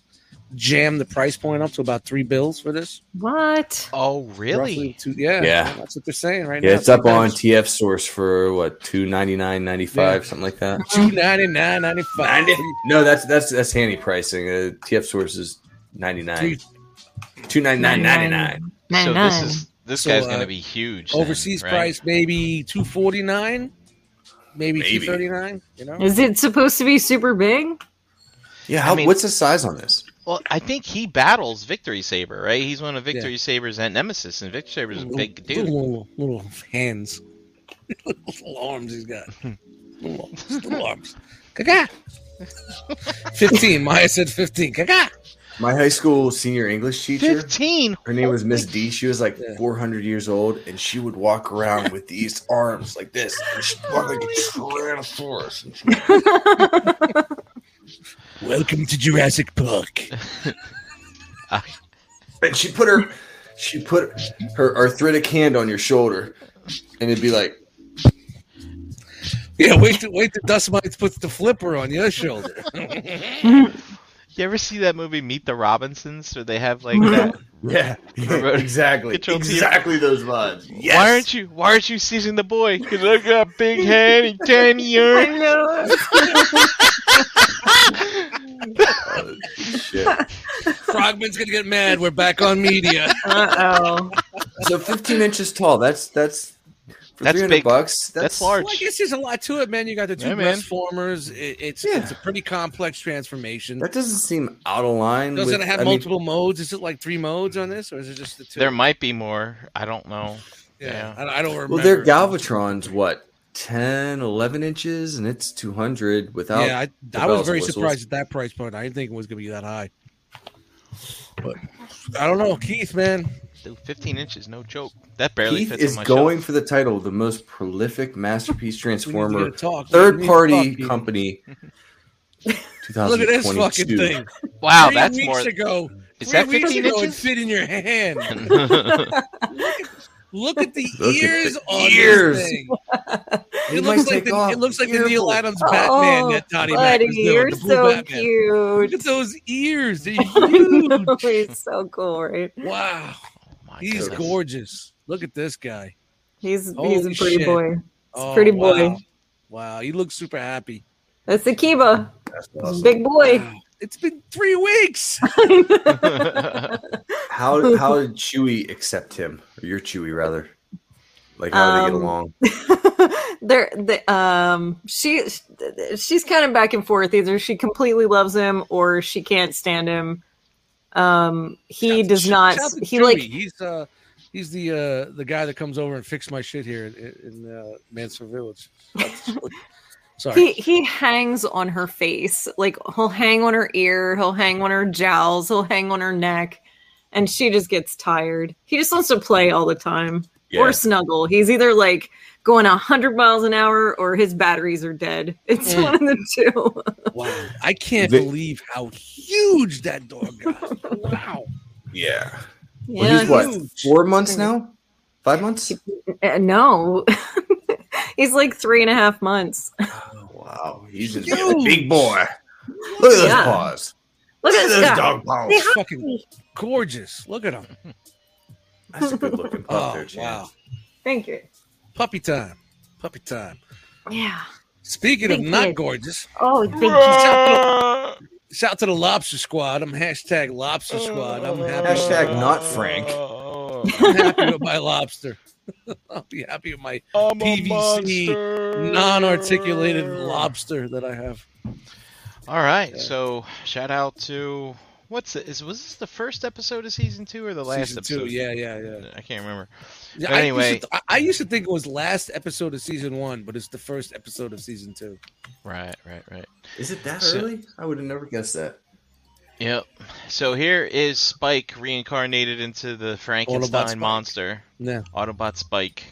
[SPEAKER 1] jammed the price point up to about three bills for this.
[SPEAKER 3] What?
[SPEAKER 4] Oh,
[SPEAKER 1] Roughly
[SPEAKER 4] really?
[SPEAKER 1] two, yeah,
[SPEAKER 2] Yeah.
[SPEAKER 1] That's what they're saying right now.
[SPEAKER 2] Yeah, it's up on TF Source for what two ninety nine ninety five,
[SPEAKER 1] Yeah.
[SPEAKER 2] something like that.
[SPEAKER 1] two ninety nine ninety five.
[SPEAKER 2] No, that's that's that's handy pricing. Uh, TF Source is ninety nine.
[SPEAKER 1] Three-
[SPEAKER 2] Two ninety nine ninety nine.
[SPEAKER 4] So this
[SPEAKER 3] 99.
[SPEAKER 4] is this
[SPEAKER 1] So,
[SPEAKER 4] guy's
[SPEAKER 1] uh,
[SPEAKER 4] gonna be huge. then,
[SPEAKER 1] Overseas
[SPEAKER 4] right?
[SPEAKER 1] price maybe two forty nine, maybe,
[SPEAKER 2] Maybe.
[SPEAKER 1] two thirty nine. You know,
[SPEAKER 3] Is it supposed to be super big?
[SPEAKER 2] Yeah, how,
[SPEAKER 4] I mean-
[SPEAKER 2] what's the size on this?
[SPEAKER 4] Well, I think he battles Victory Saber, right? He's one of Victory Saber's and Nemesis, and Victory Saber's a big
[SPEAKER 1] little,
[SPEAKER 4] dude.
[SPEAKER 1] little, little hands, little arms he's got. Little arms, little arms. Caca. Fifteen. Maya said fifteen. Caca.
[SPEAKER 2] My high school senior English teacher.
[SPEAKER 4] Fifteen.
[SPEAKER 2] Her name was Miss D. She was like
[SPEAKER 1] Oh Yeah.
[SPEAKER 2] 400 years old, and she would walk around with these arms like this. And she'd walk like a tyrannosaurus.
[SPEAKER 1] Welcome to Jurassic Park.
[SPEAKER 2] And she put her, she put her arthritic hand on your shoulder, and it'd be like,
[SPEAKER 1] Yeah, wait to wait till Dust Mites puts the flipper on your shoulder.
[SPEAKER 4] You ever see that movie Meet the Robinsons, where they have like that?
[SPEAKER 2] yeah,
[SPEAKER 4] Remote
[SPEAKER 2] exactly,
[SPEAKER 4] control team.
[SPEAKER 2] exactly those vibes. Yes.
[SPEAKER 4] Why aren't you? Why aren't you seizing the boy? Because I've got a big head and tiny arms.
[SPEAKER 3] I know.
[SPEAKER 2] Oh, shit.
[SPEAKER 1] Frogman's gonna get mad. We're back on media.
[SPEAKER 3] Uh oh.
[SPEAKER 2] So 15 inches tall. That's that's For
[SPEAKER 4] That's
[SPEAKER 2] 300
[SPEAKER 4] big.
[SPEAKER 2] bucks,
[SPEAKER 4] That's
[SPEAKER 1] Well, I
[SPEAKER 4] large.
[SPEAKER 1] guess there's a lot to it, man. You got the two
[SPEAKER 4] Yeah, man.
[SPEAKER 1] transformers. It, it's
[SPEAKER 2] Yeah.
[SPEAKER 1] it's a pretty complex transformation.
[SPEAKER 2] That doesn't seem out of line.
[SPEAKER 1] Does
[SPEAKER 2] with-
[SPEAKER 1] it have
[SPEAKER 2] I mean,
[SPEAKER 1] multiple modes? Is it like three modes on this, or is it just the two?
[SPEAKER 4] There might be more. I don't know.
[SPEAKER 1] yeah,
[SPEAKER 4] yeah.
[SPEAKER 1] I, I don't remember.
[SPEAKER 2] well, their Galvatron's what 10, 11 inches, and it's 200 without.
[SPEAKER 1] Yeah, I,
[SPEAKER 2] the
[SPEAKER 1] I was
[SPEAKER 2] bells
[SPEAKER 1] very
[SPEAKER 2] and whistles.
[SPEAKER 1] surprised at that price point. I didn't think it was going to be that high. But I don't know, Keith, man.
[SPEAKER 4] Dude, 15 inches, no joke. That barely
[SPEAKER 2] Keith
[SPEAKER 4] fits
[SPEAKER 2] is
[SPEAKER 4] on my
[SPEAKER 2] going
[SPEAKER 4] shelf.
[SPEAKER 2] for the title, the most prolific masterpiece
[SPEAKER 1] We need to
[SPEAKER 2] transformer,
[SPEAKER 1] get a talk. We
[SPEAKER 2] third
[SPEAKER 1] need to
[SPEAKER 2] party
[SPEAKER 1] talk, Keith.
[SPEAKER 2] company.
[SPEAKER 1] Look at this fucking
[SPEAKER 2] 2022.
[SPEAKER 1] thing.
[SPEAKER 4] Wow,
[SPEAKER 1] Three
[SPEAKER 4] that's
[SPEAKER 1] weeks
[SPEAKER 4] more.
[SPEAKER 1] ago.
[SPEAKER 4] Is
[SPEAKER 1] three
[SPEAKER 4] that
[SPEAKER 1] weeks
[SPEAKER 4] 15
[SPEAKER 1] ago,
[SPEAKER 4] inches?
[SPEAKER 1] It fit in your hand. Look at the
[SPEAKER 2] Look at the
[SPEAKER 1] ears on
[SPEAKER 2] ears.
[SPEAKER 1] this thing.
[SPEAKER 2] You
[SPEAKER 1] It looks
[SPEAKER 2] might
[SPEAKER 1] like
[SPEAKER 2] take
[SPEAKER 1] the,
[SPEAKER 2] off
[SPEAKER 1] it looks like the
[SPEAKER 2] ear
[SPEAKER 1] Neil
[SPEAKER 2] plate.
[SPEAKER 1] Adams Batman
[SPEAKER 3] Oh,
[SPEAKER 1] that Toddy Mack
[SPEAKER 3] Buddy,
[SPEAKER 1] was doing.
[SPEAKER 3] you're
[SPEAKER 1] the blue
[SPEAKER 3] so
[SPEAKER 1] Batman. Look
[SPEAKER 3] cute.
[SPEAKER 1] at those ears. They're
[SPEAKER 3] I know,
[SPEAKER 1] huge.
[SPEAKER 3] it's so cool, right?
[SPEAKER 1] wow.
[SPEAKER 4] Oh my
[SPEAKER 1] He's
[SPEAKER 4] goodness.
[SPEAKER 1] gorgeous. Look at this guy.
[SPEAKER 3] He's he's a
[SPEAKER 1] Holy
[SPEAKER 3] pretty
[SPEAKER 1] shit.
[SPEAKER 3] boy.
[SPEAKER 1] Oh,
[SPEAKER 3] pretty boy.
[SPEAKER 1] Wow. Wow, he looks super happy.
[SPEAKER 3] That's Akiba,
[SPEAKER 2] That's
[SPEAKER 3] He's a
[SPEAKER 2] awesome.
[SPEAKER 3] big boy.
[SPEAKER 1] Wow. It's been three weeks.
[SPEAKER 2] How how did Chewy accept him? Or your Chewy rather? Like how do they
[SPEAKER 3] Um,
[SPEAKER 2] get along?
[SPEAKER 3] They're they, um she she's kind of back and forth. Either she completely loves him or she can't stand him. Um, he
[SPEAKER 1] Shout-
[SPEAKER 3] does
[SPEAKER 1] shout-
[SPEAKER 3] not.
[SPEAKER 1] shout out to
[SPEAKER 3] He
[SPEAKER 1] Joey.
[SPEAKER 3] like
[SPEAKER 1] he's uh he's the uh the guy that comes over and fixes my shit here in, in uh, Mansfield Village. Sorry.
[SPEAKER 3] he he hangs on her face. Like he'll hang on her ear. He'll hang on her jowls. He'll hang on her neck, and she just gets tired. He just wants to play all the time
[SPEAKER 2] Yeah.
[SPEAKER 3] or snuggle. He's either like going hundred miles an hour or his batteries are dead. It's
[SPEAKER 1] Mm.
[SPEAKER 3] one of the two.
[SPEAKER 1] wow, I can't
[SPEAKER 2] They-
[SPEAKER 1] believe how huge that dog got. Wow,
[SPEAKER 2] Yeah.
[SPEAKER 3] yeah,
[SPEAKER 2] Well, he's what?
[SPEAKER 1] huge.
[SPEAKER 2] Four months now? Five months?
[SPEAKER 3] Uh, no. He's like three and a half months.
[SPEAKER 2] Wow. He's a
[SPEAKER 1] Huge.
[SPEAKER 2] big boy. Look at those
[SPEAKER 3] Yeah.
[SPEAKER 2] paws.
[SPEAKER 3] Look
[SPEAKER 2] Look
[SPEAKER 3] at
[SPEAKER 2] at
[SPEAKER 3] this
[SPEAKER 2] those
[SPEAKER 3] guy.
[SPEAKER 2] dog paws.
[SPEAKER 3] Say hi.
[SPEAKER 1] fucking gorgeous! Look at him.
[SPEAKER 2] That's a good looking pup
[SPEAKER 1] Oh
[SPEAKER 2] there, Chance.
[SPEAKER 1] wow,
[SPEAKER 3] Thank you.
[SPEAKER 1] puppy time, puppy time.
[SPEAKER 3] Yeah.
[SPEAKER 1] Speaking of
[SPEAKER 3] Big
[SPEAKER 1] not
[SPEAKER 3] kid.
[SPEAKER 1] gorgeous,
[SPEAKER 3] Oh, thank you.
[SPEAKER 1] Bruh. shout to the Lobster Squad. I'm hashtag Lobster Squad. I'm happy.
[SPEAKER 2] Hashtag not Frank.
[SPEAKER 1] I'm happy with my lobster. I'll be happy with my
[SPEAKER 4] I'm
[SPEAKER 1] PVC non-articulated
[SPEAKER 4] Mm.
[SPEAKER 1] lobster that I have.
[SPEAKER 4] All right,
[SPEAKER 1] Yeah.
[SPEAKER 4] so shout out to what's it? Is was this the first episode of season two or the last
[SPEAKER 1] Season
[SPEAKER 4] episode?
[SPEAKER 1] two. Yeah, yeah, yeah.
[SPEAKER 4] I can't remember.
[SPEAKER 1] Yeah,
[SPEAKER 4] But
[SPEAKER 1] I
[SPEAKER 4] anyway-
[SPEAKER 1] used, to, I- I used to think it was last episode of season one, but it's the first episode of season two.
[SPEAKER 4] Right, right, right.
[SPEAKER 2] Is it that
[SPEAKER 4] So-
[SPEAKER 2] early? I would have never guessed that.
[SPEAKER 4] Yep. So here is Spike reincarnated into the
[SPEAKER 1] Spike.
[SPEAKER 4] Frankenstein monster,
[SPEAKER 1] Yeah,
[SPEAKER 4] Autobot Spike,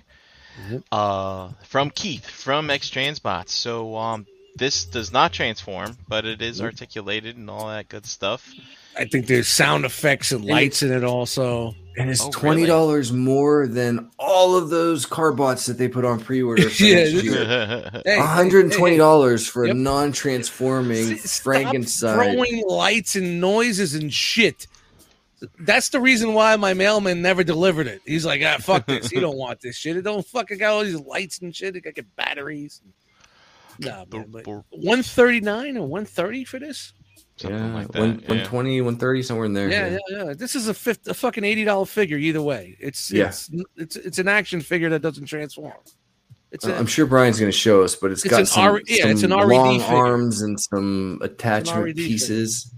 [SPEAKER 1] Mhm.
[SPEAKER 4] uh, from Keith from X Transbots. So um, this does not transform, but it is articulated and all that good stuff.
[SPEAKER 1] I think there's sound effects and lights in it also.
[SPEAKER 2] And it's
[SPEAKER 4] Oh,
[SPEAKER 2] twenty
[SPEAKER 4] really?
[SPEAKER 2] dollars more than all of those car bots that they put on pre-order. for
[SPEAKER 1] Yeah,
[SPEAKER 2] next
[SPEAKER 1] this
[SPEAKER 2] year.
[SPEAKER 4] yeah,
[SPEAKER 1] Hey, hey, hey,
[SPEAKER 2] One hundred and twenty dollars for
[SPEAKER 1] Yep.
[SPEAKER 2] a non-transforming
[SPEAKER 1] S- stop
[SPEAKER 2] Frankenstein.
[SPEAKER 1] throwing lights and noises and shit. That's the reason why my mailman never delivered it. He's like, ah, fuck this. You don't want this shit. It don't fucking got all these lights and shit. It got get batteries. Nah, man, but one thirty nine or one thirty for this?
[SPEAKER 4] something like that.
[SPEAKER 2] one,
[SPEAKER 4] yeah.
[SPEAKER 2] 120, 130, somewhere in there.
[SPEAKER 1] Yeah, yeah, yeah. This is a fifth, a fucking eighty dollar figure either way. It's
[SPEAKER 2] Yeah.
[SPEAKER 1] it's it's it's an action figure that doesn't transform. It's
[SPEAKER 2] Uh,
[SPEAKER 1] a,
[SPEAKER 2] I'm sure Brian's going to show us, but it's
[SPEAKER 1] It's
[SPEAKER 2] got
[SPEAKER 1] an
[SPEAKER 2] some,
[SPEAKER 1] R- yeah, it's
[SPEAKER 2] some
[SPEAKER 1] an RED
[SPEAKER 2] long
[SPEAKER 1] figure.
[SPEAKER 2] arms and some attachment
[SPEAKER 1] RED E figure.
[SPEAKER 2] pieces.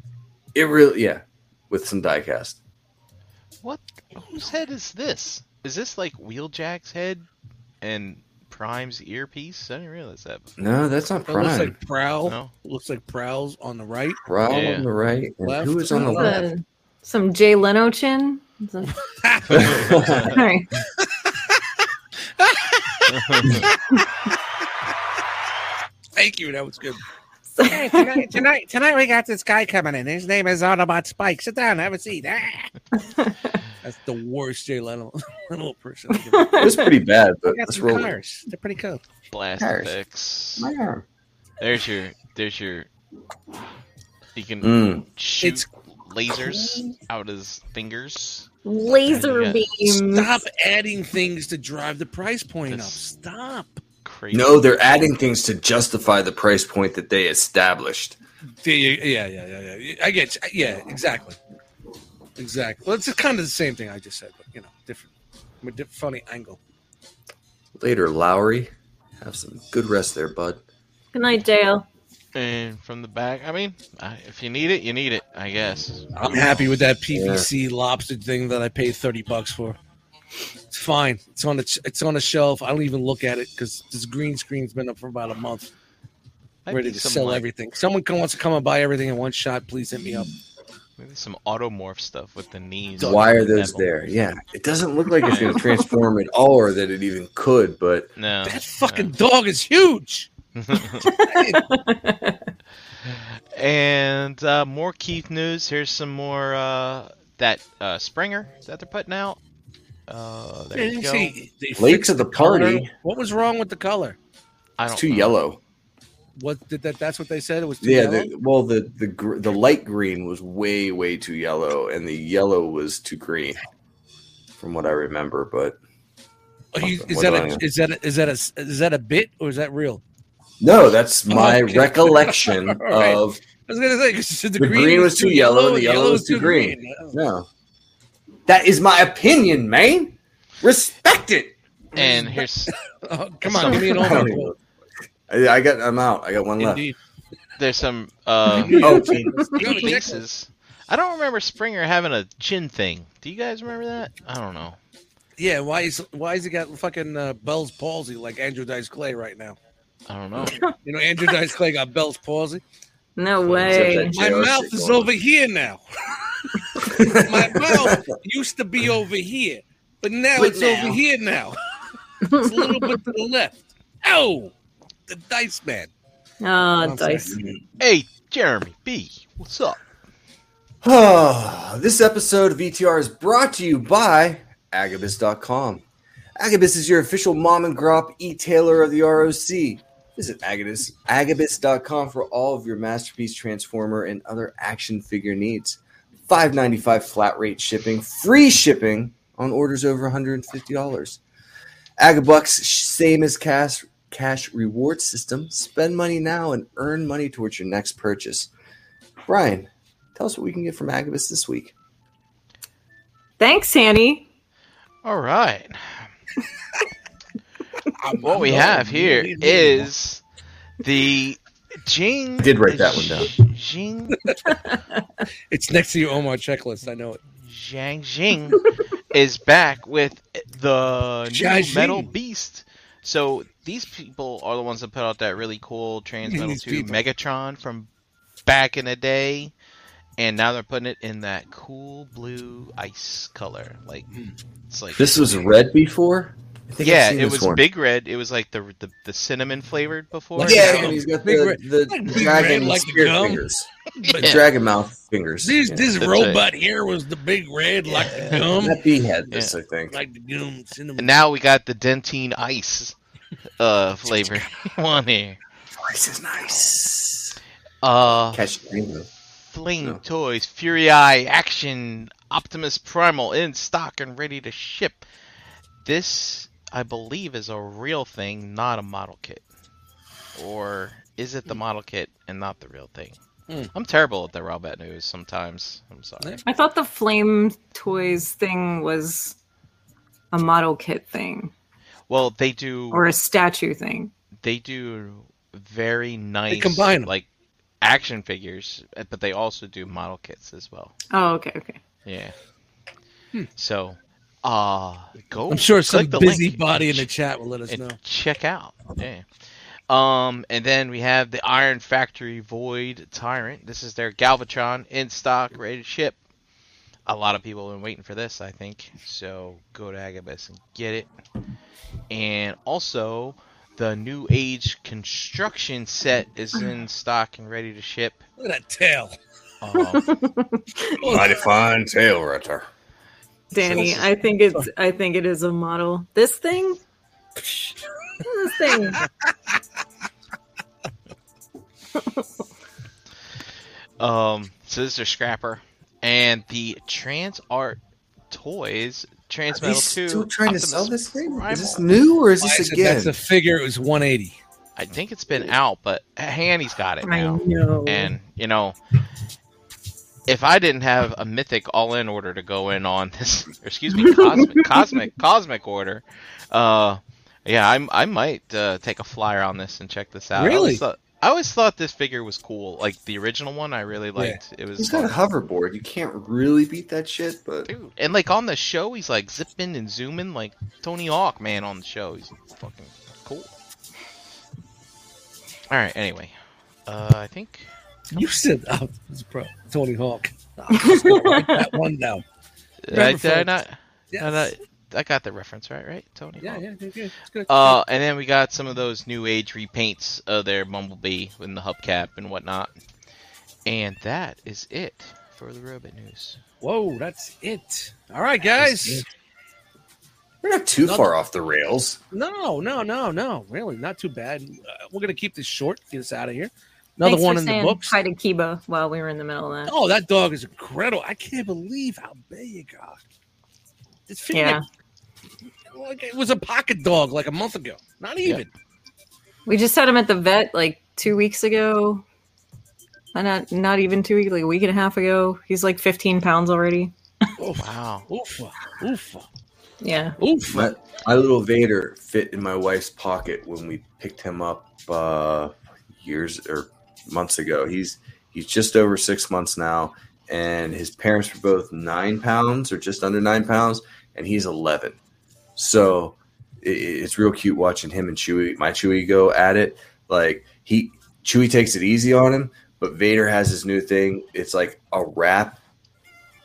[SPEAKER 2] It really, yeah, with some diecast.
[SPEAKER 4] What? Whose head is this? Is this like Wheeljack's head and Prime's earpiece? I didn't realize that. Before.
[SPEAKER 2] No, that's not
[SPEAKER 1] it looks
[SPEAKER 2] Prime.
[SPEAKER 1] like prowl.
[SPEAKER 4] No.
[SPEAKER 1] Looks like prowls on the right.
[SPEAKER 2] Prowl
[SPEAKER 4] Yeah.
[SPEAKER 2] on the right, and
[SPEAKER 1] Left.
[SPEAKER 2] who is on the
[SPEAKER 1] Left.
[SPEAKER 2] left?
[SPEAKER 3] Uh, Some Jay Leno chin. All right.
[SPEAKER 1] Thank you. That was good.
[SPEAKER 3] So-
[SPEAKER 6] Hey, tonight, tonight, tonight we got this guy coming in. His name is Autobot Spike. Sit down, have a seat. Ah.
[SPEAKER 1] That's the worst Jay Leno, Leno person.
[SPEAKER 2] It was pretty bad, but
[SPEAKER 6] We got
[SPEAKER 2] Uh, let's
[SPEAKER 6] some
[SPEAKER 2] roll. it.
[SPEAKER 6] cars. They're pretty cool.
[SPEAKER 4] Blast
[SPEAKER 2] Cars.
[SPEAKER 4] effects.
[SPEAKER 2] My arm.
[SPEAKER 4] There's your. There's your. He can
[SPEAKER 2] Mm.
[SPEAKER 4] shoot
[SPEAKER 1] It's
[SPEAKER 4] lasers out his fingers.
[SPEAKER 3] Laser
[SPEAKER 4] Yeah.
[SPEAKER 3] beams.
[SPEAKER 1] Stop adding things to drive the price point up.
[SPEAKER 4] Just-
[SPEAKER 1] Stop.
[SPEAKER 4] Crazy.
[SPEAKER 2] No, they're adding things to justify the price point that they established.
[SPEAKER 1] Yeah, yeah, yeah, yeah, yeah. I get. You. Yeah, exactly, exactly. Well, it's kind of the same thing I just said, but you know, different, from a diff- funny angle.
[SPEAKER 2] Later, Lowry. Have some good rest there, bud.
[SPEAKER 3] Good night, Dale.
[SPEAKER 4] And from the back, I mean, I, if you need it, you need it, I guess.
[SPEAKER 1] I'm happy with that PVC lobster thing that I paid thirty bucks for. It's fine. It's on the it's on the shelf. I don't even look at it because this green screen's been up for about a month.
[SPEAKER 4] Might
[SPEAKER 1] ready
[SPEAKER 4] be
[SPEAKER 1] to
[SPEAKER 4] some,
[SPEAKER 1] sell
[SPEAKER 4] like,
[SPEAKER 1] everything. Someone come, wants to come and buy everything in one shot. Please hit me up.
[SPEAKER 4] Maybe some automorph stuff with the knees.
[SPEAKER 2] Why
[SPEAKER 4] and
[SPEAKER 2] are
[SPEAKER 4] the
[SPEAKER 2] those
[SPEAKER 4] bevel.
[SPEAKER 2] there? Yeah, it doesn't look like it's going to transform at all, or that it even could. But
[SPEAKER 4] No.
[SPEAKER 1] That fucking dog is huge.
[SPEAKER 4] and uh, more Keith news. Here's some more uh, that uh, Springer that they're putting out. Uh, there you go.
[SPEAKER 1] See, they
[SPEAKER 2] Lake's
[SPEAKER 1] fixed
[SPEAKER 2] at the party.
[SPEAKER 1] color. What was wrong with the color?
[SPEAKER 4] I
[SPEAKER 2] It's
[SPEAKER 4] don't
[SPEAKER 2] too
[SPEAKER 4] know.
[SPEAKER 2] yellow.
[SPEAKER 1] What did that? That's what they said. It was too
[SPEAKER 2] Yeah.
[SPEAKER 1] yellow?
[SPEAKER 2] The, well, the the gr- the light green was way way too yellow, and the yellow was too green, from what I remember. But
[SPEAKER 1] Are you- is
[SPEAKER 2] What
[SPEAKER 1] that
[SPEAKER 2] do I
[SPEAKER 1] a,
[SPEAKER 2] know?
[SPEAKER 1] is that a, is that a is that a bit or is that real?
[SPEAKER 2] no, that's my
[SPEAKER 1] Okay.
[SPEAKER 2] recollection
[SPEAKER 1] right.
[SPEAKER 2] of
[SPEAKER 1] I was gonna say 'cause the,
[SPEAKER 2] The green was too yellow, the yellow was
[SPEAKER 1] is
[SPEAKER 2] too green. no. That is my opinion, man. Respect it.
[SPEAKER 4] And here's
[SPEAKER 1] Oh, come on,
[SPEAKER 4] Some-
[SPEAKER 1] give me an
[SPEAKER 2] I, don't
[SPEAKER 1] over.
[SPEAKER 2] even- I, I got. I'm out. I got one left.
[SPEAKER 1] Indeed.
[SPEAKER 4] there's some uh,
[SPEAKER 2] Oh, geez.
[SPEAKER 1] Go to Texas.
[SPEAKER 4] releases. I don't remember Springer having a chin thing. Do you guys remember that? I don't know.
[SPEAKER 1] Yeah, why is why is he got fucking uh, Bell's palsy like Andrew Dice Clay right now?
[SPEAKER 4] I don't know.
[SPEAKER 1] You know, Andrew Dice Clay got Bell's palsy.
[SPEAKER 3] No way.
[SPEAKER 2] Except
[SPEAKER 1] My
[SPEAKER 2] JR's
[SPEAKER 1] mouth
[SPEAKER 2] shit
[SPEAKER 1] is
[SPEAKER 2] going
[SPEAKER 1] over here now. My mouth used to be over here, but now
[SPEAKER 2] But
[SPEAKER 1] it's
[SPEAKER 2] now-
[SPEAKER 1] over here now. it's a little bit to the left. Oh, the Dice Man.
[SPEAKER 3] Ah,
[SPEAKER 1] I'm sorry.
[SPEAKER 3] dice.
[SPEAKER 4] hey, Jeremy B, what's up?
[SPEAKER 2] Oh, this episode of ETR is brought to you by Agabus.com. Agabus is your official mom and grop e-tailer of the ROC. Visit Agabus, Agabus.com for all of your masterpiece transformer and other action figure needs. $5.95 flat rate shipping, free shipping on orders over $150. Agabucks, same as cash, cash reward system. Spend money now and earn money towards your next purchase. Brian, tell us what we can get from Agabus this week.
[SPEAKER 3] Thanks, Hanny.
[SPEAKER 4] All right.
[SPEAKER 1] I'm-
[SPEAKER 4] What we
[SPEAKER 1] I'm-
[SPEAKER 4] have here
[SPEAKER 1] I'm-
[SPEAKER 4] is the Jing.
[SPEAKER 2] did write that one down.
[SPEAKER 4] Jing
[SPEAKER 1] it's next to your Omar checklist. I know it.
[SPEAKER 4] Zhang Jing is back with the new
[SPEAKER 1] Zhang Jing.
[SPEAKER 4] Metal Beast. So these people are the ones that put out that really cool Trans
[SPEAKER 1] Man,
[SPEAKER 4] Metal
[SPEAKER 1] these
[SPEAKER 4] 2
[SPEAKER 1] people.
[SPEAKER 4] Megatron from back in the day. And now they're putting it in that cool blue ice color. Like
[SPEAKER 1] Hmm.
[SPEAKER 4] it's like
[SPEAKER 2] This was red before. I think I've
[SPEAKER 4] Yeah,
[SPEAKER 2] seen
[SPEAKER 4] it
[SPEAKER 2] this
[SPEAKER 4] was
[SPEAKER 2] one.
[SPEAKER 4] big red. It was like the the, the cinnamon flavored before.
[SPEAKER 1] Like
[SPEAKER 2] Yeah,
[SPEAKER 1] gum.
[SPEAKER 2] and he's got
[SPEAKER 1] Big
[SPEAKER 2] the,
[SPEAKER 1] red-
[SPEAKER 2] the
[SPEAKER 1] like big red,
[SPEAKER 2] dragon
[SPEAKER 1] like
[SPEAKER 2] spirit
[SPEAKER 1] gum.
[SPEAKER 2] fingers,
[SPEAKER 1] But
[SPEAKER 2] The dragon mouth fingers.
[SPEAKER 1] this
[SPEAKER 2] yeah.
[SPEAKER 1] this
[SPEAKER 4] that's
[SPEAKER 1] robot here was the big red, like the gum,
[SPEAKER 2] that bee had this, I think.
[SPEAKER 1] like the gum cinnamon.
[SPEAKER 4] And now we got the dentine ice uh flavor one here.
[SPEAKER 2] this is nice.
[SPEAKER 4] Uh
[SPEAKER 2] Catch Django.
[SPEAKER 4] Fling
[SPEAKER 2] No.
[SPEAKER 4] Toys, Fury Eye, Action, Optimus Primal in stock and ready to ship. This, I believe, is a real thing, not a model kit. Or is
[SPEAKER 2] Hmm.
[SPEAKER 4] it the model kit and not the real thing?
[SPEAKER 1] Hmm.
[SPEAKER 4] I'm terrible at the Robot News sometimes. I'm sorry.
[SPEAKER 3] I thought the flame toys thing was a model kit thing
[SPEAKER 4] Well, they do.
[SPEAKER 3] or a statue thing.
[SPEAKER 4] they do very nice
[SPEAKER 1] combine 'em.
[SPEAKER 4] like action figures, uh, but they also do model kits as well.
[SPEAKER 3] Oh, okay, okay.
[SPEAKER 4] Yeah. So, uh go.
[SPEAKER 1] I'm sure some
[SPEAKER 4] click the link
[SPEAKER 1] busybody in
[SPEAKER 4] and
[SPEAKER 1] the chat will let us
[SPEAKER 4] and
[SPEAKER 1] know.
[SPEAKER 4] check out. Yeah. Um, and then we have the Iron Factory Void Tyrant. This is their Galvatron in stock, ready to ship. A lot of people have been waiting for this, I think. So go to Agabus and get it. And also, the New Age construction set is in stock and ready to ship.
[SPEAKER 1] Look at that tail.
[SPEAKER 4] Um,
[SPEAKER 2] Mighty fine tail rider.
[SPEAKER 3] Danny, I think it's I think it is a model. This thing? this thing.
[SPEAKER 4] um, so this is their Scrapper. And the Trans Art Toys Trans
[SPEAKER 2] Are they
[SPEAKER 4] Metal 2.
[SPEAKER 2] still trying to
[SPEAKER 4] Optimus
[SPEAKER 2] sell this thing? Is this
[SPEAKER 4] Primal.
[SPEAKER 2] new or is
[SPEAKER 1] Why
[SPEAKER 2] this
[SPEAKER 1] is it that's
[SPEAKER 2] again?
[SPEAKER 1] a figure. It was 180.
[SPEAKER 4] I think it's been out, but Hanny's got it
[SPEAKER 3] I
[SPEAKER 4] now.
[SPEAKER 3] know.
[SPEAKER 4] And you know, if I didn't have a mythic all-in order to go in on this, or excuse me, cosmic, cosmic, cosmic order, uh, Yeah, I'm, I might uh, take a flyer on this and check this out. I
[SPEAKER 1] Really?
[SPEAKER 4] always, thought, I always thought this figure was cool. Like the original one, I really liked. It was
[SPEAKER 2] He's got a
[SPEAKER 4] fun.
[SPEAKER 2] hoverboard. You can't really beat that shit, but
[SPEAKER 4] Dude, and like on the show, he's like zipping and zooming like Tony Hawk, man. On the show, he's fucking cool. All right. Anyway, uh, I think
[SPEAKER 1] You said oh, it's pro Tony Hawk. that one down. uh,
[SPEAKER 4] I,
[SPEAKER 1] Remember
[SPEAKER 4] did I
[SPEAKER 1] folks.
[SPEAKER 4] not?
[SPEAKER 1] Yeah,
[SPEAKER 4] I, not- I got the reference right, right, Tony?
[SPEAKER 1] yeah,
[SPEAKER 4] Hawk?
[SPEAKER 1] yeah, yeah, yeah. It's good.
[SPEAKER 4] Uh, and then we got some of those new age repaints of their Bumblebee in the hubcap and whatnot. And that is it for the robot news.
[SPEAKER 1] Whoa, that's it. All right, guys.
[SPEAKER 2] we're not too
[SPEAKER 1] Not-
[SPEAKER 2] far off the rails.
[SPEAKER 1] No, no, no, no. Really, not too bad. Uh, we're gonna keep this short. Get us out of here. Another
[SPEAKER 3] Thanks
[SPEAKER 1] one
[SPEAKER 3] for
[SPEAKER 1] in the
[SPEAKER 3] saying
[SPEAKER 1] books.
[SPEAKER 3] Hi to Kiba while we were in the middle of that.
[SPEAKER 1] Oh, that dog is incredible. I can't believe how big it got. It's feeling
[SPEAKER 3] yeah,
[SPEAKER 1] like, like it was a pocket dog like a month ago. Not even.
[SPEAKER 3] we just had him at the vet like two weeks ago. Uh, Not not even two weeks, like a week and a half ago. He's like 15 pounds already.
[SPEAKER 1] Oof,
[SPEAKER 4] Wow.
[SPEAKER 1] oof, oof,
[SPEAKER 3] Yeah,
[SPEAKER 1] oof.
[SPEAKER 2] My, my little Vader fit in my wife's pocket when we picked him up uh, years or months ago. He's he's just over six months now, and his parents were both nine pounds or just under nine pounds, and he's eleven. So i- i it's real cute watching him and Chewie, my Chewie, go at it. Like he Chewie takes it easy on him, but Vader has his new thing. It's like a wrap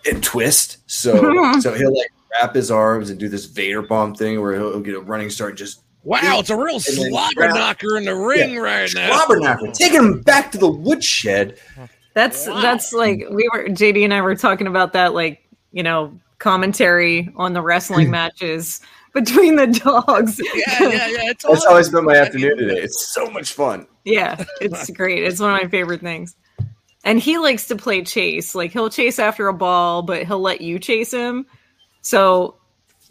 [SPEAKER 2] and twist. So so he'll like wrap his arms and do this Vader bomb thing where he'll, he'll get a running start and just
[SPEAKER 1] Wow, it's a real
[SPEAKER 2] then
[SPEAKER 1] slobber
[SPEAKER 2] grab-
[SPEAKER 1] knocker in the ring right now.
[SPEAKER 2] slobberknocker, taking him back to the woodshed.
[SPEAKER 3] that's
[SPEAKER 1] Wow.
[SPEAKER 3] that's like we were JD and I were talking about that like you know commentary on the wrestling matches between the dogs.
[SPEAKER 1] Yeah, yeah, yeah. It's
[SPEAKER 2] That's how I
[SPEAKER 1] awesome.
[SPEAKER 2] spent my afternoon today. It's so much fun.
[SPEAKER 3] Yeah, it's great. It's one of my favorite things. And he likes to play chase. Like he'll chase after a ball, but he'll let you chase him. So,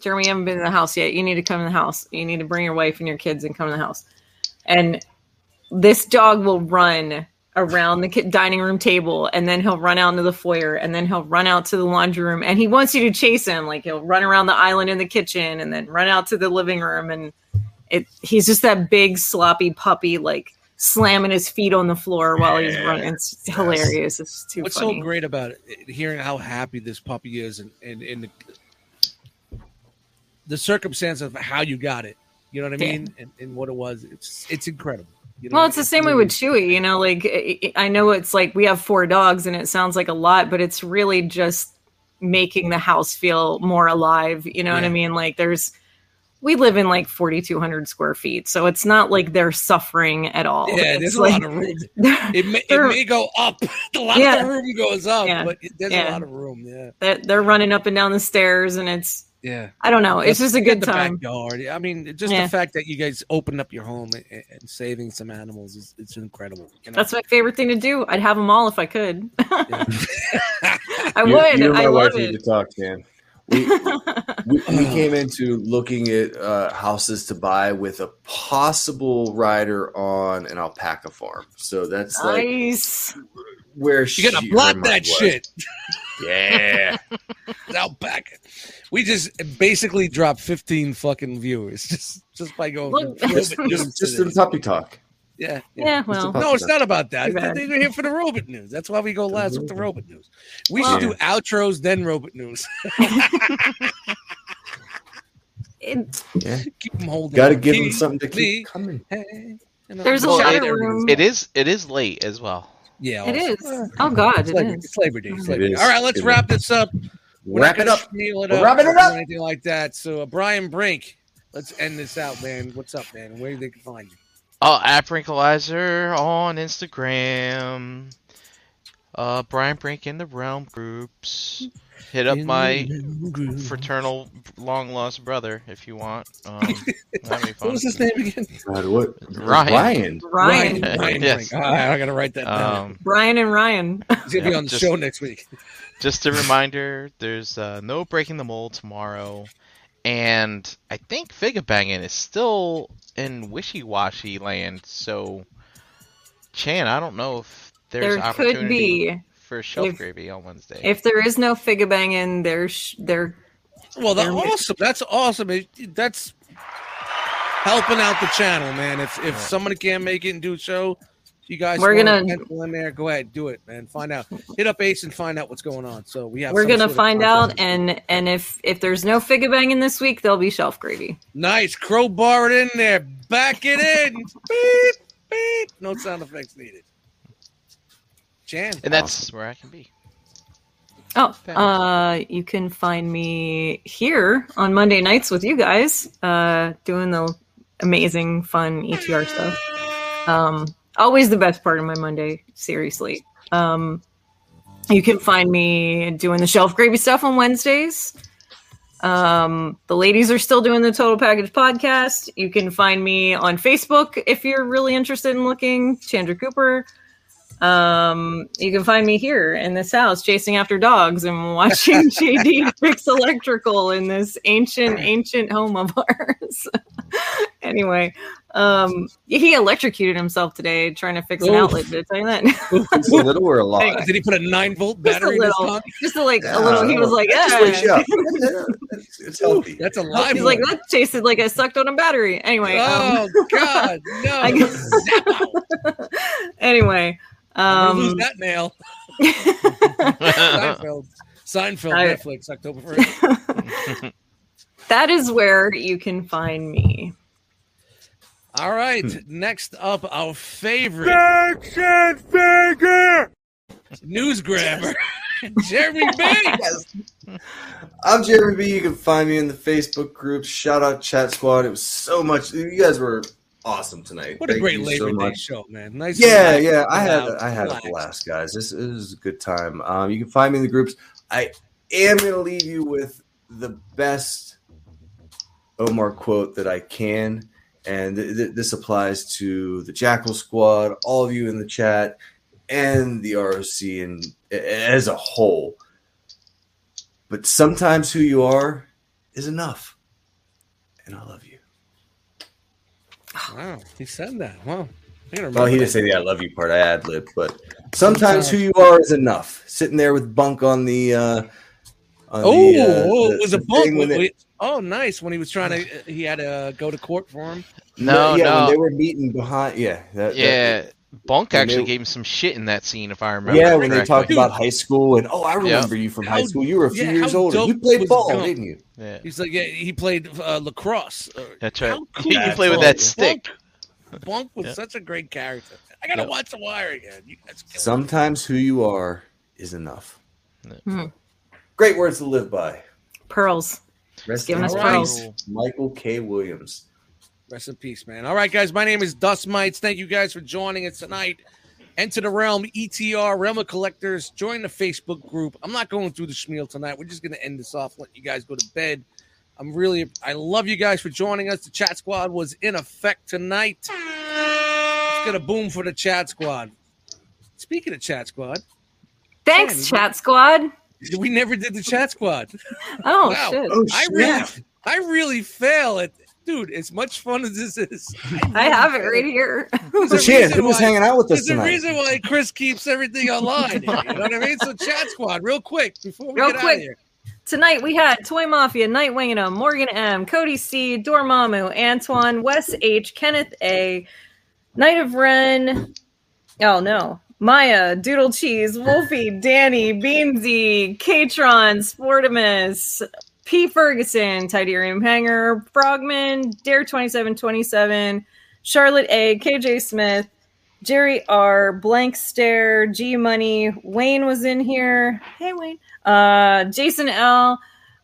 [SPEAKER 3] Jeremy, you haven't been in the house yet. You need to come in the house. You need to bring your wife and your kids and come in the house. And this dog will run around the ki- dining room table and then he'll run out into the foyer and then he'll run out to the laundry room and he wants you to chase him like he'll run around the island in the kitchen and then run out to the living room and it he's just that big sloppy puppy like slamming his feet on the floor while he's running it's hilarious it's too
[SPEAKER 1] What's
[SPEAKER 3] funny
[SPEAKER 1] so great about it, hearing how happy this puppy is and, and, and the, the circumstance of how you got it. You know what I
[SPEAKER 3] Yeah.
[SPEAKER 1] mean? And, and what it was. It's it's incredible. You know,
[SPEAKER 3] Well, it's the same way
[SPEAKER 1] really-
[SPEAKER 3] with Chewy. You know, like I- I know it's like we have four dogs, and it sounds like a lot, but it's really just making the house feel more alive. You know what I
[SPEAKER 1] Yeah.
[SPEAKER 3] mean? Like there's, we live in like 4,200 square feet, so it's not like they're suffering at all.
[SPEAKER 1] Yeah,
[SPEAKER 3] it's
[SPEAKER 1] there's a
[SPEAKER 3] like,
[SPEAKER 1] lot of room.
[SPEAKER 3] they're,
[SPEAKER 1] It may, it
[SPEAKER 3] They're-
[SPEAKER 1] may go up. A lot
[SPEAKER 3] Yeah.
[SPEAKER 1] of the room goes up,
[SPEAKER 3] Yeah.
[SPEAKER 1] but it- there's
[SPEAKER 3] Yeah.
[SPEAKER 1] a lot of room. Yeah,
[SPEAKER 3] they're running up and down the stairs, and it's
[SPEAKER 1] yeah.
[SPEAKER 3] I don't know, it's just a
[SPEAKER 1] Look at
[SPEAKER 3] good
[SPEAKER 1] the
[SPEAKER 3] time.
[SPEAKER 1] Backyard. I mean, just
[SPEAKER 3] Yeah.
[SPEAKER 1] the fact that you guys opened up your home and, and saving some animals is it's incredible. You know?
[SPEAKER 3] That's my favorite thing to do. I'd have them all if I could. I
[SPEAKER 2] You-
[SPEAKER 3] would.
[SPEAKER 2] you and my
[SPEAKER 3] I
[SPEAKER 2] wife
[SPEAKER 3] love
[SPEAKER 2] need to
[SPEAKER 3] it.
[SPEAKER 2] talk, man. We, we, we came into looking at uh, houses to buy with a possible rider on an alpaca farm. So that's like
[SPEAKER 3] Nice.
[SPEAKER 2] where
[SPEAKER 1] you gotta block that shit.
[SPEAKER 2] Yeah.
[SPEAKER 1] Now back, we just basically dropped 15 fucking viewers just just by going.
[SPEAKER 3] Look-
[SPEAKER 1] from
[SPEAKER 2] just
[SPEAKER 1] Robit news
[SPEAKER 2] just,
[SPEAKER 1] to
[SPEAKER 2] just some
[SPEAKER 1] this.
[SPEAKER 2] puppy talk.
[SPEAKER 1] yeah, yeah.
[SPEAKER 3] Yeah. Well.
[SPEAKER 1] No, it's not about that.
[SPEAKER 3] Too bad.
[SPEAKER 1] They're here for the robot news. That's why we go last with the robot news. We
[SPEAKER 3] Well-
[SPEAKER 1] should do outros then robot news.
[SPEAKER 3] It,
[SPEAKER 1] Keep them holding.
[SPEAKER 2] Gotta
[SPEAKER 1] on.
[SPEAKER 2] give them
[SPEAKER 1] Keep
[SPEAKER 2] something to keep
[SPEAKER 1] me-
[SPEAKER 2] coming.
[SPEAKER 1] Hey, and
[SPEAKER 3] There's a
[SPEAKER 1] I'll-
[SPEAKER 3] lot of
[SPEAKER 4] it-
[SPEAKER 3] room.
[SPEAKER 4] It is. It is late as well.
[SPEAKER 1] Yeah,
[SPEAKER 3] It
[SPEAKER 1] also.
[SPEAKER 3] is. Oh God,
[SPEAKER 1] It's
[SPEAKER 3] it
[SPEAKER 1] Labor,
[SPEAKER 3] is.
[SPEAKER 1] it's Labor Day. It's
[SPEAKER 2] It
[SPEAKER 1] Labor Day.
[SPEAKER 2] is.
[SPEAKER 1] All right, let's
[SPEAKER 2] It
[SPEAKER 1] wrap this up. We're
[SPEAKER 2] Wrap
[SPEAKER 1] not
[SPEAKER 2] it
[SPEAKER 1] gonna
[SPEAKER 2] up.
[SPEAKER 1] schmeal It
[SPEAKER 2] We're
[SPEAKER 1] up
[SPEAKER 2] wrapping it
[SPEAKER 1] or
[SPEAKER 2] up.
[SPEAKER 1] Anything like that. So, uh, Brian Brink, let's end this out, man. What's up, man? Where they can find you?
[SPEAKER 4] Oh, at Brinkalizer on Instagram. Uh, Brian Brink in the Realm groups. Hit up my fraternal long lost brother if you want. Um, that'd be
[SPEAKER 1] What
[SPEAKER 4] fun.
[SPEAKER 1] was his name again?
[SPEAKER 2] God, what?
[SPEAKER 4] Ryan.
[SPEAKER 2] Ryan.
[SPEAKER 3] Ryan,
[SPEAKER 1] Brian,
[SPEAKER 4] Yes.
[SPEAKER 1] Brink. All right, I gotta write that down.
[SPEAKER 4] Um,
[SPEAKER 3] Brian, and Ryan.
[SPEAKER 1] He's gonna be
[SPEAKER 4] yeah,
[SPEAKER 1] on the
[SPEAKER 4] just-
[SPEAKER 1] show next week.
[SPEAKER 4] just a reminder there's uh, no breaking the mold tomorrow and i think Figa banging is still in wishy-washy land so chan i don't know if there's
[SPEAKER 3] there
[SPEAKER 4] opportunity
[SPEAKER 3] could be
[SPEAKER 4] for shelf
[SPEAKER 3] if-
[SPEAKER 4] gravy on wednesday
[SPEAKER 3] if there is no figa banging. There's there.
[SPEAKER 1] Well, that's
[SPEAKER 3] They're-
[SPEAKER 1] awesome. That's awesome. It- That's helping out the channel, man. If if someone can't make it and do a show, you guys
[SPEAKER 3] We're
[SPEAKER 1] wanna
[SPEAKER 3] gonna-
[SPEAKER 1] pencil in there. Go ahead, do it, man. Find out. Hit up Ace and find out what's going on. So we have.
[SPEAKER 3] We're
[SPEAKER 1] some
[SPEAKER 3] gonna
[SPEAKER 1] sort of
[SPEAKER 3] find
[SPEAKER 1] content.
[SPEAKER 3] out, and and if if there's no figure banging this week, there'll be shelf gravy.
[SPEAKER 1] Nice crowbar it in there. Back it in. beep beep. No sound effects needed. Jan,
[SPEAKER 4] And that's where I can be.
[SPEAKER 3] Oh,
[SPEAKER 4] Thanks.
[SPEAKER 3] uh, you can find me here on Monday nights with you guys, uh, doing the amazing, fun ETR stuff. Um, always the best part of my Monday, seriously. Um, you can find me doing the shelf gravy stuff on Wednesdays. Um, the ladies are still doing the Total Package podcast. You can find me on Facebook if you're really interested in looking. Chandra Cooper. Um, you can find me here in this house chasing after dogs and watching JD fix electrical in this ancient, ancient home of ours. anyway, um, he electrocuted himself today trying to fix an
[SPEAKER 1] Oof.
[SPEAKER 3] outlet. Did I tell you that?
[SPEAKER 2] It's a little or a lot.
[SPEAKER 1] did he put a nine volt
[SPEAKER 3] Just a
[SPEAKER 1] battery in his
[SPEAKER 3] little.
[SPEAKER 1] tongue?
[SPEAKER 3] Just like
[SPEAKER 2] Yeah,
[SPEAKER 3] a little, he was like,
[SPEAKER 2] that just
[SPEAKER 3] yeah.
[SPEAKER 2] wakes you up. It's, it's healthy.
[SPEAKER 1] That's a live
[SPEAKER 3] He's like, "Oh,
[SPEAKER 1] one.
[SPEAKER 3] that tasted like I sucked on a battery. Anyway, um,
[SPEAKER 1] Oh God, no!
[SPEAKER 3] I guess- um, anyway,
[SPEAKER 1] I'm gonna lose
[SPEAKER 3] um,
[SPEAKER 1] that nail.
[SPEAKER 4] All
[SPEAKER 1] Seinfeld, Seinfeld,
[SPEAKER 3] I-
[SPEAKER 1] Netflix, October first.
[SPEAKER 3] that is where you can find me.
[SPEAKER 1] All right, next up, our favorite news grabber, Jeremy B.
[SPEAKER 2] I'm Jeremy B. You can find me in the Facebook group. Shout out Chat Squad. It was so much. You guys were awesome tonight.
[SPEAKER 1] What a
[SPEAKER 2] Thank
[SPEAKER 1] great
[SPEAKER 2] you
[SPEAKER 1] Labor
[SPEAKER 2] so
[SPEAKER 1] Day
[SPEAKER 2] much.
[SPEAKER 1] show, man! Nice.
[SPEAKER 2] Yeah,
[SPEAKER 1] relax,
[SPEAKER 2] yeah. I had
[SPEAKER 1] relax,
[SPEAKER 2] I had a
[SPEAKER 1] relax.
[SPEAKER 2] blast, guys. This is a good time. Um, you can find me in the groups. I am gonna leave you with the best Omar quote that I can, and th- th- this applies to the Jackal Squad, all of you in the chat, and the ROC, and as a whole. But sometimes who you are is enough, and I love you.
[SPEAKER 1] Wow, he said that. Wow. I gotta
[SPEAKER 2] Well, Oh, he
[SPEAKER 1] remember
[SPEAKER 2] didn't say
[SPEAKER 1] that.
[SPEAKER 2] the "I love you" part. I ad lib, but sometimes who you are is enough. Sitting there with bunk on the. Uh, on
[SPEAKER 1] Oh,
[SPEAKER 2] the, uh,
[SPEAKER 1] oh,
[SPEAKER 2] the-
[SPEAKER 1] it was a
[SPEAKER 2] the
[SPEAKER 1] bump.
[SPEAKER 2] thing Uh-huh. when they-
[SPEAKER 1] Wait, oh, nice. When he was trying to, he had to uh, go to court for him.
[SPEAKER 4] No,
[SPEAKER 2] yeah,
[SPEAKER 4] no.
[SPEAKER 2] When they were meeting behind. Yeah, that, that-
[SPEAKER 4] yeah, Bonk
[SPEAKER 2] when
[SPEAKER 4] actually
[SPEAKER 2] they-
[SPEAKER 4] gave him some shit in that scene, if I remember.
[SPEAKER 2] yeah. When they
[SPEAKER 4] correctly.
[SPEAKER 2] talked about high school and oh, I remember you from
[SPEAKER 1] How-
[SPEAKER 2] high school. You were a few
[SPEAKER 1] yeah,
[SPEAKER 2] years
[SPEAKER 1] how
[SPEAKER 2] older.
[SPEAKER 1] dope
[SPEAKER 2] You played
[SPEAKER 1] was
[SPEAKER 2] ball,
[SPEAKER 1] Gump?
[SPEAKER 2] didn't you?
[SPEAKER 4] Yeah,
[SPEAKER 1] He's like, yeah, he played uh, lacrosse. Uh,
[SPEAKER 4] that's right.
[SPEAKER 1] How cool
[SPEAKER 4] You
[SPEAKER 1] is
[SPEAKER 4] play
[SPEAKER 2] Oh,
[SPEAKER 4] with
[SPEAKER 1] Bonk?
[SPEAKER 4] that stick.
[SPEAKER 1] Bonk, Bonk was
[SPEAKER 4] Yeah.
[SPEAKER 1] such a great character. I gotta
[SPEAKER 4] Yeah.
[SPEAKER 1] watch The Wire again. You guys killed me.
[SPEAKER 2] Sometimes who you are is enough.
[SPEAKER 3] Hmm.
[SPEAKER 2] Great words to live by.
[SPEAKER 3] Pearls.
[SPEAKER 2] Rest in
[SPEAKER 3] giving us
[SPEAKER 2] peace,
[SPEAKER 3] pearls.
[SPEAKER 2] Michael K. Williams.
[SPEAKER 1] Rest in peace, man. All right, guys. My name is Dust Mites. Thank you guys for joining us tonight. Enter the realm, ETR, Realm of Collectors. Join the Facebook group. I'm not going through the schmeal tonight. We're just going to end this off, let you guys go to bed. I'm really, I love you guys for joining us. The chat squad was in effect tonight. It's going to boom for the chat squad. Speaking of chat squad,
[SPEAKER 3] Thanks, chat squad.
[SPEAKER 1] we never did the chat squad.
[SPEAKER 3] Oh
[SPEAKER 1] Wow.
[SPEAKER 3] shit!
[SPEAKER 2] Oh,
[SPEAKER 1] I really, I really fail at, dude, as much fun as this is.
[SPEAKER 3] I have it right here.
[SPEAKER 1] There's
[SPEAKER 2] So,
[SPEAKER 1] a
[SPEAKER 2] Shan,
[SPEAKER 1] reason
[SPEAKER 2] who was
[SPEAKER 1] why-
[SPEAKER 2] hanging out with us
[SPEAKER 1] There's a
[SPEAKER 2] tonight?
[SPEAKER 1] reason why Chris keeps everything online. You know what I mean? So, chat squad, real quick before we
[SPEAKER 3] Real
[SPEAKER 1] get out
[SPEAKER 3] quick.
[SPEAKER 1] of here.
[SPEAKER 3] Tonight we had Toy Mafia, Nightwing and Morgan M, Cody C, Dormammu, Antoine, Wes H, Kenneth A, Knight of Ren. Oh no. Maya, Doodle Cheese, Wolfie, Danny, Beansy, Katron, Sportimus, P. Ferguson, Tidarium Hanger, Frogman, Dare2727, Charlotte A, KJ Smith, Jerry R, Blank Stare, G Money, Wayne was in here. Hey Wayne uh, Jason L,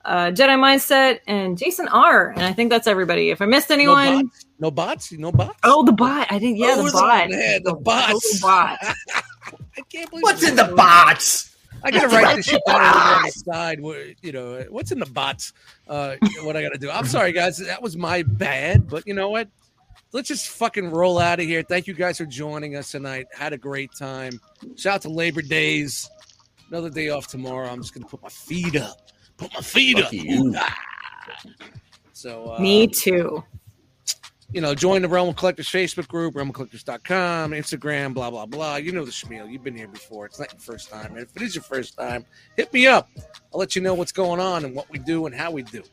[SPEAKER 3] uh, Jedi Mindset, and Jason R. And I think that's everybody. If I missed
[SPEAKER 1] No
[SPEAKER 3] anyone,
[SPEAKER 1] bots? No bots? No bots?
[SPEAKER 3] oh, the bot. I didn't. Yeah,
[SPEAKER 1] Oh,
[SPEAKER 3] the bot.
[SPEAKER 1] Yeah, the
[SPEAKER 3] Oh,
[SPEAKER 1] bots.
[SPEAKER 3] the bot.
[SPEAKER 1] I can't believe
[SPEAKER 2] What's
[SPEAKER 1] it.
[SPEAKER 2] in the box?
[SPEAKER 1] I gotta write this shit down on the side. Where, you know what's in the bots? Uh, what I gotta do? I'm sorry, guys. That was my bad. But you know what? Let's just fucking roll out of here. Thank you guys for joining us tonight. Had a great time. Shout out to Labor Days. Another day off tomorrow. I'm just gonna put my feet up. Put my feet up.
[SPEAKER 2] Lucky you.
[SPEAKER 1] So uh,
[SPEAKER 3] Me too.
[SPEAKER 1] you know, join the Realm of Collectors Facebook group, realmofcollectors.com, Instagram, blah, blah, blah. You know the schmeal. You've been here before. It's not your first time. And if it is your first time, hit me up. I'll let you know what's going on and what we do and how we do.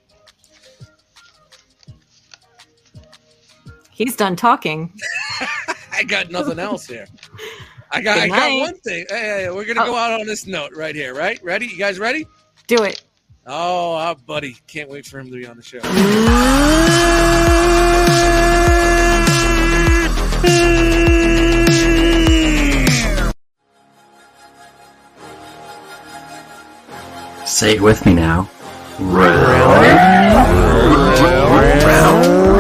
[SPEAKER 3] He's done talking.
[SPEAKER 1] I got nothing else here. I got
[SPEAKER 3] Good
[SPEAKER 1] I got
[SPEAKER 3] night. Oh.
[SPEAKER 1] one thing. Hey, hey, hey, we're gonna go out on this note right here, right? Ready? You guys ready?
[SPEAKER 3] Do it.
[SPEAKER 1] Oh, our buddy. Can't wait for him to be on the show.
[SPEAKER 7] Say it with me now. Round, round, round,